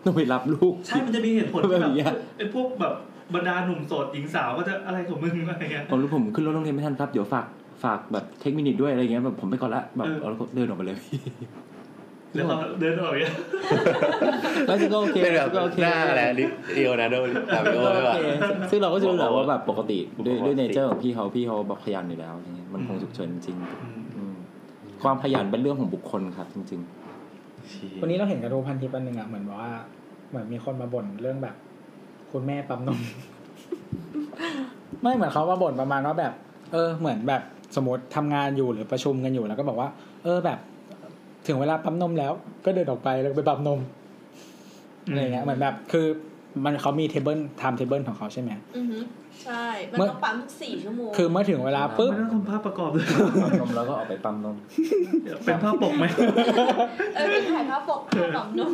Speaker 6: ต้องไปรับลูก
Speaker 1: ใช่ มันจะมีเหตุผลที่แบ
Speaker 6: แบบ บเนี้ย
Speaker 1: ไอ้พวกแบบบรรดาหนุ่มโสดหญิงสาวก็จะอะไรของมึงอะไรเงี้ย
Speaker 6: ผมลูกผมขึ้นรถโรงเรียนไม่ทันครับเดี๋ยวฝากฝากแบบเทคนิคด้วยอะไรเงี้ยแบบผมไปก่อนละแบบ
Speaker 1: เออ
Speaker 6: เอาแล้วก็เดินออกไปเลย
Speaker 1: แล้วเราเดินออกอย่างเงี้ย
Speaker 6: แล้วซึ่งก็โอเค
Speaker 2: เป็นแบบ
Speaker 6: ซึ่งก็โอเค
Speaker 2: หน้าอะไรดิเดียวนะโดนตาม
Speaker 6: ซึ่ง
Speaker 2: โดนเล
Speaker 6: ก็โอ
Speaker 2: ยว่ะ
Speaker 6: เคซึ่งเราก็จะรู้แหละว่าแบบปกติด้วย
Speaker 2: ปกติ
Speaker 6: ด้วยเนเจอร์ของพี่เขาพี่เขาบอกขยันอยู่แล้วอะไรเงี้ยมันคงฉุกเฉินจริงๆอืมความขยันเป็นเรื่องของบุคคลครับจริง
Speaker 5: วันนี้เราเห็นกระทู้พันทิปอันหนึ่งอ่ะเหมือนแบบว่า เหมือนมีคนมาบ่นเรื่องแบบ คุณแม่ปั๊มนม ไม่เหมือนเขามาบ่นประมาณว่าแบบ เออ เหมือนแบบสมมติทำงานอยู่หรือประชุมกันอยู่แล้วก็บอกว่า เออแบบ ถึงเวลาปั๊มนมแล้ว ก็เดินออกไปแล้วก็ไปปั๊มนมอะไรเงี้ยเหมือนแบบ คือ มันเขามีเทเบิลไทม์เทเบิลของเขาใช่ไหม
Speaker 4: อือฮึใช่ มัน
Speaker 5: เมื่อ
Speaker 4: ต้องปั๊มทุกสี่ชั่วโมง
Speaker 5: คือเมื่อถึงเวลาปุ๊บ
Speaker 1: ไม่ต้องทำภาพประกอบเลย
Speaker 6: ปั๊มนมแล้วก็ออกไปปั๊มนม
Speaker 1: เป็นภาพปกไหม
Speaker 4: เออเป็นถ่ายภาพปกภาพปั๊มนม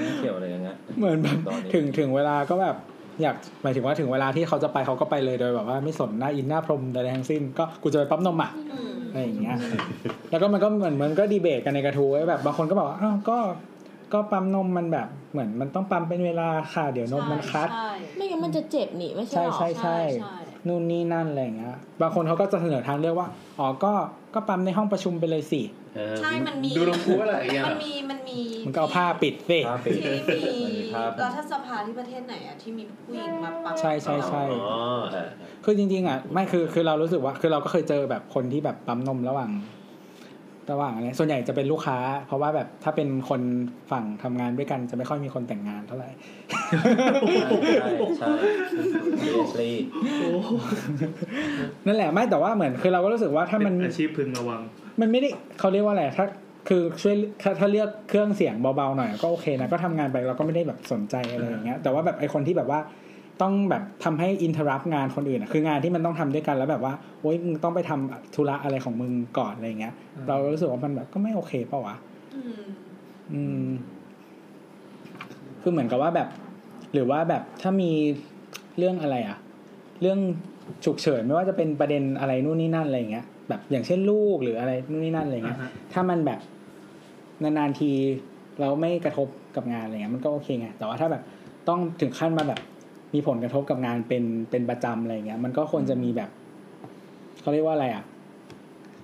Speaker 6: ไม่เกี่ยวอะไรอย่างเงี้ย
Speaker 5: เหมือนแบบ
Speaker 6: ตอนนี้
Speaker 5: ถึงถึงเวลาก็แบบอยากหมายถึงว่าถึงเวลาที่เขาจะไปเขาก็ไปเลยโดยแบบว่าไม่สนหน้าอินหน้าพรหมใดๆทั้งสิ้นก็กูจะไปปั๊มนมอ่ะ
Speaker 4: อืม
Speaker 5: อะไรอย่างเงี้ย แล้วก็มันก็เหมือนมันก็ดีเบตกันในกระทู้ไว้แบบบางคนก็บอกว่าอ้าวก็ก็ปั๊มนมมันแบบเหมือนมันต้องปั๊มเป็นเวลาค่ะเดี๋ยวนมมันคัด
Speaker 4: ใช่
Speaker 3: ไม่งั้นมันจะเจ็บนี่ไม่ใช่
Speaker 5: ใช่
Speaker 3: หรอ
Speaker 5: ใช่
Speaker 4: ใช่
Speaker 5: ใช่
Speaker 4: ใช่
Speaker 5: นู่นนี่นั่นอะไรอย่างเงี้ยบางคนเขาก็จะเสนอทางเลือกว่าอ๋อก็ก็ปั๊มในห้องประชุมไปเลยสิ
Speaker 16: เออ
Speaker 4: ใช่มันมี
Speaker 16: ดูลงพูดอะไรอย่างเงี้ย
Speaker 4: มันมีมันมี
Speaker 5: มันก็เอาผ้าปิดสิ
Speaker 6: ภาพปิด
Speaker 4: ที่มี
Speaker 6: มันมีภาพ
Speaker 4: รัฐสภาที่ประเทศไหนอะที่มีผู้หญิงมาปั๊ม
Speaker 5: ใช่ใช่ใช่
Speaker 16: อ๋อเออ
Speaker 5: คือจริงๆอ่ะไม่คือคือเรารู้สึกว่าคือเราก็เคยเจอแบบคนที่แบบปั๊มนมระหว่างระหว่างอะไรส่วนใหญ่จะเป็นลูกค้า เพราะว่าแบบถ้าเป็นคนฝั่งทำงานด้วยกันจะไม่ค่อยมีคนแต่งงานเท่าไหร่
Speaker 6: ใช่ใช่ใช่ Seriously
Speaker 1: โอ้โห
Speaker 5: นั่นแหละไม่แต่ว่าเหมือนคือเราก็รู้สึกว่าถ้ามัน
Speaker 1: เป็นอาชีพพึงระวัง
Speaker 5: มันไม่ได้เขาเรียกว่าอะไรถ้าคือช่วยถ้าถ้าเลือกเครื่องเสียงเบาๆหน่อยก็โอเคนะก็ทำงานไปเราก็ไม่ได้แบบสนใจอะไรอย่างเงี้ยแต่ว่าแบบไอคนที่แบบว่าต้องแบบทำให้อินเทอร์รัปงานคนอื่นอะคืองานที่มันต้องทำด้วยกันแล้วแบบว่าโอ๊ยมึงต้องไปทำธุระอะไรของมึงก่อนอะไรอย่างเงี้ย
Speaker 1: อืม
Speaker 5: เรารู้สึกว่ามันแบบก็ไม่โอเคเปล่าวะ
Speaker 4: อืม
Speaker 5: อืม คือเหมือนกับว่าแบบ หรือว่าแบบถ้ามีเรื่องอะไรอะเรื่องฉุกเฉินไม่ว่าจะเป็นประเด็นอะไรนู่นนี่นั่นอะไรอย่างเงี้ย แบบอย่างเช่นลูกหรืออะไรนู่นนี่นั่นอะไร
Speaker 1: อ่า
Speaker 5: เงี้ย
Speaker 1: ฮะ
Speaker 5: ถ้ามันแบบนานๆทีเราไม่กระทบกับงานอะไรเงี้ยมันก็โอเคไงแต่ว่าถ้าแบบต้องถึงขั้นมาแบบ มีผลกระทบกับงานเป็นเป็นประจำอะไรเงี้ย มันก็ควรจะมีแบบเขาเรียกว่าอะไรอ่ะ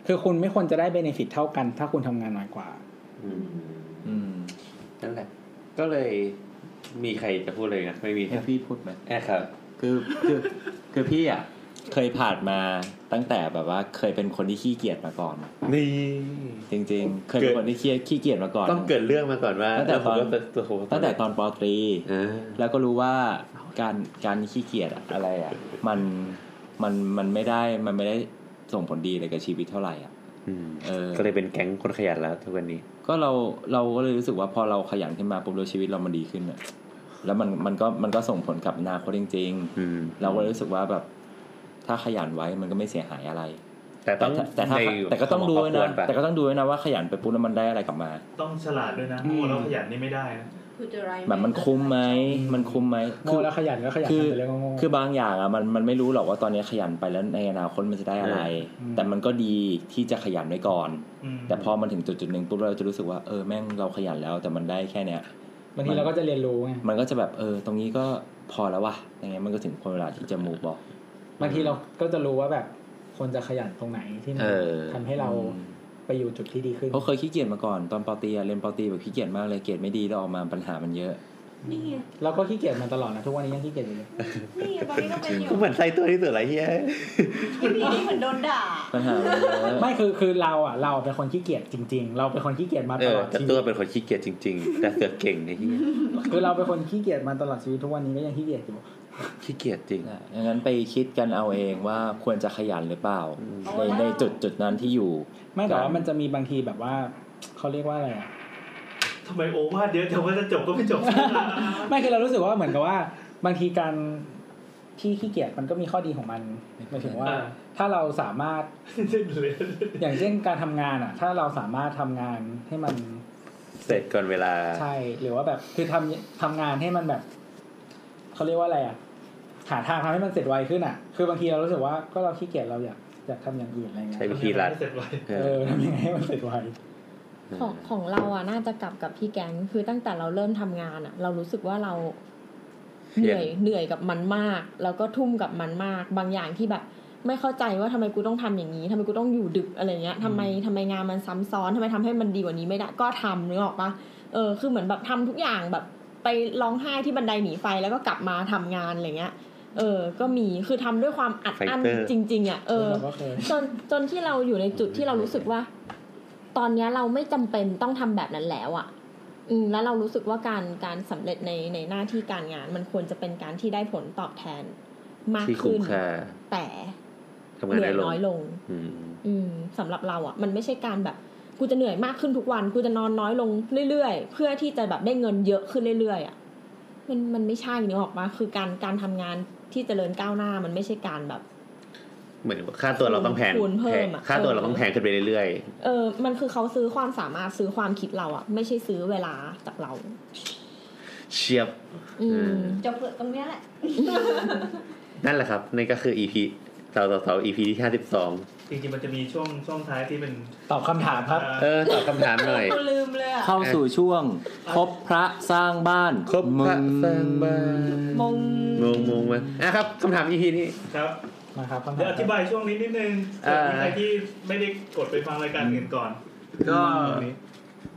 Speaker 5: คือคุณไม่ควรจะได้เบเนฟิตเท่ากัน ถ้าคุณทำงานน้อยกว่า
Speaker 16: อืม
Speaker 6: อืม
Speaker 16: นั่นแหละ ก็เลยมีใครจะพูดเลยนะไม่มี
Speaker 6: ให้พี่พูดไหม
Speaker 16: แอบครับ
Speaker 6: คือคือคือพี่อ่ะเคยผ่านมาตั้งแต่แบบว่าเคยเป็นคนที่ขี้เกียจมาก่อน
Speaker 16: นี่
Speaker 6: จริง ๆ เคยเป็นคนที่ขี้ขี้เกียจมาก่อน
Speaker 16: ต้องเกิดเรื่องมาก่อนว่า
Speaker 6: ตั้งแต่
Speaker 16: ล้วผมก็
Speaker 6: ตอน
Speaker 16: ตัวผมก็
Speaker 6: ตั้งแต่ตอนปอตรี
Speaker 16: เออ
Speaker 6: แล้วก็รู้ว่าการการขี้เกียจอะอะไรอะมันมันมันไม่ได้มันไม่ได้ส่งผลดีอะไรกับชีวิตเท่าไหร่อะ
Speaker 16: อืม
Speaker 6: เออ
Speaker 16: ก็เลยเป็นแก๊งคนขยันแล้วทุกวันนี้
Speaker 6: ก็เราเราก็เลยรู้สึกว่าพอเราขยันขึ้นมาปุ๊บแล้วชีวิตเรามันดีขึ้นอะแล้วมันมันก็มันก็ส่งผลกับอนาคตจริง
Speaker 16: อืม
Speaker 6: ๆ เราก็เลยรู้สึกว่าแบบถ้าขยันไว้มันก็ไม่เสียหายอะไร
Speaker 16: แต่ต้อง
Speaker 6: แต่ถ้า
Speaker 16: ใน
Speaker 6: แต่ก็ต้องดู
Speaker 16: ข
Speaker 6: ไว้
Speaker 16: ค
Speaker 6: นะ
Speaker 16: วรป
Speaker 6: แต่ก็ต้องดูไว้นะว่าขยันไปปุ๊บแล้วมันได้อะไรกลับมา
Speaker 1: ต้องฉลาดด้วยนะโง่แล้วขยันนี่ไม่ได้นะ
Speaker 4: คือ the right
Speaker 6: แบบมันคุ้มไหมมันคุ้มไหม
Speaker 5: โง่
Speaker 6: คือ
Speaker 5: แล้วขยันก็ขยัน
Speaker 6: คือ
Speaker 5: ไปเลยก็โง่
Speaker 6: คือบางอย่างอ่ะมันมันไม่รู้หรอกว่าตอนนี้ขยันไปแล้วในอนาคตมันจะได้อะไร
Speaker 5: อืม
Speaker 6: แต่มันก็ดีที่จะขยันไว้ก่อน
Speaker 1: อืม
Speaker 6: แต่พอมันถึงจุดจุดๆหนึ่งปุ๊บเราจะรู้สึกว่าเออแม่งเราขยันแล้วแต่มันได้แค่เนี้ย
Speaker 5: บางทีเราก็จะเรียนรู้ไง
Speaker 6: มันก็จะแบบเออ ตรงนี้ก็พอแล้ววะอย่างเงี้ยมันก็ถึงเวลาที่จะมูบอก
Speaker 5: บางทีเราก็จะรู้ว่าแบบคนจะขยันตรงไหนที่มัน
Speaker 16: เออ
Speaker 5: ทำให้เราไปอยู่จุดที่ดีขึ้น
Speaker 6: เพราะเคยขี้เกียจมาก่อนตอนปอตรีอะเรียนปอตรีแบบขี้เกียจมากเลยเกรดไม่ดีแล้วออกมาปัญหามันเยอะ
Speaker 4: นี่ไง
Speaker 5: เราก็ขี้เกียจมาตลอดนะทุกวันนี้ยังขี้เกียจอยู่เลย
Speaker 4: นี่ไงตอนนี้ก็เป็นอยู่
Speaker 16: กูเหมือนไส้ตัวที่สุดไรเฮีย
Speaker 4: พี่พีนี่เหมือนโดนด่า
Speaker 6: ปัญหามันเยอะ
Speaker 5: ไม่คือคือเราอ่ะเราเป็นคนขี้เกียจจริง ๆ เราเป็นคนขี้เกียจมา
Speaker 16: เอ
Speaker 5: ต
Speaker 16: อ
Speaker 5: ลอด
Speaker 16: แต่
Speaker 5: ชี
Speaker 16: ตัว
Speaker 5: วิต
Speaker 16: เป็นคนขี้เกียจจริง ๆ แต่เสือกเก่งไอ้เฮีย
Speaker 5: คือเราเป็นคนขี้เกียจมาตลอดชีวิตทุกวันนี้ก็ยังขี้เกียจอยู่
Speaker 16: ขี้เกียจจริง
Speaker 6: นะดังนั้นไปคิดกันเอาเองว่าควรจะขยันหรือเปล่า ในในจุดจุดๆนั้นที่อยู่
Speaker 5: ไม่แต่ว่ามันจะมีบางทีแบบว่าเขาเรียกว่าอะไรอ่ะ
Speaker 1: ทำไมโอวาทเยอะจังว่าจะจบก็ไม่จบ
Speaker 5: ไม่คือเรารู้สึกว่าเหมือนกับว่า บางทีการที่ขี้เกียจมันก็มีข้อดีของมันหมายถึงว่า
Speaker 1: อ่า
Speaker 5: ถ้าเราสามารถ อย่างเช่นการทำงานอ่ะ ถ้าเราสามารถทำงานให้มัน
Speaker 16: เสร็จก่อนเวลา
Speaker 5: ใช่หรือว่าแบบคือทำทำงานให้มันแบบเขาเรียกว่าอะไรอ่ะหาทางทำให้มันเสร็จไวขึ้นอ่ะ คือบางทีเรารู้สึกว่าก็เราขี้เกียจเราอยากอยากทำอย่างอื่นอะไรเงี้
Speaker 16: ใช้
Speaker 5: ย
Speaker 16: วิธีรัด
Speaker 1: เสร็จไว
Speaker 16: เอ
Speaker 5: เอ
Speaker 16: อ
Speaker 5: อทำยังไงให้มันเสร็จไว
Speaker 3: ของของเราอ่ะน่าจะกลับกับพี่แก๊งคือตั้งแต่เราเริ่มทำงานอ่ะ เรารู้สึกว่าเราเหนื่อยเหนื่อยกับมันมาก แล้วก็ทุ่มกับมันมาก บางอย่างที่แบบ ไม่เข้าใจว่าทำไมกูต้องทำอย่างนี้ทำไมกูต้องอยู่ดึกอะไรเงี้ยทำไมทำไมงานมันซ้ำซ้อนทำไมทำให้มันดีกว่านี้ไม่ได้ก็ทำนึกออกปะเออคือเหมือนแบบทำทุกอย่างแบบไปร้องไห้ที่บันไดหนีไฟแล้วก็กลับมาทำงานอะไรเงี้ย เออ ก็มีคือทำด้วยความอัดอั้นจริง ๆอ่ะเออ
Speaker 5: เราก็เคย
Speaker 3: จนจนที่เราอยู่ในจุดที่เรารู้สึกว่า ตอนเนี้ยเราไม่จำเป็นต้องทำแบบนั้นแล้วอะ่ะ อืมแล้วเรารู้สึกว่าการการสำเร็จในในหน้าที่การงาน มันควรจะเป็นการที่ได้ผลตอบแทนมาก
Speaker 16: ที่คุ้ม
Speaker 3: ขึ้น
Speaker 16: ค่า
Speaker 3: แต่
Speaker 16: ทำงาน
Speaker 3: เหนื่
Speaker 16: ได้ลง
Speaker 3: อยน้อยลง
Speaker 16: อืม
Speaker 3: อืมสำหรับเราอะ่ะ มันไม่ใช่การแบบกูจะเหนื่อยมากขึ้นทุกวันกูจะนอนน้อยลงเรื่อยๆ เพื่อที่จะแบบได้เงินเยอะขึ้นเรื่อยๆอะ่ะ มันมันไม่ใช่นึกออกปะคือการการทำงานที่เจริญก้าวหน้ามันไม่ใช่การแบบ
Speaker 2: เหมือนค่าตัวเราต้องแพง
Speaker 3: คูณเพิ่มอะ
Speaker 2: ค่าตัวเราต้องแพงขึ้นไปเรื่อย
Speaker 3: เออมันคือเขาซื้อความสามารถซื้อความคิดเราอะไม่ใช่ซื้อเวลาจากเรา
Speaker 2: ๆ เชียบ
Speaker 3: อื
Speaker 2: อื
Speaker 3: ม
Speaker 2: ม
Speaker 29: จบเกิดตรงเนี้ยแหละ
Speaker 2: นั่นแหละครับนั่นก็คือ EP สาวสาว EP ที่ห้าสิบสอง
Speaker 1: จริงๆมันจะมีช่วงช่วงท้ายที่เป็น
Speaker 5: ตอบคำถามครับ
Speaker 1: อ่า
Speaker 2: เออตอบคำถามหน่อย
Speaker 8: ลืมเลยอะ
Speaker 6: เข้าสู่ช่วงครบพระสร้างบ้าน
Speaker 2: ครบพระ
Speaker 6: มึ
Speaker 2: สร้างบ้าน
Speaker 3: มง
Speaker 2: มงมงมาอ่ะครับคำถาม EP นี้
Speaker 1: ครับ
Speaker 5: มาครับคำถาม
Speaker 1: เดี๋ยวอธิบายช่วงนี้นิดนึง
Speaker 2: เอ่อ
Speaker 1: มีใครที่ไม่ได้กดไปฟังรายการอื่นก่อน
Speaker 6: ก็
Speaker 1: ตอนนี้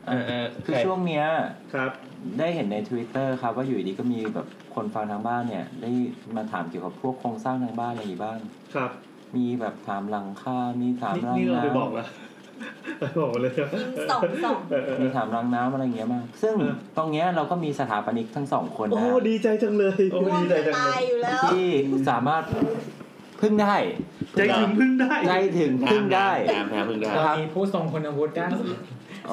Speaker 6: เออเออคือช่วงเนี้ย
Speaker 1: ครับ
Speaker 6: ได้เห็นใน Twitter ครับว่าอยู่ดีก็มีแบบคนฟังทางบ้านเนี่ย ได้มาถามเกี่ยวกับพวกโครงสร้างทางบ้านอะไรอยู่บ้าง
Speaker 1: ครับ
Speaker 6: มีแบบถามหลังคา มีถาม
Speaker 1: นี่
Speaker 6: ราง
Speaker 1: นี่เรา
Speaker 6: น้
Speaker 1: ไปบอกละไปบอกหมดเลยครับ
Speaker 8: สองสอง
Speaker 1: เออเออ
Speaker 6: ำมีถามรางน้ำอะไรอย่างเงี้ยมาก ซึ่งตรงเนี้ยเราก็มีสถาปนิกทั้งสองคน
Speaker 1: โอ้
Speaker 6: นะฮะ
Speaker 1: ดีใจจังเลย
Speaker 4: โอ้ดีใจจัง
Speaker 8: ตา
Speaker 4: เลย ย
Speaker 8: อยู่แล้ว
Speaker 6: ที่สามารถพึ่งได้
Speaker 1: ใจถึงพึ่งได้
Speaker 6: ใจถึงพึ่งได้
Speaker 2: ถามถามพึ่งได้
Speaker 5: เรามีผู้ทรงคุณวุฒิด้าน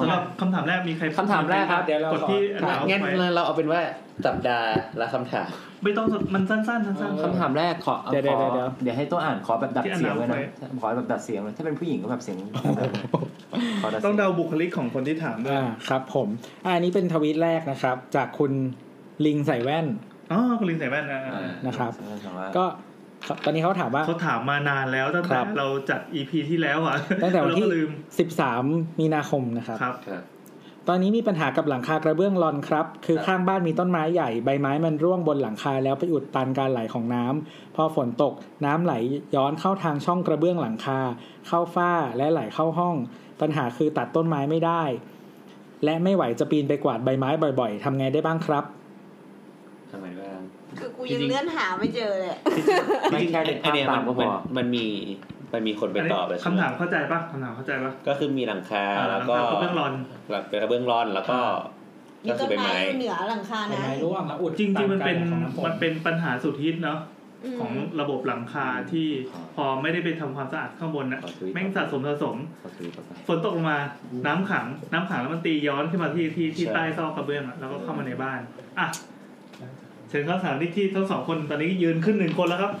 Speaker 1: สำหรับคำถามแรกมีใคร
Speaker 6: คำถามแรกครับ
Speaker 5: เดี๋ยวเรา
Speaker 1: กดที่อัน
Speaker 5: ขอ
Speaker 1: ดับ
Speaker 2: งั้น
Speaker 1: ไหม
Speaker 2: เราเอาเป็นว่าสัปดาห์ละคำถาม
Speaker 1: ไม่ต้องมันสั้นๆสั้น
Speaker 5: เออ
Speaker 6: คำถามแรกขอ
Speaker 5: เดี๋ยว
Speaker 6: ขอ
Speaker 5: เดี๋ยวเดี๋ยว
Speaker 6: เดี๋ยวให้ตัวอ่านขอแบบดัด
Speaker 1: ที่อัน
Speaker 6: เสียงเลย
Speaker 1: ดั
Speaker 6: นะ
Speaker 1: บ
Speaker 6: ขอแบบดัดเสียงเลยถ้าเป็นผู้หญิงก็แบบเสียงขอดัด
Speaker 1: ๆ
Speaker 6: เสี
Speaker 1: ต้อย ง
Speaker 6: ง
Speaker 1: เดาบุคลิกของคนที่ถามด้วย
Speaker 5: อ่าครับผมอาอันนี้เป็นทวีตแรกนะครับ จากคุณลิงใส่แว่น
Speaker 1: อ๋อคุณลิงใส่แว่นอ่ะ
Speaker 6: อ่า
Speaker 5: นะครับ
Speaker 6: ว่า
Speaker 5: ก็ตอนนี้เขาถามว่า
Speaker 1: เขาถามมานานแล้วตั้ง
Speaker 5: ค
Speaker 1: แต่
Speaker 5: รับ
Speaker 1: เราจัด EP ที่แล้วอ่ะ
Speaker 5: ตั้งแต่วัน
Speaker 1: เรา
Speaker 5: ที่
Speaker 1: ก็ลืม
Speaker 5: 13 มีนาคมนะครับ
Speaker 1: ครับ
Speaker 5: ตอนนี้มีปัญหากับหลังคากระเบื้องลอนครับ คือข้างบ้านมีต้นไม้ใหญ่ใบไม้มันร่วงบนหลังคาแล้วไปอุดตันการไหลของน้ำพอฝนตกน้ำไหลย้อนเข้าทางช่องกระเบื้องหลังคา เข้าฝ้าและไหลเข้าห้อง ปัญหาคือตัดต้นไม้ไม่ได้ และไม่ไหวจะปีนไปกวาดใบไม้บ่อยๆทำไงได้บ้างครับ
Speaker 2: ทำไมบ้าง
Speaker 8: คือกูยังเลื่อนหาไม่เจอเลย
Speaker 6: ไม่ใช่เด็ก
Speaker 2: อัน
Speaker 6: ภาพ
Speaker 2: เนี้ย
Speaker 6: ตา
Speaker 2: มั
Speaker 6: ม
Speaker 2: น
Speaker 6: ก็พ
Speaker 2: มัน
Speaker 6: อ
Speaker 2: มันมีมันมีคนไปตอบแล้วใช่ไหม
Speaker 1: คำถามเข้าใจปะคำถามเข้าใจปะ
Speaker 2: ก็คือมีหลังคา
Speaker 1: อ่า
Speaker 2: แล้วก็
Speaker 1: คำถามเบื้องรอน
Speaker 2: หลังเป็นกระเบื้องร้อนแล้วก็
Speaker 8: มี
Speaker 2: ก็คื
Speaker 8: ต้
Speaker 2: อน ใบ
Speaker 8: ไม้
Speaker 2: ไม้
Speaker 8: อยู่เหนือหลังคานะ
Speaker 1: จริงจริงๆมันเป็นมันเป็นปัญหาสุดฮิตเนาะของระบบหลังคาที่พอไม่ได้ไปทำความสะอาดข้างบนน่ะ
Speaker 6: ขอทวีต
Speaker 1: แม่งสะสมสะสม
Speaker 6: ขอซื้อต่อไป
Speaker 1: ฝนตกลงมาน้ำขัง น้ำขังแล้วมันตีย้อนขึ้นมาที่ที่ที่
Speaker 6: ใช่
Speaker 1: ใต้ซอกกระเบื้องอะแล้วก็เข้ามาในบ้านอ่ะเชิญเข้าสถามที่ที่ทั้งสองคนตอนนี้ยืนขึ้นหนึ่งคนแล้วครับ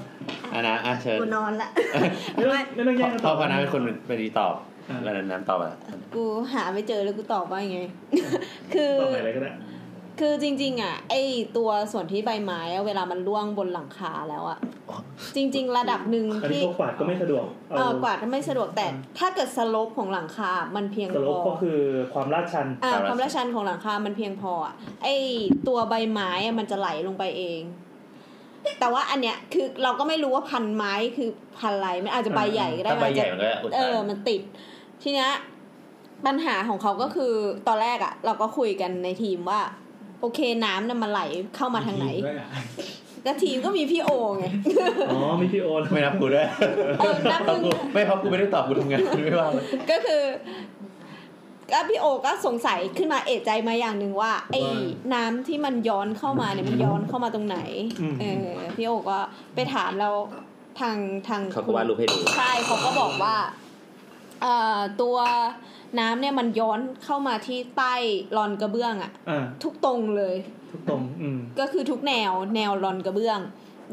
Speaker 2: อันนะอ่ะเชิญ
Speaker 8: กูนอนละ
Speaker 1: ไม่ต้องไม่ต้องแย่งกัน
Speaker 2: พ่
Speaker 1: ต่
Speaker 2: อ
Speaker 1: อ
Speaker 2: พนักเป็นคนไปดีตอบแล้วนั้นน้ำตอบอ่ะ
Speaker 8: กูหาไม่เจอเลยกูตอบว่ายังไง คือ
Speaker 1: ต่อไปอะไรก็ได้
Speaker 8: คือจริง ๆ อ่ะ ไอตัวส่วนที่ใบไม้อะเวลามันร่วงบนหลังคาแล้วอ่ะ จริง ๆ ระดับหนึ่ง
Speaker 1: อันนี้พ
Speaker 8: ที่
Speaker 1: วกกวาดก็ไม่สะดวก
Speaker 8: เออกวาดไม่สะดวกแต่ถ้าเกิดสโลปของหลังคา มันเพียง
Speaker 1: ส
Speaker 8: พ
Speaker 1: ลบ
Speaker 8: อ
Speaker 1: ก็คือความลาดชัน
Speaker 8: อ่าความละชันของหลังคา มันเพียงพออะไอตัวใบไม้อะมันจะไหลลงไปเอง แต่ว่าอันเนี้ยคือเราก็ไม่รู้ว่าพันธุ์ไม้คือพันธุ์อะไรมันอาจจะใบใหญ่ก็ได้
Speaker 2: ถ้าใบ
Speaker 8: นอาจ
Speaker 2: ใหญ่
Speaker 8: จะ
Speaker 2: มันก็อุด
Speaker 8: เอ
Speaker 2: ตั
Speaker 8: อ
Speaker 2: น
Speaker 8: มันติด ทีเนี้ยปัญหาของเขาก็คือตอนแรกอะ่ะ เราก็คุยกันในทีมว่า โอเคน้ำน่ะมันไหลเข้ามาทางไหนก็ทีมก็มีพี่โอไง
Speaker 1: อ๋อมีพี่โอน
Speaker 2: ไม่นับกูด้วย
Speaker 8: เออนับมึง
Speaker 2: กูไม่เพราะกูไม่ได้ตอบกูทำงานไม่ว่างเลย
Speaker 8: ก็คือก็พี่โอก็สงสัยขึ้นมาเอะใจมาอย่างหนึ่งว่า ไอ้
Speaker 1: ว่า
Speaker 8: น้ำที่มันย้อนเข้ามาเนี่ยมันย้อนเข้ามาตรงไหน
Speaker 1: อืม
Speaker 8: เออพี่โอก็ไปถามเราทางทาง
Speaker 2: เขาก็วาดรูปให้ดู
Speaker 8: ใช่เขาก็บอกว่าเอ่อตัวน้ำเนี่ยมันย้อนเข้ามาที่ใต้รอนกระเบื้องอะ
Speaker 1: อ่า
Speaker 8: ทุกตรงเลย
Speaker 1: ทุกตรงอืม
Speaker 8: ก็คือทุกแนวแนวรอนกระเบื้อง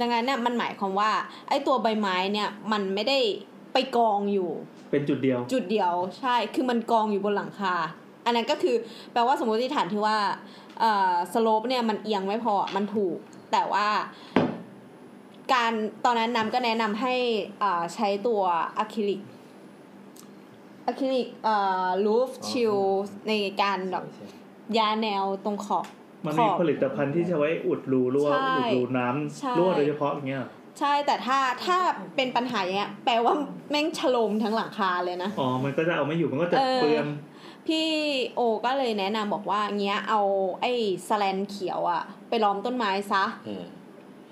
Speaker 8: ดังนั้นเนี่ยมันหมายความว่าไอ้ตัวใบไม้เนี่ยมันไม่ได้ไปกองอยู่
Speaker 1: เป็นจุดเดียว
Speaker 8: จุดเดียวใช่คือมันกองอยู่บนหลังคา อันนั้นก็คือแปลว่าสมมติฐานที่ว่าสโลปเนี่ยมันเอียงไม่พอมันถูก แต่ว่า การตอนนั้นน้ำก็แนะนำให้อ่าใช้ตัวอะคริลิก อะคริลิกเอ่อรูฟชิลในการแบบยาแนวตรงขอบ
Speaker 1: มันมีผลิตภัณฑ์ที่จะไว้อุดรูรั่ว
Speaker 8: ใช่
Speaker 1: อุดรูน้ำ
Speaker 8: ใช่
Speaker 1: รั่วโดยเฉพาะอย่างเงี้ยเหรอ
Speaker 8: ใช่แต่ถ้าถ้าเป็นปัญหาอย่างเงี้ยแปลว่าแม่งฉลมทั้งหลังคาเลยนะ
Speaker 1: อ๋อ มันก็จะเอาไม่อยู่ มันก็จะ
Speaker 8: เออ
Speaker 1: เปลือง
Speaker 8: พี่โอก็เลยแนะนำบอกว่าเงี้ยเอาไอ้สแลนเขียวอะไปล้อมต้นไม้ซะ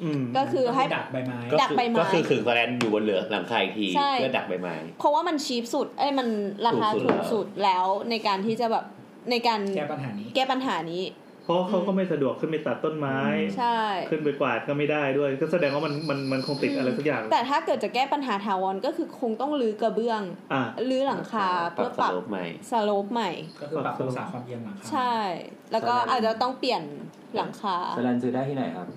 Speaker 1: อืม
Speaker 8: ก็คือให้
Speaker 5: ดักใบไม้
Speaker 2: ก็
Speaker 8: ดักใบไม้
Speaker 2: ก็คือขึงแฟลนอยู่บนเหลือหลังคาอีกที
Speaker 8: ใช่
Speaker 2: เพื่อดักใบไม้
Speaker 8: เพราะว่ามันชีพสุดเอ้ยมันราคา
Speaker 2: ถู
Speaker 8: ถู
Speaker 2: ก
Speaker 8: ก
Speaker 2: สุ
Speaker 8: สุ
Speaker 2: ด
Speaker 8: ดแล้วในการที่จะแบบในการ
Speaker 5: แก้ปัญหานี้
Speaker 8: แก้ปัญหานี้
Speaker 1: เพราะเขาก็ไม่สะดวกขึ้นไปตัดต้นไม้
Speaker 8: ใช่
Speaker 1: ขึ้นไปกวาดก็ไม่ได้ด้วย ก็แสดงว่ามันมันมันคงติดอะไรสักอย่าง
Speaker 8: แต่ถ้าเกิดจะแก้ปัญหาถาวรก็คือคงต้องรื้อกระเบื้อง
Speaker 1: อ่ะ
Speaker 8: รื้อหลังคาเพื่อปรั
Speaker 2: ส
Speaker 8: บ
Speaker 2: โลปใหม่
Speaker 8: สโลปใหม่
Speaker 5: ก็คือปรับองศาความเอียงหลังคา
Speaker 8: ใช่ แล้วก็อาจจะต้องเปลี่ยนหลังคา
Speaker 6: สแลนซื้อได้ที่ไหนครับ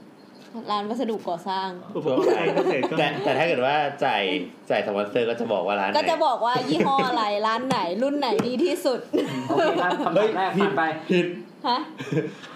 Speaker 8: ร้านวัสดุก่อสร้าง
Speaker 1: อุปกรณ์การเกษตรก็
Speaker 2: แต่แต่ถ้าเกิดว่าจ่ายจ่ายสปอนเซอร์ก็จะบอกว่าร้านไหน
Speaker 8: ก็จะบอกว่ายี่ห้ออะไรร้านไหนรุ่นไหนดีที่สุด
Speaker 6: โอเคครับคำตอบแรกผ่านไป
Speaker 8: ฮะ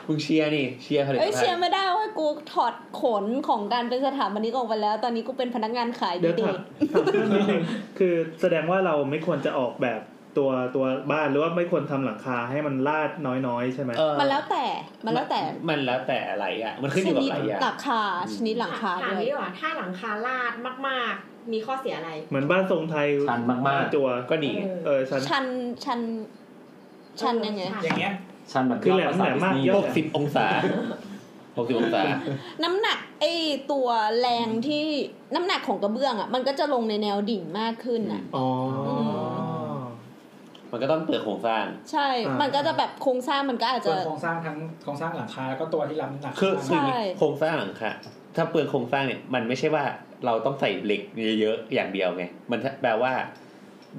Speaker 2: มึงเชียร์นี่เชียร์ผลิต
Speaker 8: เอ้ย
Speaker 2: ภั
Speaker 8: เชีย
Speaker 2: ณ
Speaker 8: ร์
Speaker 2: ฑ์
Speaker 8: ไม่ได้ว่ากูถอดขนของการเป็นสถาปนิกออกไปแล้ว ตอนนี้กูเป็นพนักงานขาย
Speaker 1: เดี๋ยว
Speaker 8: ดี
Speaker 1: ถามถามเพิ่มนิดนึงคือแสดงว่าเราไม่ควรจะออกแบบตัวตัวบ้านหรือว่าไม่ควรทำหลังคาให้มันลาดน้อยๆ ใช่ไหม
Speaker 2: เออ
Speaker 8: มันแล้วแต่มันแล้วแต่
Speaker 2: มันแล้วแต่อะไรอ่ะ มันขึ้นอ
Speaker 8: ช
Speaker 2: ยู่กับ
Speaker 8: นิด
Speaker 2: อะไรอ่ะ
Speaker 8: หลังคาชนิดหลังคา
Speaker 3: ถาม
Speaker 8: ด้วย
Speaker 3: นี้ดีกว่าถ้าหลังคาลาดมากๆ มีข้อเสียอะไร
Speaker 1: เหมือนบ้านทรงไทย
Speaker 6: ชันมากๆ
Speaker 1: หจัว
Speaker 2: ก็ดี
Speaker 1: เออชัน
Speaker 8: ชันชันชันยังไง
Speaker 5: อย่างเงี้ย
Speaker 6: ชันแบบ
Speaker 1: คือแหลม
Speaker 6: ยดปราสา
Speaker 1: แห
Speaker 6: ท
Speaker 1: ลมมาก
Speaker 6: ดิ
Speaker 1: ย
Speaker 6: นี
Speaker 1: อ
Speaker 2: ห
Speaker 1: ด
Speaker 2: กสิบองศาหกสิบองศา
Speaker 8: น้ำหนักไอตัวแรงที่น้ำหนักของกระเบื้องอ่ะ มันก็จะลงในแนวดิ่งมากขึ้นอ่ะ
Speaker 1: อ๋อ
Speaker 2: มันก็ต้องเปิดโครงสร้าง
Speaker 8: ใช่
Speaker 1: อ่ามั
Speaker 8: มันก็จะแบบโครงสร้างมันก็อาจ
Speaker 5: ตั
Speaker 8: จะ
Speaker 5: วโครงสร้างทั้งโครงสร้างหลังคาแล้วก็ตัวที่รับน้ำหนัก
Speaker 2: คือ
Speaker 8: ใช่
Speaker 2: คือโครงสร้างหลังค่ะ ถ้าเปลืองโครงสร้างเนี่ยมันไม่ใช่ว่าเราต้องใส่เหล็กเยอะๆอย่างเดียวไง มันแปลว่า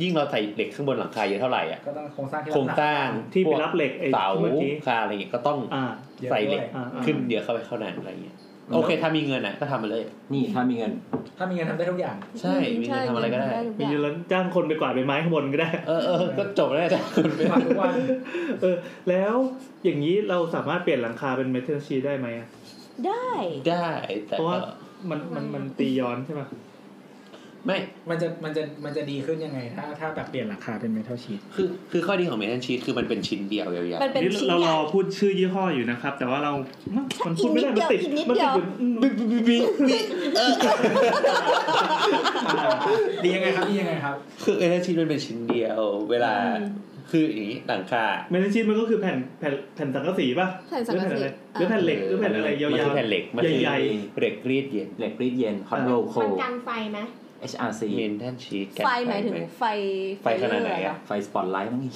Speaker 2: ยิ่งเราใส่เหล็กข้างบนหลังคาเยอะเท่าไหร่อ่ะ
Speaker 5: ก็ต้องโครงสร้างที่
Speaker 2: โครงสร้าง
Speaker 1: ที่ไปรับเหล็กไอ้
Speaker 2: เสา
Speaker 1: เมื่อกี้
Speaker 2: คาอะไรอย่างเงี้ยก็ต้อง
Speaker 1: อ่า
Speaker 2: ใส่เหล็ก
Speaker 1: อ่าอ่า
Speaker 2: ขึ้นเยอะเข้าไปเท่านั้นอะไรอย่างเงี้ยโอเค ถ้ามีเงินอ่ะก็ทำมาเลย
Speaker 6: นี่ถ้ามีเงิน
Speaker 5: ถ้ามีเงินทำได้ทุกอย่าง
Speaker 2: ใช่ มีเงินทำอะไรก็ได้
Speaker 1: มีเงินแล้วจ้างคนไปกวาดใบไม้ข้างบนก็ได้
Speaker 2: เออเออก็จบแล้วอาจ้ะคุณ
Speaker 5: ไป
Speaker 1: [LAUGHS]
Speaker 5: ทุกวัน
Speaker 1: เออ แล้วอย่างนี้เราสามารถเปลี่ยนหลังคาเป็นเมทัลชีได้ไหมอะ
Speaker 8: ได้
Speaker 2: ได้แต่
Speaker 1: เพราะ
Speaker 2: ก็
Speaker 1: ว่ามันมันมันตีย้อนใช่ไหม
Speaker 2: ไม่
Speaker 5: [LAUGHS] มันจะมันจะมันจะดีขึ้นยังไง ถ้าถ้าแบบเปลี่ยนหลังคาเป็นเมทัลชีท
Speaker 2: คือคือข้อดีของเมทัลชีตคือมันเป็นชิ้นเดียวยาว
Speaker 8: มันเป็น
Speaker 1: นี่
Speaker 8: ชิ้น
Speaker 1: เรา
Speaker 8: ให
Speaker 1: ร
Speaker 8: ญ่
Speaker 1: อพูดชื่อยี่ห้ออยู่นะครับ แต่ว่าเรา มันพูดไม่ได้
Speaker 8: อี
Speaker 1: มันติดมั
Speaker 8: กนิดเดียวอีกนิดเดี
Speaker 1: ติ
Speaker 8: ย
Speaker 1: ด
Speaker 8: ว
Speaker 1: อยู่อืม
Speaker 5: ดียังไงครับดียังไงครับ
Speaker 2: ๆคือเมทัลชีตมันเป็นชิ้นเดียว เวลาคืออย่างนี้หลังคา
Speaker 1: เมทัลชีตมันก็คือแผ่นแผ่นแผ่นสังกะสีป่ะ
Speaker 8: แผ่นสังกะสี
Speaker 1: หรือแผ่นอะไรหรือแผ่นอะไรหรือ
Speaker 2: มันคือ
Speaker 1: แผ่นอะไรยาว
Speaker 2: แผ่นเหล็กมันคือ
Speaker 1: ใหญ่
Speaker 2: เหล็กรีดเย็น
Speaker 6: เหล็กรีดเย็นคอนโดโค
Speaker 3: มันกันไฟไหม
Speaker 6: HRC
Speaker 2: เมนทันชีต
Speaker 8: ไฟหมายถึงไฟ
Speaker 2: ไฟขนาดไหนอะ
Speaker 6: ไฟสปอตไลท์มั้งอีก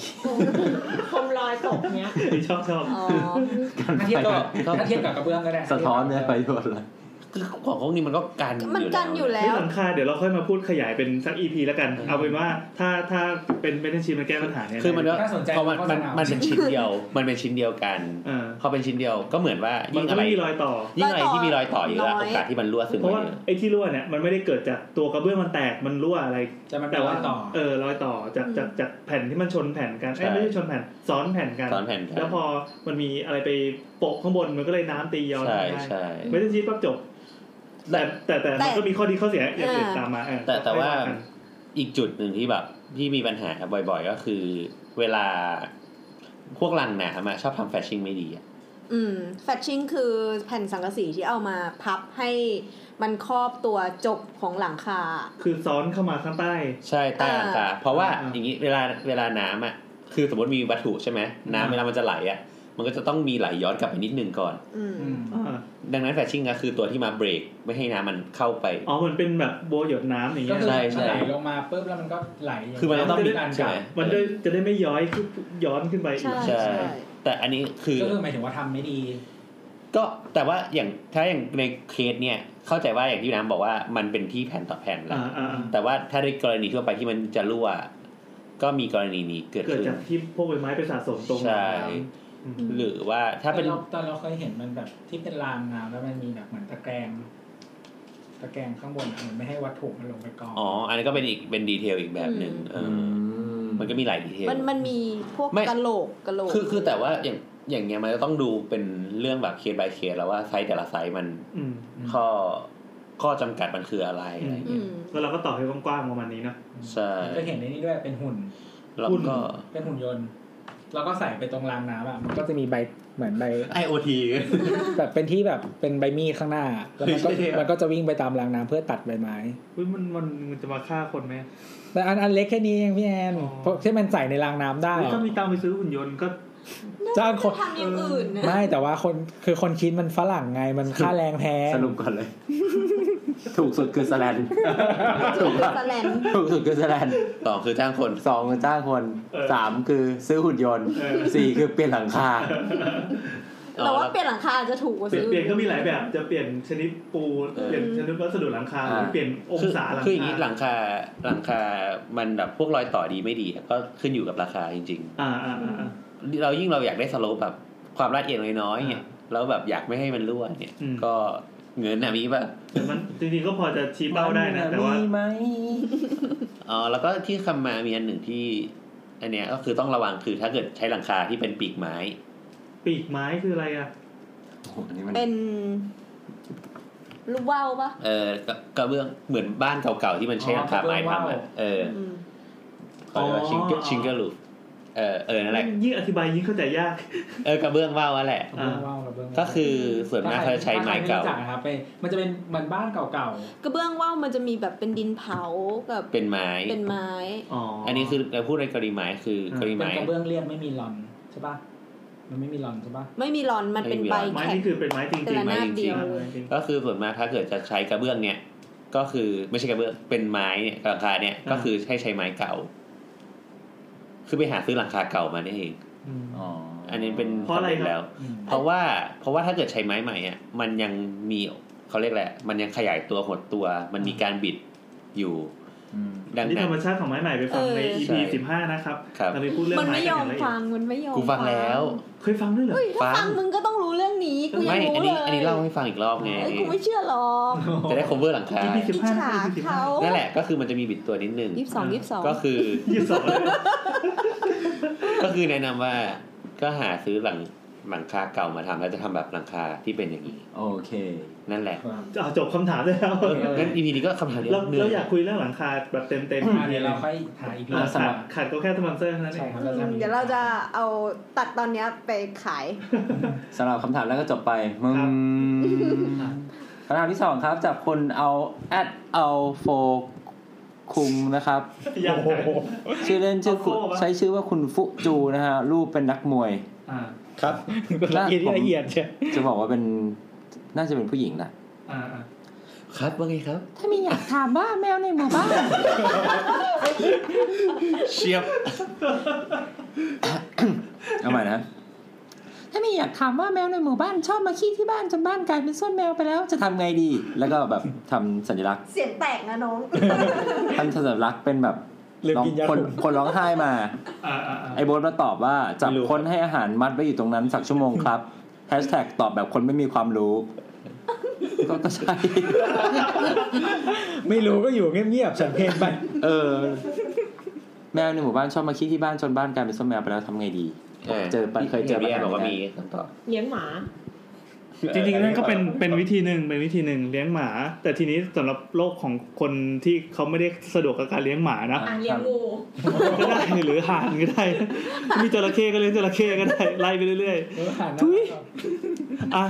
Speaker 3: โคมลอยตกเนี้ย
Speaker 1: ๆชอบชอบ
Speaker 8: อ๋อ
Speaker 6: การ
Speaker 5: ถ้า
Speaker 6: ไฟ
Speaker 5: เทียบ
Speaker 6: ก็
Speaker 5: กับ
Speaker 6: ก็
Speaker 5: ถ้าเทียบกับกระเบื้องก็ได้
Speaker 6: สะท้อนเนี่ยไฟสปอตไลท์
Speaker 2: คือของพวกนี้มันก็กัน
Speaker 8: มันกันอยู่
Speaker 2: แล้ว
Speaker 8: แล้
Speaker 1: นี่
Speaker 8: ว
Speaker 1: หลังคาเดี๋ยวเราค่อยมาพูดขยายเป็นสักอีพีแล้วกัน เอาเป็นว่าถ้าถ้าเป็นเมทัลชีตมันแก้ปัญหาเนี่ย
Speaker 2: คือมันก็
Speaker 5: ถ้าสนใจ
Speaker 2: เพราะมัน
Speaker 5: ก็
Speaker 2: มัน
Speaker 5: สา
Speaker 2: มันเป็นชิ้นเดียว มันเป็นชิ้นเดียวกัน
Speaker 1: เออ
Speaker 2: พอเป็นชิ้นเดียวก็เหมือนว่า
Speaker 1: มัน
Speaker 2: ยิ่ง
Speaker 1: ก็
Speaker 2: อะไร
Speaker 1: ไม่มีรอยต่อ
Speaker 2: ยิ่งอะไร
Speaker 8: รอยต่อ
Speaker 2: ที่มีรอยต่อเยอะอะ
Speaker 8: น้อย
Speaker 2: โอกาสที่มันรั่วซึม
Speaker 1: เพราะว่า
Speaker 2: เยอะ
Speaker 1: ไอ้ที่รั่วเนี่ยมันไม่ได้เกิดจากตัวกระเบื้องมันแตกมันรั่วอะไร
Speaker 5: จะมันเป็
Speaker 1: แต่
Speaker 5: น
Speaker 1: ว่า
Speaker 5: ว่าต่อ
Speaker 1: เออรอยต่อจากจากจากแผ่นที่มันชนแผ่นกันเอ้ยไม่ใช่ชนแผ่นซ้อนแผ่นกัน
Speaker 2: ซ้อนแผ่นกัน
Speaker 1: แล้วพอมันมีอะไรไปโปะข้างบนมันก็เลยน้ำตีย้อน
Speaker 2: ใช่
Speaker 1: ได้
Speaker 2: ใช่
Speaker 1: ไม่ได้ชี้ปั๊บจบ แต่แต่แต่
Speaker 8: แต่
Speaker 1: มันก็มีข้อดีข้อเสียอย่างอื่น
Speaker 8: อ่า
Speaker 1: ตามมาเออ
Speaker 2: แต่แต่ว่า
Speaker 1: ค่อยกัน
Speaker 2: อีกจุดหนึ่งที่แบบที่มีปัญหาบ่อย ๆ ก็คือ เวลาพวกรังน้ำอะชอบทำแฟชชิ่งไม่ดีอะ
Speaker 8: อืมแฟชชิ่งคือแผ่นสังกะสีที่เอามาพับให้มันครอบตัวจบของหลังคา
Speaker 1: คือซ้อนเข้ามาข้างใต้
Speaker 2: ใช่ใต้หลังคา
Speaker 8: อ่า
Speaker 2: เพราะว่า
Speaker 1: อ่า
Speaker 2: อย่างนี้เวลาเวลาน้ำอ่ะคือสมมติมีวัตถุใช่ไหมน้ำเวลามันจะไหลอ่ะมันก็จะต้องมีไหลย้อนกลับไปนิดนึงก่อน
Speaker 8: อืม
Speaker 5: อืม
Speaker 1: อ่า
Speaker 2: ดังนั้นแฟชชิ่งก็คือตัวที่มาเบรกไม่ให้น้ำมันเข้าไป
Speaker 1: อ๋อมันเป็นแบบโบวหยดน้ำอย่าง
Speaker 5: ก็
Speaker 1: เงี้ย
Speaker 5: คือ
Speaker 2: ใช่ใช่
Speaker 5: มันไหลลงมาปุ๊บแล้วมันก็ไหลย่าเย
Speaker 2: คือมันจะต้องมี
Speaker 5: การ
Speaker 2: ใช่
Speaker 5: กลับ
Speaker 1: มันจะจะได้ไม่ย้อยขึ้นย้อนขึ้นไปอีก
Speaker 8: ใช่
Speaker 2: ใช่
Speaker 8: ใช่
Speaker 2: แต่อันนี้คือ
Speaker 5: ก็คือหมายถึงว่าทำไม่ดี
Speaker 2: ก็แต่ว่าอย่างถ้าอย่างในเคสเนี่ยเข้าใจว่าอย่างที่น้ำบอกว่ามันเป็นที่แผ่นต่อแผ่นแล้ว
Speaker 1: อ่าอ่าอ่า
Speaker 2: แต่ว่าถ้าในกรณีทั่วไปที่มันจะรั่ว ก็มีกรณีนี้เกิด
Speaker 1: เกิด
Speaker 2: ขึ้น
Speaker 1: จากที่พวกใบไม้ไปสะสมตรง
Speaker 2: ใช่
Speaker 1: อืม
Speaker 2: หรือว่าถ้าเป็น
Speaker 5: แต่เราแต่เราเคยเห็นมันแบบที่เป็นรางน้ำแล้วมันมีแบบเหมือนตะแกรงตะแกรงข้างบนอะเหมือนไม่ให้วัตถุมันลงไปกอง
Speaker 2: อ๋อ อันนี้ก็เป็นอีกเป็นดีเทลอีกแบบหนึ่งเอออมันก็มีหลายดีเทล
Speaker 8: มันมันมีพวก
Speaker 2: ไม่
Speaker 8: กะโหลกกะโหลก
Speaker 2: คือคือแต่ว่าอย่างอย่างเงี้ยมันจะต้องดูเป็นเรื่องแบบเคส by เคสแล้วว่าไซส์แต่ละไซส์มัน
Speaker 1: อืม
Speaker 2: ข้อข้อจำกัดมันคืออะไรอะไร
Speaker 8: อื
Speaker 2: เงี้ย
Speaker 8: ม
Speaker 1: แล้วเราก็ต่อให้กว้างๆประมาณนี้เนอะ
Speaker 2: ใช่
Speaker 5: เคยเห็นในนี้ด้วยเป็นหุ่น
Speaker 2: แล้ว
Speaker 1: คุณ
Speaker 2: ก็
Speaker 5: เป็นหุ่นยนต์ แล้วก็ใส่ไปตรงรางน้ำอ่ะมันก็จะมีใบเหมือนใบ
Speaker 2: IoT
Speaker 5: แบบเป็นที่แบบเป็นใบมีดข้างหน้า แล้วมันก็
Speaker 2: เฮ้ยเท่อะ
Speaker 5: มันก็จะวิ่งไปตามรางน้ำเพื่อตัดใบไม้
Speaker 1: เฮ้ยมันมันมันจะมาฆ่าคนไหม
Speaker 5: แต่อันอันเล็กแค่นี้เองพี่แอน
Speaker 1: อ๋อ
Speaker 5: เพราะที่มันใส่ในรางน้ำได้
Speaker 1: เฮ้ย
Speaker 5: อะ
Speaker 1: ถ้ามีตังค์ไปซื้อหุ่นยนต์ก็ [LAUGHS]
Speaker 5: จ้างคน
Speaker 8: ทำอย่างอื่นนะ
Speaker 5: ไม่แต่ว่าคนคือคนคิดมันฝรั่งไงมันค่าแรงแพง
Speaker 6: สรุปก่อนเลย ถูกสุดคือสแลนถูกปะ
Speaker 8: สแลน
Speaker 6: ถูกสุดคือสแลน
Speaker 2: ต่อคือจ้างคน
Speaker 6: สองคือจ้างคน
Speaker 1: เออ
Speaker 6: สามคือซื้อหุ่นยนต์
Speaker 1: เออ
Speaker 6: สี่คือเปลี่ยนหลังคา
Speaker 2: อ๋อ
Speaker 4: เราว่าเปลี่ยนหลังคาจะถูกกว่า
Speaker 1: เปลี่ยน
Speaker 4: ซื้อ
Speaker 1: เปลี่ยนก็มีหลายแบบจะเปลี่ยนชนิดปู
Speaker 2: เออ
Speaker 1: เปลี่ยนชนิดวัสดุหลังคาหรือเปลี่ยนองศาหลัง
Speaker 2: คือ
Speaker 1: คา
Speaker 2: อย่างนี้หลังคาหลังคา มันแบบพวกรอยต่อดีไม่ดีอะก็ขึ้นอยู่กับราคาจริง
Speaker 1: อ่าอ่าอ่าอ่า
Speaker 2: ๆ เรายิ่งเราอยากได้สโลปแบบความลาดเอียงน้อยๆเนี่ยแล้วแบบอยากไม่ให้มันรั่วเนี่ย
Speaker 1: อืม
Speaker 2: ก็เงินอะมีป่ะ
Speaker 1: แต่มันจริงๆก็พอจะชี้เป้าได้นะ แต่ว่า
Speaker 6: มีไหม
Speaker 2: อ๋อแล้วก็ที่คำมามีอันหนึ่งที่อันเนี้ยก็คือต้องระวังคือถ้าเกิดใช้หลังคาที่เป็นปีกไม้
Speaker 1: ปีกไม้คืออะไรอ่ะ
Speaker 6: โอ้โหอันนี้มัน
Speaker 4: เป็นลูกว่าวปะ
Speaker 2: เออกระกระเบื้องเหมือนบ้านเก่าๆที่มันใช้หลังคาไม้ทำอ่ะเออ
Speaker 4: อืม
Speaker 2: เขาเรียกว่าชิงเกิลชิงเกิลลูเออเออนั่นแหละ
Speaker 1: ยิ่งอธิบายยิ่งเข้าใจยาก
Speaker 2: เออกระเบื้องว่าวอะแหละ
Speaker 1: อ่า
Speaker 5: ว้าวระเบื้อง
Speaker 2: ก็คือส่วนมากเขาจะใช้ไม้เก่า
Speaker 5: ถ้ใครรู้จักนะครับไปมันจะเป็นเหมือนบ้านเก่าก
Speaker 4: ระเบื้องว่าวมันจะมีแบบเป็นดินเผากับ
Speaker 2: เป็นไม้
Speaker 4: เป็นไม้
Speaker 1: อ๋อ
Speaker 2: อั
Speaker 1: อั
Speaker 2: นนี้คือเราพูดในกรณีไม้คือ
Speaker 1: อ่า
Speaker 2: กร
Speaker 5: ๆเป็
Speaker 2: ณี
Speaker 5: น
Speaker 2: ไม้
Speaker 5: กระเบื้องเรียบไม่มีลอนใช่ป่ะมันไม่มีลอนใช่ป่ะ
Speaker 4: ไม่มีรอนมันเป็น
Speaker 2: ไม่มี
Speaker 4: ใบ
Speaker 2: รอน
Speaker 1: ไม้
Speaker 4: แข็ง
Speaker 1: นี่คือเป็นไม้จริง
Speaker 4: เป็นระ
Speaker 1: ๆไม้
Speaker 4: นา
Speaker 1: จ
Speaker 4: บ
Speaker 1: ริงๆ
Speaker 4: เดียว
Speaker 1: อ่าไม้จริง
Speaker 2: ก็คือส่วนมากถ้าเกิดจะใช้กระเบื้องเนี่ย ก็คือไม่ใช่กระเบื้องเป็นไม้เนี่ยหลังคาเนี่ย
Speaker 1: อ่า
Speaker 2: ก็คือให้ใช้ไม้เก่า คือไปหาซื้อหลังคาเก่ามานี่เอง
Speaker 1: อืม
Speaker 6: อ๋อ
Speaker 2: อันนี้เป็น
Speaker 1: เพราะอะไร
Speaker 2: สำจ
Speaker 1: ครับ
Speaker 2: แล้ว
Speaker 5: อืม
Speaker 2: เพราะว่าเพราะว่าถ้าเกิดใช้ไม้ใหม่อ่ะมันยังมีเขาเรียกแหละไรมันยังขยายตัวหดตัว มันมีการบิดอยู่
Speaker 6: อืม
Speaker 2: ดัง
Speaker 1: นี่ธ
Speaker 2: นั้
Speaker 1: ร
Speaker 2: น
Speaker 1: รมชาติของไม้ใหม่ไปฟังใน
Speaker 4: เออ
Speaker 1: EP
Speaker 2: ใช่
Speaker 1: สิบห้านะครับ
Speaker 2: ครับ
Speaker 1: เราไปพูดเรื่อง
Speaker 4: มัน
Speaker 1: ไม้
Speaker 4: ไม่ยอ
Speaker 1: กั
Speaker 4: น ม
Speaker 1: เลย
Speaker 4: ฟังมันไม่ยอม
Speaker 2: กูฟังแล้ว
Speaker 1: เคยฟังด้วยเหรอ
Speaker 4: เฮ้ยถ้า
Speaker 2: ฟั
Speaker 4: ฟั
Speaker 2: ง
Speaker 4: งมึงก็ต้องรู้เรื่องนี้กูยัง
Speaker 2: ไม่
Speaker 4: รู้
Speaker 2: อัน
Speaker 4: เล
Speaker 2: นี้
Speaker 4: ย
Speaker 2: อันนี้เล่าให้ฟังอีกรอบไง
Speaker 4: เอ้ยกูไม่เชื่อหรอก
Speaker 2: จะได้ cover หลังคา
Speaker 1: EP สิบ
Speaker 4: อิจ
Speaker 1: ห้า
Speaker 4: ฉาเขา
Speaker 2: นั่นแหละก็คือมันจะมีบิดตัวนิดนึง
Speaker 4: ยี่สิบสองยี่สิบสอง
Speaker 2: ก็คือ
Speaker 1: ยี่สิบสองเลย
Speaker 2: ก็คือแนะนำว่าก็หาซื้อหลังหลังคาเก่ามาทำแล้วจะทำแบบหลังคาที่เป็นอย่างนี้
Speaker 6: โอเค
Speaker 2: นั่นแหละ
Speaker 5: ครับ
Speaker 1: เอาจบคำถามได้แล้ว
Speaker 2: เอองั้นอีพีนี้ก็คำถามเดียว
Speaker 1: เรา
Speaker 2: หนื่
Speaker 1: เราอยากคุยเรื่องหลังคาแบบเต็มเต็ม
Speaker 5: อันนี้เราค่อยหาอีก
Speaker 1: ขาด
Speaker 5: สำหรับ
Speaker 1: ขาดก็แค่สปอนเซอร์เท่านั้นเอ
Speaker 5: ใช่
Speaker 1: ง
Speaker 5: ครับ
Speaker 4: อืมเดี๋ยวเราจะเอาตัดตอนเนี้ยไปขาย
Speaker 6: สำหรับคำถามแรกก็จบไป มึงคำถามที่สองครับ จากคนเอาแอดเอาโฟคุงนะครับ
Speaker 1: ยังไง
Speaker 6: ชื่อเล่นชื่อคุณ
Speaker 1: เอาโฟปะ
Speaker 6: ใช้ชื่อว่าคุณฟุจูนะฮะ รูปเป็นนักมวย
Speaker 1: อ่า
Speaker 15: ครับ
Speaker 6: น่า
Speaker 15: ละเอียดที่ละเอียดใช่
Speaker 6: จะบอกว่าเป็นน่าจะเป็นผู้หญิงนะ
Speaker 1: อ่าอ่า
Speaker 2: ครับว่าไงครับ
Speaker 6: ถ้ามีอยากถามว่าแมวในหมู่บ้าน
Speaker 2: เชียบ
Speaker 6: เอาใหม่นะ ถ้ามีอยากถามว่าแมวในหมู่บ้านชอบมาขี้ที่บ้านจนบ้านกลายเป็นส้วนแมวไปแล้วจะทำไงดี แล้วก็แบบทำสัญลักษณ์
Speaker 4: เสียงแตกนะน้อง
Speaker 6: ทำสัญลักษณ์เป็นแบบ
Speaker 15: ลืม
Speaker 6: ร้อง
Speaker 15: กินยา
Speaker 6: คน
Speaker 15: คุม
Speaker 6: คนร้องไห้มา
Speaker 1: อ่าอ่าอ่า
Speaker 6: ไอ้โบทมาตอบว่าจับ
Speaker 15: ไม่รู้
Speaker 6: คนให้อาหารมัดไว้อยู่ตรงนั้นสักชั่วโมงครับแฮชแท็กตอบแบบคนไม่มีความรู้ ก็ก็ใช่
Speaker 15: ไม่รู้ก็อยู่เงียบๆฉันเพลงไป
Speaker 6: เออ แมวในหมู่บ้านชอบมาขี้ที่บ้านจนบ้านกลายเป็นส้มแมวไปแล้วทำไงดี เจอปัญเคยเจอปัญ
Speaker 2: พี่แอ
Speaker 6: หานไหม
Speaker 2: บอกว่ามีคำตอบ
Speaker 3: เลี้ยงหมา
Speaker 1: จริงๆนั่นก็เป็นเป็นวิธีหนึ่งเป็นวิธีหนึ่งเลี้ยงหมา แต่ทีนี้สำหรับโลกของคนที่เขาไม่ได้สะดวกกับการเลี้ยงหมานะ
Speaker 3: อ่ะเลี้ยงงู
Speaker 1: ก็ได้หรือห่านก็ได้ มีจระเข้ก็เลี้ยงจระเข้ก็ได้ ไล่ไปเรื่อย
Speaker 5: เออหาหน้า
Speaker 1: ทุย ๆอ่ะ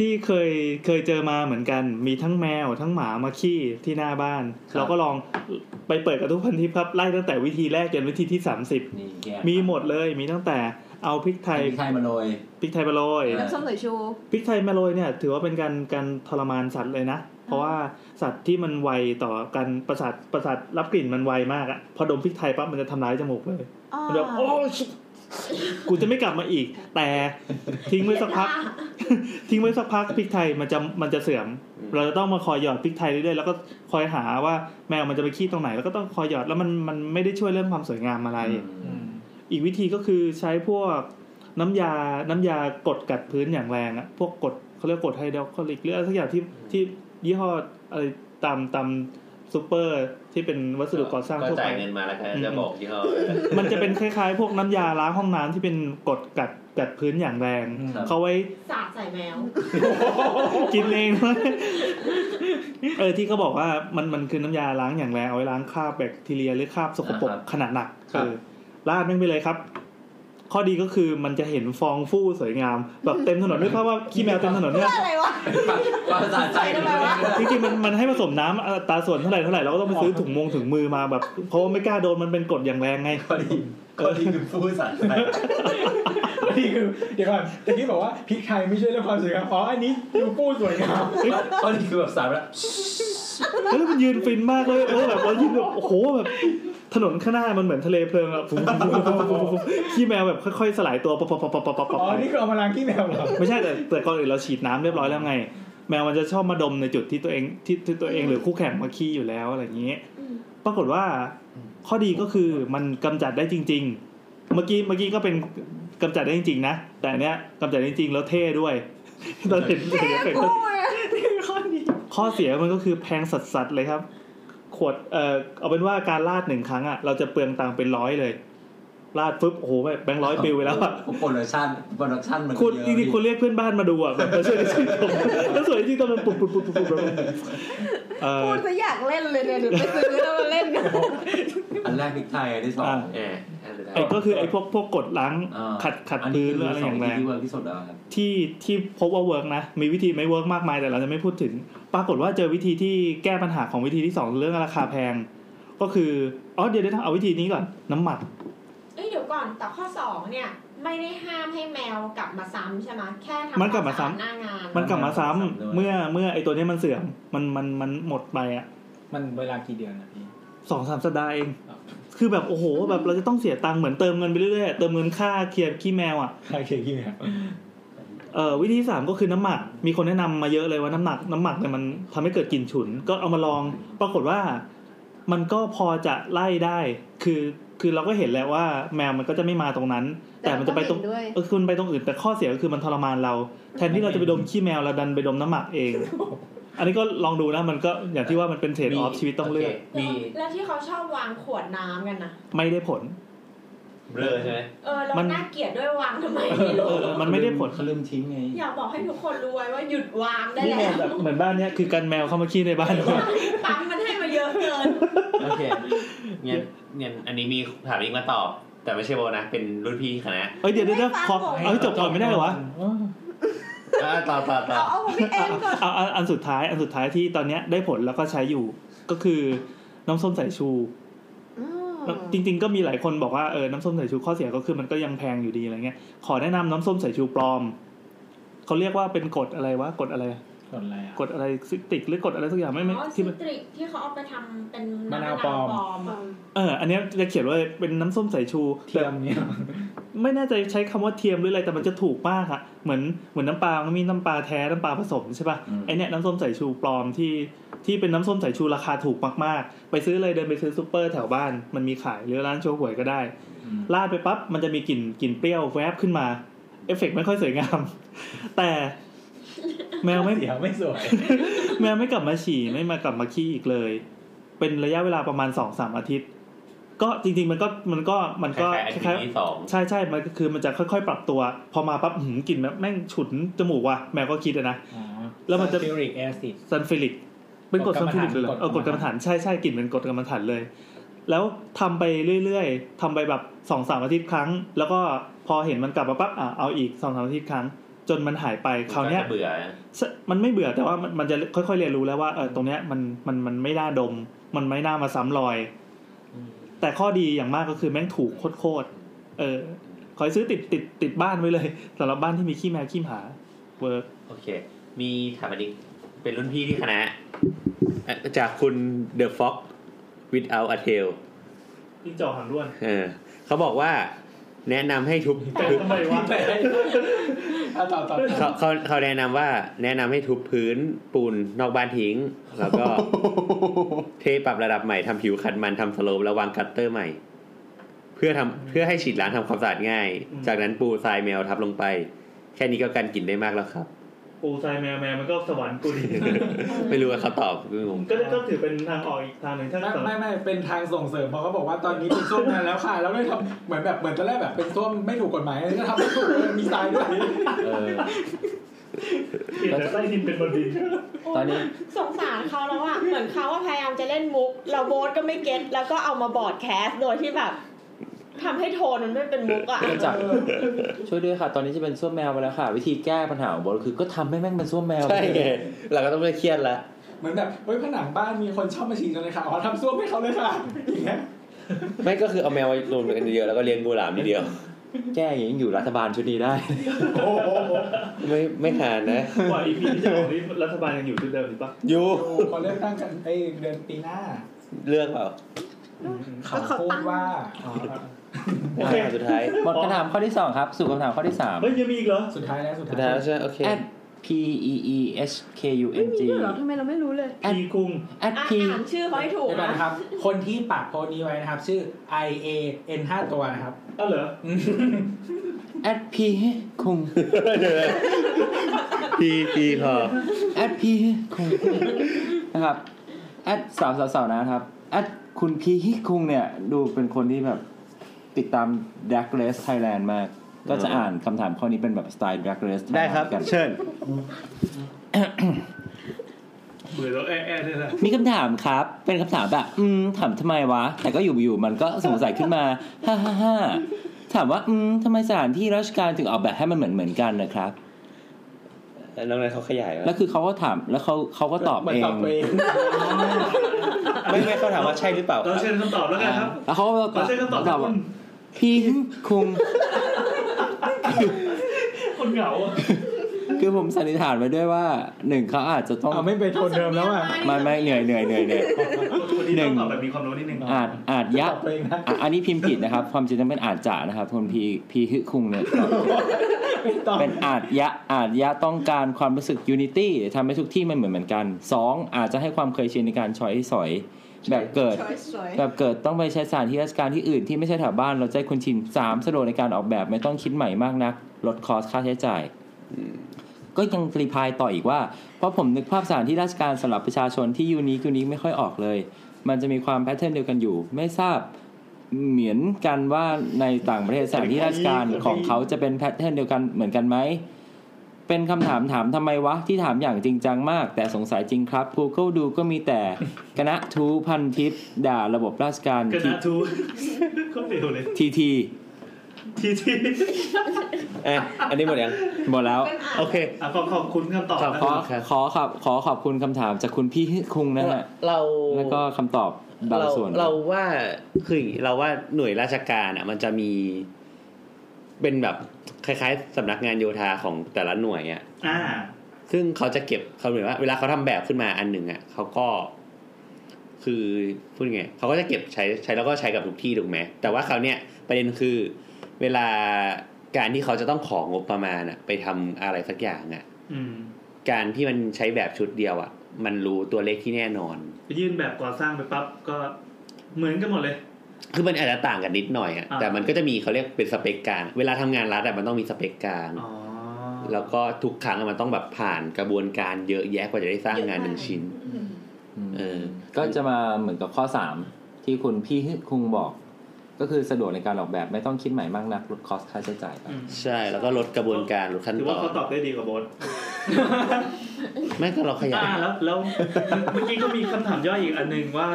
Speaker 1: ที่เคยเคยเจอมาเหมือนกัน มีทั้งแมวทั้งหมามาขี้ที่หน้าบ้าน เราก็ลองไปเปิดกระทุกพันทิปครับไล่ตั้งแต่วิธีแรกจนวิธีที่
Speaker 6: นี่แก
Speaker 1: 30 มีหมดเลยมีตั้งแต่เอาพริกไทย
Speaker 6: มีใครมาโรย
Speaker 1: พริกไทยมาโรย
Speaker 6: เออ
Speaker 4: น้ำส้มสายชู
Speaker 1: พริกไทยมาโรยเนี่ย ถือว่าเป็นการการทรมานสัตว์เลยนะ เพราะว่าสัตว์ที่มันไวต่อการประสาทประสาทรับกลิ่นมันไวมากอะพอดมพริกไทยปั๊บมันจะทำร้ายจมูกเลย
Speaker 4: อ๋อ
Speaker 1: มันแบบโอ้ชิกูจะไม่กลับมาอีก แต่ทิ้งไว้สักพัก ทิ้งไว้สักพักพริกไทยมันจะมันจะเสื่อม เราจะต้องมาคอยหยอดพริกไทยเรื่อยๆแล้วก็คอยหาว่าแมวมันจะไปขี้ตรงไหน แล้วก็ต้องคอยหยอดแล้วมันมันไม่ได้ช่วยเรื่องความสวยงามอะไร
Speaker 5: อืม
Speaker 1: อีกวิธีก็คือใช้พวกน้ำยา น้ำยากดกัดพื้นอย่างแรงอะพวกกดเขาเรียกกดไฮดรอคลอริกหรืออะไรสักอย่างที่ที่ยี่ห้ออะไรตามตามซูเปอร์ที่เป็นวัสดุก่อสร้าง
Speaker 2: ก็
Speaker 1: ทั่ว
Speaker 2: จ่า
Speaker 1: ไป
Speaker 2: ยเงินมาแล้วครับจะบอกยี่ห้อ
Speaker 1: มันจะเป็นคล้ายๆ พวกน้ำยาล้างห้องน้ำที่เป็นกดกัดกัดพื้นอย่างแรง เขาไว้
Speaker 3: สาดใส่แมว
Speaker 1: กินเองด้วยเออที่เขาบอกว่ามันมันคือน้ำยาล้างอย่างแรงเอาไว้ล้างคราบแบคทีเรียหรือคราบสกปรกขนาดหนัก
Speaker 6: ครับ
Speaker 1: เออราดแม่งไปเลยครับ ข้อดีก็คือมันจะเห็นฟองฟู่สวยงามแบบเต็มถนนด้วยเพราะว่าขี้แมวเต็มถนน
Speaker 4: เพื่
Speaker 1: เนี่
Speaker 4: อย อะไรวะ
Speaker 6: ความสะใจ
Speaker 4: ทำไมวะ
Speaker 1: จริงๆมันมันให้ผสมน้ำอัตราส่วนเท่าไหร่เท่าไหร่เราก็ต้องไปซื้อถุงมงถุงมือมาแบบเพราะว่าไม่กล้าโดนมันเป็นกดอย่างแรงไง
Speaker 6: ก็ดีก็ดีคือผู้สะใจ
Speaker 5: นี่คือเดี๋ยวก่อนตะกี้บอกว่าพริกไทยไม่ช่วยเรื่องความสวยงามอ๋ออันนี้ดูปู้สวยงาม
Speaker 6: ก็ดีคือแบบสามแล้ว
Speaker 1: แล้วมันยืนฟินมากเลยเออแบบเรายืนแบบโอ้โหแบบ ถนนข้างหน้ามันเหมือนทะเลเพลิงอะฟุ้งฟุ้งฟุ้งฟุ้งฟุ้งฟุ้งขี้แมวแบบค่อยๆ สลายตัวปะปะปะปะปะปะปะ
Speaker 5: อ๋อ นี่คือเอามาล้างขี้แมวเหรอ
Speaker 1: ไม่ใช่แต่แต่ก่อนอื่นเราฉีดน้ำเรียบร้อยแล้วไง แมวมันจะชอบมาดมในจุดที่ตัวเองที่ที่ตัวเองหรือคู่แข่งมาขี้อยู่แล้วอะไรอย่างนี้ ปรากฏว่าข้อดีก็คือมันกำจัดได้จริง ๆ เมื่อกี้เมื่อกี้ก็เป็นกำจัดได้จริงๆนะ แต่อันเนี้ยกำจัดได้จริงแล้วเท่ด้วย [LAUGHS] ตอนเห็นเห็นเห็น ข้อเสียมันก็คือแพงสัดๆเลยครับ ขวดเอ่อเอาเป็นว่าการลาดหนึ่งครั้งอ่ะเราจะเปลืองตังค์เป็นร้อยเลยลาดปุ๊บโอ้โหแบบแบงค์ร้อยปิวไปแล้วอ่ะ
Speaker 15: โปรดักชั่นโปรดักชั่นมัน
Speaker 1: คุณ
Speaker 15: เยอะ
Speaker 1: จริงๆคุณเรียกเพื่อนบ้านมาดูอ่ะแบบมาช่วยชื่นชมแล้วสวยจริงๆตอนมันปุบปุบปุบปุบปุบเออ
Speaker 8: พูดซะอยากเล่นเลยเนี่ยเดี๋ยวไปซื้อแล้วมาเล่นกัน
Speaker 15: อันแรกพริกไทยอันที่สอง
Speaker 1: อ่ะ
Speaker 2: แหม
Speaker 1: ไอ้ก็คือไอ้พวกพวกกดล้าง
Speaker 15: อ่า
Speaker 1: ขัดขัดพื้นหรืออะไรอย่างแรง
Speaker 15: ที่เวิร์กที่สุดแล้วครับ
Speaker 1: ที่ที่พบว่าเวิร์กนะ มีวิธีไม่เวิร์กมากมายแต่เราจะไม่พูดถึง ปรากฏว่าเจอวิธีที่แก้ปัญหาของวิธีที่สองเรื่องราคาแพง ก็คืออ๋อเดี๋ยวเดี๋ยวเอาวิธีนี้ก่อนน้ำหมัก
Speaker 7: เอ้ยเดี๋ยวก่อนแต่ข้อสองเนี่ย ไม่ได้ห้ามให้แมวกลับมาซ้ำใช่ไหมแค่ทำ
Speaker 1: มันกลับมาซ้ำ
Speaker 7: ควสะอดหน้างาน
Speaker 1: มันกลับมาซ้ำเมื่อเมื่อไอตัวเนี้ยมันเสื่อมมันมันมันหมดไปอ่ะ
Speaker 5: มันเวลากี่เดือนนะพี่
Speaker 1: สองสามสัปดาห์เอง คือแบบโอ้โหแบบเราจะต้องเสียตังค์เหมือนเติมเงินไปเรื่อยๆเติมเงินค่าเคลียร์ขี้แมวอ่ะ
Speaker 5: ค่าเคขี้แมว
Speaker 1: เอ่อวิธีที่สามก็คือน้ำหมัก มีคนแนะนำมาเยอะเลยว่าน้ำหนักน้ำหมักเนี่ยมันทำให้เกิดกลิ่นฉุน ก็เอามาลอง ปรากฏว่า มันก็พอจะไล่ได้ คือคือเราก็เห็นแล้วว่าแมวมันก็จะไม่มาตรงนั้น แต่มันจะไปตรง
Speaker 8: ด้วย
Speaker 1: เออคือมันไปตรงอื่นแต่ข้อเสียก็คือมันทรมานเรา แทนที่เราจะไปดมขี้แมวเราดันไปดมน้ำหมักเอง อันนี้ก็ลองดูนะมันก็อย่างที่ว่ามันเป็นเทรดออฟชีวิตต้องเลือก
Speaker 7: แล้วแล้วที่เขาชอบวางขวดน้ำกันนะ
Speaker 1: ไม่ได้ผล
Speaker 2: เบลอใช่ไหม
Speaker 7: เออเรา
Speaker 1: มัน
Speaker 7: น่าเกลียดด้วยวางทำไมไม่รู้
Speaker 1: เออมันไม่ได้ผล
Speaker 15: เขาลืมทิ้งไง
Speaker 7: อยากบอกให้ทุกคนรู้ไว้ว่าหยุดวางได้
Speaker 1: นี่ไง
Speaker 7: แล้ว
Speaker 1: แบบเหมือนบ้านเนี้ยคือการแมวเข้ามาขี้ในบ้าน [LAUGHS]
Speaker 7: ปั๊มมันให้มาเยอะเกิน
Speaker 2: โอเคงั้นงั้นอันนี้มีถามอีกมาตอบ แต่ไม่ใช่โบนะ เป็นรุ่นพี่คณะ
Speaker 1: เอ้ยเดี๋ยวเดี๋ยวเดี๋ยวขอ
Speaker 8: ไม่ฟังผม
Speaker 1: เอาให้จบก่อนไม่ได้เหรอวะ
Speaker 2: อ่ะต่อต่อต่อ
Speaker 8: เอาเอาของพี่เอ็มก่อน
Speaker 1: เอาเอาอันสุดท้ายอันสุดท้ายที่ตอนเนี้ยได้ผลแล้วก็ใช้อยู่ก็คือน้ำส้มสายชู จริง ๆ ก็มีหลายคนบอกว่าเออน้ำส้มสายชูข้อเสียก็คือมันก็ยังแพงอยู่ดีอะไรเงี้ยขอแนะนำน้ำส้มสายชูปลอมเขาเรียกว่าเป็นกรดอะไรวะกรดอะไร
Speaker 5: กดอะไรอ่ะ
Speaker 1: กรดอะไรซิตริกหรือกรดอะไรสักอย่างไม่ไม่
Speaker 7: อ๋อซิ
Speaker 1: ที่มัน
Speaker 7: ตริกที่เขาเอาไปทำเป็น
Speaker 5: มะนาวปลอม
Speaker 7: ะ
Speaker 1: เอออันเนี้ยจะเขียนว่าเป็นน้ำส้มสายชู
Speaker 5: เที
Speaker 1: แต่
Speaker 5: ยมเนี่ย
Speaker 1: ไม่แน่ใจใช้คำว่าเทียมหรืออะไรแต่มันจะถูกมากอะเหมือนเหมือนน้ำปลามันมีน้ำปลาแท้น้ำปลาผสมใช่ป่ะ
Speaker 15: อืม
Speaker 1: ไอเนี้ยน้ำส้มสายชูปลอมที่ที่เป็นน้ำส้มสายชูราคาถูกมากๆ ไปซื้อเลยเดินไปซื้อซูเปอร์แถวบ้านมันมีขายหรือร้านโชห่วยก็ได้ ลาดไปปั๊บมันจะมีกลิ่นกลิ่นเปรี้ยวแวบขึ้นมา เอฟเฟกต์ไม่ค่อยสวยงาม [LAUGHS] แต่แมวไม่
Speaker 5: เสียไม่สวย
Speaker 1: แมวไม่กลับมาฉี่ไม่มากลับมาขี้อีกเลย เป็นระยะเวลาประมาณสองสามอาทิตย์ ก็จริง ๆ มันก็มันก็มันก็
Speaker 2: คล้ายๆอัน
Speaker 1: คล้าย
Speaker 2: ที่สอง
Speaker 1: ๆใช่ใช่มันก็คือมันจะค่อย ๆ ปรับตัว พอมาปั๊บหืมกลิ่นแม่งฉุนจมูกว่ะแมวก็คิดอะนะ แล้วมันจะ
Speaker 5: ฟิริกแอซิด
Speaker 1: ซันฟิลิก เป็นกรด
Speaker 5: กร
Speaker 1: ซัน
Speaker 5: รม
Speaker 1: ฟิ
Speaker 5: ฐาน
Speaker 1: ลิกเลยเหรอก
Speaker 5: รด
Speaker 1: เออกรดก
Speaker 5: ก
Speaker 1: ร
Speaker 5: ร
Speaker 1: รม
Speaker 5: ร
Speaker 1: ฐา
Speaker 5: มฐาน น
Speaker 1: ใช่ใช่กลิ่นเป็นกรดกรรมฐานเลย แล้วทำไปเรื่อยๆทำไปแบบสองสามอาทิตย์ครั้ง แล้วก็พอเห็นมันกลับมาปั๊บอ่ะเอาอีกสองสามอาทิตย์ครั้ง จนมันหายไปคราวเนี้ย
Speaker 2: ก็จะเบื่อ
Speaker 1: ใช่มันไม่เบื่อแต่ว่ามันมันจะค่อยๆเรียนรู้แล้วว่าเออตรงเนี้ยมันมันมันไม่น่าดม มันไม่น่ามาซ้ำรอย แต่ข้อดีอย่างมากก็คือแม่งถูกโคตรๆเออคอยซื้อติดติดติดบ้านไว้เลยสำหรับบ้านที่มีขี้แมวขี้หมาเวิร์ก
Speaker 2: โอเค มีถามอันนี้เป็นรุ่นพี่ที่คณะอ่ะจากคุณ The Fox without a tail
Speaker 1: ที่จอหางด้วน
Speaker 2: เออเขาบอกว่าแนะนำให้ทุบ
Speaker 1: แต่
Speaker 2: พื้น
Speaker 1: ทำไมวะ
Speaker 5: อ่ะต่อต่อต่อ
Speaker 2: เขาเขาเขาแนะนำว่าแนะนำให้ทุบพื้นปูนนอกบ้านทิ้ง แล้ว
Speaker 1: [LAUGHS]
Speaker 2: ก็ เทปรับระดับใหม่ทำผิวขัดมันทำสโลปแล้ววางคัตเตอร์ใหม่ เพื่อทำเพื่อให้ฉีดล้างทำความสะอาดง่าย
Speaker 1: อืม
Speaker 2: จากนั้นปูทรายแมวทับลงไป แค่นี้ก็การกลินได้มากแล้วครับ
Speaker 1: ปูทรายแมวแมวมันก็สวรรค์กูดี
Speaker 2: ไม่รู้ว่าเขาตอบคืองง
Speaker 1: [LAUGHS] ก็ก็ถือเป็นทางออกอีกทางหนึ่งถ้า [LAUGHS]
Speaker 5: ไม่
Speaker 1: สำห
Speaker 5: ไม่
Speaker 1: รับ
Speaker 5: ไม่เป็นทางส่งเสริมเพราะเขาบอกว่าตอนนี้เป็นส้วมนั้นแล้วค่ะ แล้วไม่ทำเหมือนแบบเหมือนตอนแรกแบบเป็นส้วมไม่ถูกกฎหมายแล้วก็ทำไม่ถูกเลยมีทรายด้วย
Speaker 6: เออ
Speaker 1: เปลี่ยนแต่ใต้ดินเป็นบนดิน
Speaker 6: ตอนนี้
Speaker 7: สงสารเขาแล้วอะเหมือนเขาว่าพยายามจะเล่นมุก เราโบสก็ไม่เก็ตแล้วก็เอามาบอร์ดแคสต์โดยที่แบบทำให้โทนมันไม่เป็นมุกอะ
Speaker 6: ก็จับช่วยด้วยค่ะ ตอนนี้จะเป็นส้วมแมวไปแล้วค่ะ วิธีแก้ปัญหาของโบทคือก็ทำให้แม่งเป็นส้วมแมว
Speaker 2: ใช่ไง [LAUGHS] เราก็ต้องไม่เครียดละ
Speaker 5: เหมือนแบบเฮ้ยผนังบ้านมีคนชอบมาฉีดจังเลยค่ะอ๋อทำส้วมให้เขาเลยค่ะอย่างเงี้ย
Speaker 2: ไม่ก็คือเอาแมวมารวมกันเยอะๆแล้วก็เลี้ยงงูหลามนิดเดียว [LAUGHS]
Speaker 6: แก้อย่างนี้ยังอยู่รัฐบาลชุดนี้ได้
Speaker 5: โอ้โห
Speaker 2: ไม่ไม่หานนะ
Speaker 1: กว่าอีพีที่จะออกนี่รัฐบาลยังอยู่ชุดเดิมหรือเปะ
Speaker 2: ยู
Speaker 5: เขาเลือกตั้งกันไอ้เดือนปีหน้า
Speaker 6: [LAUGHS]
Speaker 2: เลือกเปล่า
Speaker 5: เขาพูดว่า
Speaker 1: โอเค
Speaker 2: สุดท้าย
Speaker 6: [LAUGHS] หมดคำถามข้อที่สองครับ สู่คำถามข้อที่สาม
Speaker 1: เฮ้ยยังมีอีกเหรอ
Speaker 5: สุดท้ายแล้วสุด
Speaker 2: สุดท้าย
Speaker 5: ท้าย
Speaker 2: แล้วใช่ไหมโอเค
Speaker 6: at p e e h k u
Speaker 7: ไม่
Speaker 6: n
Speaker 7: มี
Speaker 6: g
Speaker 7: ด้วยเหรอทำไมเราไม่รู้เลย
Speaker 6: แอด
Speaker 1: พีกรุง
Speaker 6: at
Speaker 7: อ่ะ
Speaker 6: p
Speaker 7: อ่านชื่อเขาให้ถูก
Speaker 5: เดี๋ยวก่อน
Speaker 7: นะ
Speaker 5: นะครับ คนที่ปากโพสต์นี้ไว้นะครับ ชื่อ I A N ห้าตัวนะครับ
Speaker 1: อ้าวเหรอ
Speaker 6: at p คุง
Speaker 16: พีพีพอ
Speaker 6: แอดพีคุงนะครับแอดสาวสาวสาวนะครับแอดคุณพีฮิคุงเนี่ย ดูเป็นคนที่แบบติดตาม Drag Race Thailand มาก ก็จะอ่านคำถามข้อนี้เป็นแบบสไตล์ Drag Race
Speaker 16: ได้ครับ
Speaker 6: [LAUGHS] Thailand กัน
Speaker 16: เชิญ
Speaker 1: เบื่อแล้วแอะแอะเนี่ยนะ
Speaker 6: มีคำถามครับ เป็นคำถามแบบ อืม ถามทำไมวะ แต่ก็อยู่อยู่มันก็สงสัยขึ้นมา ฮ่าฮ่าฮ่าถามว่า อืมทำไมสถานที่ราชการถึงออกแบบให้มันเหมือนเหมือนกันนะครับ
Speaker 2: แล้วน้องนายเขาขยายแล้ว
Speaker 6: แล้วคือเขาก็ถามแล้วเขาเขาก็ตอบ
Speaker 5: เหมือน
Speaker 6: เอง
Speaker 5: ตอบตัวเอง
Speaker 2: ไม่ไม่เขาถามว่าใช่หรือเปล่า
Speaker 1: เราเชิญคำตอบแล้วกันครับ
Speaker 6: แล้วเขาก็
Speaker 1: ขอเชิญคำตอบจากคุณ
Speaker 6: พี่คุง
Speaker 1: คนเหงาอะ
Speaker 6: คือผมสันนิษฐานไว้ด้วยว่าหนึ่งเขาอาจจะต้อง
Speaker 5: เอาไม่เป็นคนเดิมแล้วอ่ะ
Speaker 6: ไม่ไม่เหนื่อยเหนื่อยเหนื่อยเหนื่อย
Speaker 1: คนที่
Speaker 6: หนึ่
Speaker 1: ต้อง งตอบแบบมีความรู้นิดนึง
Speaker 6: อาจอาจ
Speaker 5: ต
Speaker 6: ยะ
Speaker 5: อบตัวเองนะ
Speaker 6: อ่ะอันนี้พิมพ์ผิดนะครับ ความจริงต้องเป็นอาจจะนะครับคนพีพีฮึคุงเนี่ย
Speaker 5: ไม่ตอบ
Speaker 6: เป็นอาจยะอาจยะต้องการความรู้สึกยูนิตี้ทำให้ทุกที่มันเหมือนเหมือนกันสองอาจจะให้ความเคยชินในการชอยสอย แบบเกิด แบบเกิดต้องไปใช้สถานที่ราชการที่อื่นที่ไม่ใช่แถวบ้านเราจะให้คุณชินสามสะดวกในการออกแบบไม่ต้องคิดใหม่มากนัก ลดคอสค่าใช้จ่าย ก็ยังรีพลายต่ออีกว่า เพราะผมนึกภาพสถานที่ราชการสำหรับประชาชนที่ยูนิคยูนิคไม่ค่อยออกเลย มันจะมีความแพทเทิร์นเดียวกันอยู่ ไม่ทราบเหมือนกันว่าในต่างประเทศสถานที่ราชการของเขาจะเป็นแพทเทิร์นเดียวกันเหมือนกันไหม เป็นคำถามถามทำไมวะ ที่ถามอย่างจริงจังมาก แต่สงสัยจริงครับ Google ดูก็มีแต่ [LAUGHS] คณะทูพันทิปด่าระบบราชการ
Speaker 1: กระดาษทู [LAUGHS] ก็เร็วเลย
Speaker 6: ทีที
Speaker 1: ทีที
Speaker 2: อ่ะ อันนี้หมดยัง
Speaker 6: หมด
Speaker 2: [LAUGHS]
Speaker 6: แล้ว
Speaker 2: โอเค
Speaker 1: อ่ะขอขอบคุณคำตอบนะ
Speaker 6: ข
Speaker 1: ค
Speaker 6: อ
Speaker 1: รับ
Speaker 2: ครับ
Speaker 6: ขอขอบขอขอบคุณคำถามจากคุณพี่คุงนะฮะ
Speaker 2: เรา
Speaker 6: แล้วก็คำตอบบาง
Speaker 2: เรา
Speaker 6: ส่วน
Speaker 2: เราว่าคืออย่างงี้เราว่าหน่วยราชการอ่ะ มันจะมี เป็นแบบคล้ายๆสำนักงานโยธาของแต่ละหน่วยอ่ะ
Speaker 1: อ่า
Speaker 2: ซึ่งเขาจะเก็บเขาเหมือนว่าเวลาเขาทำแบบขึ้นมาอันหนึ่งอ่ะเขาก็ คือพูดยังไงเขาก็จะเก็บใช้ใช้แล้วก็ใช้กับทุกที่ถูกไหมแต่ว่าเขาวเนี้ยประเด็นคือ เวลาการที่เขาจะต้องของงบประมาณอ่ะ ไปทำอะไรสักอย่างอ่ะ
Speaker 1: อืม
Speaker 2: การที่มันใช้แบบชุดเดียวอ่ะ มันรู้ตัวเลขที่แน่นอน
Speaker 1: ไปยื่นแบบก่อสร้างไปปั๊บก็เหมือนกันหมดเลย
Speaker 2: คือมันอาจจะต่างกันนิดหน่อยอ่ะ
Speaker 1: อ่า
Speaker 2: แต่มันก็จะมีเขาเรียกเป็นสเปกกลางเวลาทำงานรัฐอะมันต้องมีสเปกกลาง
Speaker 1: อ๋อ
Speaker 2: แล้วก็ทุกครั้งอะมันต้องแบบผ่านกระบวนการเยอะแยะกว่าจะได้สร้างงานหนึ่งชิ้น เออ
Speaker 6: ก็จะมาเหมือนกับข้อ 3 ที่คุณพี่คุงบอก ก็คือสะดวกในการออกแบบไม่ต้องคิดใหม่มากนักลดคอสค่าใช้จ่ายไป
Speaker 1: อืม
Speaker 2: ใช่แล้วก็ลดกระบวนการลดขั้น
Speaker 1: ถือ
Speaker 2: ต
Speaker 1: ว่า
Speaker 2: อ
Speaker 1: เขา
Speaker 2: น
Speaker 1: ตอบได้ดีกว่าโบท
Speaker 2: ไม่ก็เราขยาย
Speaker 1: อ่าแล้วแล้วเมื่อกี้ก็มีคำถามย่อยอีกอันหนึงว่า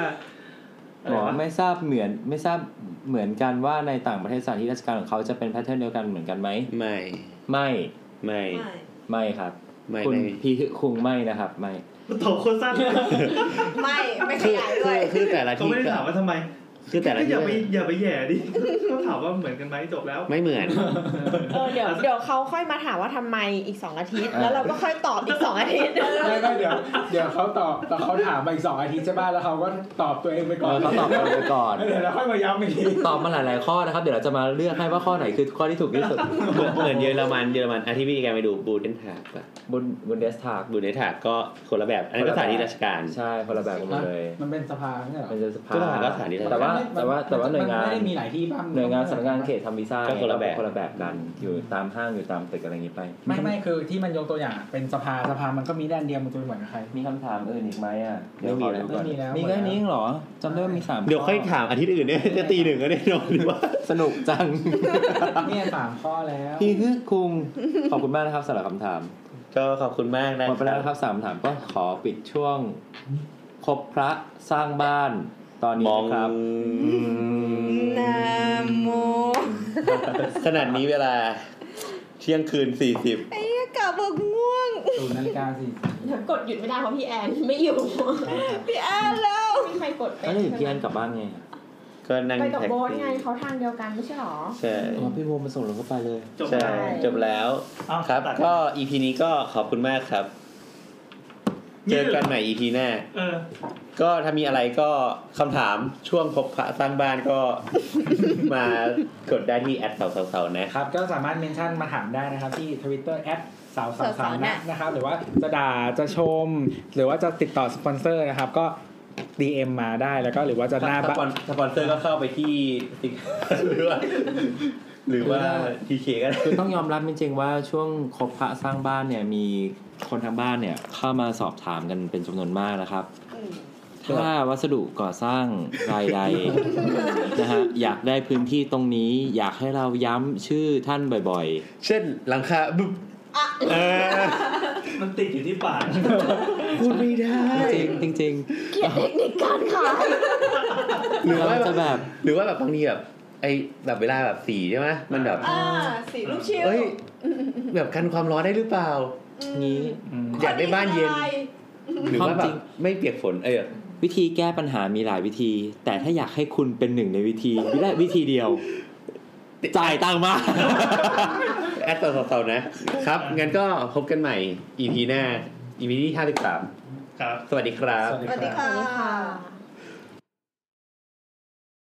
Speaker 1: อะไร
Speaker 6: บอกว่าว
Speaker 1: ะ
Speaker 6: ไม่ทราบเหมือนไม่ทราบเหมือนกันว่าในต่างประเทศสถานที่ราชการของเขาจะเป็นแพทเทิร์นเดียวกันเหมือนกันไหม
Speaker 2: ไม่
Speaker 6: ไม่
Speaker 2: ไม่
Speaker 6: ไม่ครับ
Speaker 2: ไม่
Speaker 6: คุณ
Speaker 2: ไม่
Speaker 6: พี่คุงไม่นะครับ ไม่
Speaker 1: ตอบโคนสั้น
Speaker 4: ไม่ ไม่
Speaker 2: คือย
Speaker 4: ขาย
Speaker 2: คื
Speaker 4: ด้ว
Speaker 2: อย คือแต่ละ
Speaker 1: เขา
Speaker 2: ที่
Speaker 1: ไม่ได้
Speaker 2: ก็
Speaker 1: ถามว่าทำไม
Speaker 2: คือแต่ละ
Speaker 1: ก็อ
Speaker 2: ที่
Speaker 1: ย่าไปอย่าไปแหย่ดิ [LAUGHS] ก็ถามว่าเหมือนกันไหมจบแล้ว
Speaker 2: ไม่เหมือน
Speaker 3: เออเดี๋ยวเดี๋ยวเขาค่อยมาถามว่าทำไมอีกสองอาทิตย์
Speaker 6: เออ
Speaker 3: แล้วเราก็ค่อยตอบอีกสองอาทิตย์
Speaker 5: ไม่ไม่เดี๋ยว เดี๋ยวเขาตอบแต่เขาถามมาอีกสองอาทิตย์ใช่ป่ะแล้วเขาก็ตอบตัวเองไปก่
Speaker 6: เอ
Speaker 5: อน
Speaker 6: อเขาตอบกันไปก่อน
Speaker 5: [LAUGHS] แล้วเดี๋ยวเราค่อยมาย้ำอีกที
Speaker 6: ตอบมาหลาย ๆ ข้อนะครับ เดี๋ยวเราจะมาเลือกให้ว่าข้อไหนคือข้อที่ถูกที่สุด
Speaker 2: เหมือนเหมือนเยอรมันเยอรมันอาทิตย์วิธีการไปดูบูเดนทากอะ
Speaker 6: บุนบุนเดสทาก
Speaker 2: บูเดนทากก็คนละแบบ อันนี้นก็สถานที่ราชการ
Speaker 6: ใช่คนละแบบกันหมดเลย
Speaker 5: มันเป็นสภาไม่ใช่เหรอ
Speaker 6: มันจะสภา
Speaker 2: ก็สถานก็สถานที่ราชการ
Speaker 6: แต่ว่าแต่ว่าแต่ว่าหน่วยงาน
Speaker 5: มัไม่ได้มีหลายที่บ้าง
Speaker 6: หน่วยงานสำนักงานเขตทำวีซ่า
Speaker 2: ก็คนละแบบ
Speaker 6: คนละแบบกันอยู่ตามห้างอยู่ตามตึกอะไรอย่างนี้ไป
Speaker 5: ไม่ไม่คือที่มันยกตัวอย่างอะเป็นสภาสภามันก็มีด้านเดียวมันจะไปเหมือนกับใคร
Speaker 6: มีคำถามอื่นอีกไหมอ่ะ
Speaker 2: ไม่มีแล้ว
Speaker 5: ไม่มีแล้ว
Speaker 6: มีแค่นี้เหรอจำได้ว่ามีสาม
Speaker 2: เดี๋ยวค่อยถามอาทิตย์อื่นเนี่ยจะตีหนึ่งก็ได้นอนดีว่า
Speaker 6: สนุกจั [LAUGHS] ง
Speaker 5: เนี่ยสามข้อแล้ว
Speaker 6: พี่ฮึกคุงขอบคุณมากนะครับสำหรับคำถาม
Speaker 2: ก็ขอบคุณมากนะ
Speaker 6: หมดไปแล้วนะครับสามคำถามก็ขอปิดช่วงคบพระสร้างบ้านตอน
Speaker 2: ม
Speaker 6: นี้
Speaker 2: อง
Speaker 6: นะครับอืม
Speaker 4: นะโม
Speaker 2: ขนาดนี้เวลาเที่ยงคืนสี่สิบ
Speaker 4: ไอ้เหี้ยกลับบอกง่วง
Speaker 5: ศูนย์นาฬิกาสี่สิบ
Speaker 7: เดี๋ยวกดหยุดไม่ได้เพราะพี่แอนไม่อยู่
Speaker 4: พี่แอนแล้ว
Speaker 7: ไม่มีใครกดเป็
Speaker 6: แล้วอยู่พี่แอนกลับบ้านไงอะ
Speaker 2: ก็นั่ง
Speaker 7: ไป
Speaker 2: แท็ก
Speaker 7: กับ
Speaker 2: ซี่
Speaker 7: โบทไงเขาทางเดียวกันไม่ใช่หรอ
Speaker 2: ใช่
Speaker 6: อ๋อพี่โมมาส่งเราเข้าไปเลย
Speaker 1: จบ
Speaker 2: ใช่
Speaker 1: แล้ว
Speaker 2: จบแล้ว
Speaker 1: อ้าว
Speaker 2: ครับ
Speaker 1: ตัด
Speaker 2: ก็อีพีนี้ก็ขอบคุณมากครับ
Speaker 5: น
Speaker 2: เจอกันใหม่ EP หน้า
Speaker 1: เออ
Speaker 2: ก็ถ้ามีอะไรก็คำถามช่วงพบพระสร้างบ้านก็ [LAUGHS] มากดได้ที่แอดเสาเสาๆๆนะครับ
Speaker 5: ก็สามารถเมนชั่นมาถามได้นะครับ ที่ Twitter แอดสาวสาวสาวนะนะครับ หรือว่าจะด่าจะชม หรือว่าจะติดต่อสปอนเซอร์นะครับ ก็ DM มาได้แล้วก็หรือว่าจะหน้า
Speaker 2: ส
Speaker 5: บ้า
Speaker 2: ปอน นสปอนเซอร์ก็เข้าไปที่ หรือว่าหรือว่าทีเคก็ได้
Speaker 6: คือต้องยอมรับจริงๆว่าช่วงคบพระสร้างบ้านเนี่ยมีคนทางบ้านเนี่ยเข้ามาสอบถามกันเป็นจำนวนมากนะครับ ถ้าวัสดุก่อสร้างร [LAUGHS] ายใด นะฮะอยากได้พื้นที่ตรงนี้อยากให้เราย้ำชื่อท่านบ่อย
Speaker 2: เช่นหลังคาบุ๊บเออ
Speaker 1: มันติดอยู่ที่ปาก
Speaker 2: พูดไม่ได้
Speaker 6: ๆ จริงๆจริง
Speaker 4: เกลียดเทคนิคการขาย
Speaker 2: หรือ
Speaker 6: ๆเรา
Speaker 2: ว่า
Speaker 6: จะแบบ
Speaker 2: หรือว่าแบบบางทีแบบไอแบบเวลาแบบสีใช่ไหมมันแบบ
Speaker 4: อ่าสีลูกชิ้น
Speaker 2: เอ้ย แบบกันความร้อนได้หรือเปล่า
Speaker 6: นี้
Speaker 2: อยากได้บ้านเย็น หรือว่าแบ
Speaker 6: ความจริ
Speaker 2: บ
Speaker 6: ง
Speaker 2: ไม่เปียกฝนเออ
Speaker 6: วิธีแก้ปัญหามีหลายวิธี แต่ถ้าอยากให้คุณเป็นหนึ่งในวิธีและวิธีเดียว จ่ายตังค์มา
Speaker 2: แอดต่อต่อๆนะครับ งั้นก็พบกันใหม่ EP หน้า EP ที่ 53
Speaker 1: ครับ
Speaker 2: สวัสดีครับ
Speaker 5: สวัสดี
Speaker 4: สวัสดี
Speaker 5: ครับ
Speaker 4: ค่ะ